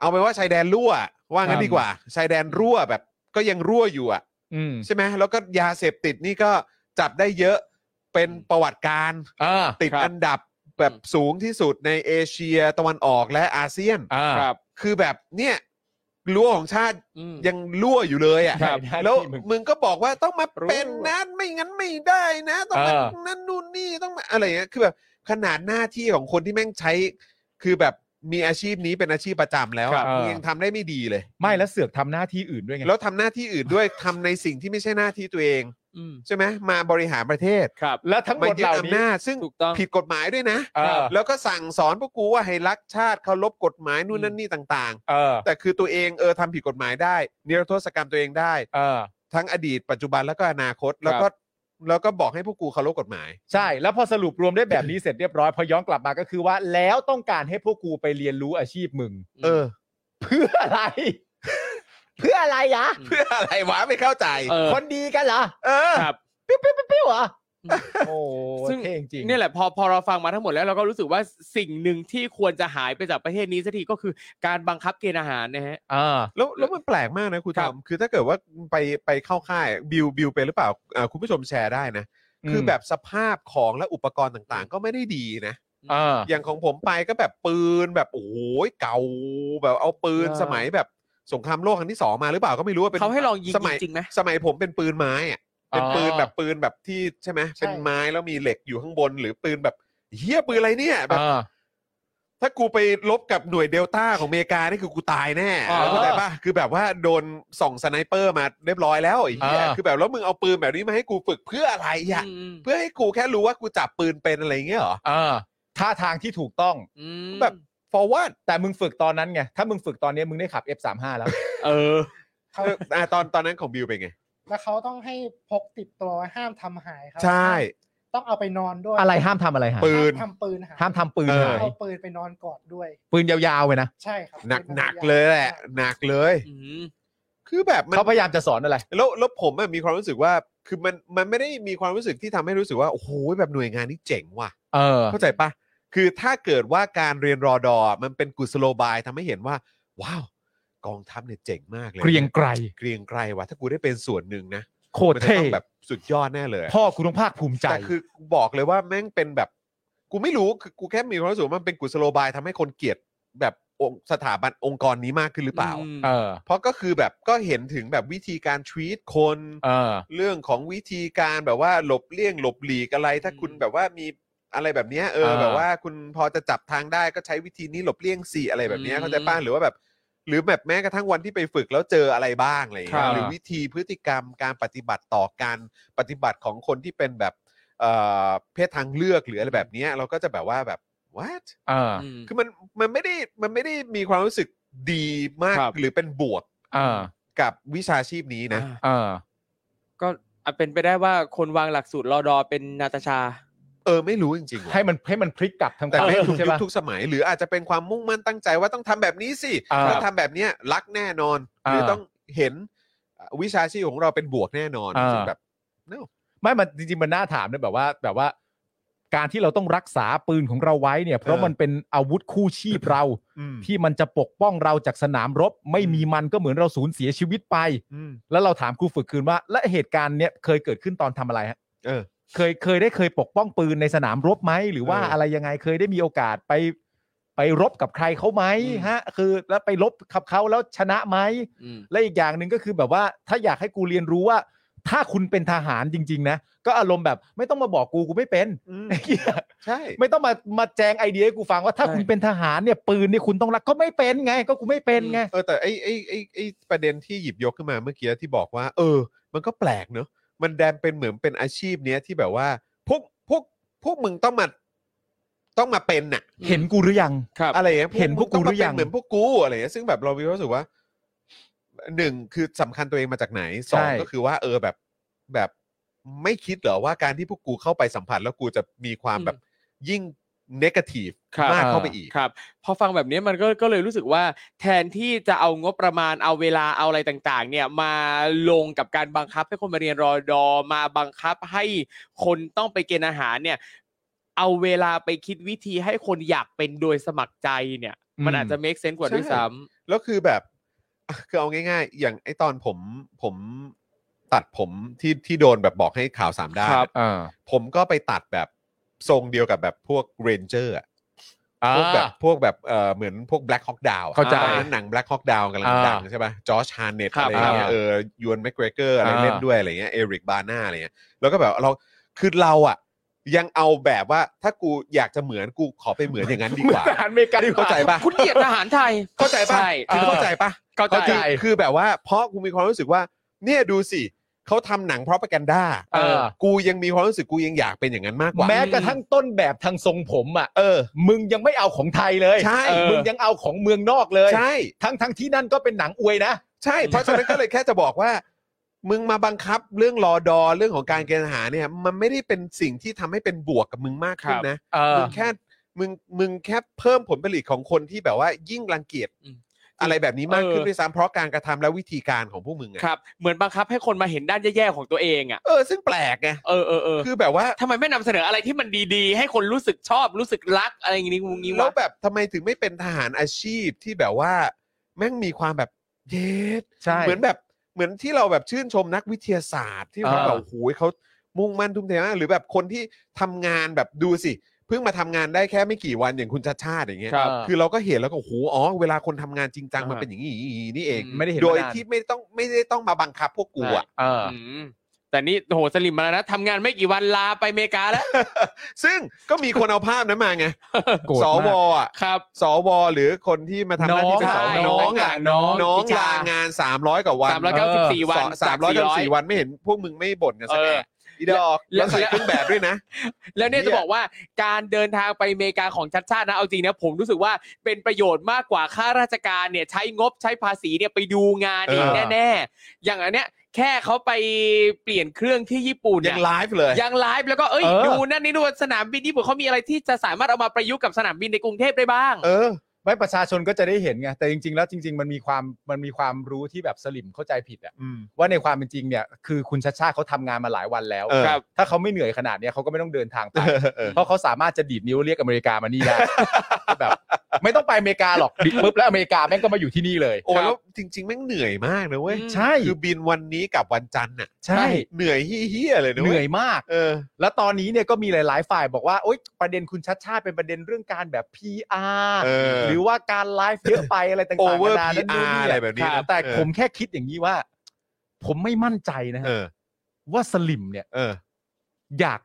เอาไปนว่าชายแดนรั่ว ว่างั้นดีกว่า ชายแดนรั่วแบบ ก็ยังรั่วอยู่อ่ะ
อืม
ใช่ไหมแล้วก็ยาเสพติดนี่ก็จับได้เยอะเป็นประวัติการ
เออ
ติด
ครับ
อันดับแบบสูงที่สุดในเอเชียตะวันออกและอาเซียน
อ่า
ครับ
คือแบบเนี่ยรั้วของชาติ
อืม
ยังรั่วอยู่เลยอ่ะ
ใช่หน้าที่
แล้ว
มึง
มึงก็บอกว่าต้องมา
รั่ว
เป็นนะไม่งั้นไม่ได้นะ ต้องมา
เออ
นั่นนู่นนี่ต้องมาอะไรอย่างเงี้ย คือแบบขนาดหน้าที่ของคนที่แม่งใช้ คือแบบมีอาชีพนี้เป็นอาชีพประจำแล้วอะ
ครับ
มึงยังทำได้ไม่ดีเลย
ไม่แล้วเสือกทำหน้าที่อื่นด้วยไง
แล้วทำหน้าที่อื่นด้วย ทำในสิ่งที่ไม่ใช่หน้าที่ตัวเอง
อืม
ใช่ไหมมาบริหารประเทศ
ครับ
แล้วทั้งหม
มา
ด
ยึ
เห
ด
ล่านี้
อำนาจซึ่ง
ถูกต้อง
ผิดกฎหมายด้วยนะ
เออ
แล้วก็สั่งสอนพวกกูว่าให้รักชาติเคารพกฎหมายนู่นนั่นนี่ต่าง
เออ
ๆ แต่คือตัวเองเออทำผิดกฎหมายได้ นิรโทษกรรมตัวเองได้
เออ
ทั้งอดีตปัจจุบันแล้วก็อนาคต แล้วก็แล้วก็บอกให้พวกกูเคารพกฎหมาย
ใช่แล้วพอสรุปรวมได้แบบนี้เสร็จเรียบร้อยพอย้อนกลับมาก็คือว่า แล้วต้องการให้พวกกูไปเรียนรู้อาชีพมึง
เออ
เพื่ออะไร เพื่ออะไรอะ
เพื่ออะไรวะไม่เข้าใจ
เออ
คนดีกันเหรอ
เออ
ครับ
ปิ้วปิ้วปิ้วปิ้วเหรอ
อืม
โอ้
ซึ่ง
เท่จริงๆ
เนี่ยแหละพอพอเราฟังมาทั้งหมดแล้วเราก็รู้สึกว่าสิ่งหนึ่งที่ควรจะหายไปจากประเทศนี้สักทีก็คือการบังคับเกณฑ์อาหารนะฮะ
เออ
แล้วแล้วมันแปลกมากนะครูท
ครั
อบ มคือถ้าเกิดว่าไปไปเข้าค่ายบิวบิวไปหรือเปล่าอ่าคุณผู้ชมแชร์ได้นะ
อืม
คือแบบสภาพของและอุปกรณ์ต่างๆ ก็ไม่ได้ดีนะ
เออ
อย่างของผมไปก็แบบปืนแบบโอ้ยเก่าแบบเอาปืน
เออ
สมัยแบบสงครามโลกครั้งที่สองมาหรือเปล่าก็ไม่รู้ว่าเป็น
เขาให้ลองยิง
สมัย
จริงๆไหม
สมัยผมเป็นปืนไม้อะเป็น
อ๋อ
ปืนแบบปืนแบบที่ใช่ไหม
ใช่
เป็นไม้แล้วมีเหล็กอยู่ข้างบน หรือปืนแบบเฮียปืนอะไรเนี่ยแบ
เอบ อ
ถ้ากูไปลบกับหน่วยเดลต้าของอเมริกานี่คือกูตายแน่
อ๋อ
เข้าใจปะคือแบบว่าโดนส่องสไนเปอร์มาเรียบร้อยแล้วไอ้เฮีย
เออ
คือแบบแล้วมึงเอาปืนแบบนี้มาให้กูฝึกเพื่ออะไรอะ
อืม
เพื่อให้กูแค่รู้ว่ากูจับปืนเป็นอะไรอย่างเงี้ยเหรอ
เออท่าทางที่ถูกต้อง
อืม
แบบ forward
แต่มึงฝึกตอนนั้นไงถ้ามึงฝึกตอนนี้มึงได้ขับ F35 แล้ว
เออ
เอออ่ะตอนตอนนั้นของบิวเป็นไง
แล้วเขาต้องให้พกติดตัวไว้ห้ามทำหายครั
ใช่
ต้องเอาไปนอนด้วย
อะไรห้ามทำอะไรหาย
ปืน
ห้ามทำปืนหาย
ห้ามทำปืน
เออ
หาย
เอาปืนไปนอนกอดด้วย
ปืนยาวๆเลยนะ
ใช่ครับ
หนัก
ปื
หนัก
ยาวๆ
เลยแหละหนักเลย
อืม
คือแบบมัน
เขาพยายามจะสอนอะไร
แล้วแล้วผมอะมีความรู้สึกว่าคือมันมันไม่ได้มีความรู้สึกที่ทำให้รู้สึกว่าโอ้โหแบบหน่วยงานนี้เจ๋งว่ะ
เออ
เข้าใจปะคือถ้าเกิดว่าการเรียนรอดอมันเป็นกุศโลบายทำให้เห็นว่า ว้าว กองทัพเนี่ยเจ๋งมากเลย
เกรียงไกร
เกรียงไกรว่ะถ้ากูได้เป็นส่วนหนึ่งนะ
โคตร
มัจะ
เท่
ต้องแบบสุดยอดแน่เลยอะ
พ่อคุณต้องภาคภูมิใจ
แต่คือบอกเลยว่าแม่งเป็นแบบ กูไม่รู้คือกูแค่มีความรู้สึกว่ามันเป็นกุศโลบายทำให้คนเกลียดแบบองค์สถาบันองค์กรนี้มากขึ้นหรือเปล่า
ม
เออ
เพราะก็คือแบบก็เห็นถึงแบบวิธีการทวีตคน
เออ
เรื่องของวิธีการแบบว่าหลบเลี่ยงหลบหลีกอะไร ถ้าคุณ
อืม
แบบว่ามีอะไรแบบเนี้ยเออ
เออ
แบบว่าคุณพอจะจับทางได้ก็ใช้วิธีนี้หลบเลี่ยงสี่อะไรแบบเนี้ยเข้าใจป้ะหรือว่าแบบ หรือแบบแม้กระทั่งวันที่ไปฝึกแล้วเจออะไรบ้างอะไรอย่างเงี้
ครั
ย
บ
หรือวิธีพฤติกรรมการปฏิบัติต่อการปฏิบัติของคนที่เป็นแบบเอ่อเพศทางเลือกหรืออะไรแบบเนี้ยเราก็จะแบบว่าแบบ what
เออ
อืม
คือมันมันไม่ได้มันไม่ได้มีความรู้สึกดีมาก
ครับ
หรือเป็นบวก
เออ
กับวิชาชีพนี้นะ
อ่า
เออ
ก็อ่ะเป็นไปได้ว่าคนวางหลักสูตรรอดอเป็นนาตาชา
เออไม่รู้จริงๆว่ะ
ให้มันให้มันพลิกกลับทาง
แต่
ฝั่ง
ไม่
นู้น
ถูก
ใช่
ยุค
ปะ
ทุกสมัย หรืออาจจะเป็นความมุ่งมั่นตั้งใจว่าต้องทำแบบนี้สิ
อ่า
ถ้าทำแบบเนี้ยรักแน่นอน หรืออา ต้องเห็นวิชาชีพของเราเป็นบวกแน่นอน
อ่า
ซึ่งแบบ
ไม่มันจริงๆมันน่าถามนะแบบว่าแบบว่า การที่เราต้องรักษาปืนของเราไว้เนี่ย เพราะ
เออ
มันเป็นอาวุธคู่ชีพเรา
อืม
ที่มันจะปกป้องเราจากสนามรบ ไม่มีมันก็เหมือนเราสูญเสียชีวิตไป
อืม
แล้วเราถามครูฝึกคืนว่า และเหตุการณ์เนี้ยเคยเกิดขึ้นตอนทำอะไรฮะ
เออ
เคยเคยได้เคยปกป้องปืนในสนามรบไหมหรือว่า
เอออ
อะไรยังไงเคยได้มีโอกาสไป ไปรบกับใครเขาไหมฮะ คือแล้วไปรบกับเขาแล้วชนะไหม
อืม
และอีกอย่างหนึ่งก็คือแบบว่าถ้าอยากให้กูเรียนรู้ว่า ถ้าคุณเป็นทหารจริง ๆ นะ ก็อารมณ์แบบไม่ต้องมาบอกกูกูไม่เป็น
อืม
ไอ้เหี้ย
ใช่
ไม่ต้องมามาแจงไอเดียให้กูฟังว่าถ้า
ใช่
คุณเป็นทหารเนี่ยปืนเนี่ยคุณต้องรักก็ไม่เป็นไง ก็กูไม่เป็นไง
เออแต่ไอ้ไอ้ไอ้ไอ้ประเด็นที่หยิบยกขึ้นมาเมื่อกี้ที่บอกว่า เออ มันก็แปลกเนอะมันแดนเป็นเหมือนเป็นอาชีพเนี้ยที่แบบว่า พวกพวกพวกมึงต้องมาต้องมาเป็นน่ะ
เห็นกูหรือยัง
ครับ
อะไรอย่างเงี้ย
เห็นพวกกู
มึต้
หรือยัง
มาเป็นเหมือนพวกกูอะไรอย่างเงี้ยซึ่งแบบเรามีความรู้สึกว่าหนึ่งคือสำคัญตัวเองมาจากไหนสอง
ใช่
ก็คือว่า เออแบบแบบไม่คิดเหรอว่าการที่พวกกูเข้าไปสัมผัส แล้วกูจะมีความ
อืม
แบบยิ่งเนกาทีฟ
ครับ
มากเข้าไปอีก
ครับ พอฟังแบบนี้มันก็ก็เลยรู้สึกว่า แทนที่จะเอางบประมาณเอาเวลาเอาอะไรต่างๆ เนี่ยมาลงกับการบังคับให้คนมาเรียนรอดอมาบังคับให้คนต้องไปเกณฑ์อาหารเนี่ย เอาเวลาไปคิดวิธีให้คนอยากเป็นโดยสมัครใจเนี่ย มัน
อืม
อาจจะ make sense กว่าด้วย
ใช่
ซ้
แล้วคือแบบ อ่ะคือเอาง่ายๆ อย่างไอตอนผมผมตัดผมที่ที่โดนแบบบอกให้ข่าวสามด้าน
เออ
ผมก็ไปตัดแบบทรงเดียวกับแบบพวกเรนเจอร์อะ พวกแบบพวกแบบเออเหมือนพวกแบล็ k ฮอ k ดาว
เข้าใจ
ตอนนั้นหนังแบล็ k ฮอ k ดาวกำลัง
อ่า
ดังใช่ป่ะจอชฮาร์เน็ต
ครั
อะ
บ
ไรเงี้ย
อ่า
เออยวนแมกเกรเกอร์อะไร
อ่า
เล่นด้วยอะไรเงี้ยเอริกบาน่าอะไรเงี้ยแล้วก็แบบเราคือเราอ่ะ ยังเอาแบบว่าถ้ากูอยากจะเหมือนกูขอไปเหมือนอย่างนั้นดีกว่า
ทหารอเมริกันดีก
เข้า
ว่า
ใจป่ะ
ำคุณเกลียดทหารไทย
เข้าใจป่ะ
ใช่
คือเข้าใจป่ะ
เข้าใจ
คือคือแบบว่าเพราะกูมีความรู้สึกว่า เนี่ยดูสิเขาทำหนังเพราะป a กันด้า
เออ
กูยังมีความรู้สึกกูยังอยากเป็นอย่างนั้นมากกว่า
แม้กระทั่งต้นแบบทางทรงผมอ่ะ
เออ
มึงยังไม่เอาของไทยเลย
ใช่
เออมึงยังเอาของเมืองนอกเลย
ใช่
ทั้งทั้งที่นั่นก็เป็นหนังอวยนะ
ใช่ เพราะฉะนั้นก็เลยแค่จะบอกว่า มึงมาบังคับเรื่องรอดอเรื่องของการเกณฑ์ทหารเนี่ย มันไม่ได้เป็นสิ่งที่ทำให้เป็นบวกกับมึงมากขึ้นนะ
เออ
มึงแค่มึงมึงแค่เพิ่มผลผลิตของคนที่แบบว่ายิ่งรังเกียจ
อืม
อะไรแบบนี้มากขึ้น
เออ
ด้วยซ้ำเพราะการกระทำและวิธีการของพวกมึง
ค
อะ
รับ เหมือนบังคับให้คนมาเห็นด้านแย่ๆของตัวเองอ่ะ
เออ ซึ่งแปลกไง
เออเออเออ
คือแบบว่า
ทำไมไม่นำเสนออะไรที่มันดีๆ ให้คนรู้สึกชอบรู้สึกรักอะไรอย่างนี้งู
แล้ว
งี้ะ
วแบบทำไมถึงไม่เป็นทหารอาชีพที่แบบว่า แม่งมีความแบบเย็ด
ใช่
เหมือนแบบเหมือนที่เราแบบชื่นชมนักวิทยาศาสตร์ที่เขา
อ่า
แบบโอ้โหเขามุ่งมั่นทุ่มเทมากหรือแบบคนที่ทำงานแบบดูสิเพิ่งมาทำงานได้แค่ไม่กี่วันอย่างคุณชาติชาติอย่างเงี้ย
ครับ
อเราก็เห็นแล้วก็โอ้โหอ๋อเวลาคนทำงานจริงจัง
อ่ามั
มันเป็นอย่างนี้อย่างนี้อย่างนี้นี่เอง
อื
ไม่ได้เห็น
โดย
มานาน
ที่ไม่ต้องไม่ได้ต้องมาบังคับพวกกูอ่ะ
เออ
มแต่นี่โหสลิมมาแล้วนะทำงานไม่กี่วันลาไปอเมริกาแล้ว
ซึ่งก็มีคนเอาภาพนั้นมาไง
โกรธ
ส
มาก
วอ่ะ
ครับ
สวหรือคนที่มาทำหน้าที่เป็นสว
น้
น้
อง
องอ่ะ
น้อง
น้อง
พิจาร
ลา
ณา
งาน300กว่าวัน
สามร้อยเก้าสิบสี่วัน
สามร้อย
จก
เก้าสิบสี่วันไม่เห็นพวกมึงไม่บ่นกันสัก
เอ
แอ
อ
บอีดอกแล้วใส่เครื่องแบบด้วยนะ
แล้วเนี่ย
เหี้
จะ
ย
บอกว่าการเดินทางไปอเมริกาของชัดชาตินะเอาจริงนะผมรู้สึกว่าเป็นประโยชน์มากกว่าข้าราชการเนี่ยใช้งบใช้ภาษีเนี่ยไปดูงานเอง
เออ
แน่ๆอย่างอันเนี้ยแค่เขาไปเปลี่ยนเครื่องที่ญี่ปุ่น
ยั
เนี่ย
งไลฟ์เลย
ยังไลฟ์แล้วก็เอ้ย
เออ
ดูนั่นนี่ดูว่าสนามบินญี่ปุ่นเขามีอะไรที่จะสามารถเอามาประยุกต์กับสนามบินในกรุงเทพได้บ้าง
เออ
ไม่ประชาชนก็จะได้เห็นไงแต่จริง ๆ แล้วจริง ๆ มันมีความมันมีความรู้ที่แบบสลิมเข้าใจผิดอะ
อืม
ว่าในความเป็นจริงเนี่ยคือคุณชาชาติเขาทำงานมาหลายวันแล้ว
เออ
ครับ
ถ้าเขาไม่เหนื่อยขนาดเนี้ยเขาก็ไม่ต้องเดินทางไป
เออเออ
เพราะเขาสามารถจะดีดนิ้วเรียกอเมริกามานี่ได้ แบบ ไม่ต้องไปอเมริกาหรอกบิดปุ๊บแล้วอเมริกาแม่งก็มาอยู่ที่นี่เลย
โอ้แล้วจริง ๆ แม่งเหนื่อยมากนะเว้ย
ใช่
คือบินวันนี้กลับวันจันทร์อ่ะ
ใช่
เหนื่อยเฮี้ยๆเลยนะ
เห
ว้
นื่อยมาก
เออ
แล้วตอนนี้เนี่ยก็มีหลาย ๆ ฝ่ายบอกว่าโอ๊ยประเด็นคุณชัดชาติเป็นประเด็นเรื่องการแบบ PR
เออ
หรือว่าการไลฟ์เยอะไปอะไรต่างๆ
Over
นานานั่นนู่น
PR
นี่
อะไรแบบนี้นะ
ครับแต่
เออ
ผมแค่คิดอย่างนี้ว่า ผมไม่มั่นใจนะฮะ
เออ
ว่าสลิมเนี่ย
เออ
อยาก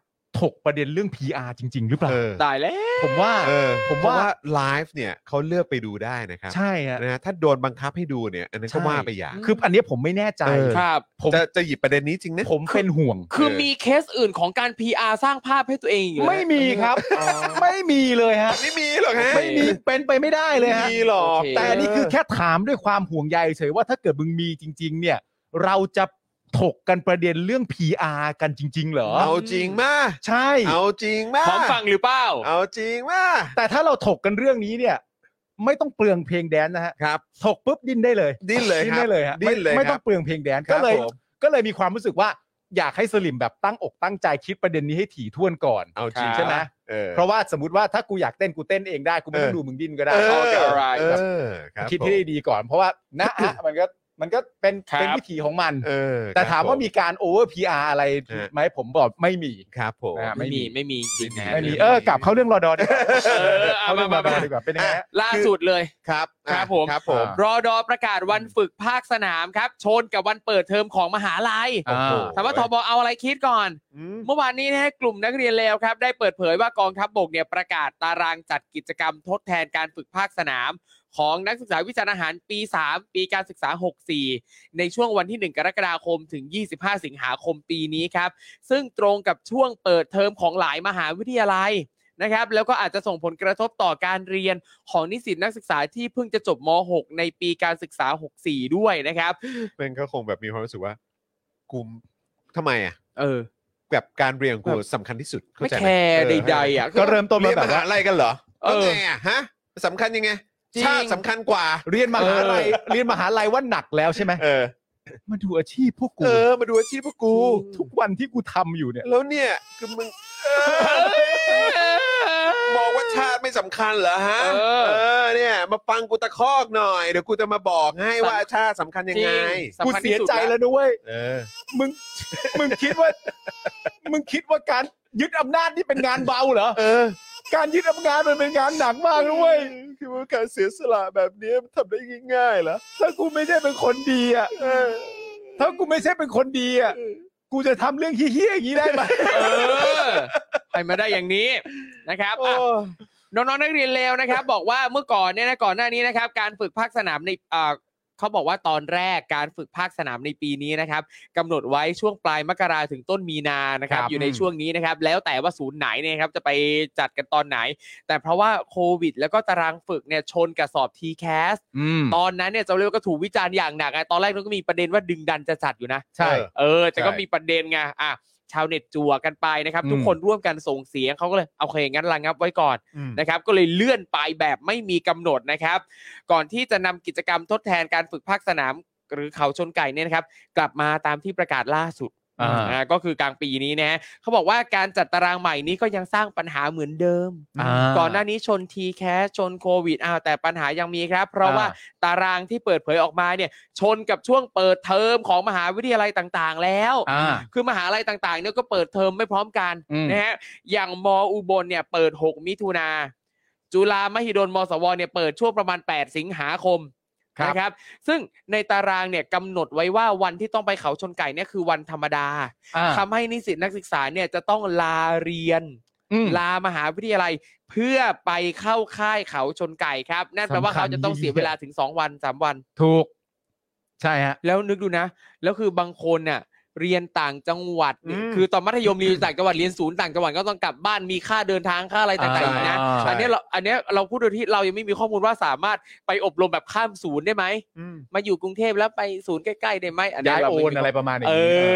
ถกประเด็นเรื่อง PR จริง ๆ หรือเปล่า
เออ
ตายแล้ว
ผมว่า
เออ
ผม
เพระ
ว่า
ไลฟ์เนี่ยเขาเลือกไปดูได้นะครับ
ใช่ฮะ
นะฮะถ้าโดนบังคับให้ดูเนี่ย อันนั้นก็
ใช่
ว่าไปอย่าง
คืออันเนี้ยผมไม่แน่ใจ
เออ
ครับ
ผม
จะจะหยิบประเด็นนี้จริงนะ
ผมเป็นห่วง
คือ
เออ
มีเคสอื่นของการ PR สร้างภาพให้ตัวเองอยู่
ไม่มีครับ ไม่มีเลยฮะ
ไม่มีหรอกฮะ
ไม่มีเป็นไปไม่ได้เลยฮะ
ไม่มีหรอก
แต่อันนี่คือแค่ถามด้วยความห่วงใยเฉยว่าถ้าเกิดมึงมีจริง ๆ เนี่ย เราจะถกกันประเด็นเรื่อง PR กันจริง ๆ เหรอ
เอาจริงมา
ใช่
เอาจริงมา
พร้อมฟังหรือเปล่า
เอาจริงมา
แต่ถ้าเราถกกันเรื่องนี้เนี่ย ไม่ต้องเปลืองเพลงแดนซ์นะฮะ
ครับ
ถกปุ๊บดิ้นได้เลย
ดิ้นเลย
ดิ้
คน รับ
ได้เลยฮะ
ดิ้นเลย
ไม่
ครับ
ไม่ต้องเปลืองเพลงแดนซ์
ครับ
ก็เลย
ผม
ก็เลยมีความรู้สึกว่าอยากให้สลิมแบบตั้งอกตั้งใจคิดประเด็นนี้ให้ถี่ถ้วนก่อน
เอาจริง
ใช่ไหม
เออ
เพราะว่าสมมติว่าถ้ากูอยากเต้นกูเต้นเองได้กูไม่ต้องดูมึงดิ้นก็ได้
เออ
alright
เออครับ
คิด
ผม
ให้ดีก่อนเพราะว่านะฮะมันก็มันก็เป็น
ครับ
เป็นวิถีของมัน
เออ
แต่ถาม
ค
ว่า
รับผ
มีการโอเวอร์พีอาอะไร
เออ
ไหมผมบอกไม่มี
ครับผม
นะฮะ
ไม่มีไม่มีจริงนะ
ไม่มีเออกลับเข้าเรื่องรอดอดีกว่า
เออเอา
เข้าเรื่องร
มา
อดอ
มา
ดีกว่าเป็นยังไงฮะ
ล่าสุดเลย
ครับอ่ะ
ครับผม
ครับผม
อ่า
รอดอประกาศวันฝึกภาคสนามครับ ชนกับวันเปิดเทอมของมหาลัย
อ่า
โอ้โห
ถามว่าทบเอาอะไรคิดก่อน
อืม
เมื่อวานนี้นะฮะกลุ่มนักเรียนเลวครับ ได้เปิดเผยว่ากองทัพบกเนี่ยประกาศตารางจัดกิจกรรมทดแทนการฝึกภาคสนาม ของนักศึกษาวิชาทหารปี 3 ปีการศึกษา 64 ในช่วงวันที่ 1 กรกฎาคมถึง 25 สิงหาคมปีนี้ครับ ซึ่งตรงกับช่วงเปิดเทอมของหลายมหาวิทยาลัยนะครับ แล้วก็อาจจะส่งผลกระทบต่อการเรียนของนิสิตนักศึกษาที่เพิ่งจะจบม .6 ในปีการศึกษา 64 ด้วยนะครับ
มันก็คงแบบมีความรู้สึกว่ากูทำไมอ่ะ
เออ
แบบการเรียนของกูสำคัญที่สุดเข้า
ไม่
ใจห
แคร์
เออ
ใดๆอ่ะ
ก็เริ่มต้น
เรี
มาย
น
แบ
ม
บ
หา
ว่า
ลัยกันเหรอ
เอ
แล้ว
อ
ไงอ่ะฮะสำคัญยังไง
จริง
ชาติสำคัญกว่า
เรียนมหาลัยเรียนมหาลัยว่าหนักแล้วใช่ไหม
เออ
มาดูอาชีพพวกกู
เออ มาดูอาชีพพวกกู
ทุกวันที่กูทำอยู่เนี่ย
แล้วเนี่ย คือมึงเออมองว่าชาติไม่สำคัญเหรอฮะ
เออ
อเนี่ย มาฟังกูตะคอกหน่อย เดี๋ยวกูจะมาบอกให้ว่าชาติสำคัญยังไง
สำ
กู
คัญ
เสีย
ที่ด
ใจแล้วนะเว้ย
เออ
มึงมึงคิดว่า มึงคิดว่าการยึดอำนาจนี่เป็นงานเบาเหรอ
เออ
การยึดอำนาจมันเป็นงานหนักมากนะเว้ย
คือว่าการเสียสละแบบนี้มันทำได้ง่ายๆเหรอ
ถ้ากูไม่ใช่เป็นคนดีอ่ะถ้ากูไม่ใช่เป็นคนดีอ่ะ กูจะทำเรื่องเฮี้ยๆอย่างนี้ได้ไหม
เออไปมาได้อย่างนี้นะครับอ่ะ น้องๆนักเรียนเลวนะครับ บอกว่าเมื่อก่อนเนี่ยนะก่อนหน้านี้นะครับ การฝึกภาคสนามในเอ่อเขาบอกว่าตอนแรกการฝึกภาคสนามในปีนี้นะครับกำหนดไว้ช่วงปลายมกราถึงต้นมีนานะครับ
ครับ
อยู่ในช่วงนี้นะครับ แล้วแต่ว่าศูนย์ไหนเนี่ยครับจะไปจัดกันตอนไหน แต่เพราะว่าโควิด แล้วก็ตารางฝึกเนี่ยชนกับสอบ t c a s ตอนนั้นเนี่ยเจ้าเรียกว่าก็ถูกวิจารณ์อย่างหนักไงตอนแรกเราก็มีประเด็นว่าดึงดันจะจัดอยู่นะ
ใช่
เออ แต่ก็
ใช่
มีประเด็นไงอ่ะชาวเน็ตจั่วกันไปนะครับ ทุก
อืม
คนร่วมกันส่งเสียงเขาก็เลยโอเคงั้นระงับไว้ก่อน นะครับก็เลยเลื่อนไปแบบไม่มีกำหนดนะครับ ก่อนที่จะนำกิจกรรมทดแทนการฝึกภาคสนาม หรือเขาชนไก่เนี่ยนะครับ กลับมาตามที่ประกาศล่าสุด
อ่า
อ่าก็คือกลางปีนี้นะฮะเขาบอกว่าการจัดตารางใหม่นี้ก็ยังสร้างปัญหาเหมือนเดิม ก่อนหน้านี้ชนทีแคสชนโควิดอ้าวแต่ปัญหายังมีครับ เพราะว่าตารางที่เปิดเผยออกมาเนี่ยชนกับช่วงเปิดเทอมของมหาวิทยาลัยต่างๆ แล้ว
อ่า
คือมหาลัยต่างๆเนี่ยก็เปิดเทอมไม่พร้อมกัน
อืม
นะฮะ อย่างมออุบลเนี่ยเปิด 6 มิถุนา จุฬามหิดลมสวเนี่ยเปิดช่วงประมาณ 8 สิงหาคมนะครับ ซึ่งในตารางเนี่ยกำหนดไว้ว่าวันที่ต้องไปเขาชนไก่เนี่ยคือวันธรรมดา ทำให้นิสิตนักศึกษาเนี่ยจะต้องลาเรียน
อืม
ลามหาวิทยาลัยเพื่อไปเข้าค่ายเขาชนไก่ครับ นั่นแปลว่า
สำคัญ
เขาจะต้องเสีย
ยิ่ง
เวลาถึง 2 วัน 3 วัน
ถูก ใช่ฮะ
แล้วนึกดูนะ แล้วคือบางคนน่ะเรียนต่างจังหวัดเนี่ย
อืม
คือตอนมัธยมเรียนอยู่ต่างจังหวัดเรียนศูนย์ต่างจังหวัดก็ต้องกลับบ้านมีค่าเดินทางค่าอะไรต่างๆอีกนะ
อ่า
อันเนี้ยเราอันเนี้ยเราพูดโดยที่เรายังไม่มีข้อมูลว่าสามารถไปอบรมแบบข้ามศูนย์ได้ไหม
อืม
มาอยู่กรุงเทพแล้วไปศูนย์ใกล้ๆได้ไหมอันเนี้
ย้าย
เรา
โอ
ม่
น
มี
อะไร
ข้
ประมาณนี้
เอ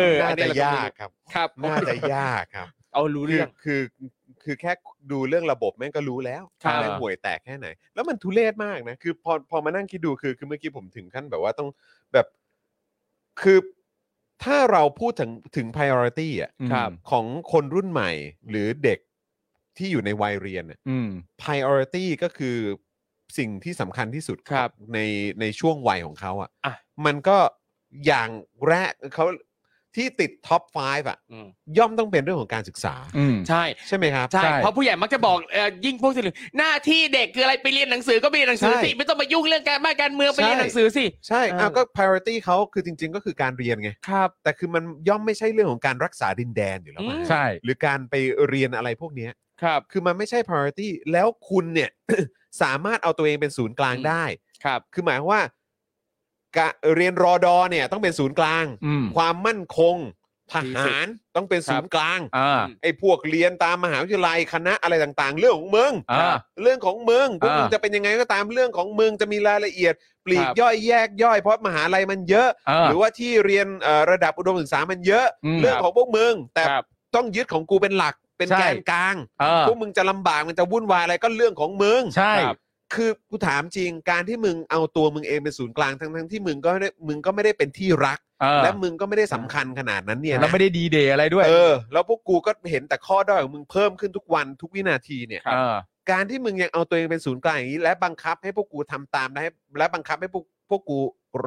อ
น่า
อันนี้
จะ
เราก็ไม่รู้
ยากครับ
ครับ
น่าจะยากครับ
เอารู้
คือ
เรื่อง
คือคือแค่ดูเรื่องระบบแม่งก็รู้แล้ว
ครับ
แม่งห่วยแตกแค่ไหน แล้วมันทุเรศมากนะ คือพอพอมานั่งคิดดูคือคือเมื่อกี้ผมถึงขั้นแบบว่าต้องแบบ คือถ้าเราพูดถึงถึง priority อ่ะ
ครับ
ของคนรุ่นใหม่ หรือเด็กที่อยู่ในวัยเรียนอะ
อืม
priority ก็คือ สิ่งที่สำคัญที่สุด
ครับ
ในในช่วงวัยของเขาอ่ะ
อ่ะ
มันก็อย่างแรกเขาที่ติดท็อป 5 อ่ะ
อืม
ย่อมต้องเป็นเรื่องของการศึกษา
อืม
ใช่
ใช่ไหมครับ
ใช่
ใช่
เพราะผู้ใหญ่มักจะบอกเอ่อยิ่งพวกสื่อหน้าที่เด็กคืออะไรไปเรียนหนังสือก็ไปเรียนหนังสือ
ใช่
สิไม่ต้องมายุ่งเรื่องการบ้านการเมืองไป
ใช่
เรียนหนังสือสิ
ใช่
เออ
เอาก็ priority เขาคือจริง ๆ ก็คือการเรียนไง
ครับ
แต่คือมันย่อมไม่ใช่เรื่องของการรักษาดินแดนอยู่แล้ว
อืม
มั้ง
ใช่
หรือการไปเรียนอะไรพวกเนี้ย
ครับ
คือมันไม่ใช่ priority แล้วคุณเนี่ย สามารถเอาตัวเองเป็นศูนย์กลาง
อืม
ได้
ครับ
คือหมายความว่ากะเรียนรอดอเนี่ยต้องเป็นศูนย์กลาง
อืม
ความมั่นคงทห
ดีสุด
ารต้องเป็นศูนย์กลาง
อ่า
ไอ้พวกเรียนตามมหาวิทยาลัยคณะอะไรต่างๆ เรื่องของมึง
อ่า
เรื่องของมึงพวก
อ่ามึ
มึงจะเป็นยังไงก็ตามเรื่องของมึงจะมีรายละเอียด ปลี
ค
ก
รับ
ย่อยแยกย่อยเพราะมหาลัยมันเยอะ
อ่า
หรือว่าที่เรียนเอ่อระดับอุดมศึกษามันเยอะ
อืม
เรื่องของพวกมึงแต่
ครับ
ต้องยึดของกูเป็นหลักเป็น
ใช่
แกนกลาง
อ่า
พวกมึงจะลำบากมันจะวุ่นวายอะไรก็เรื่องของมึง
ใช่
ครับ
คือกูถามจริงการที่มึงเอาตัวมึงเองเป็นศูนย์กลางทั้งทั้งๆที่มึงก็ไม่ได้มึงก็ไม่ได้เป็นที่รัก
เออ
และมึงก็ไม่ได้สำคัญขนาดนั้นเนี่ยนะ
แล้วไม่ได้ดีเดย์อะไรด้วย
เออแล้วพวกกูก็เห็นแต่ข้อด้อยของมึงเพิ่มขึ้นทุกวันทุกวินาทีเนี่ย
เออ
การที่มึงยังเอาตัวเองเป็นศูนย์กลางอย่างนี้ และบังคับให้พวกกูทำตามและให้และบังคับให้พวกพวกกู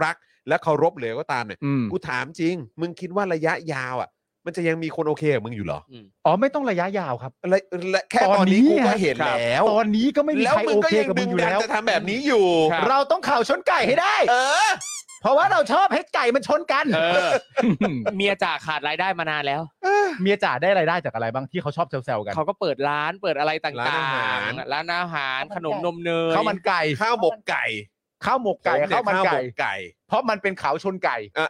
รัก และเคารพเหลือก็ตามเนี่ย
อืม
กูถามจริง มึงคิดว่าระยะยาวอ่ะ มันจะยังมีคนโอเคกับมึงอยู่เหรอ
อ๋อ ไม่ต้องระยะยาวครับ
และและแค่ตอนนี้
ตอนนี้
กูก็
อะ
เห็นแล้ว
ตอนนี้ก็ไม่มี
แล้ว
ใคร
มึง
โอ
ก็
เค
ยัง
กับ
ดึ
มึง
ง
อยู่
ดัน
แล้ว
จะทำแบบนี้อยู่
ครับ
เราต้องข่าวชนไก่ให้ได้
เออ
เพราะว่าเราชอบให้ไก่มันชนกัน
เออ เมียจ่าขาดรายได้มานานแล้ว
เมียจ๋าได้รายได้จากอะไรบ้างที่เขาชอบแซวๆกัน
เขาก็เปิดร้านเปิดอะไร
ร้า
ต่าน ง
อาหาร
ๆ ร้านอาหารขนมนมเนย
ข้าวมันไก่
ข้าวหมกไก่
ข้าวหมก
ผ
ไก่
เนี่ย
ข้าวมัน
ข้าวห
ไก่
มกไก่
เพราะมันเป็นขาวชนไก่
เออ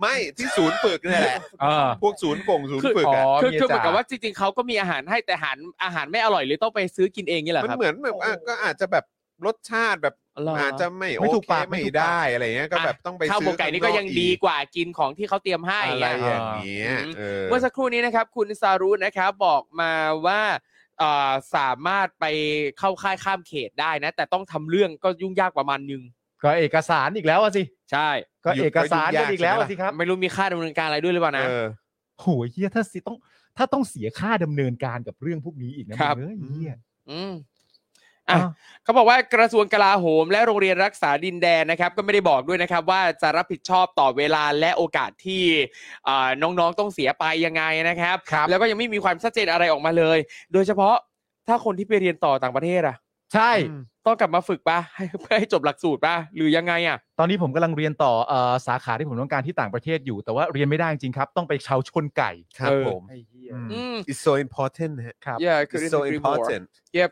ไม่ที่ศูนย์ฝึกเนี่ยแหละ
เออ
พวกศูนย์ป่งศูนย์ฝึก
อ๋อ
อะ
คือ
เมีย
คือเหมือน
จ๋า
กับว่าจริงๆเขาก็มีอาหารให้แต่อาหารอาหารไม่อร่อยหรือต้องไปซื้อกินเองนี่แหละ
มัน
ครับ
เหมือนแบบอ่ะก็อาจจะแบบรสชาติแบบ
เหรอ
อาจจะไม่โอ
ไม่ถูก
เค
ปากไม่
ไม่
ถูกปาก
ได้อะไรเงี้ยก็
อ่ะ
แบบต้องไป
ข้าวหม
ซื้
ก
อ
ไก่นี่ก็ยังดีกว่ากินของที่เขาเตรียมให้
ข้างนอกอีกอะไรอ
เงี้ย
ย่างเงี้ย
อืม
เออ
เมื่อสักครู่นี้นะครับ คุณซารุนะครับบอกมาว่าเอ่อสามารถไปเข้าค่ายข้ามเขตได้นะ แต่ต้องทำเรื่องก็ยุ่งยากประมาณนึง
ก็เอกสารอีกแล้วอะสิ
ใช่
ก็เอกสารกันอีกแล้วอะสิครับ
ไม่รู้มีค่าดำเนินการอะไรด้วยหรือเปล่านะ
เออ
โหยเฮียถ้าสิต้อง ถ้าต้องเสียค่าดำเนินการกับเรื่องพวกนี้อีกนะครับ มึงเอ้ยเฮีย
อืมอ่ะ
อ้าว
เขาบอกว่ากระทรวงกลาโหม และโรงเรียนรักษาดินแดนนะครับ ก็ไม่ได้บอกด้วยนะครับ ว่าจะรับผิดชอบต่อเวลาและโอกาสที่อ่าน้องๆต้องเสียไปยังไงนะครับ
ครับ
แล้วก็ยังไม่มีความชัดเจนอะไรออกมาเลย โดยเฉพาะถ้าคนที่ไปเรียนต่อต่างประเทศอะ
ใช่
ต้องกลับมาฝึกปะ ให้เพื่อให้จบหลักสูตรปะหรือยังไงอะ
ตอนนี้ผมกำลังเรียนต่อเอ่อสาขาที่ผมต้องการที่ต่างประเทศอยู่ แต่ว่าเรียนไม่ได้จริงๆครับ ต้องไปชาวชนไก่
ครับผม
ไอ้เหี้ย
อื
อื
ม
ม
it's so important นะฮะ
ครับ
yeah
it's
couldn't
so
agree more
important
เย็บ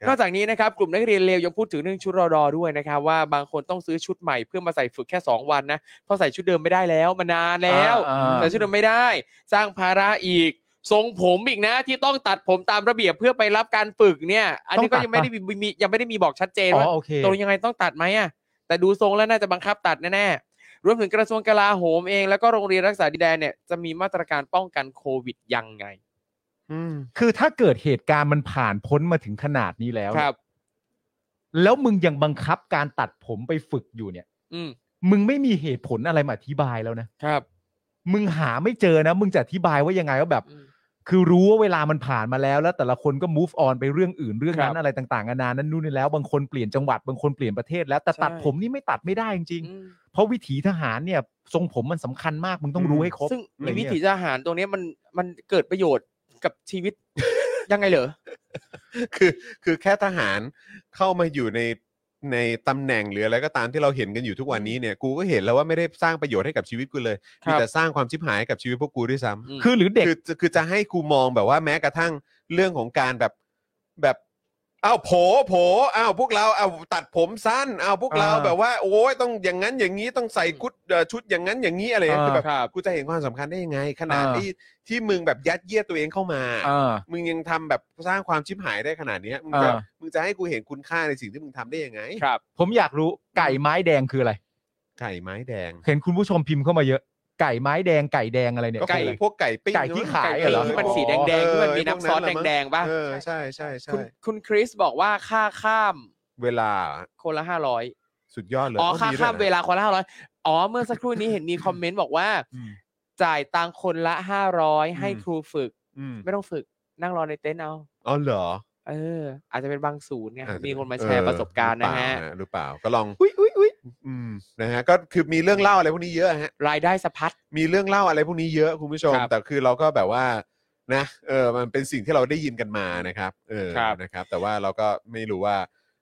ครับ
นอกจากนี้นะครับกลุ่มนักเรียนเลวยังพูดถึงเรื่องชุดรอดอด้วยนะครับว่าบางคนต้องซื้อชุดใหม่เพื่อมาใส่ฝึกแค่ 2 วันนะเพราะใส่ชุดเดิมไม่ได้แล้วมานานแล้ว
อ่าอ่า
ใส่ชุดเดิมไม่ได้ สร้างภาระอีก ทรงผมอีกนะ ที่ต้องตัดผมตามระเบียบเพื่อไปรับการฝึกเนี่ย อันนี้
ต้
ก็
องตัด
ยังไม่ได้มีมียังไม่ได้มีบอกชัดเจน
อ๋
ว่า
อโอเค
ตรงยังไงต้องตัดไหมอ่ะแต่ดูทรงแล้วน่าจะบังคับตัดแน่ๆรวมถึงกระทรวงกลาโหมเอง แล้วก็โรงเรียนรักษาดินแดนเนี่ยจะมีมาตรการป้องกันโควิดยังไง
อืม
คือถ้าเกิดเหตุการณ์มันผ่านพ้นมาถึงขนาดนี้แล้ว
ค
เนี่ย
รับ
แล้วมึงยังบังคับการตัดผมไปฝึกอยู่เนี่ย
อืม
มึงไม่มีเหตุผลอะไรมาอธิบายแล้วนะ
ครับ
มึงหาไม่เจอนะ มึงจะอธิบายว่ายังไงว่าแบบ
อืม
คือรู้ว่าเวลามันผ่านมาแล้ว แล้วแต่ละคนก็ move on ไปเรื่องอื่นเรื่องนั้
ค
น
รับ
อะไรต่างๆนานานั้นนู่นนี่แล้ว บางคนเปลี่ยนจังหวัดบางคนเปลี่ยนประเทศแล้วแต่ตัด
ใช่
ผมนี่ไม่ตัดไม่ได้จริง
อืม
ๆเพราะวิถีทหารเนี่ยทรงผมมันสำคัญมากมึงต้องรู้ให้ครบ
ซึ่ง
อะไร
มี
เงี้ย
วิถีทหารตรงเนี้ยมันมันเกิดประโยชน์กับชีวิต ยังไงเหรอ
คือคือแค่ทหารเข้ามาอยู่ในในตำแหน่งหรืออะไรก็ตามที่เราเห็นกันอยู่ทุกวันนี้เนี่ยกูก็เห็นแล้วว่าไม่ได้สร้างประโยชน์ให้กับชีวิตกูเลย
ครับ
มีแต่สร้างความชิบหายให้กับชีวิตพวกกูด้วยซ้ำ
อืม
คือหรือเด็ก
คือจะคือจะให้กูมองแบบว่าแม้กระทั่งเรื่องของการแบบแบบอ้าวโผโผอ้าวพวกเราอ้าวตัดผมสั้นอ้าวพวกเรา
อ่า
แบบว่าโอ้ยต้องอย่างนั้นอย่างนี้ต้องใส่กุดเอ่อชุดอย่างนั้นอย่างนี้อะไรอย่างเงี้ยคือ
อ่า
แบบกูจะเห็นความสำคัญได้ยังไง ขนาด
อ่า
ที่ที่มึงแบบยัดเยียดตัวเองเข้ามา
เออ
มึงยังทำแบบสร้างความชิบหายได้ขนาดเนี้ยมึงจะ
อ่า
มึงจะให้กูเห็นคุณค่าในสิ่งที่มึงทำได้ยังไง
ครับ
ผมอยากรู้ไก่ไม้แดงคืออะไร
ไก่ไม้แดง
เห็นคุณผู้ชมพิมพ์เข้ามาเยอะ ไก่ไม้แดงไก่แดงอะไรเนี่ย
ก็คงเป็นพวกไก่ปิ้ง
ไก่ที่ขาย
ไก่
เอ
ปิ้
เห
ง
รอ
ที่มันสีแดงๆที่มันมีน้ำซอสแดงๆป่ะ
เออใช่ใช่ใช่
คุณคุณคริสบอกว่าค่าข้าม
เวลา
คนละห้าร้อย
สุดยอดเลย
อ๋อ
ต้ง
ค่า
ด้วย
ข้าม
นะ
เวลาคนละห้าร้อยอ๋อเมื่อสักครู่นี้เห็นมีคอมเมนต์บอกว่า
อืม
จ่ายตังคนละห้าร้อยให้ครูฝึก
อืม
ไม่ต้องฝึกนั่งรอในเต็นท์เอา
อ๋อเหรอ
เ เออ อาจจะเป็นบางศูนย์เนี่ย
อาจจะ
มีคนมาแชร์ประสบการณ์นะฮะ
หรือเปล่าหรือเปล่าก็ลอง
อุ้ยอุ้ยอุ้ย
อืมนะฮะก็คือมีเรื่องเล่าอะไรพวกนี้เยอะฮะ
รายได้สะพัด
มีเรื่องเล่าอะไรพวกนี้เยอะคุณผู้ชม
ครับ
แต่คือเราก็แบบว่านะเออมันเป็นสิ่งที่เราได้ยินกันมานะครับเออ
ครับ
นะครับ แต่ว่าเราก็ไม่รู้ว่า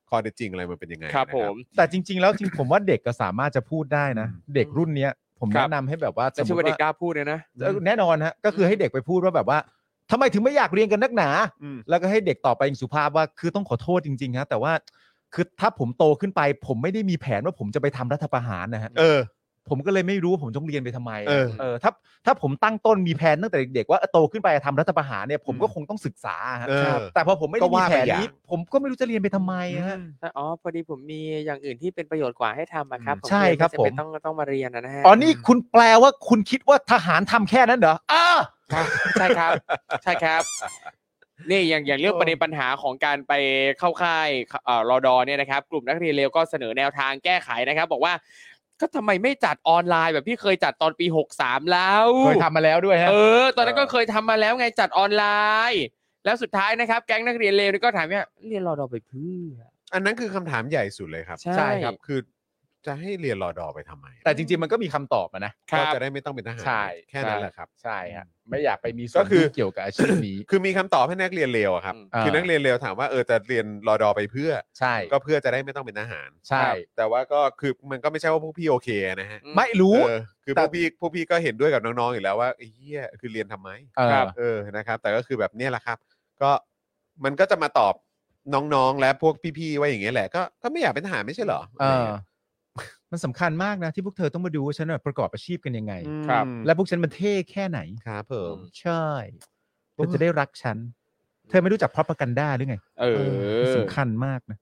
ข้อเท็จจริงอะไรมันเป็นยังไง
ครับ
นะ
ผม
แต่จริง ๆ แล้วจริงผมว่าเด็กก็สามารถจะพูดได้นะ เด็กรุ่นเนี้ยผม
ครับ
แนะนำให้แบบว่า
จะชื่อว่าเด็กกล้าพูดเนี่ยนะ
เออแน่นอนฮะก็คือให้เด็กไปพูดว่าแบบว่าทำไมถึงไม่อยากเรียนกันนักหนา
อืม
แล้วก็ให้เด็กตอบไปอย่างสุภาพว่าคือต้องขอโทษจริงๆฮะแต่ว่าคือถ้าผมโตขึ้นไป ผมไม่ได้มีแผนว่าผมจะไปทำรัฐประหารนะฮะ
เออ
ผมก็เลยไม่รู้ว่าผมต้องเรียนไปทำไม
เออ
เออถ้าถ้าผมตั้งต้นมีแผนตั้งแต่เด็กๆว่าเออโตขึ้นไปจะทำรัฐประหารเนี่ยผมก็คงต้องศึกษาฮะ
เออ
ครับ
แต่พอผมไม่
ก็
ได้มี
ว่าไป
แผน
อย่าง
นี้ ผมก็ไม่รู้จะเรียนไปทำไมฮะ
อ๋อพอดีผมมีอย่างอื่นที่เป็นประโยชน์กว่าให้ทำอะครับผม
ใช่ครับ
เลยไจำเป็น
ผม
ต้องต้องมาเรียนนะนะฮะ
อ๋อนี่คุณแปลว่าคุณคิดว่าทหารทำแค่นั้นเหรออ่า
ครับใช่ครับ ใช่ครับ นี่อย่างอย่างเรื่องประเด็นปัญหาของการไปเข้าค่ายเอ่อรอดอเนี่ยนะครับ กลุ่มนักเรียนเลวก็เสนอแนวทางแก้ไขนะครับ บอกว่า ก็ทำไมไม่จัดออนไลน์แบบที่เคยจัดตอนปี 63 แล้ว
เคยทำมาแล้วด้วยฮะ
เออ ตอนนั้นก็เคยทำมาแล้วไงจัดออนไลน์ แล้วสุดท้ายนะครับ แก๊งนักเรียนเลวเนี่ยก็ถามว่าเรียนรอดอไปเพื่อ
อันนั้นคือคำถามใหญ่สุดเลยครับ
ใช่ใช่ครับ
คือจะให้เรียนรอดอไปทำไม
แต่จริงๆมันก็มีคำตอบอะนะ
ครั
ก็
บ
จะได้ไม่ต้องเป็นทหาร
ใช่
แค่นั้นแหละครับ
ใช่ฮะไม่อยากไปมีส่
ก็
วน
คือ
ยุ่งเกี่ยวกับอาชีพนี้
คือมีคำตอบให้นักเรียนเลวอะครับ
อืม
คือ
เออ
นักเรียนเลวถามว่าเออจะเรียนรอดอไปเพื่อ
ใช่
ก็เพื่อจะได้ไม่ต้องเป็นทหาร
ใช่
ครับแต่ว่าก็คือมันก็ไม่ใช่ว่าพวกพี่โอเคนะฮะ
ไม่รู้
เออคือพ
แต่
วกพี่พวกพี่ก็เห็นด้วยกับน้องๆอยู่แล้วว่าไอ้เฮียคือเรียนทำไม
เออ
เออนะครับ แต่ก็คือแบบเนี้ยแหละครับ ก็มันก็จะมาตอบน้องๆ และพวกพี่ๆว่าอย่างเงี้ยแหละก็ก็ไม่อยากเป็นทหารไม่ใช่เหรอ
เอ
อะไร
อ
เงี้ย
มันสำคัญมากนะที่พวกเธอต้องมาดูว่าฉันน่ะประกอบอาชีพกันยังไง
อืม
ครับ
และพวกฉันมันเท่แค่ไหน
ครับเพิ่ม
ใช่เธอจะได้รักฉัน เธอไม่รู้จักพรอพกันด้าหรือไง
เออ
สำคัญมากนะ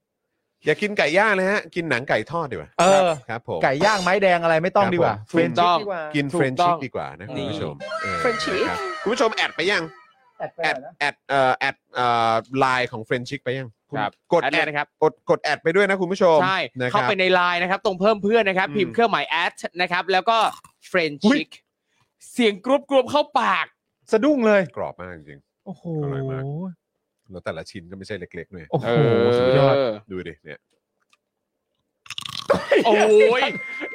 อย่ากินไก่ย่างนะฮะ กินหนังไก่ทอดดีกว่า
เอ
ครั
อ
บครับผม
ไก่ย่างไม้แดงอะไรไม่ต้อง
ครับ
ดีกว่า
ผม
เฟรน
ถูกต้
ชิ
อง
ดีกว่า
กิน
ถู
เฟร
ก
น
ต้
ชิ
อก ง
ดีกว่านะคุ
นี่
ณผู้ชมออ
Friendship
นะครับคุณผู้ชมแอดไปยัง
แอดไป
แอดแอด
หน่อยนะ
เอ่อแอดเอ่อไลน์ของเฟรนชิกไปยังณ
ครับ
กด
แอด
แอ
เลย
ด
นะครับ
กดกดแอดไปด้วยนะคุณผู้ชม
ใช่
นะค
เข้า
รับ
ไปในไลน์นะครับ ตรงเพิ่มเพื่อนนะครับ
อืม
พิมพ์เครื่องหมาย at นะครับ แล้วก็ friend chic เสียงกรุบกรบเข้าปาก
สะดุ้งเลย
กรอบมากจริง
โอ้โห
อร่อยมาก แล้วแต่ละชิ้นก็ไม่ใช่เล็กๆด้วย
โอ้โห
เออ
สุดยอด
ดูดิเนี่ย
โอ้ย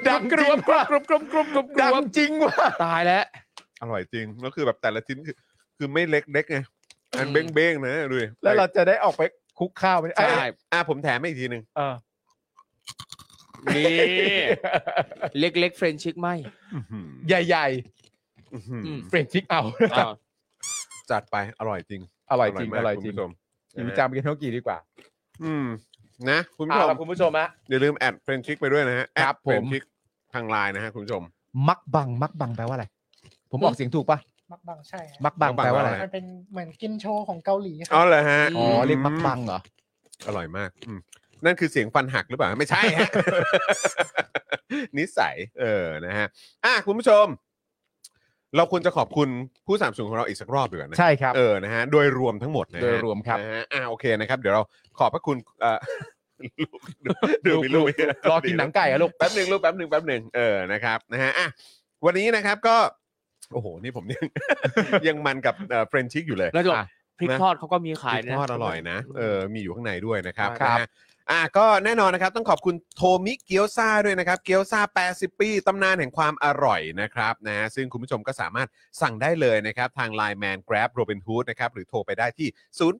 ดั
ดั
ง
ง
จ
ก
ริ
รุ
ง
บกรบกรุบกรบกรุบกรบก
ดั
รุ
ง
บ
จริงว่ะ
ตายแล้ว
อร่อยจริงแล้วคือแบบแต่ละชิ้นคือคือไม่เล็กๆไงอันเบ้งๆนะดูดิ
แล้วเราจะได้ออกไปคุกข้าวไหม
ใช่
เอ้ย
อ่ะผมแถมให้อีกทีหนึ่ง
เออ
นี่ เล็กๆ friend chic ไม่
อื้อหือ
ใหญ่
อื้อหือ
อืม
ๆเฟรนชิกเอา
อ้าว
จัดไปอร่อยจริง
อร่อยจริง
มาก
อร่อยจริง
คุณผู้ชม
อยู่จามกันเท่ากี่ดีกว่า
อืมนะคุณผู้
เอา
ชม
ละคุณผู้ชมฮะ
อย่าลืมแอดเฟรนชิกไปด้วยนะฮะ
ครับผ
เฟ
ม
รนชิกทางไลน์นะฮะคุณผู้ชม
มักบัง มักบังแปลว่าอะไร ผมออกเสียงถูกปะ
มักบังใช่
มักบังแปลว่าอะไร
มักบัง
มันเป็นเหมือนกินโชว์ของเกาหลีค
อ๋
รั
อบ เหรอฮะ
อ๋อ เรียกมักบังเหรอ
อร่อยมากอืมนั่นคือเสียงฟันหักหรือเปล่าไม่ใช่ฮะ นิสัยเออนะฮะอ่ะคุณผู้ชม เราควรจะขอบคุณผู้สามสูงของเราอีกสักรอบดีกว่านะ
ใช่ครับ
เออ นะฮะ โดยรวมทั้งหมดนะฮะ
โดยรวมครับ
นะฮะ อ่า โอเคนะครับ เดี๋ยวเราขอบพระคุณเอ่อลูกดูดูมีลูก
รอกินหนังไก่อะลูก
แป๊บหนึ่งลูก แป๊บหนึ่งแป๊บหนึ่งเออ นะครับ นะฮะ อ่ะ วันนี้นะครับก็ โอ้โห นี่ผมยัง ยังมันกับเฟรนชิกอยู่เลย
แล้วจบ
อ่ะ
พริก
นะ
ทอดเขาก็มีขาย
พริก
นะ
ทอดอร่อยนะ เออ มีอยู่ข้างในด้วยนะครับ
ครับ
นะฮะอ่ะก็แน่นอนนะครับ ต้องขอบคุณโทมิเกียวซาด้วยนะครับ เกียวซา80 ปีตำนานแห่งความอร่อยนะครับนะฮะซึ่งคุณผู้ชมก็สามารถสั่งได้เลยนะครับ ทาง Line Man Grab Robin Hood นะครับ หรือโทรไปได้ที่ 0899251892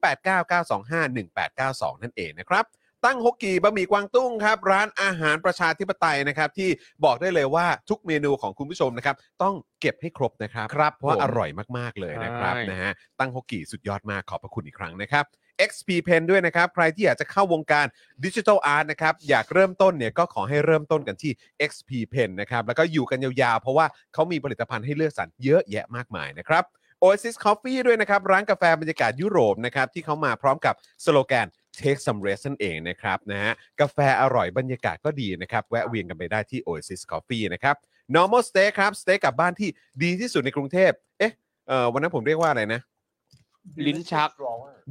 นั่นเองนะครับ ตั้งฮกกีบะหมี่กวางตุ้งครับ ร้านอาหารประชาธิปไตยนะครับ ที่บอกได้เลยว่าทุกเมนูของคุณผู้ชมนะครับ ต้องเก็บให้ครบนะครับครับเพราะว่าอร่อยมาก ๆ เลยนะครับ
ใช่
นะฮะตั้งฮกกีสุดยอดมากขอบพระคุณอีกครั้งนะครับ XP Pen ด้วยนะครับ ใครที่อยากจะเข้าวงการดิจิทัลอาร์ตนะครับ อยากเริ่มต้นเนี่ยก็ขอให้เริ่มต้นกันที่ XP Pen นะครับ แล้วก็อยู่กันยาวๆ เพราะว่าเขามีผลิตภัณฑ์ให้เลือกสรรเยอะแยะมากมายนะครับ Oasis Coffee ด้วยนะครับ ร้านกาแฟบรรยากาศยุโรปนะครับ ที่เขามาพร้อมกับสโลแกน Take some rest นั่นเองนะครับนะฮะกาแฟอร่อยบรรยากาศก็ดีนะครับ แวะเวียนกันไปได้ที่ Oasis Coffee นะครับ Normal Steak ครับสเต็กกลับบ้านที่ดีที่สุดในกรุงเทพเอ๊ะเอ่อวันนั้นผมเรียกว่าอะไรนะ
ลิ้นชัก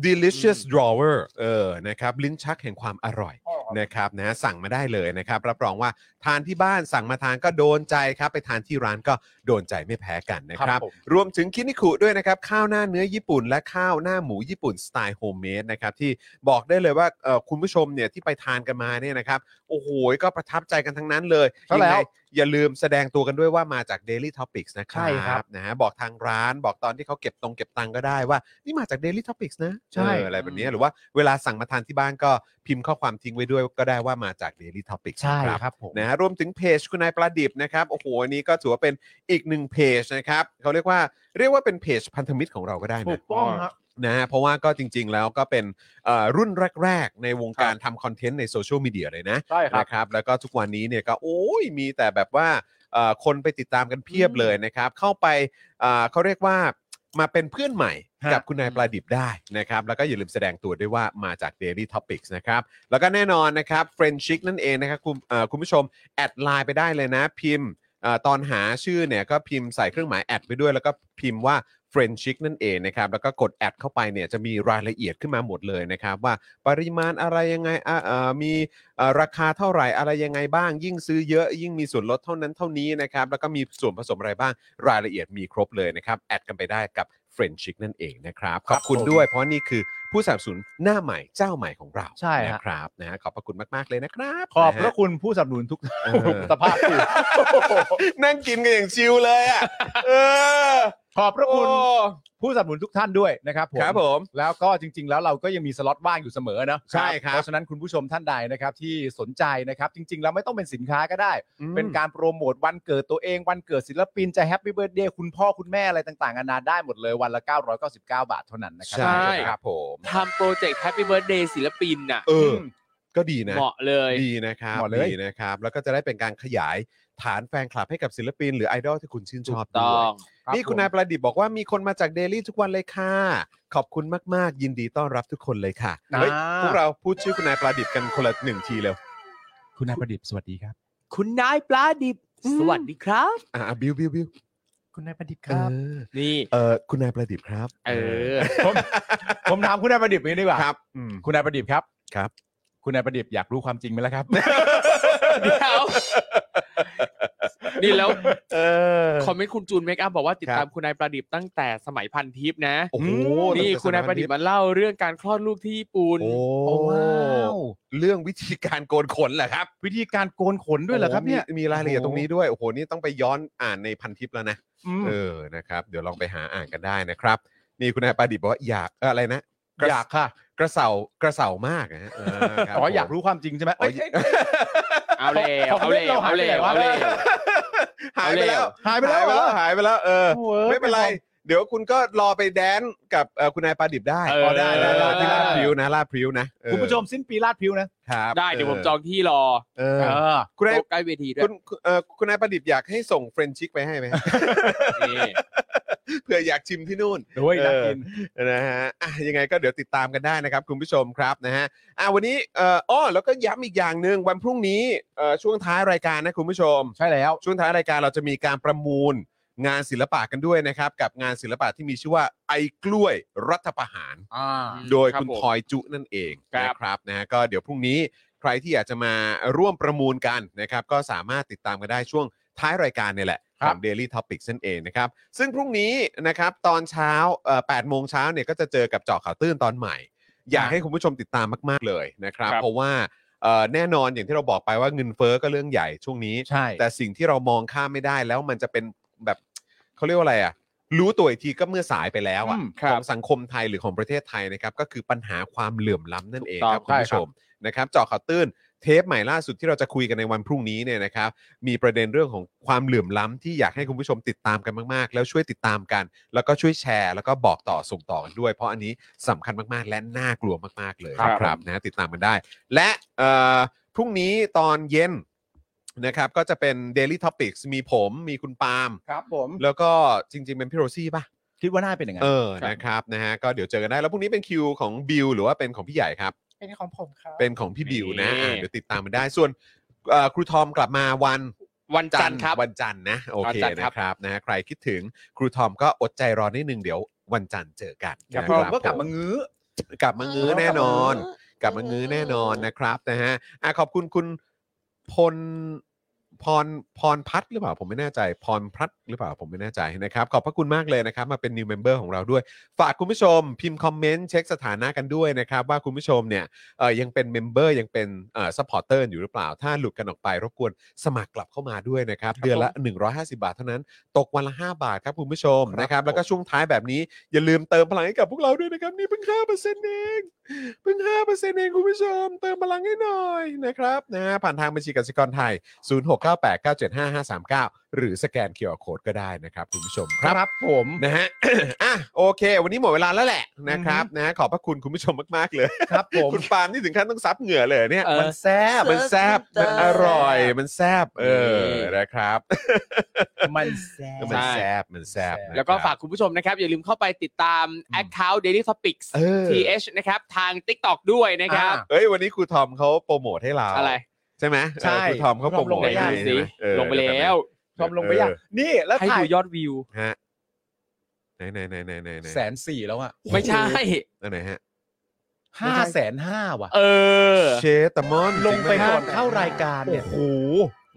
delicious drawer เออ นะครับ ลิ้นชักแห่งความอร่อย นะครับนะฮะสั่งมาได้เลยนะครับรับรองว่าทานที่บ้านสั่งมาทานก็โดนใจครับไปทานที่ร้านก็โดนใจไม่แพ้กันนะค
ค
รั
รับ บผม
รวมถึงคินิคุด้วยนะครับ ข้าวหน้าเนื้อญี่ปุ่น และข้าวหน้าหมูญี่ปุ่นสไตล์โฮมเมดนะครับที่บอกได้เลยว่าเอ่อคุณผู้ชมเนี่ยที่ไปทานกันมาเนี่ยนะครับโอ้โหก็ประทับใจกันทั้งนั้นเลย
ค
ยัไง
รับแล้ว
อย่าลืมแสดงตัวกันด้วยว่ามาจาก Daily Topics นะครั
ใช่ครั
บ
บ
นะฮะบอกทางร้านบอกตอนที่เขาเก็บตรงเก็บตังค์ก็ได้ว่า นี่มาจาก Daily Topics นะ
ใช่
เอออะไรแบบนี้หรือว่าเวลาสั่งมาทานที่บ้านก็พิมพ์ข้อความทิ้งไว้ด้วยก็ได้ว่ามาจาก Daily Topics
ใช่
นะครับ
ครับผม
นะฮะรวมถึงเพจคุณนายประดิบนะครับโอ้โหอันนี้ก็ถือว่าเป็นอีกหนึ่งเพจนะครับเขาเรียกว่าเรียกว่าเป็นเพจพันธมิตรของเราก็ได้
ถู
นะ
กต้องฮะ
นะฮะเพราะว่าก็จริง ๆ แล้วก็เป็นเอ่อรุ่นแรก ๆ ในวงการทำคอนเทนต์ในโซเชียลมีเดียเลยนะ
ใช่ครับ
นะครับแล้วก็ทุกวันนี้เนี่ยก็โอ้ยมีแต่แบบว่าเอ่อคนไปติดตามกันเพียบเลยนะครับ เข้าไปเอ่อเขาเรียกว่ามาเป็นเพื่อนใหม่
ฮะ
กับคุณนายปลาดิบได้นะครับแล้วก็อย่าลืมแสดงตัวด้วยว่ามาจาก Daily Topics นะครับ แล้วก็แน่นอนนะครับเฟรนชิกนั่นเองนะครับคุณเอ่อคุณผู้ชม แอดไลน์ไปได้เลยนะพิมพ์เอ่อตอนหาชื่อเนี่ยก็พิมพ์ใส่เครื่องหมายแอดไปด้วย แล้วก็พิมพ์ว่าเฟรนชิกนั่นเองนะครับแล้วก็กดแอดเข้าไปเนี่ยจะมีรายละเอียดขึ้นมาหมดเลยนะครับ ว่าปริมาณอะไรยังไงอ่ะเอ่อมีเอ่อราคาเท่าไหร่อะไรยังไงบ้าง ยิ่งซื้อเยอะยิ่งมีส่วนลดเท่านั้นเท่านี้นะครับแล้วก็มีส่วนผสมอะไรบ้างรายละเอียดมีครบเลยนะครับแอดกันไปได้กับเฟรนชิกนั่นเองนะครับขอบคุณด้วย เพราะนี่คือผู้สนับสนุนหน้าใหม่เจ้าใหม่ของเรา
ใช่ฮะ
นะครับนะฮะขอบพระคุณมาก ๆ เลยนะครับ
ขอบพ
นฮ
ระคุณผู้สนับสนุนทุก
เออ
สภาพกู
นั่งกินกันอย่างชิลเลยอ่ะ เออ
ขอบพระคุณผู้สนับสนุนทุกท่านด้วยนะครับผม
ครับผม
แล้วก็จริง ๆ แล้วเราก็ยังมีสล็อตว่างอยู่เสมอนะ
ใช่ครับ
เพราะฉะนั้นคุณผู้ชมท่านใดนะครับที่สนใจนะครับ จริง ๆ แล้วไม่ต้องเป็นสินค้าก็ได้ เป็นการโปรโมทวันเกิดตัวเองวันเกิดศิลปินจะแฮปปี้เบิร์ดเดย์คุณพ่อคุณแม่อะไรต่างๆนานาได้หมดเลยวันละ 999 บาทเท่านั้นนะครั
ใช่ค
ค
รั
รั
บบ ผม
ทำโปรเจกต์ Happy Birthday ศิลปินน่ะ
เออ ก็ดีนะ
เหมาะเลย
ดีนะครับ
เหมาะเลย
ดีนะครับ แล้วก็จะได้เป็นการขยายฐานแฟนคลับให้กับศิลปิน หรือไอดอลที่คุณชื่นช
ถู
อบ
ก
ด้
ต้
ว
อย ง
รับ
นี่คุณนายประดิษฐ์บอกว่ามีคนมาจากเดลี่ทุกวันเลยค่ะ ขอบคุณมาก ๆ ยินดีต้อนรับทุกคนเลยค่ะ
อ่า
เฮ้ย พวกเราพูดชื่อคุณนายประดิษฐ์กันคนละหนึ่งทีเร็ว
คุณนายประดิษฐ์สวัสดีครับ
คุณนายปลาดิบ สวัสดีครับ
อ่าบิวบิวบิว
คุณนายประดิษฐ์ค
เอ
รับ
อ
นี่
เออคุณนายประดิษฐ์ครับ
เออ
ผมผมถามคุณนายประดิษฐ์นี้ดีกว่า
ครับอืม
คุณนายประดิษฐ์ครับ
ครับ
คุณนายประดิษฐ์อยากรู้ความจริงไหมล่ะ ครับ
เดี๋ยวนี่แล้ว
เออ
คอมเมนต์คุณจูนเมคอัพบอกว่าติด
ครั
ตาม
บ
คุณนายประดิษฐ์ตั้งแต่สมัยพันทิปนะ
โอ้โห
นี่คุณนายประดิษฐ์มาเล่าเรื่องการคลอดลูกที่ญี่ปุ่น
โอ้
โอ้ว้าว
เรื่องวิธีการโกนขนเหรอครับ
วิธีการโกนขนด้วยเหรอครับ
โโ
เนี่ย
มีมีรายละเอียดตรงนี้ด้วย โอ้โห นี่ต้องไปย้อนอ่านในพันทิปแล้วนะ
อืม
เออ นะครับ เดี๋ยวลองไปหาอ่านกันได้นะครับ นี่คุณนายปาดิบบอกว่าอยากเอ่ออะไรนะระ
อยากค่ะ
กระเสากระเสามากนะฮะเออครับ
อ๋ออยาก
ผม
รู้ความจริงใช่ไหม
อ๋อ
เอ้ยเอ้ยเอ้ย
เอาแล้ว
ของ
เอา
เล่
แล้ว
นเราหา
เอา
ยไป
แล้
ไหน
ว
วะ
เอา
หายไปแล้ว
หายไปแล้วเห
แล้ว
รอ
หายไปแล้ว เออ
โอ้เว้ย
ไม่เป็นไร เดี๋ยวคุณก็รอไปแดนกับเอ่อคุณนายปาดิบได้
เออ
ได้ได้ได้ที่ลาดพริ้วนะลาดพริ้วนะเออ
คุณผู้ชมสิ้นปีลาดพริ้วนะครับ
ได้ เดี๋ยวผมจองที่รอ
เอ
เอ
อ
อ
คุณนาย
ใกล้เวทีด้ว
คุ
ย
ณคุณเอ่อคุณนายประดิษฐ์อยากให้ส่งเฟรนชิกไปให้ไหม
นี่
เผื่ออยากชิมที่นู่น
โอ้ยน่ากิน
นะฮะอ่ะยังไงก็เดี๋ยวติดตามกันได้นะครับ คุณผู้ชมครับนะฮะอ่ะวันนี้เอ่ออ้อแล้วก็ย้ำอีกอย่างหนึ่งวันพรุ่งนี้เอ่อช่วงท้ายรายการนะคุณผู้ชม
ใช่แล้ว
ช่วงท้ายรายการเราจะมีการประมูลงานศิลปะกันด้วยนะครับ กับงานศิลปะที่มีชื่อว่าไอ้กล้วยรัฐประหาร
อ่า
โดย
ครับ
คุณ
ผม
ทอยจุนั่นเอง
ครับ
นะครับนะฮะก็เดี๋ยวพรุ่งนี้ใครที่อยากจะมาร่วมประมูลกันนะครับ ก็สามารถติดตามกันได้ช่วงท้ายรายการเนี่ยแหละ
ครั
ข
บ
อง Daily Topics นั่นเองนะครับ ซึ่งพรุ่งนี้นะครับตอนเช้าเอ่อ8โมงเช้าเนี่ยก็จะเจอกับเจาะข่าวตื้นตอนใหม่ อยากให้คุณผู้ชมติดตามมากๆเลยนะครับ
ครับ
เพราะว่าเอ่อแน่นอนอย่างที่เราบอกไปว่าเงินเฟ้อก็เรื่องใหญ่ช่วงนี้
ใช่
แต่สิ่งที่เรามองข้ามไม่ได้แล้วมันจะเป็นแบบเขาเรียกว่าอะไรอ่ะ รู้ตัวอีกทีก็เมื่อสายไปแล้วอ่ะ
อืมครั
ข
บ
องสังคมไทยหรือของประเทศไทยนะครับ ก็คือปัญหาความเหลื่อมล้ำนั่นเองค
ถูกต้อง
รับคุณผู้ชมนะครับเจาะข่าวตื้นเทปใหม่ล่าสุดที่เราจะคุยกันในวันพรุ่งนี้เนี่ยนะครับ มีประเด็นเรื่องของความเหลื่อมล้ำที่อยากให้คุณผู้ชมติดตามกันมากๆ แล้วช่วยติดตามกัน แล้วก็ช่วยแชร์แล้วก็บอกต่อส่งต่อกันด้วย เพราะอันนี้สำคัญมากๆ และน่ากลัวมากๆเลย
ครับ
นะครับนะติดตามกันได้ และเอ่อพรุ่งนี้ตอนเย็นนะครับก็จะเป็น Daily Topics มีผมมีคุณปาล์ม
ครับผม
แล้วก็จริง ๆ เป็นพี่โรซี่ป่ะ
คิดว่าน่าเป็นอย่างนั้น
เออนะครับนะฮะก็เดี๋ยวเจอกันได้ แล้วพรุ่งนี้เป็นคิวของบิวหรือว่าเป็นของพี่ใหญ่ครับ
เป็นของผมครับ
เป็นของพี่บิวนะอ่ะ
นี่
เดี๋ยวติดตามมันได้ส่วนเอ่อครูทอมกลับมาวัน
วันจันทร์ครับ
วันจันทร์นะโอ
วัน
เค
จันทร์
นะครับ ครับนะฮะใครคิดถึงครูทอมก็อดใจรอนิดนึงเดี๋ยววันจันทร์เจอกัน
ครับ
นะ
ผ
ค
ม
รับ
ก็กลับมา
ผ
งื้อ
กลับมา
เอ
เงื้อ
อ
แน่นอน กลับมาเงื้อแน่นอนนะครับนะฮะอ่ะขอบคุณคุณพลพรพรพัฒน์หรือเปล่าผมไม่แน่ใจ พรพัฒน์หรือเปล่าผมไม่แน่ใจนะครับ ขอบพระคุณมากเลยนะครับ มาเป็น new member ของเราด้วย ฝากคุณผู้ชมพิมพ์คอมเมนต์เช็คสถานะกันด้วยนะครับ ว่าคุณผู้ชมเนี่ย เอ่อยังเป็นเมมเบอร์ยังเป็นเอ่อซัพพอร์เตอร์อยู่หรือเปล่า ถ้าหลุดกันออกไป รบกวนสมัครกลับเข้ามาด้วยนะครับ เดือนละ 150 บาทเท่านั้น ตกวันละ 5 บาทครับคุณผู้ชม
ครับ
นะครับ
ผม
แล้วก็ช่วงท้ายแบบนี้ อย่าลืมเติมพลังให้กับพวกเราด้วยนะครับ นี่เพิ่ง 5%เองเพิ่ง 5%เองคุณผู้ชม เติมพลังให้หน่อยนะครับนะฮะผ่านทางบัญชีกสิกรไทย 0698975539 หรือสแกนเคอร์โคดก็ได้นะครับคุณผู้ชมค
ครับ รับผม
นะฮ ะ อ่ะโอเค วันนี้หมดเวลาแล้วแหละนะครับนะฮะขอบพระคุณคุณผู้ชมมากๆเลย
ครับผม
คุณปาล์มนี่ถึงขั้นต้องซับเหงื่อเลยเนี่ย
เออ
มันแซบมันแซบมันอร่อย มันแซบเออ
นี่
นะครับ
มันแซ่บ
มันแซบมันแซบนะครับ
แล้วก็ฝากคุณผู้ชมนะครับ อย่าลืมเข้าไปติดตาม Account Daily Topics
เออ
TH นะครับทาง TikTok ด้วยนะครับ
อ่า
เอ้ยวันนี้ครูทอมเขาโปรโมทให้เรา
อะไร
ใช่ไหมเออ
ใช่
ครูทอมเขาโปรโมท
ลงไป
ให้
ยั
ดู
ง
สิ
ใช่หมเออ
ลงไปแล้ว
ชอบลงไปยังนี่แล้ว
ให้
ถ่าย
ดูยอดวิว
ฮะไหนไหนไหนไหนไหนไหน
แสนสี่แล้วอ่ะ
ไม่ใช่
อันไหนฮะ
ห้าแสนห้าว่ะ
เออ
เชตามอน
ลงไปก่อน
จริหมฮะ
เข้ารายการเนี่ยโอ้โห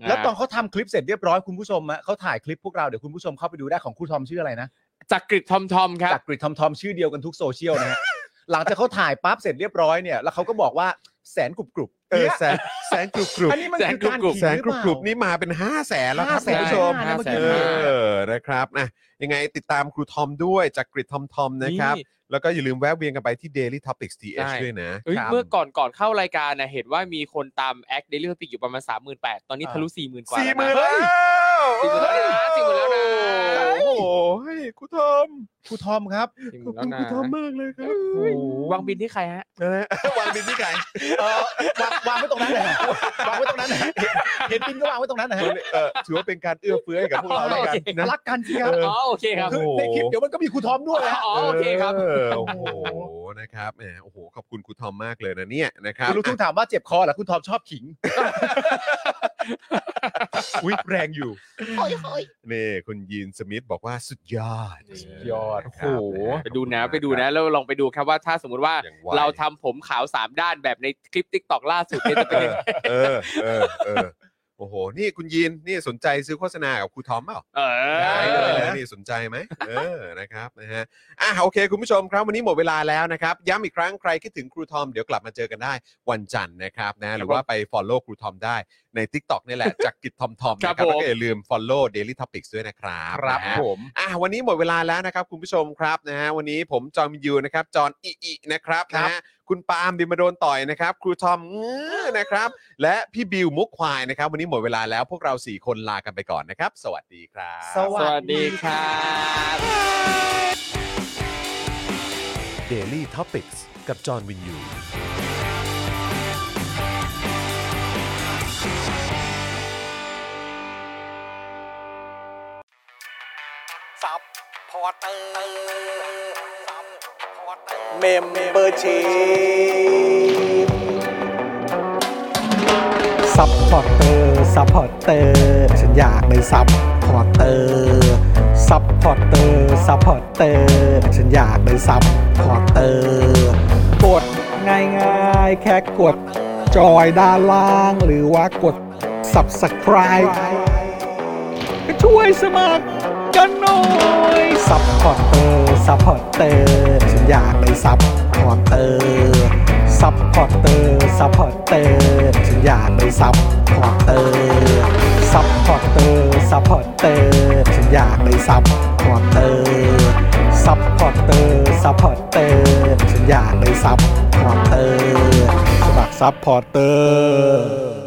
แล้วตอนเขาทำคลิปเสร็จเรียบร้อยคุณผู้ชมอะเขาถ่ายคลิปพวกเราเดี๋ยวคุณผู้ชมเข้าไปดูได้ของครูทอมชื่ออะไรนะ
จากกริดทอมทอมครับ
จากกริดทอมทอมชื่อเดียวกันทุกโซเชียลนะฮะ หลังจากเขาถ่ายปั๊บเสร็จเรียบร้อยเนี่ย แล้วเขาก็บอกว่าแสนกรุบกรุบ
เออ
เนี่ย
แสนแสนกรุบกรุบ
อันนี้มัน
แสน
คือก
รุ
การ
บกรุบ
ขิง
แสน
หรือ
รุบ
ก เปล่า
กรุบนี่มาเป็นห้าแสนแล้วครับ
500,000
คุณผู้ชม
ห้าแสนห้านะเมื่อกี้
เออนะครับนะยังไงติดตามครูทอมด้วยจากกริดทอมทอมนะครับ
นี่
แล้วก็อย่าลืมแวะเวียนกันไปที่ Daily Topics TH
ใช่
ด้วยนะ
เอ้ย
ครับ
เมื่อก่อนก่อนเข้ารายการนะเห็นว่ามีคนตามแอคเดลิเวอรี่อยู่ประมาณ 38,000 ตอนนี้ทะลุ 40,000 กว่า
สี่
แล้ว
หมื่น
นะ
แล้ว
สี่หมื่นแล้วนะสี่หมื่นแล้วนะ
โอ้โหให้ครูทอม
ครูทอมครับ
ข
40,000
อบ
แล้
คุณค
วนะ
รูทอมมากเลยครับ
โอ้โห
วางบินที่ใครฮะ
นะฮะวางบินที่ไหน
เออวางวางไว้ตรงนั้นแหละวางไว้ตรงนั้นนะ เห็นปินก็วางไว้ตรงนั้นนะฮะ
เออถือว่าเป็นการเอื้อเฟื้อให้กับพวกเราแล้วกัน
โอเค
นะ
รักกันสิครับ
เอ
อ๋อโอเคครับ
คือในคลิปเดี๋ยวมันก็มีครูทอมด้วยนะ
อ๋อโอเคครับ
เออโอ้โหนะครับแหมโอ้โหขอบคุณครูทอมมากเลยนะเนี่ยนะครับ
คุณลูกทุ่งถามว่าเจ็บคอเหรอคุณทอมชอบขิง
วิแรงอยู่นี่คุณยีนสมิธบอกว่าสุดยอด
สุดยอด
เนะค
โอ้
รับ
โห
ฮ
ไปดูนะ
ขอบคุณมาก
ไปดู
ค
นะ
รับ
แล้วลองไปดูครับว่าถ้าสมมติว่า
อย่างไว
เราทำผมขาวสามด้านแบบในคลิป t ิ k t o k ล่าสุดเนี่ยจะเป็นยังไง
เออเออเออโอ้โห นี่คุณยีนนี่สนใจซื้อโฆษณากับครูทอมเปล่า
เอ
ได้เลย
อ
นะนี่สนใจไหมเออนะครับนะฮะอ่ะโอเค คุณผู้ชมครับวันนี้หมดเวลาแล้วนะครับย้ำอีกครั้งใครคิดถึงครูทอมเดี๋ยวกลับมาเจอกันได้วันจันทร์นะครับนะหรือว่าไป follow ครูทอมได้ใน TikTok นี่แหละจากกิจทอมทอมนะค
ครั
รับบ แล้ว
ผม
ก็อย่าลืม follow daily topics ด้วยนะครับ
ครับ
นะฮะ
ผม
อ่ะวันนี้หมดเวลาแล้วนะครับ คุณผู้ชมครับนะฮะวันนี้ผมจอห์นวินยูนะครับจอห์นอิอินะครับนะฮะคุณปาล์มบิมมาโดนต่อยนะครับครูทอมอื้อนะครับ และพี่บิวมุกควายนะครับ วันนี้หมดเวลาแล้วพวกเราสี่คนลากันไปก่อนนะครับ สวัสดีครับ
สวัสดี
สวัสดีครับ
Daily Topics กับจอห์นวินยู
ซับพอร์เตอร์ซับพอร์เตอร์
เมมเบอร์ชีซัพพอร์เตอร์ซัพพอร์เตอร์ฉันอยากเป็นซัพพอร์เตอร์ซัพพอร์เตอร์ซัพพอร์เตอร์ฉันอยากเป็นซัพพอร์เตอร์กดง่ายๆ แค่กด จอยด้านล่าง หรือว่ากด subscribe ก็ช่วยสมัคร กันหน่อยซัพพอร์เตอร์ซัพพอร์เตอร์ฉันอยากเป็นซัพพอร์เตอร์ซัพพอร์เตอร์ซัพพอร์เตอร์ฉันอยากเป็นซัพพอร์เตอร์ซัพพอร์เตอร์ซัพพอร์เตอร์ฉันอยากเป็นซัพพอร์เตอร์ซัพพอร์เตอร์ซัพพอร์เตอร์ฉันอยากเป็นซัพพอร์เตอร์สมัครซัพพอร์เตอร์